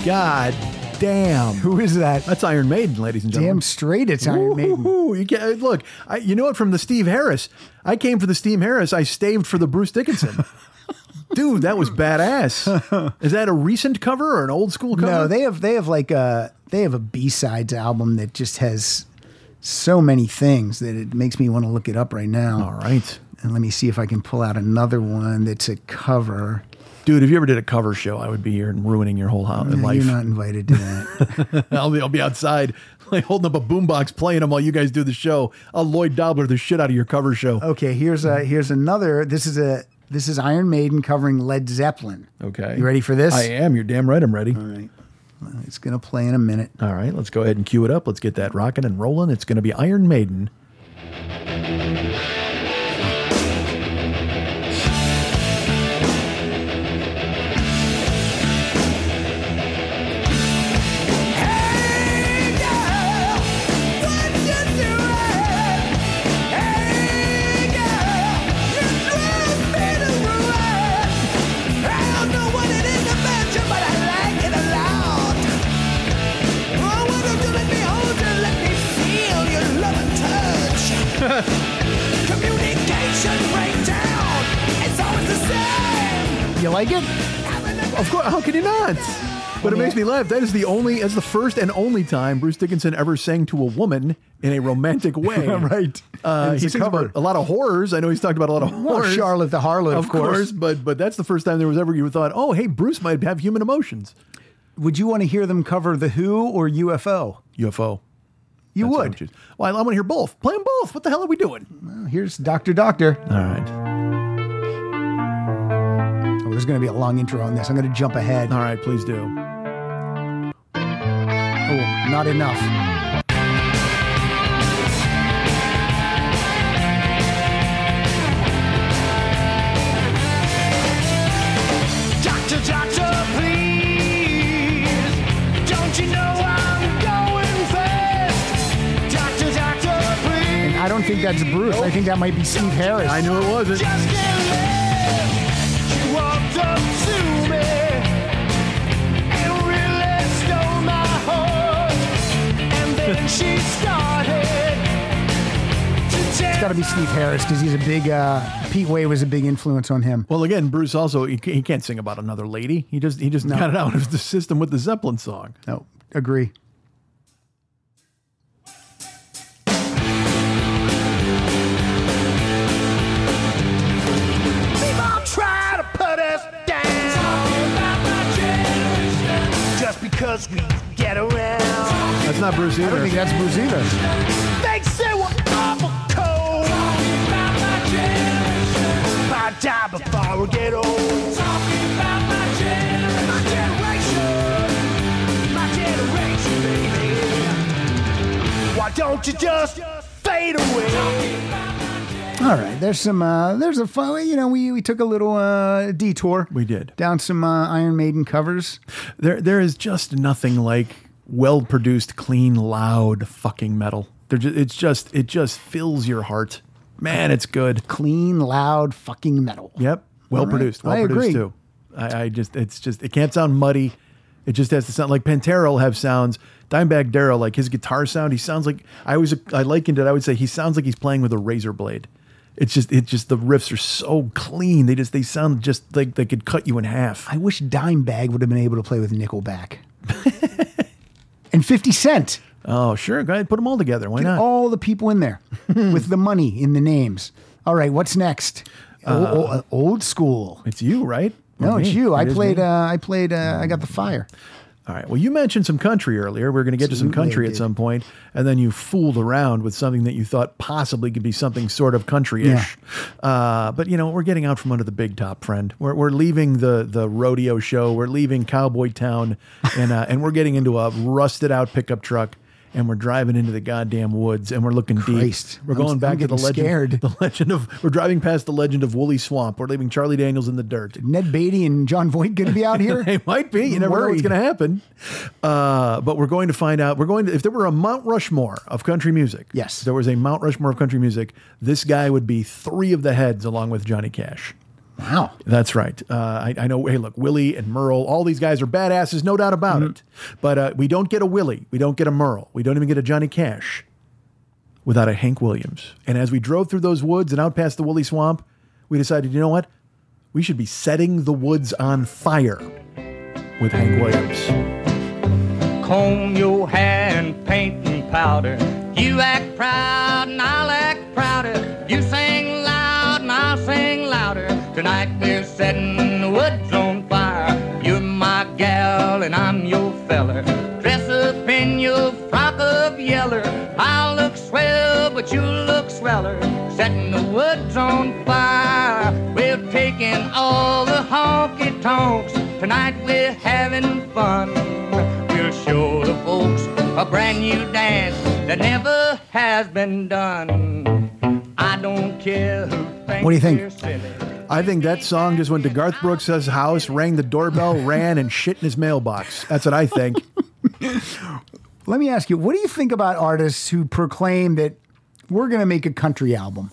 Speaker 9: God damn.
Speaker 2: Who is that?
Speaker 9: That's Iron Maiden, ladies and gentlemen.
Speaker 2: Damn straight it's Iron Maiden.
Speaker 9: Woo-hoo-hoo. You can't, look, I, you know what? From the Steve Harris, I came for the Steve Harris. I staved for the Bruce Dickinson. Dude, that was badass. Is that a recent cover or an old school cover?
Speaker 2: No, they have they have like a they have a B sides album that just has so many things that it makes me want to look it up right now.
Speaker 9: All right,
Speaker 2: And let me see if I can pull out another one that's a cover.
Speaker 9: dude. If you ever did a cover show, I would be here and ruining your whole ho-
Speaker 2: No,
Speaker 9: life.
Speaker 2: You're not invited to that.
Speaker 9: I'll be, I'll be outside, like holding up a boombox, playing them while you guys do the show. I'll Lloyd Dobler the shit out of your cover show.
Speaker 2: okay, here's a here's another. This is a this is Iron Maiden covering Led Zeppelin.
Speaker 9: Okay,
Speaker 2: You ready for this?
Speaker 9: I am. You're damn right. I'm ready.
Speaker 2: All right. It's going to play in a minute.
Speaker 9: All right, let's go ahead and cue it up. Let's get that rocking and rolling. It's going to be Iron Maiden. You like it? Of course. How can you not? But it makes me laugh. That is the only, as the first and only time Bruce Dickinson ever sang to a woman in a romantic way.
Speaker 2: Right.
Speaker 9: Uh,
Speaker 2: It's
Speaker 9: he
Speaker 2: a
Speaker 9: sings
Speaker 2: cover.
Speaker 9: about a lot of horrors. I know he's talked about a lot of
Speaker 2: Well,
Speaker 9: horrors.
Speaker 2: Charlotte the Harlot, of,
Speaker 9: of course, but but that's the first time there was ever you thought, oh, hey, Bruce might have human emotions.
Speaker 2: Would you want to hear them cover The Who or UFO?
Speaker 9: UFO.
Speaker 2: You
Speaker 9: That's what I'm
Speaker 2: would.
Speaker 9: choosing. Well, I want to hear both. Play them both. What the hell are we doing?
Speaker 2: Well, here's Doctor Doctor.
Speaker 9: All right.
Speaker 2: Oh, there's going to be a long intro on this. I'm going to jump ahead.
Speaker 9: All right. Please do.
Speaker 2: Oh, not enough.
Speaker 5: Doctor, doctor, please. Don't you know I'm going fast? Doctor, doctor, please.
Speaker 2: And I don't think that's Bruce. I think that might be Steve Harris.
Speaker 9: I knew it wasn't.
Speaker 5: Just can't live. She walked up to me and really stole my heart. And then she started to
Speaker 2: It's got to be Steve Harris because he's a big. Uh, Pete Way was a big influence on him.
Speaker 9: Well, again, Bruce also he ca- he can't sing about another lady. He just he just got it out of the system with the Zeppelin song.
Speaker 2: No, agree.
Speaker 5: People try to put us down just because we get around.
Speaker 9: That's not Bruce
Speaker 2: I don't
Speaker 9: either.
Speaker 2: think that's Bruce either.
Speaker 5: They say we're awful cold. If I die before I get old. My generation. My generation, baby. Why don't you just fade away?
Speaker 2: All right, there's some. Uh, there's a fun. You know, we we took a little uh, detour.
Speaker 9: We did.
Speaker 2: down some uh, Iron Maiden covers.
Speaker 9: There there is just nothing like well produced, clean, loud fucking metal. They're just, it's just it just fills your heart. Man, it's good.
Speaker 2: Clean, loud, fucking metal.
Speaker 9: Yep. Well
Speaker 2: right.
Speaker 9: produced. Well
Speaker 2: I
Speaker 9: produced
Speaker 2: agree.
Speaker 9: too. I, I just it's just it can't sound muddy. It just has to sound like Pantera will have sounds. Dimebag Darrell, like his guitar sound, he sounds like I always I likened it. I would say he sounds like he's playing with a razor blade. It's just it just the riffs are so clean. They just they sound just like they could cut you in half.
Speaker 2: I wish Dimebag would have been able to play with Nickelback. and 50 Cent.
Speaker 9: Oh sure, go ahead, put them all together. Why not?
Speaker 2: All the people in there with the money in the names. All right, what's next? O-
Speaker 9: uh,
Speaker 2: o- old school.
Speaker 9: it's you, right? Or
Speaker 2: No, it's
Speaker 9: me.
Speaker 2: you. I
Speaker 9: It is
Speaker 2: played,
Speaker 9: me.
Speaker 2: uh, I played, uh, I got the fire.
Speaker 9: All right. Well, you mentioned some country earlier. We are going to get to some
Speaker 2: Absolutely, I
Speaker 9: country at
Speaker 2: did.
Speaker 9: some point, and then you fooled around with something that you thought possibly could be something sort of country-ish. Uh, but you know, we're getting out from under the big top, friend. We're, we're leaving the the rodeo show. We're leaving Cowboy Town, and uh, and we're getting into a rusted-out pickup truck. And we're driving into the goddamn woods, and we're looking
Speaker 2: Christ.
Speaker 9: deep. We're
Speaker 2: I'm-
Speaker 9: going
Speaker 2: I'm
Speaker 9: back to the
Speaker 2: getting
Speaker 9: legend.
Speaker 2: scared.
Speaker 9: The legend of we're driving past the legend of Woolly Swamp. We're leaving Charlie Daniels in the dirt.
Speaker 2: Ned Beatty and John Voight going to be out here?
Speaker 9: They might be. You never know what's
Speaker 2: Worried.
Speaker 9: going to happen. Uh, but we're going to find out. We're going to, if there were a Mount Rushmore of country music,
Speaker 2: Yes.
Speaker 9: if there was a Mount Rushmore of country music, this guy would be three of the heads along with Johnny Cash.
Speaker 2: Wow.
Speaker 9: That's right. Uh, I, I know. Hey, look, Willie and Merle, all these guys are badasses, no doubt about it. But uh, we don't get a Willie. We don't get a Merle. We don't even get a Johnny Cash without a Hank Williams. And as we drove through those woods and out past the Woolly Swamp, we decided, you know what? We should be setting the woods on fire with Hank Williams.
Speaker 4: comb your hair and paint and powder. You act proud and I'll act prouder. You sing loud and I'll sing louder. Tonight we're setting the woods on fire. You're my gal and I'm your feller. Dress up in your frock of yeller. I'll look swell, but you look sweller. Setting the woods on fire. We're taking all the honky tonks. Tonight we're having fun.
Speaker 13: a brand new dance that never has been done. I don't care who thinks
Speaker 9: What do you think?
Speaker 13: they're silly.
Speaker 9: I think that song just went to Garth Brooks' house, rang the doorbell, ran, and shit in his mailbox. That's what I think.
Speaker 2: Let me ask you, what do you think about artists who proclaim that we're going to make a country album?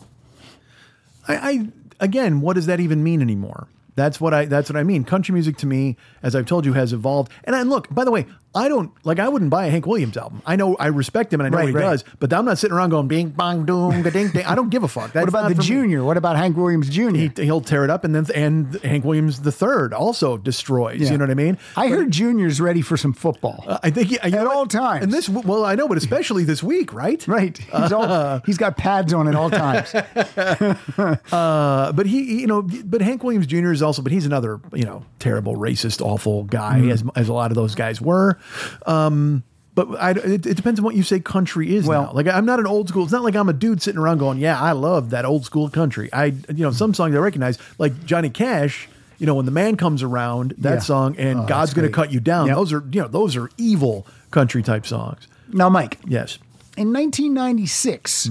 Speaker 9: I, I again, what does that even mean anymore? That's what I that's what I mean. Country music to me, as I've told you, has evolved. And I look, by the way, I don't like I wouldn't buy a Hank Williams album. I know I respect him and I know
Speaker 2: Right,
Speaker 9: what he
Speaker 2: right.
Speaker 9: does, but I'm not sitting around going bing bong doom ga ding ding. I don't give a fuck. That's
Speaker 2: what about
Speaker 9: not
Speaker 2: the
Speaker 9: for me.
Speaker 2: Junior? What about Hank Williams Jr.?
Speaker 9: He, will tear it up and then and Hank Williams the third also destroys.
Speaker 2: Yeah.
Speaker 9: You know what I mean?
Speaker 2: I heard Junior's ready for some football.
Speaker 9: I think he, at all
Speaker 2: times.
Speaker 9: Uh, And this well, I know, but especially this week, right?
Speaker 2: Right. He's, all, he's got pads on at all times.
Speaker 9: uh, but he, he- you know, but Hank Williams Jr. is also, but he's another, you know, terrible, racist, awful guy,
Speaker 2: Mhm.
Speaker 9: as as a lot of those guys were. Um, but I, it, it depends on what you say country is well, now. Like I'm not an old school. It's not like I'm a dude sitting around going, "Yeah, I love that old school country." I, you know, some songs I recognize, like Johnny Cash. You know, when the man comes around, that
Speaker 2: Yeah.
Speaker 9: song, and
Speaker 2: Oh, that's
Speaker 9: God's going to
Speaker 2: great.
Speaker 9: cut you down.
Speaker 2: Yep.
Speaker 9: Those are, you know, those are evil country type songs.
Speaker 2: Now, Mike,
Speaker 9: Yes.
Speaker 2: in 1996,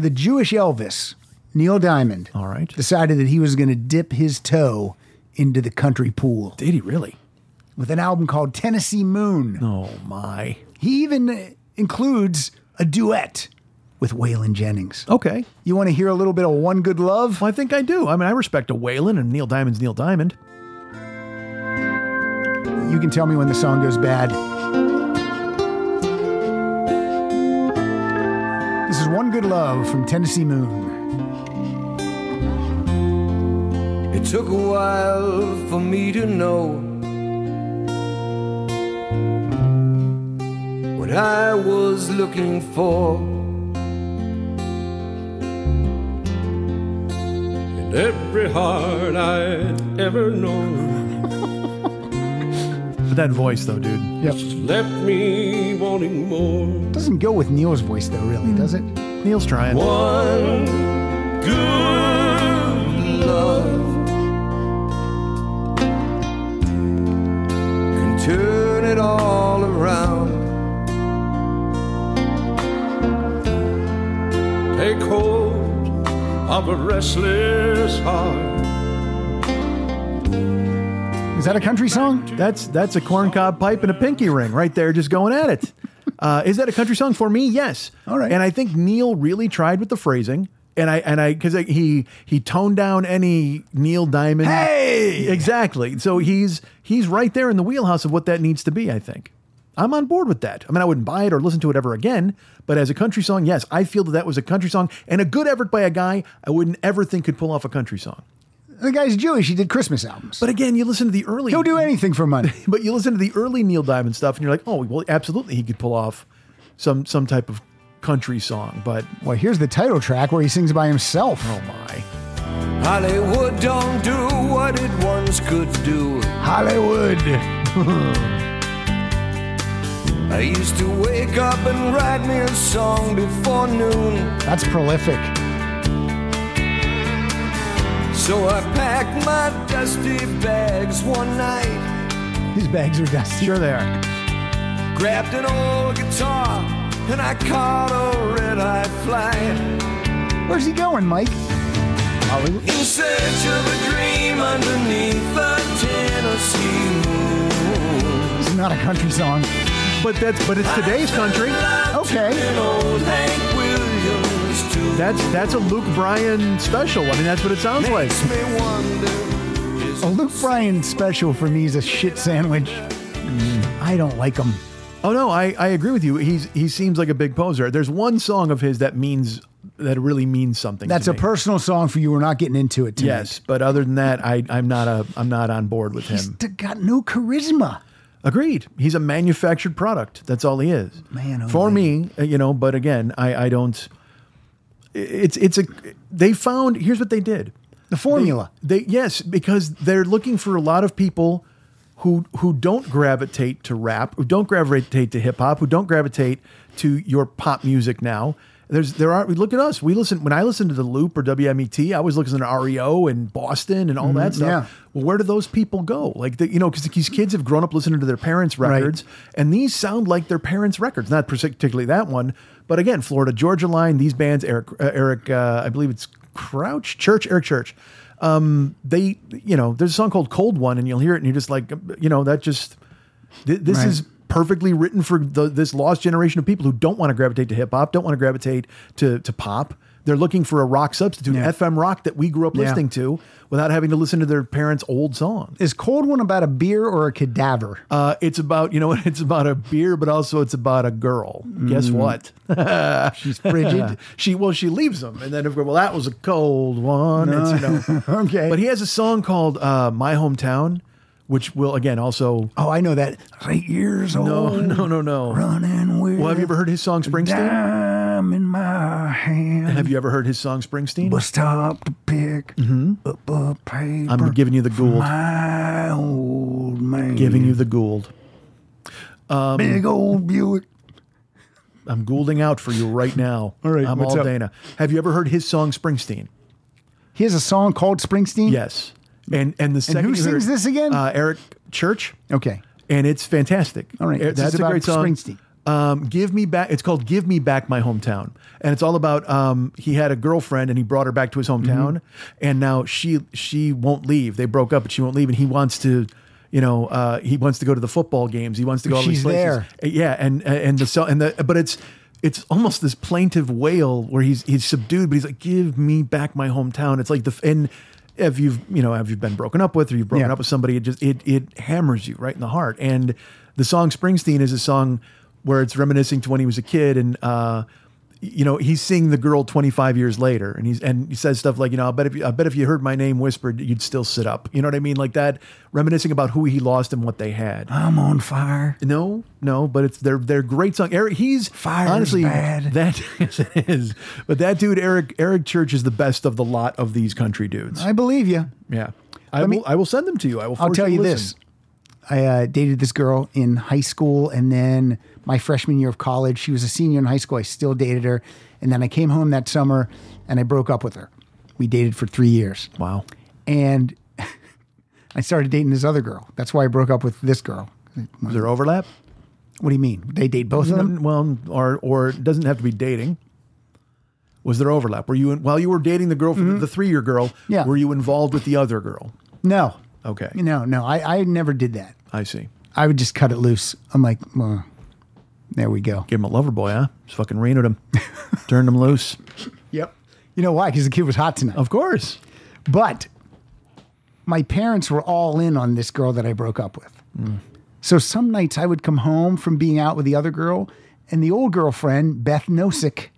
Speaker 2: the Jewish Elvis, Neil Diamond,
Speaker 9: all right,
Speaker 2: decided that he was going to dip his toe into the country pool.
Speaker 9: Did he really?
Speaker 2: With an album called Tennessee Moon.
Speaker 9: Oh my!
Speaker 2: He even uh, includes a duet with Waylon Jennings.
Speaker 9: Okay.
Speaker 2: You want to hear a little bit of One Good Love?
Speaker 9: I think I do. I mean, I respect a Waylon and Neil Diamond's Neil Diamond.
Speaker 2: You can tell me when the song goes bad. This is One Good Love from Tennessee Moon.
Speaker 4: It took a while for me to know what I was looking for.
Speaker 10: And every heart I'd ever known
Speaker 9: But that voice, though, dude.
Speaker 2: Yep.
Speaker 10: left me wanting more.
Speaker 2: Doesn't go with Neil's voice though, really, does it?
Speaker 9: Neil's trying.
Speaker 10: One
Speaker 4: good love can turn it all around.
Speaker 10: Take hold of a restless heart.
Speaker 9: Is that a country song? That's that's a corncob pipe and a pinky ring right there, just going at it. Uh, is that a country song for me? Yes. All right. And I think Neil really tried with the phrasing. And I and I because he he toned down any Neil Diamond. Hey, exactly. So he's he's right there in the wheelhouse of what that needs to be. I think I'm on board with that. I mean, I wouldn't buy it or listen to it ever again. But as a country song, yes, I feel that that was a country song and a good effort by a guy I wouldn't ever think could pull off a country song.
Speaker 2: The guy's Jewish. He did Christmas albums.
Speaker 9: But again, you listen to the early.
Speaker 2: He'll do anything for money.
Speaker 9: but you listen to the early Neil Diamond stuff, and you're like, oh, well, absolutely, he could pull off some some type of country song. But
Speaker 2: Well, here's the title track where he sings by himself. Oh
Speaker 9: my.
Speaker 4: Hollywood don't do what it once could do.
Speaker 2: Hollywood.
Speaker 4: I used to wake up and write me a song before noon.
Speaker 2: That's prolific.
Speaker 4: So I packed my dusty bags one night,
Speaker 2: His bags are dusty. Sure
Speaker 9: they are.
Speaker 4: grabbed an old guitar, and I caught a red eye flight.
Speaker 2: Where's he going, Mike?
Speaker 4: In search of a dream underneath the Tennessee moon.
Speaker 2: This is not a country song.
Speaker 9: But that's but it's today's country.
Speaker 2: Okay.
Speaker 4: An old Hank Williams too.
Speaker 9: That's that's a Luke Bryan special. I mean, that's what it sounds like.
Speaker 4: Makes me wonder.
Speaker 2: A Luke Bryan special for me is a shit sandwich. Mm, I don't like him.
Speaker 9: Oh no, I, I agree with you. He's he seems like a big poser. There's one song of his that means that really means something.
Speaker 2: That's
Speaker 9: to
Speaker 2: a
Speaker 9: me.
Speaker 2: personal song for you. We're not getting into it tonight.
Speaker 9: yes, but other than that, I I'm not a I'm not on board with
Speaker 2: He's
Speaker 9: him.
Speaker 2: d- got no charisma.
Speaker 9: Agreed. He's a manufactured product. That's all he is.
Speaker 2: Man, oh
Speaker 9: for me, uh, you know. But again, I I don't. It's it's a. They found here's what they did.
Speaker 2: The formula.
Speaker 9: They, yes, because they're looking for a lot of people who who don't gravitate to rap, who don't gravitate to hip hop, who don't gravitate to your pop music now, There's there are look at us. We listen when I listen to the Loop or WMET. I was listening to REO and Boston and all that
Speaker 2: Mhm,
Speaker 9: stuff.
Speaker 2: yeah.
Speaker 9: Well, where do those people go? Like the, you know, because these kids have grown up listening to their parents' records, and these sound like their parents' records. Not particularly that one, but again, Florida Georgia Line. These bands, Eric uh, Eric, uh, I believe it's Crouch Church, Eric Church. Um, they you know, there's a song called Cold One, and you'll hear it, and you're just like, uh, you know, that just Th- this
Speaker 2: Right.
Speaker 9: is perfectly written for the, this lost generation of people who don't want to gravitate to hip hop, don't want to gravitate to to pop. They're looking for a rock substitute, FM rock that we grew up
Speaker 2: Yeah.
Speaker 9: listening to, without having to listen to their parents' old song.
Speaker 2: Is Cold One about a beer or a cadaver?
Speaker 9: Uh, it's about you know what? It's about a beer, but also it's about a girl. Guess
Speaker 2: Mm.
Speaker 9: what?
Speaker 2: She's frigid.
Speaker 9: she well, she leaves him, and then of course, well, that was a cold one. It's, you know.
Speaker 2: okay.
Speaker 9: But he has a song called uh, "My Hometown," which will again also.
Speaker 2: Oh, I know that. Eight years
Speaker 9: No,
Speaker 2: old.
Speaker 9: no, no, no. Running with. Well, have you ever heard his song Springsteen?
Speaker 2: Dime in my hand.
Speaker 9: Have you ever heard his song Springsteen?
Speaker 2: But stop to pick up a paper.
Speaker 9: I'm giving you the
Speaker 2: for
Speaker 9: Gould.
Speaker 2: My old man.
Speaker 9: Giving you the Gould. Um,
Speaker 2: Big old Buick.
Speaker 9: I'm Goulding out for you right now. all right, I'm
Speaker 2: what's
Speaker 9: all
Speaker 2: up?
Speaker 9: Dana. Have you ever heard his song Springsteen?
Speaker 2: He has a song called Springsteen.
Speaker 9: Yes. And and the second
Speaker 2: who
Speaker 9: you heard-
Speaker 2: sings this again?
Speaker 9: Uh, Eric Church.
Speaker 2: Okay.
Speaker 9: And it's fantastic.
Speaker 2: All right,
Speaker 9: Eh,
Speaker 2: this
Speaker 9: that's
Speaker 2: is
Speaker 9: a
Speaker 2: about
Speaker 9: great song.
Speaker 2: Springsteen.
Speaker 9: Um, give me back. It's called "Give Me Back My Hometown," and it's all about um, he had a girlfriend and he brought her back to his hometown,
Speaker 2: Mm-hmm.
Speaker 9: and now she she won't leave. They broke up, but she won't leave, and he wants to, you know, uh, he wants to go to the football games. He wants to go. All these
Speaker 2: She's
Speaker 9: places.
Speaker 2: there.
Speaker 9: Uh, Yeah, and and the so and the but it's it's almost this plaintive wail where he's he's subdued, but he's like, "Give me back my hometown." It's like the and if you've you know have you been broken up with or you've broken
Speaker 2: Yeah.
Speaker 9: up with somebody, it just it it hammers you right in the heart. And the song Springsteen is a song where it's reminiscing to when he was a kid and. uh you know he's seeing the girl 25 years later and he's and he says stuff like you know i bet if you i bet if you heard my name whispered you'd still sit up you know what i mean like that reminiscing about who he lost and what they had
Speaker 2: I'm on fire.
Speaker 9: no, no, but it's they're they're great song. Eric, he's
Speaker 2: Fire's
Speaker 9: honestly
Speaker 2: bad.
Speaker 9: that yes, it is. But that dude, Eric Eric Church, is the best of the lot of these country dudes.
Speaker 2: I believe you.
Speaker 9: yeah, I
Speaker 2: Let
Speaker 9: will
Speaker 2: me-
Speaker 9: I will send them to you. I will.
Speaker 2: I'll
Speaker 9: force
Speaker 2: tell
Speaker 9: to
Speaker 2: you this.
Speaker 9: listen.
Speaker 2: I uh, dated this girl in high school, and then my freshman year of college, she was a senior in high school. I still dated her, and then I came home that summer, and I broke up with her. We dated for three years.
Speaker 9: Wow.
Speaker 2: And I started dating this other girl. That's why I broke up with this girl.
Speaker 9: Is there overlap?
Speaker 2: What do you mean? They date both of them?
Speaker 9: Well, or or it doesn't have to be dating. Was there overlap? Were you in, while you were dating the girl, the three year girl?
Speaker 2: Mm-hmm. Yeah.
Speaker 9: Were you involved with the other girl?
Speaker 2: No,
Speaker 9: Okay,
Speaker 2: no, no. I, I never did that.
Speaker 9: I see.
Speaker 2: I would just cut it loose. I'm like, well, there we go.
Speaker 9: Give him a lover boy, huh? Just fucking renoed him, turned him loose.
Speaker 2: Yep. You know why? Because the kid was hot tonight.
Speaker 9: Of course.
Speaker 2: But my parents were all in on this girl that I broke up with. So some nights I would come home from being out with the other girl, and the old girlfriend, Beth Nosick,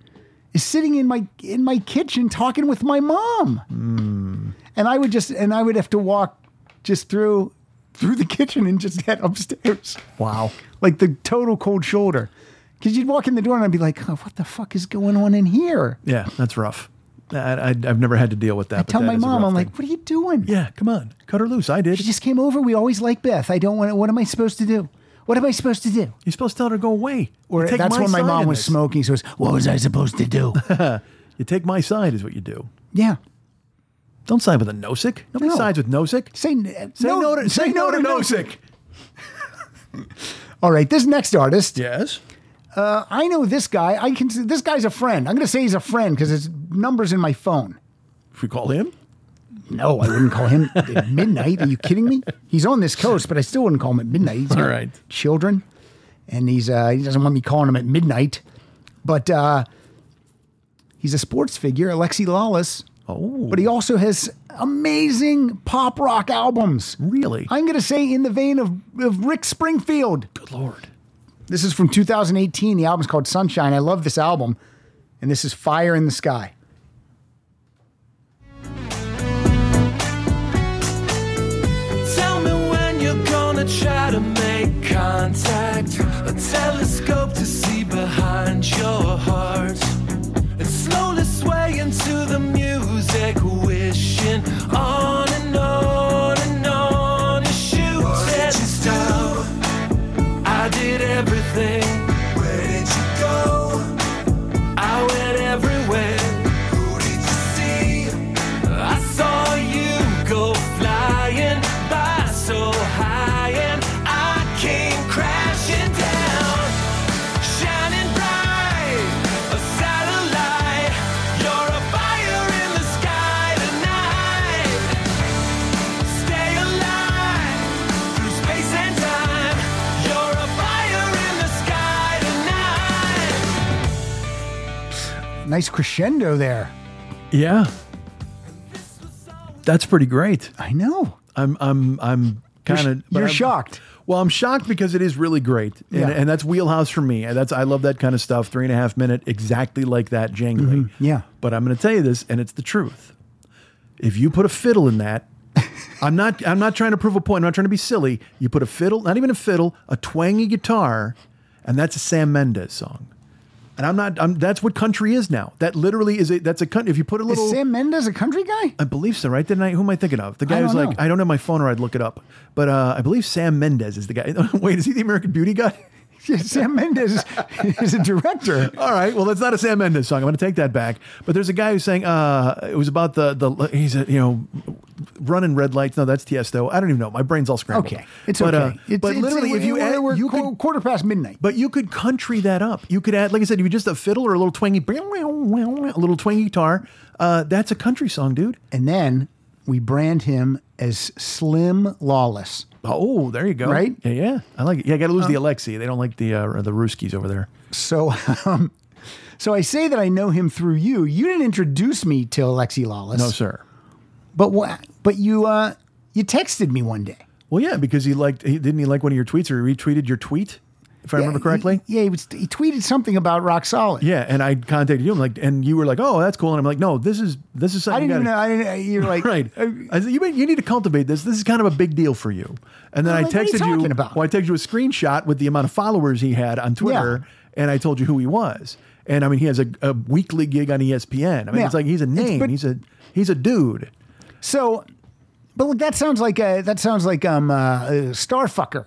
Speaker 2: is sitting in my in my kitchen talking with my mom.
Speaker 9: Hmm.
Speaker 2: And I would just and I would have to walk just through through the kitchen and just head upstairs.
Speaker 9: Wow.
Speaker 2: Like the total cold shoulder. Cause you'd walk in the door and I'd be like, oh, what the fuck is going on in here?
Speaker 9: Yeah, that's rough. I, I, I've never had to deal with that.
Speaker 2: I
Speaker 9: but
Speaker 2: tell
Speaker 9: that
Speaker 2: my
Speaker 9: is a
Speaker 2: mom,
Speaker 9: rough
Speaker 2: I'm
Speaker 9: thing.
Speaker 2: like, what are you doing?
Speaker 9: yeah, come on, cut her loose. I did.
Speaker 2: She just came over. We always like Beth. I don't want to. What am I supposed to do? What am I supposed to do?
Speaker 9: You're supposed to tell her to go away.
Speaker 2: Or
Speaker 9: You take
Speaker 2: that's when my
Speaker 9: side
Speaker 2: mom
Speaker 9: in
Speaker 2: was
Speaker 9: this.
Speaker 2: smoking. So it's, what was I supposed to do?
Speaker 9: You take my side is what you do.
Speaker 2: yeah.
Speaker 9: Don't side with a nosik. Nobody
Speaker 2: No.
Speaker 9: sides with nosik.
Speaker 2: Say, n- no,
Speaker 9: say, no, to nosik.
Speaker 2: All right. This next artist,
Speaker 9: Yes.
Speaker 2: uh, I know this guy. I can. This guy's a friend. I'm going to say he's a friend because his number's in my phone.
Speaker 9: If we call him,
Speaker 2: No, I wouldn't call him at midnight. Are you kidding me? He's on this coast, but I still wouldn't call him at midnight. He's got
Speaker 9: All right.
Speaker 2: children, and he's uh, he doesn't want me calling him at midnight. But uh, he's a sports figure, Alexi Lawless.
Speaker 9: Oh.
Speaker 2: But he also has amazing pop rock albums.
Speaker 9: really,
Speaker 2: I'm going to say in the vein of, of Rick Springfield.
Speaker 9: good lord,
Speaker 2: This is from 2018. The album's called Sunshine. I love this album. And this is Fire in the Sky.
Speaker 5: Tell me when you're gonna try to make contact. A telescope to see behind your heart. And slowly sway into the music, wishing on and on and on. You shoot Why did you stop? I did everything. Where did you go? I went
Speaker 2: nice crescendo there.
Speaker 9: Yeah. That's pretty great.
Speaker 2: I know.
Speaker 9: I'm I'm I'm
Speaker 2: You're
Speaker 9: kind
Speaker 2: sh-
Speaker 9: of
Speaker 2: you're shocked.
Speaker 9: Well, I'm shocked because it is really great, and,
Speaker 2: Yeah.
Speaker 9: and that's wheelhouse for me. And That's I love that kind of stuff. Three and a half minute, exactly like that, jangly.
Speaker 2: Mhm. Yeah.
Speaker 9: But I'm going to tell you this, and it's the truth. If you put a fiddle in that, I'm not. I'm not trying to prove a point. I'm not trying to be silly. You put a fiddle, not even a fiddle, a twangy guitar, and that's a Sam Mendes song. And I'm not. I'm, that's what country is now. That literally is a. That's a country. If you put a little
Speaker 2: Is Sam Mendes a country guy?
Speaker 9: I believe so, right? Didn't I? Who am I thinking of? The
Speaker 2: I
Speaker 9: guy who's
Speaker 2: don't
Speaker 9: like,
Speaker 2: know.
Speaker 9: I don't have my phone or I'd look it up. But uh, I believe Sam Mendes is the guy. Wait, is he the American Beauty guy?
Speaker 2: Sam Mendes is a director.
Speaker 9: All right. Well, that's not a Sam Mendes song. I'm going to take that back. But there's a guy who's saying uh, it was about the the he's a, you know running red lights. No, that's Tiesto. I don't even know. My brain's all scrambled.
Speaker 2: Okay, it's
Speaker 9: but,
Speaker 2: okay.
Speaker 9: Uh,
Speaker 2: it's,
Speaker 9: but
Speaker 2: it's-
Speaker 9: literally, if you
Speaker 2: we're-
Speaker 9: add,
Speaker 2: we're
Speaker 9: you
Speaker 2: qu-
Speaker 9: could
Speaker 2: quarter past midnight.
Speaker 9: But you could country that up. You could add, like I said, you just a fiddle or a little twangy, a little twangy guitar. Uh, that's a country song, dude.
Speaker 2: And then we brand him as Slim Lawless.
Speaker 9: Oh, there you go.
Speaker 2: Right?
Speaker 9: Yeah, yeah. I like it. Yeah, I got to lose the
Speaker 2: Um,
Speaker 9: Alexi. They don't like the uh, the Ruskies over there.
Speaker 2: So, um, so I say that I know him through you. You didn't introduce me to Alexi Lawless.
Speaker 9: No, sir.
Speaker 2: But what? But you, uh, you texted me one day.
Speaker 9: Well, yeah, because he liked he, didn't he like one of your tweets or he retweeted your tweet if I remember correctly.
Speaker 2: yeah, he, was, he tweeted something about Rock Solid.
Speaker 9: yeah, and I contacted you. I'm like, and you were like, oh, that's cool. And I'm like, no, this is this is something.
Speaker 2: I didn't
Speaker 9: you
Speaker 2: even know.
Speaker 9: gotta-
Speaker 2: I didn't, you're like, uh,
Speaker 9: right. I said, you, may- you need to cultivate this. This is kind of a big deal for you. And then
Speaker 2: I'm
Speaker 9: I
Speaker 2: like, what are you
Speaker 9: texted you.
Speaker 2: talking about?
Speaker 9: Well, I texted you a screenshot with the amount of followers he had on Twitter, and I told you who he was. And I mean, he has a, a weekly gig on E ESPN. I mean,
Speaker 2: Yeah.
Speaker 9: it's like he's a
Speaker 2: It's-
Speaker 9: name.
Speaker 2: but-
Speaker 9: he's a he's a dude.
Speaker 2: So, but look, that sounds like a, that sounds like um uh, uh, Starfucker.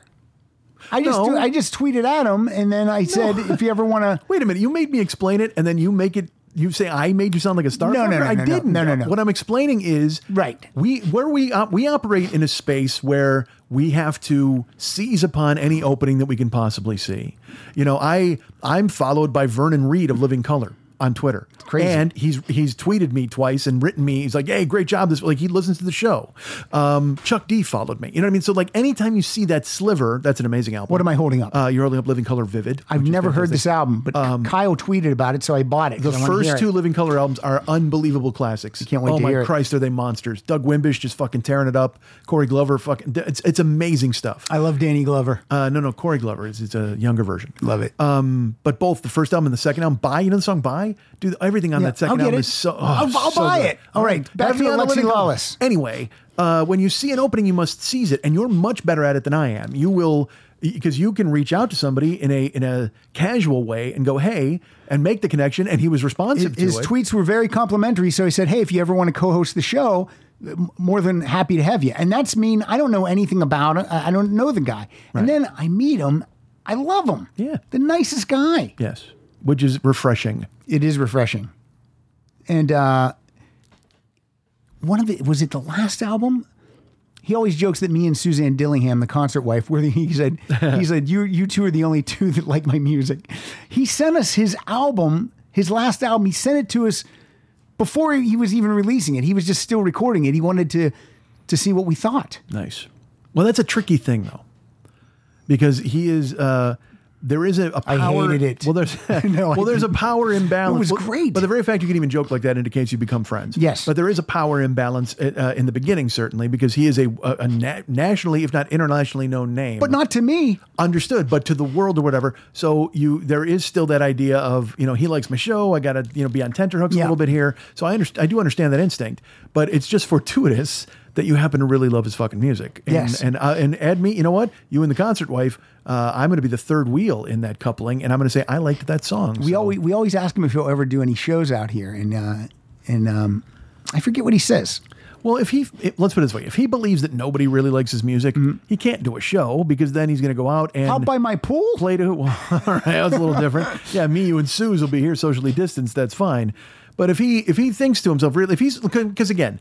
Speaker 2: I just
Speaker 9: No.
Speaker 2: I just tweeted at him, and then I said, if you ever want to,
Speaker 9: Wait a minute. You made me explain it, and then you make it. You say I made you sound like a star.
Speaker 2: No, no,
Speaker 9: fucker?
Speaker 2: no,
Speaker 9: I
Speaker 2: no, no.
Speaker 9: didn't.
Speaker 2: No, no, no.
Speaker 9: What I'm explaining is
Speaker 2: right.
Speaker 9: We where we op- we operate in a space where we have to seize upon any opening that we can possibly see. You know, I I'm followed by Vernon Reed of Living Color on Twitter.
Speaker 2: crazy.
Speaker 9: And he's he's tweeted me twice and written me. He's like, "Hey, great job!" This like he listens to the show. Um, Chuck D followed me. You know what I mean? So like, anytime you see that sliver, that's an amazing album.
Speaker 2: What am I holding up?
Speaker 9: Uh, you're holding up Living Color Vivid.
Speaker 2: I've
Speaker 9: which is
Speaker 2: never heard
Speaker 9: fantastic. um,
Speaker 2: this album, but Kyle tweeted about it, so I bought it.
Speaker 9: The
Speaker 2: 'cause I wanna hear
Speaker 9: first
Speaker 2: it.
Speaker 9: two Living Color albums are unbelievable classics.
Speaker 2: can't wait
Speaker 9: oh
Speaker 2: to
Speaker 9: my
Speaker 2: hear it.
Speaker 9: Christ, are they monsters? Doug Wimbish just fucking tearing it up. Corey Glover, fucking, it's it's amazing stuff.
Speaker 2: I love Danny Glover.
Speaker 9: Uh, no, no, Corey Glover is it's a younger version.
Speaker 2: Love it.
Speaker 9: Um, but both the first album and the second album, "Buy," you know the song "Buy." Dude, everything on
Speaker 2: Yeah,
Speaker 9: that second
Speaker 2: I'll get
Speaker 9: album
Speaker 2: it.
Speaker 9: is so. oh,
Speaker 2: I'll- I'll
Speaker 9: so
Speaker 2: buy
Speaker 9: good.
Speaker 2: it. All right, back
Speaker 9: Have
Speaker 2: to
Speaker 9: you on the
Speaker 2: Alexi
Speaker 9: Living Color?
Speaker 2: Lawless.
Speaker 9: Anyway, uh, when you see an opening, you must seize it, and you're much better at it than I am. You will because you can reach out to somebody in a in a casual way and go, "Hey," and make the connection, and he was responsive
Speaker 2: His, his
Speaker 9: to it.
Speaker 2: tweets were very complimentary, so he said, "Hey, if you ever want to co-host the show, m- more than happy to have you." And that's mean I don't know anything about it. I I don't know the guy, and then I meet him. I love him.
Speaker 9: Yeah.
Speaker 2: the nicest guy.
Speaker 9: Yes, which is refreshing.
Speaker 2: It is refreshing. And uh, one of the was it the last album? He always jokes that me and Suzanne Dillingham, the concert wife, were the, he said he said you you two are the only two that like my music. He sent us his album, his last album. He sent it to us before he was even releasing it. He was just still recording it. He wanted to to see what we thought.
Speaker 9: Nice. Well, that's a tricky thing though, because he is. Uh, there is a, a
Speaker 2: I
Speaker 9: power.
Speaker 2: hated it.
Speaker 9: Well, there's
Speaker 2: No, I
Speaker 9: well, there's a
Speaker 2: didn't.
Speaker 9: power imbalance.
Speaker 2: It was
Speaker 9: Well,
Speaker 2: great.
Speaker 9: but the very fact you can even joke like that indicates you become friends.
Speaker 2: Yes.
Speaker 9: but there is a power imbalance uh, in the beginning certainly because he is a, a, a na- nationally, if not internationally, known name.
Speaker 2: But not to me.
Speaker 9: understood, but to the world or whatever. So you there is still that idea of you know he likes my show. I got to you know be on tenterhooks a
Speaker 2: Yeah.
Speaker 9: little bit here. So I understand. I do understand that instinct, but it's just fortuitous that you happen to really love his fucking music. And,
Speaker 2: Yes.
Speaker 9: and uh, and add me. You know what? You and the concert wife. Uh, I'm going to be the third wheel in that coupling, and I'm going to say I liked that song.
Speaker 2: We always we always ask him if he'll ever do any shows out here, and uh, and um, I forget what he says.
Speaker 9: Well, if he if- let's put it this way, if he believes that nobody really likes his music,
Speaker 2: Mm-hmm.
Speaker 9: he can't do a show because then he's going to go out and
Speaker 2: Out by my pool.
Speaker 9: play to well, all right that's a little different yeah me you and suze will be here socially distanced that's fine but if he if he thinks to himself really if he's because again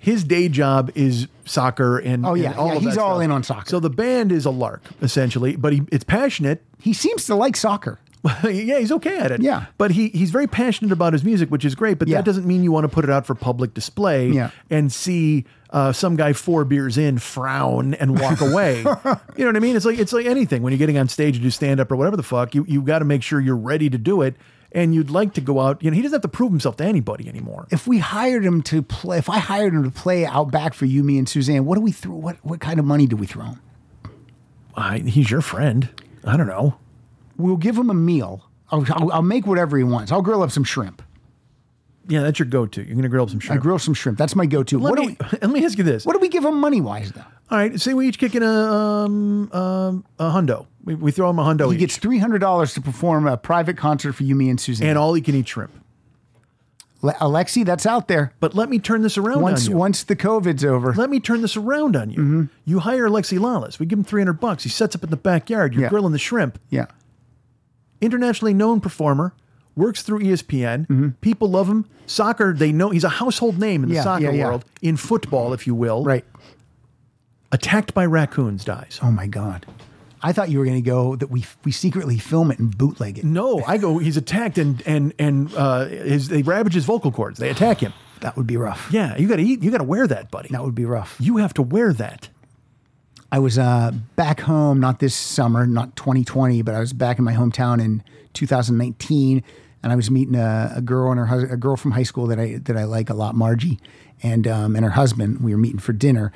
Speaker 9: his day job is soccer and
Speaker 2: Oh,
Speaker 9: and
Speaker 2: yeah,
Speaker 9: all
Speaker 2: yeah,
Speaker 9: of that
Speaker 2: he's all
Speaker 9: stuff.
Speaker 2: in on soccer.
Speaker 9: so the band is a lark essentially but he, it's passionate
Speaker 2: He seems to like soccer.
Speaker 9: yeah, he's okay at it.
Speaker 2: Yeah.
Speaker 9: but he he's very passionate about his music, which is great. But
Speaker 2: Yeah.
Speaker 9: that doesn't mean you want to put it out for public display
Speaker 2: Yeah.
Speaker 9: and see uh, some guy four beers in frown and walk away. you know what I mean? It's like it's like anything when you're getting on stage to do stand up or whatever the fuck. You you got to make sure you're ready to do it. and you'd like to go out. You know, he doesn't have to prove himself to anybody anymore.
Speaker 2: If we hired him to play, if I hired him to play out back for you, me, and Suzanne, what do we throw? What what kind of money do we throw him?
Speaker 9: I, he's your friend. I don't know.
Speaker 2: We'll give him a meal. I'll, I'll, I'll make whatever he wants. I'll grill up some shrimp.
Speaker 9: Yeah, that's your go-to. You're gonna grill up some
Speaker 2: I
Speaker 9: shrimp.
Speaker 2: grill some shrimp. That's my go-to.
Speaker 9: Let
Speaker 2: What
Speaker 9: me-
Speaker 2: do we?
Speaker 9: Let me ask you this.
Speaker 2: What do we give him money wise though?
Speaker 9: All right, say we each kick in a um, um, a hundo. We, we throw him a hundo.
Speaker 2: He
Speaker 9: each.
Speaker 2: gets three hundred dollars to perform a private concert for you, me, and Suzanne.
Speaker 9: and all he can eat shrimp.
Speaker 2: Le- Alexi, that's out there.
Speaker 9: But let me turn this around.
Speaker 2: Once Mm-hmm.
Speaker 9: on you.
Speaker 2: once the COVID's over,
Speaker 9: let me turn this around on you. You hire Alexi Lawless. We give him three hundred bucks. He sets up in the backyard. You're
Speaker 2: Yeah.
Speaker 9: grilling the shrimp.
Speaker 2: yeah,
Speaker 9: Internationally known performer. Works through E ESPN. People love him. Soccer, they know he's a household name in
Speaker 2: Mm-hmm.
Speaker 9: the
Speaker 2: Yeah,
Speaker 9: soccer
Speaker 2: yeah, yeah.
Speaker 9: world, in football, if you will.
Speaker 2: right.
Speaker 9: Attacked by raccoons dies.
Speaker 2: Oh my god, I thought you were going to go that we we secretly film it and bootleg it.
Speaker 9: No, I go. He's attacked and and and uh, his, they ravage his vocal cords. They attack him.
Speaker 2: That would be rough.
Speaker 9: Yeah, you got to eat. You got to wear that, buddy.
Speaker 2: That would be rough.
Speaker 9: You have to wear that.
Speaker 2: I was uh, back home, not this summer, not 2020, but I was back in my hometown in 2019, and I was meeting a, a girl and her hus- a girl from high school that I that I like a lot, Margie, and um, and her husband. We were meeting for dinner,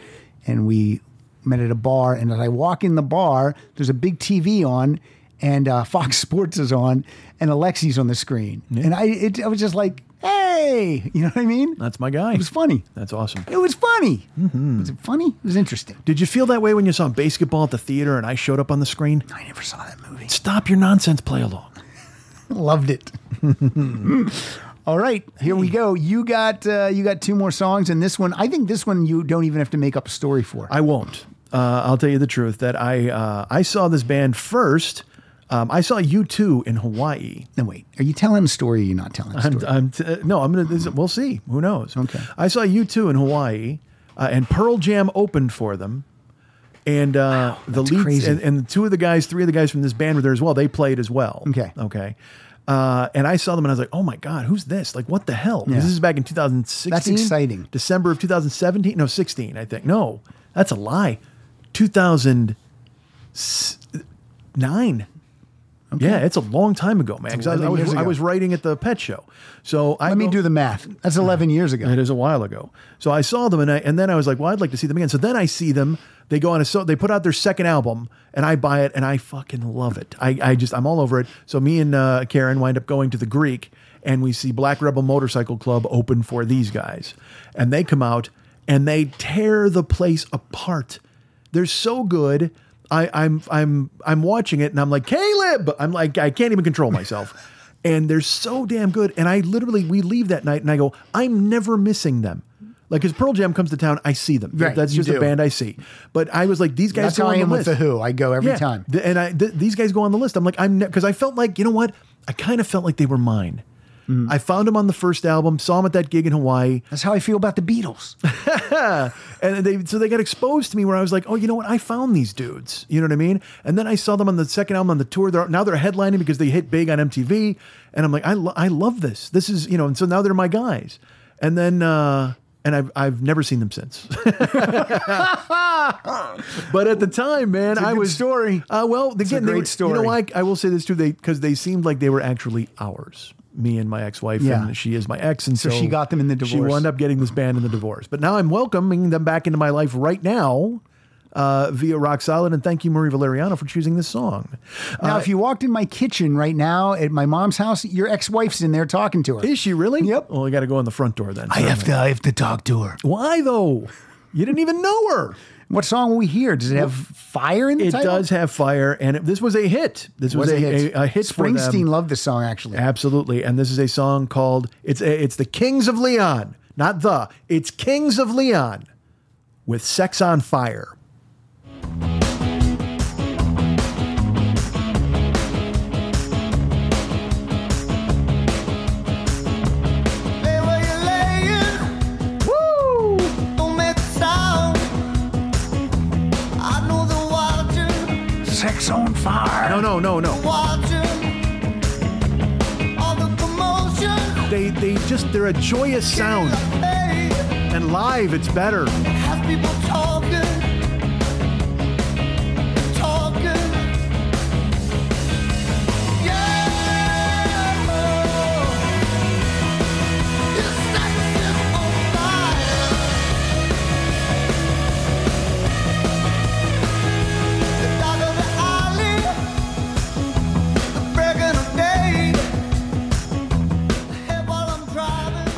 Speaker 2: and we met at a bar. And as I walk in the bar, there's a big TV on, and uh, Fox Sports is on, and Alexi's on the screen, and I it, I was just like, hey, you know what I mean?
Speaker 9: That's my guy.
Speaker 2: It was funny.
Speaker 9: That's awesome.
Speaker 2: It was funny. Was it funny? It was interesting.
Speaker 9: Did you feel that way when you saw basketball at the theater and I showed up on the screen?
Speaker 2: I never saw that movie.
Speaker 9: Stop your nonsense play along.
Speaker 2: Loved it. All right, here we go. You got uh, you got two more songs, and this one I think this one you don't even have to make up a story for.
Speaker 9: I won't. Uh, I'll tell you the truth that I uh, I saw this band first. Um, I saw you two in Hawaii.
Speaker 2: no, wait, are you telling a story? Or you're not telling a
Speaker 9: I'm,
Speaker 2: story.
Speaker 9: I'm t- uh, no, I'm gonna. This, we'll see. Who knows? Okay. I saw you two in Hawaii, uh, and Pearl Jam opened for them, and uh, the leads
Speaker 2: crazy.
Speaker 9: and, and two of the guys, three of the guys from this band were there as well. They played as well.
Speaker 2: Okay.
Speaker 9: Okay. Uh, and I saw them, and I was like, "Oh my god, who's this? Like, what the hell?" 'Cause
Speaker 2: Yeah.
Speaker 9: This is back in 2016.
Speaker 2: That's exciting.
Speaker 9: December of 2017, no, 16, I think. No, that's a lie. 2009. Yeah, it's a long time ago, man. 'cause I, I
Speaker 2: 11 years
Speaker 9: was, I
Speaker 2: ago.
Speaker 9: was writing at the pet show, so I
Speaker 2: Let me
Speaker 9: go-
Speaker 2: do the math. That's 11 years ago.
Speaker 9: It is a while ago. So I saw them, and I, and then I was like, well, I'd like to see them again. So then I see them. They go on a so they put out their second album, and I buy it, and I fucking love it. I, I just I'm all over it. So me and uh, Karen wind up going to the Greek, and we see Black Rebel Motorcycle Club open for these guys, and they come out and they tear the place apart. They're so good. I, I'm I'm I'm watching it and I'm like Caleb. I'm like I can't even control myself. and they're so damn good. And I literally we leave that night and I go I'm never missing them. Like as Pearl Jam comes to town, I see them.
Speaker 2: Right,
Speaker 9: That's
Speaker 2: you
Speaker 9: just a
Speaker 2: do.
Speaker 9: band I see. But I was like these guys.
Speaker 2: That's
Speaker 9: go
Speaker 2: how
Speaker 9: on
Speaker 2: I
Speaker 9: the
Speaker 2: am with
Speaker 9: list.
Speaker 2: the Who. I go every
Speaker 9: Yeah.
Speaker 2: time.
Speaker 9: Th- And I, th- these guys go on the list. I'm like, I'm because I felt like, you know what? I kind of felt like they were mine.
Speaker 2: Mm.
Speaker 9: I found them on the first album, saw them at that gig in Hawaii,
Speaker 2: That's how I feel about the Beatles.
Speaker 9: and they so they got exposed to me where I was like, oh, you know what? I found these dudes. You know what I mean? And then I saw them on the second album on the tour. They're now they're headlining because they hit big on MTV, and I'm like, I lo- I love this. This is you know, and so now they're my guys. And then uh, and I've I've never seen them since. but at the time, man, I
Speaker 2: good
Speaker 9: was
Speaker 2: story.
Speaker 9: Uh, well, again,
Speaker 2: a
Speaker 9: they
Speaker 2: great
Speaker 9: were-
Speaker 2: story.
Speaker 9: You know, I I will say this too. They because they seemed like they were actually ours. Me and my ex-wife,
Speaker 2: Yeah.
Speaker 9: and she is my ex, and so,
Speaker 2: So she got them in the
Speaker 9: She
Speaker 2: divorce.
Speaker 9: wound up up getting this band in the divorce. But now I'm welcoming them back into my life right now uh, via Rock Solid. And thank you, Marie Valeriano, for choosing this song. Uh,
Speaker 2: now, if you walked in my kitchen right now at my mom's house, your ex-wife's in there talking to her.
Speaker 9: is she really?
Speaker 2: Yep.
Speaker 9: Well, I got to go in the front door then.
Speaker 2: I have
Speaker 9: certainly.
Speaker 2: to. I have to talk to her.
Speaker 9: Why though? You didn't even know her.
Speaker 2: What song will we hear? Does it have fire in the
Speaker 9: It
Speaker 2: title?
Speaker 9: does have fire, and it, this was a hit. This was, a, a, a hit for them.
Speaker 2: Springsteen loved this song actually.
Speaker 9: Absolutely. And this is a song called it's a, it's the Kings of Leon, not the. It's Kings of Leon with Sex on Fire.
Speaker 5: Lay where you're laying. Don't make a sound. I know they're watching,
Speaker 2: Sex on fire.
Speaker 9: No, no, no, no.
Speaker 5: watching. All the commotion.
Speaker 9: They they just they're a joyous sound.
Speaker 5: Hey,
Speaker 9: And live, it's better.
Speaker 5: has people talking. Talking. Yeah. oh.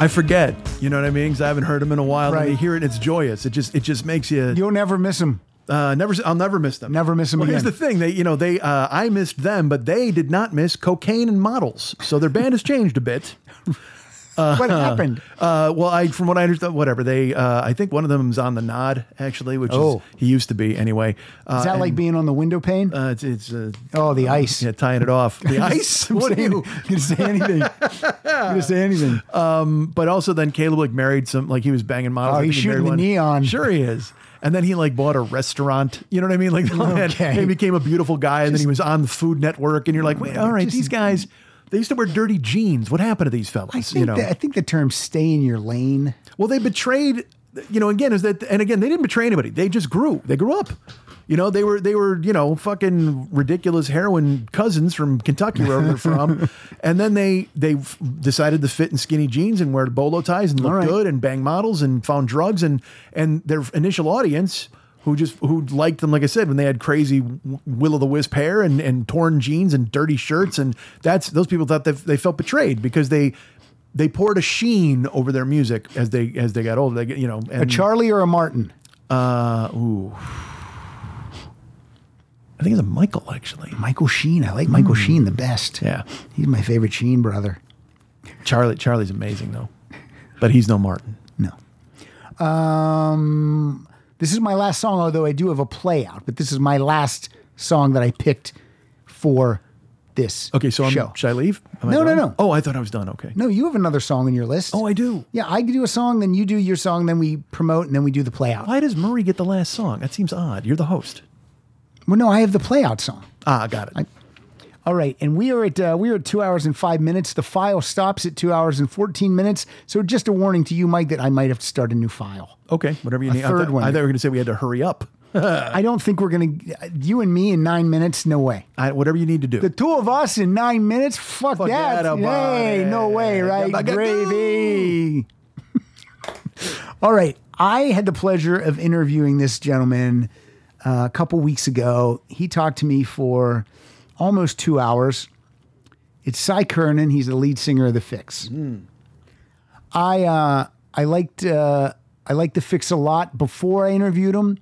Speaker 9: I forget. You know what I mean? Because I haven't heard them in a while. And you hear it, it's joyous. It just it just makes you.
Speaker 2: You'll never miss them.
Speaker 9: Uh, never. I'll never miss them. Never
Speaker 2: miss 'em
Speaker 9: Well, here's
Speaker 2: again.
Speaker 9: the thing. They, you know, they. Uh, I missed them, but they did not miss cocaine and models. So their band has changed a bit. Uh,
Speaker 2: What happened?
Speaker 9: Uh, well, I from what I understand, whatever they. Uh, I think one of them's on the nod actually, which
Speaker 2: Oh.
Speaker 9: is he used to be anyway. Uh,
Speaker 2: Is that
Speaker 9: and-
Speaker 2: like being on the window pane?
Speaker 9: Uh, it's, it's uh,
Speaker 2: oh the ice.
Speaker 9: Yeah, tying it off. The ice.
Speaker 2: I'm
Speaker 9: what are
Speaker 2: saying-
Speaker 9: you?
Speaker 2: I'm gonna say anything? I'm gonna say anything.
Speaker 9: Um, but also then Caleb like married some like he was banging models.
Speaker 2: Oh,
Speaker 9: I
Speaker 2: he's
Speaker 9: think he married
Speaker 2: shooting the neon.
Speaker 9: Sure, he is. And then he like bought a restaurant. You know what I mean? Like
Speaker 2: Okay.
Speaker 9: he became a beautiful guy, and then he was on the Food Network. And you're like, wait, all right, these guys. They used to wear dirty jeans. What happened to these fellas?
Speaker 2: I think
Speaker 9: you know,
Speaker 2: that- I think the term "stay in your lane."
Speaker 9: Well, they betrayed. You know, again is that, and again they didn't betray anybody. They just grew. They grew up. You know, they were they were you know fucking ridiculous heroin cousins from Kentucky wherever they're from, and then they they f- decided to fit in skinny jeans and wear bolo ties and look good and bang models and found drugs and and their initial audience. Who just who liked them? Like I said, when they had crazy will o' the wisp hair and, and torn jeans and dirty shirts, and that's those people thought that they felt betrayed because they they poured a sheen over their music as they as they got older. They get- you know
Speaker 2: a Charlie or a Martin?
Speaker 9: Uh, ooh. I think it's a Michael actually.
Speaker 2: Michael Sheen. I like Michael Sheen the best.
Speaker 9: Yeah,
Speaker 2: he's my favorite Sheen brother.
Speaker 9: Charlie Charlie's amazing though, but he's no Martin.
Speaker 2: Um, this is my last song, although I do have a play out, but this is my last song that I picked for this.
Speaker 9: Okay, so I'm,
Speaker 2: show.
Speaker 9: should I leave? Am I
Speaker 2: no, no,
Speaker 9: done?
Speaker 2: no.
Speaker 9: Oh, I thought I was done. Okay.
Speaker 2: No, you have another song in your list. Oh,
Speaker 9: I do.
Speaker 2: Yeah, I do a song, then you do your song, then we promote, and then we do the play out.
Speaker 9: Why does Murray get the last song? That seems odd. You're the host.
Speaker 2: Well, no, I have the play out song.
Speaker 9: Ah, got it.
Speaker 2: All right, and we are at uh, we are at two hours and five minutes. The file stops at two hours and fourteen minutes. So just a warning to you, Mike, that I might have to start a new file.
Speaker 9: okay, whatever you
Speaker 2: A
Speaker 9: need. I
Speaker 2: third
Speaker 9: thought,
Speaker 2: one.
Speaker 9: I thought we were going to say we had to hurry up.
Speaker 2: I don't think we're gonna uh, you and me in nine minutes. No way.
Speaker 9: I, whatever you need to do.
Speaker 2: The two of us in nine minutes. Fuck, that.
Speaker 9: that,
Speaker 2: Yay, no way, right?
Speaker 9: Gabagadoo.
Speaker 2: Gravy. All right. I had the pleasure of interviewing this gentleman uh, a couple weeks ago. He talked to me for almost two hours. It's Cy Kernan. He's the lead singer of The Fix. I uh, I liked uh, I liked The Fix a lot before I interviewed him.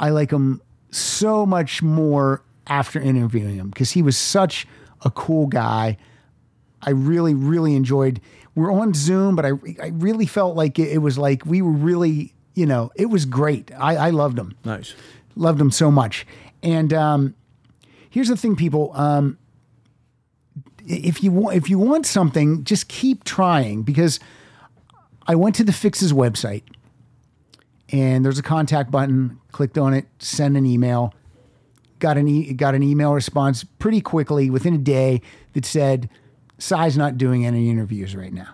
Speaker 2: I like him so much more after interviewing him because he was such a cool guy. I really, really enjoyed. We're on Zoom, but I, I really felt like it, it was like we were really, you know, it was great. I, I loved him.
Speaker 9: Nice.
Speaker 2: Loved him so much. And um, here's the thing, people. Um, if you want, if you want something, just keep trying because I went to the Fix's website and there's a contact button. Clicked on it, send an email. Got an e- got an email response pretty quickly within a day that said, "Sai's not doing any interviews right now."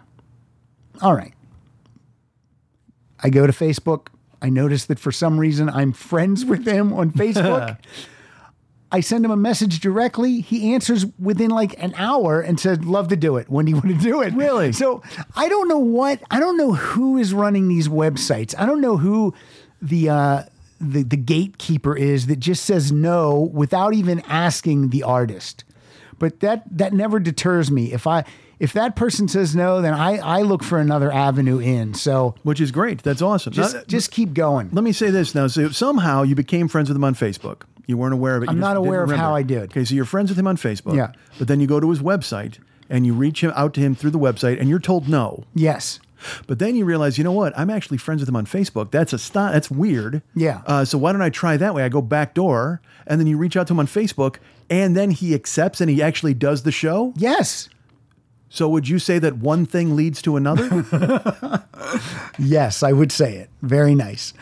Speaker 2: All right. I go to Facebook. I notice that for some reason I'm friends with him on Facebook. I send him a message directly. He answers within like an hour and said, Love to do it. When do you want to do it? Really? So I don't know what, I don't know who is running these websites. I don't know who the, uh, the, the gatekeeper is that just says no without even asking the artist. But that that never deters me. If I if that person says no, then I, I look for another avenue in. So
Speaker 9: Which is great. That's awesome.
Speaker 2: Just- just keep going.
Speaker 9: Let me say this now. So somehow you became friends with him on Facebook. You weren't aware of it. You
Speaker 2: I'm
Speaker 9: just
Speaker 2: not
Speaker 9: didn't
Speaker 2: aware of
Speaker 9: remember.
Speaker 2: how I did.
Speaker 9: Okay, so you're friends with him on Facebook.
Speaker 2: Yeah.
Speaker 9: But then you go to his website and you reach him out to him through the website, and you're told no.
Speaker 2: Yes.
Speaker 9: But then you realize, you know what? I'm actually friends with him on Facebook. That's a st- That's weird.
Speaker 2: Yeah.
Speaker 9: Uh, so why don't I try that way? I go back door, and then you reach out to him on Facebook, and then he accepts and he actually does the show.
Speaker 2: Yes.
Speaker 9: So would you say that one thing leads to another?
Speaker 2: Yes, I would say it. Very nice.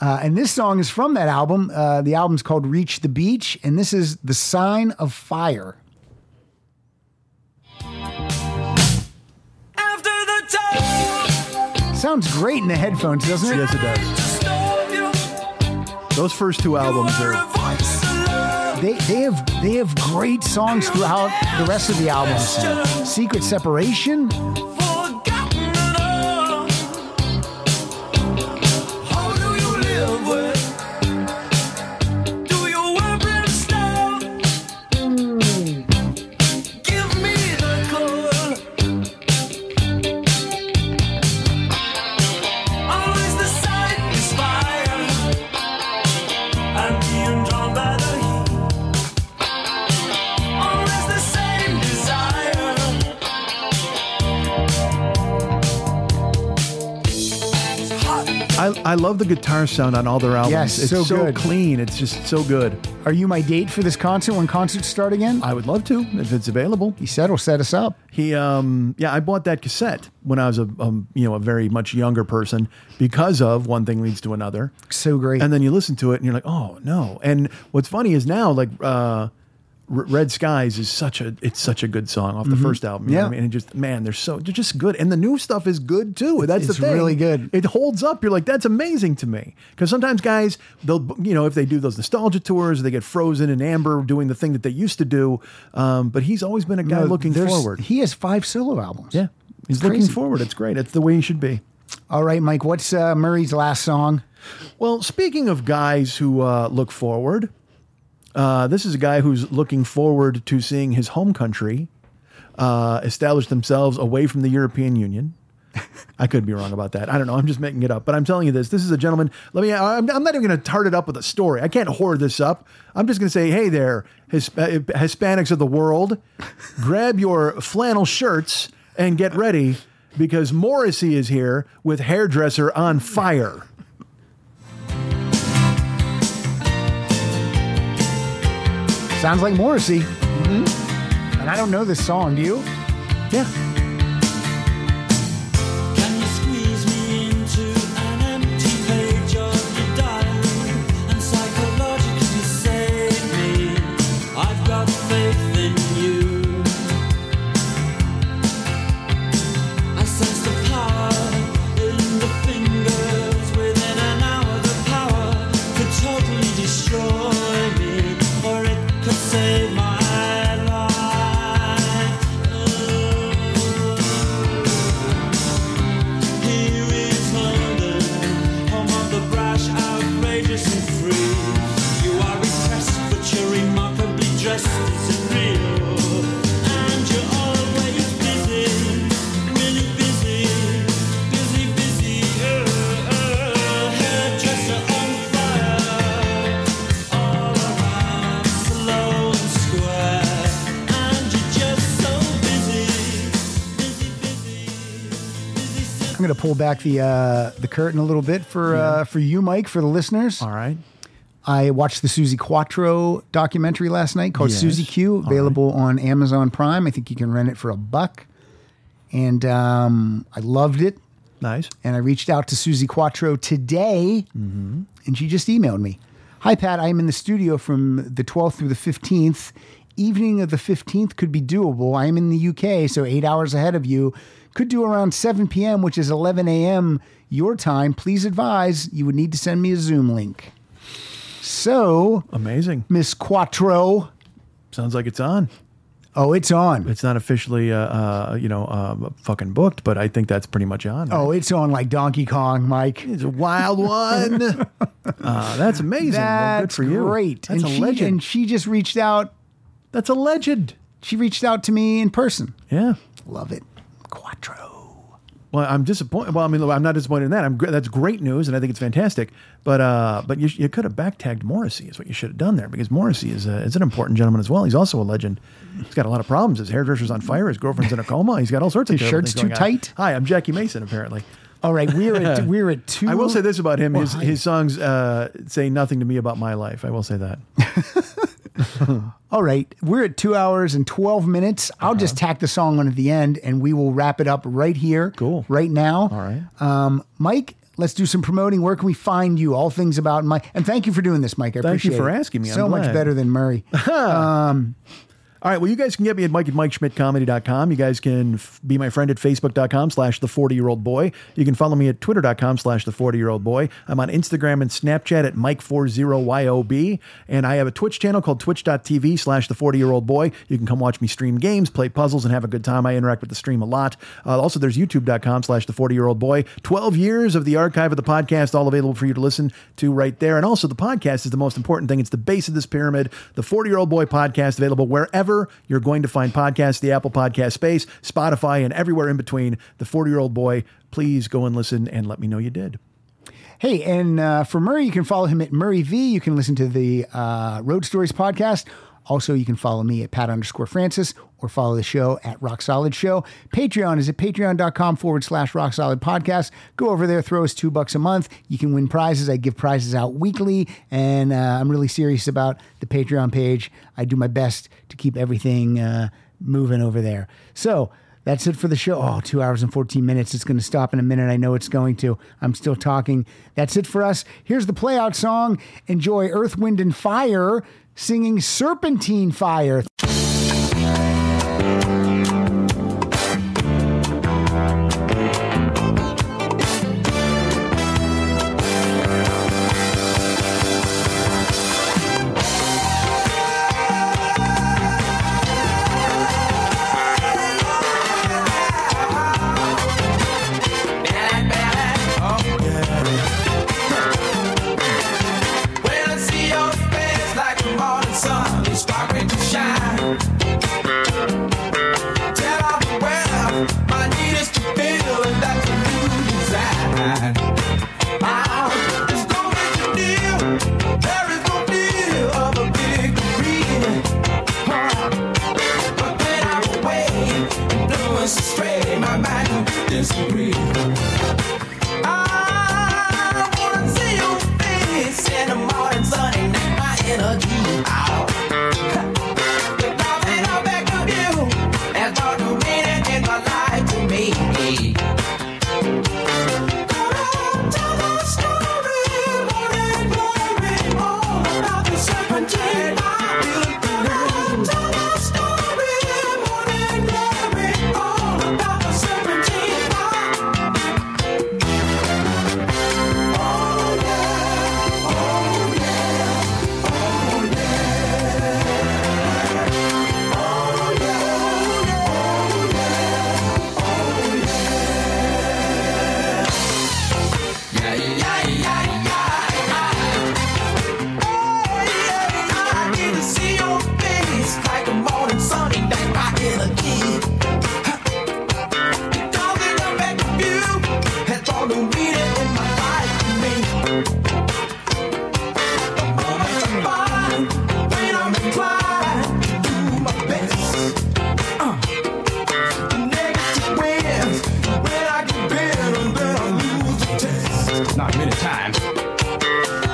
Speaker 2: Uh, and this song is from that album. Uh, the album's called Reach the Beach, and this is The Sign of Fire.
Speaker 5: After the time,
Speaker 2: Sounds great in the headphones, doesn't it?
Speaker 9: Yes, it does.
Speaker 5: storm you
Speaker 9: Those first two albums are.
Speaker 5: voice alone.
Speaker 2: They, they have they have great songs throughout the rest of the album. Secret Separation,
Speaker 5: Forgotten it all. How do you live with? Do you ever stop? Give me the call.
Speaker 9: I love the guitar sound on all their albums.
Speaker 2: Yes,
Speaker 9: it's
Speaker 2: so
Speaker 9: so,
Speaker 2: good.
Speaker 9: clean. It's just so good.
Speaker 2: Are you my date for this concert when concerts start again? Uh,
Speaker 9: I would love to if it's available.
Speaker 2: He said will set us up.
Speaker 9: He, um, yeah, I bought that cassette when I was a, um, you know, a very much younger person because of one thing leads to another.
Speaker 2: So great.
Speaker 9: And then you listen to it and you're like, oh no. And what's funny is now like uh, R- Red Skies is such a it's such a good song off the
Speaker 2: Mhm.
Speaker 9: first album. You know what I
Speaker 2: Yeah.
Speaker 9: mean? And just man, they're so they're just good. And the new stuff is good too. That's
Speaker 2: It's
Speaker 9: the thing.
Speaker 2: really good.
Speaker 9: It holds up. You're like, that's amazing to me. Because sometimes guys, they'll you know, if they do those nostalgia tours, they get frozen in amber doing the thing that they used to do. Um, but he's always been a guy
Speaker 2: No,
Speaker 9: looking
Speaker 2: there's-
Speaker 9: forward.
Speaker 2: He has five solo albums.
Speaker 9: Yeah. He's looking
Speaker 2: crazy.
Speaker 9: forward. It's great. It's the way he should be.
Speaker 2: All right, Mike, what's uh, Murray's last song?
Speaker 9: Well, speaking of guys who uh, look forward, uh, this is a guy who's looking forward to seeing his home country uh, establish themselves away from the European Union. I could be wrong about that. I don't know. I'm just making it up. But I'm telling you this. This is a gentleman. Let me. I'm, I'm not even going to tart it up with a story. I can't hoard this up. I'm just going to say, hey there, Hisp- uh, Hispanics of the world, grab your flannel shirts and get ready because Morrissey is here with hairdresser on fire.
Speaker 2: Sounds like Morrissey. And I don't know this song, do you?
Speaker 9: Yeah.
Speaker 4: Can you squeeze me into an empty page of your diary and psychologically save me? I've got faith in you. I sense the power in the fingers. Within an hour, the power could totally destroy me, or it could save my life. Here is London, home of the brash, outrageous and free. You are repressed, but you're remarkably dressed as real. And you're always busy, really busy, busy, busy. Uh, uh, hairdresser on fire, all around, slow and square. And you're just so busy.
Speaker 2: I'm going to pull back the uh, the curtain a little bit for uh, for you, Mike, for the listeners. All
Speaker 9: right.
Speaker 2: I watched the Susie Quattro documentary last night called
Speaker 9: Yes.
Speaker 2: Susie Q, available on Amazon Prime. I think you can rent it for a buck. And um, I loved it.
Speaker 9: Nice.
Speaker 2: And I reached out to Susie Quattro today,
Speaker 9: Mm-hmm.
Speaker 2: and she just emailed me. Hi, Pat. I am in the studio from the 12th through the 15th. Evening of the 15th could be doable. I am in the UK, so eight hours ahead of you. Could do around 7 p.m., which is 11 a.m. your time. Please advise you would need to send me a Zoom link. So
Speaker 9: amazing,
Speaker 2: Miss Quattro.
Speaker 9: Sounds like it's on.
Speaker 2: Oh, it's on.
Speaker 9: It's not officially, uh, uh, you know, uh, fucking booked, but I think that's pretty much on.
Speaker 2: Oh, it's on like Donkey Kong, Mike.
Speaker 9: It's a wild one. Uh, that's amazing. Well, good
Speaker 2: That's
Speaker 9: for you.
Speaker 2: Great.
Speaker 9: That's
Speaker 2: and
Speaker 9: a
Speaker 2: she,
Speaker 9: legend.
Speaker 2: And she just reached out.
Speaker 9: That's a legend.
Speaker 2: She reached out to me in person.
Speaker 9: Yeah.
Speaker 2: Love it.
Speaker 9: Well, I'm disappointed. Well, I mean, I'm not disappointed in that. I'm gr- that's great news, and I think it's fantastic. But uh, but you, sh- you could have back tagged Morrissey is what you should have done there because Morrissey is a, is an important gentleman as well. He's also a legend. He's got a lot of problems. His hairdresser's on fire. His girlfriend's in a coma. He's got all sorts of
Speaker 2: His
Speaker 9: terrible
Speaker 2: shirt's
Speaker 9: things
Speaker 2: too
Speaker 9: going on.
Speaker 2: tight.
Speaker 9: Hi, I'm Jackie Mason. Apparently.
Speaker 2: All right, we're at we're at two.
Speaker 9: I will say this about him: his
Speaker 2: Why?
Speaker 9: his songs uh, say nothing to me about my life. I will say that.
Speaker 2: All right, we're at two hours and twelve minutes. I'll
Speaker 9: Uh-huh.
Speaker 2: just tack the song on at the end, and we will wrap it up right here. Cool. Right now. All right. Um, Mike, let's do some promoting. Where can we find you? All things about Mike. And thank you for doing this, Mike. I
Speaker 9: Thank you
Speaker 2: appreciate
Speaker 9: for
Speaker 2: it.
Speaker 9: asking me. I'm
Speaker 2: So much
Speaker 9: glad.
Speaker 2: better than Murray. um,
Speaker 9: All right. Well, you guys can get me at Mike at MikeSchmidtComedy.com. You guys can f- be my friend at Facebook.com slash The 40 Year Old Boy. You can follow me at Twitter.com slash The 40 Year Old Boy. I'm on Instagram and Snapchat at Mike40YOB. And I have a Twitch channel called Twitch.tv slash The 40 Year Old Boy. You can come watch me stream games, play puzzles, and have a good time. I interact with the stream a lot. Uh, also, there's YouTube.com slash The 40 Year Old Boy. 12 years of the archive of the podcast, all available for you to listen to right there. And also, the podcast is the most important thing. It's the base of this pyramid. The 40 Year Old Boy podcast available wherever you're going to find podcasts, the Apple Podcast space, Spotify, and everywhere in between. The 40 Year Old Boy, please go and listen and let me know you did.
Speaker 2: Hey, and uh, for Murray, you can follow him at Murray V. You can listen to the uh, Road Stories podcast Also, you can follow me at Pat underscore Francis or follow the show at Rock Solid Show. Patreon is at patreon.com forward slash rock solid podcast. Go over there, throw us two bucks a month. You can win prizes. I give prizes out weekly, and uh, I'm really serious about the Patreon page. I do my best to keep everything uh, moving over there. So, that's it for the show. Oh, two hours and 14 minutes. It's going to stop in a minute. I know it's going to. I'm still talking. That's it for us. Here's the playout song. Enjoy Earth, Wind, and Fire singing Serpentine Fire.
Speaker 5: When I see your face like a morning sun, it's starting to shine. Tell all the world my need is to feel and that's a new design. Ah, there's no major deal. There is no deal of a big degree. Huh. But when I'm away, influence astray, my mind will disagree. I wanna see your face in the morning sun and ignite my energy. Ow. The thought that I back of you has brought the meaning in my life to me. Come tell my story, morning glory, all about the serpentine. I feel it burning. Tell my story, morning glory, all about the serpentine. Not many times.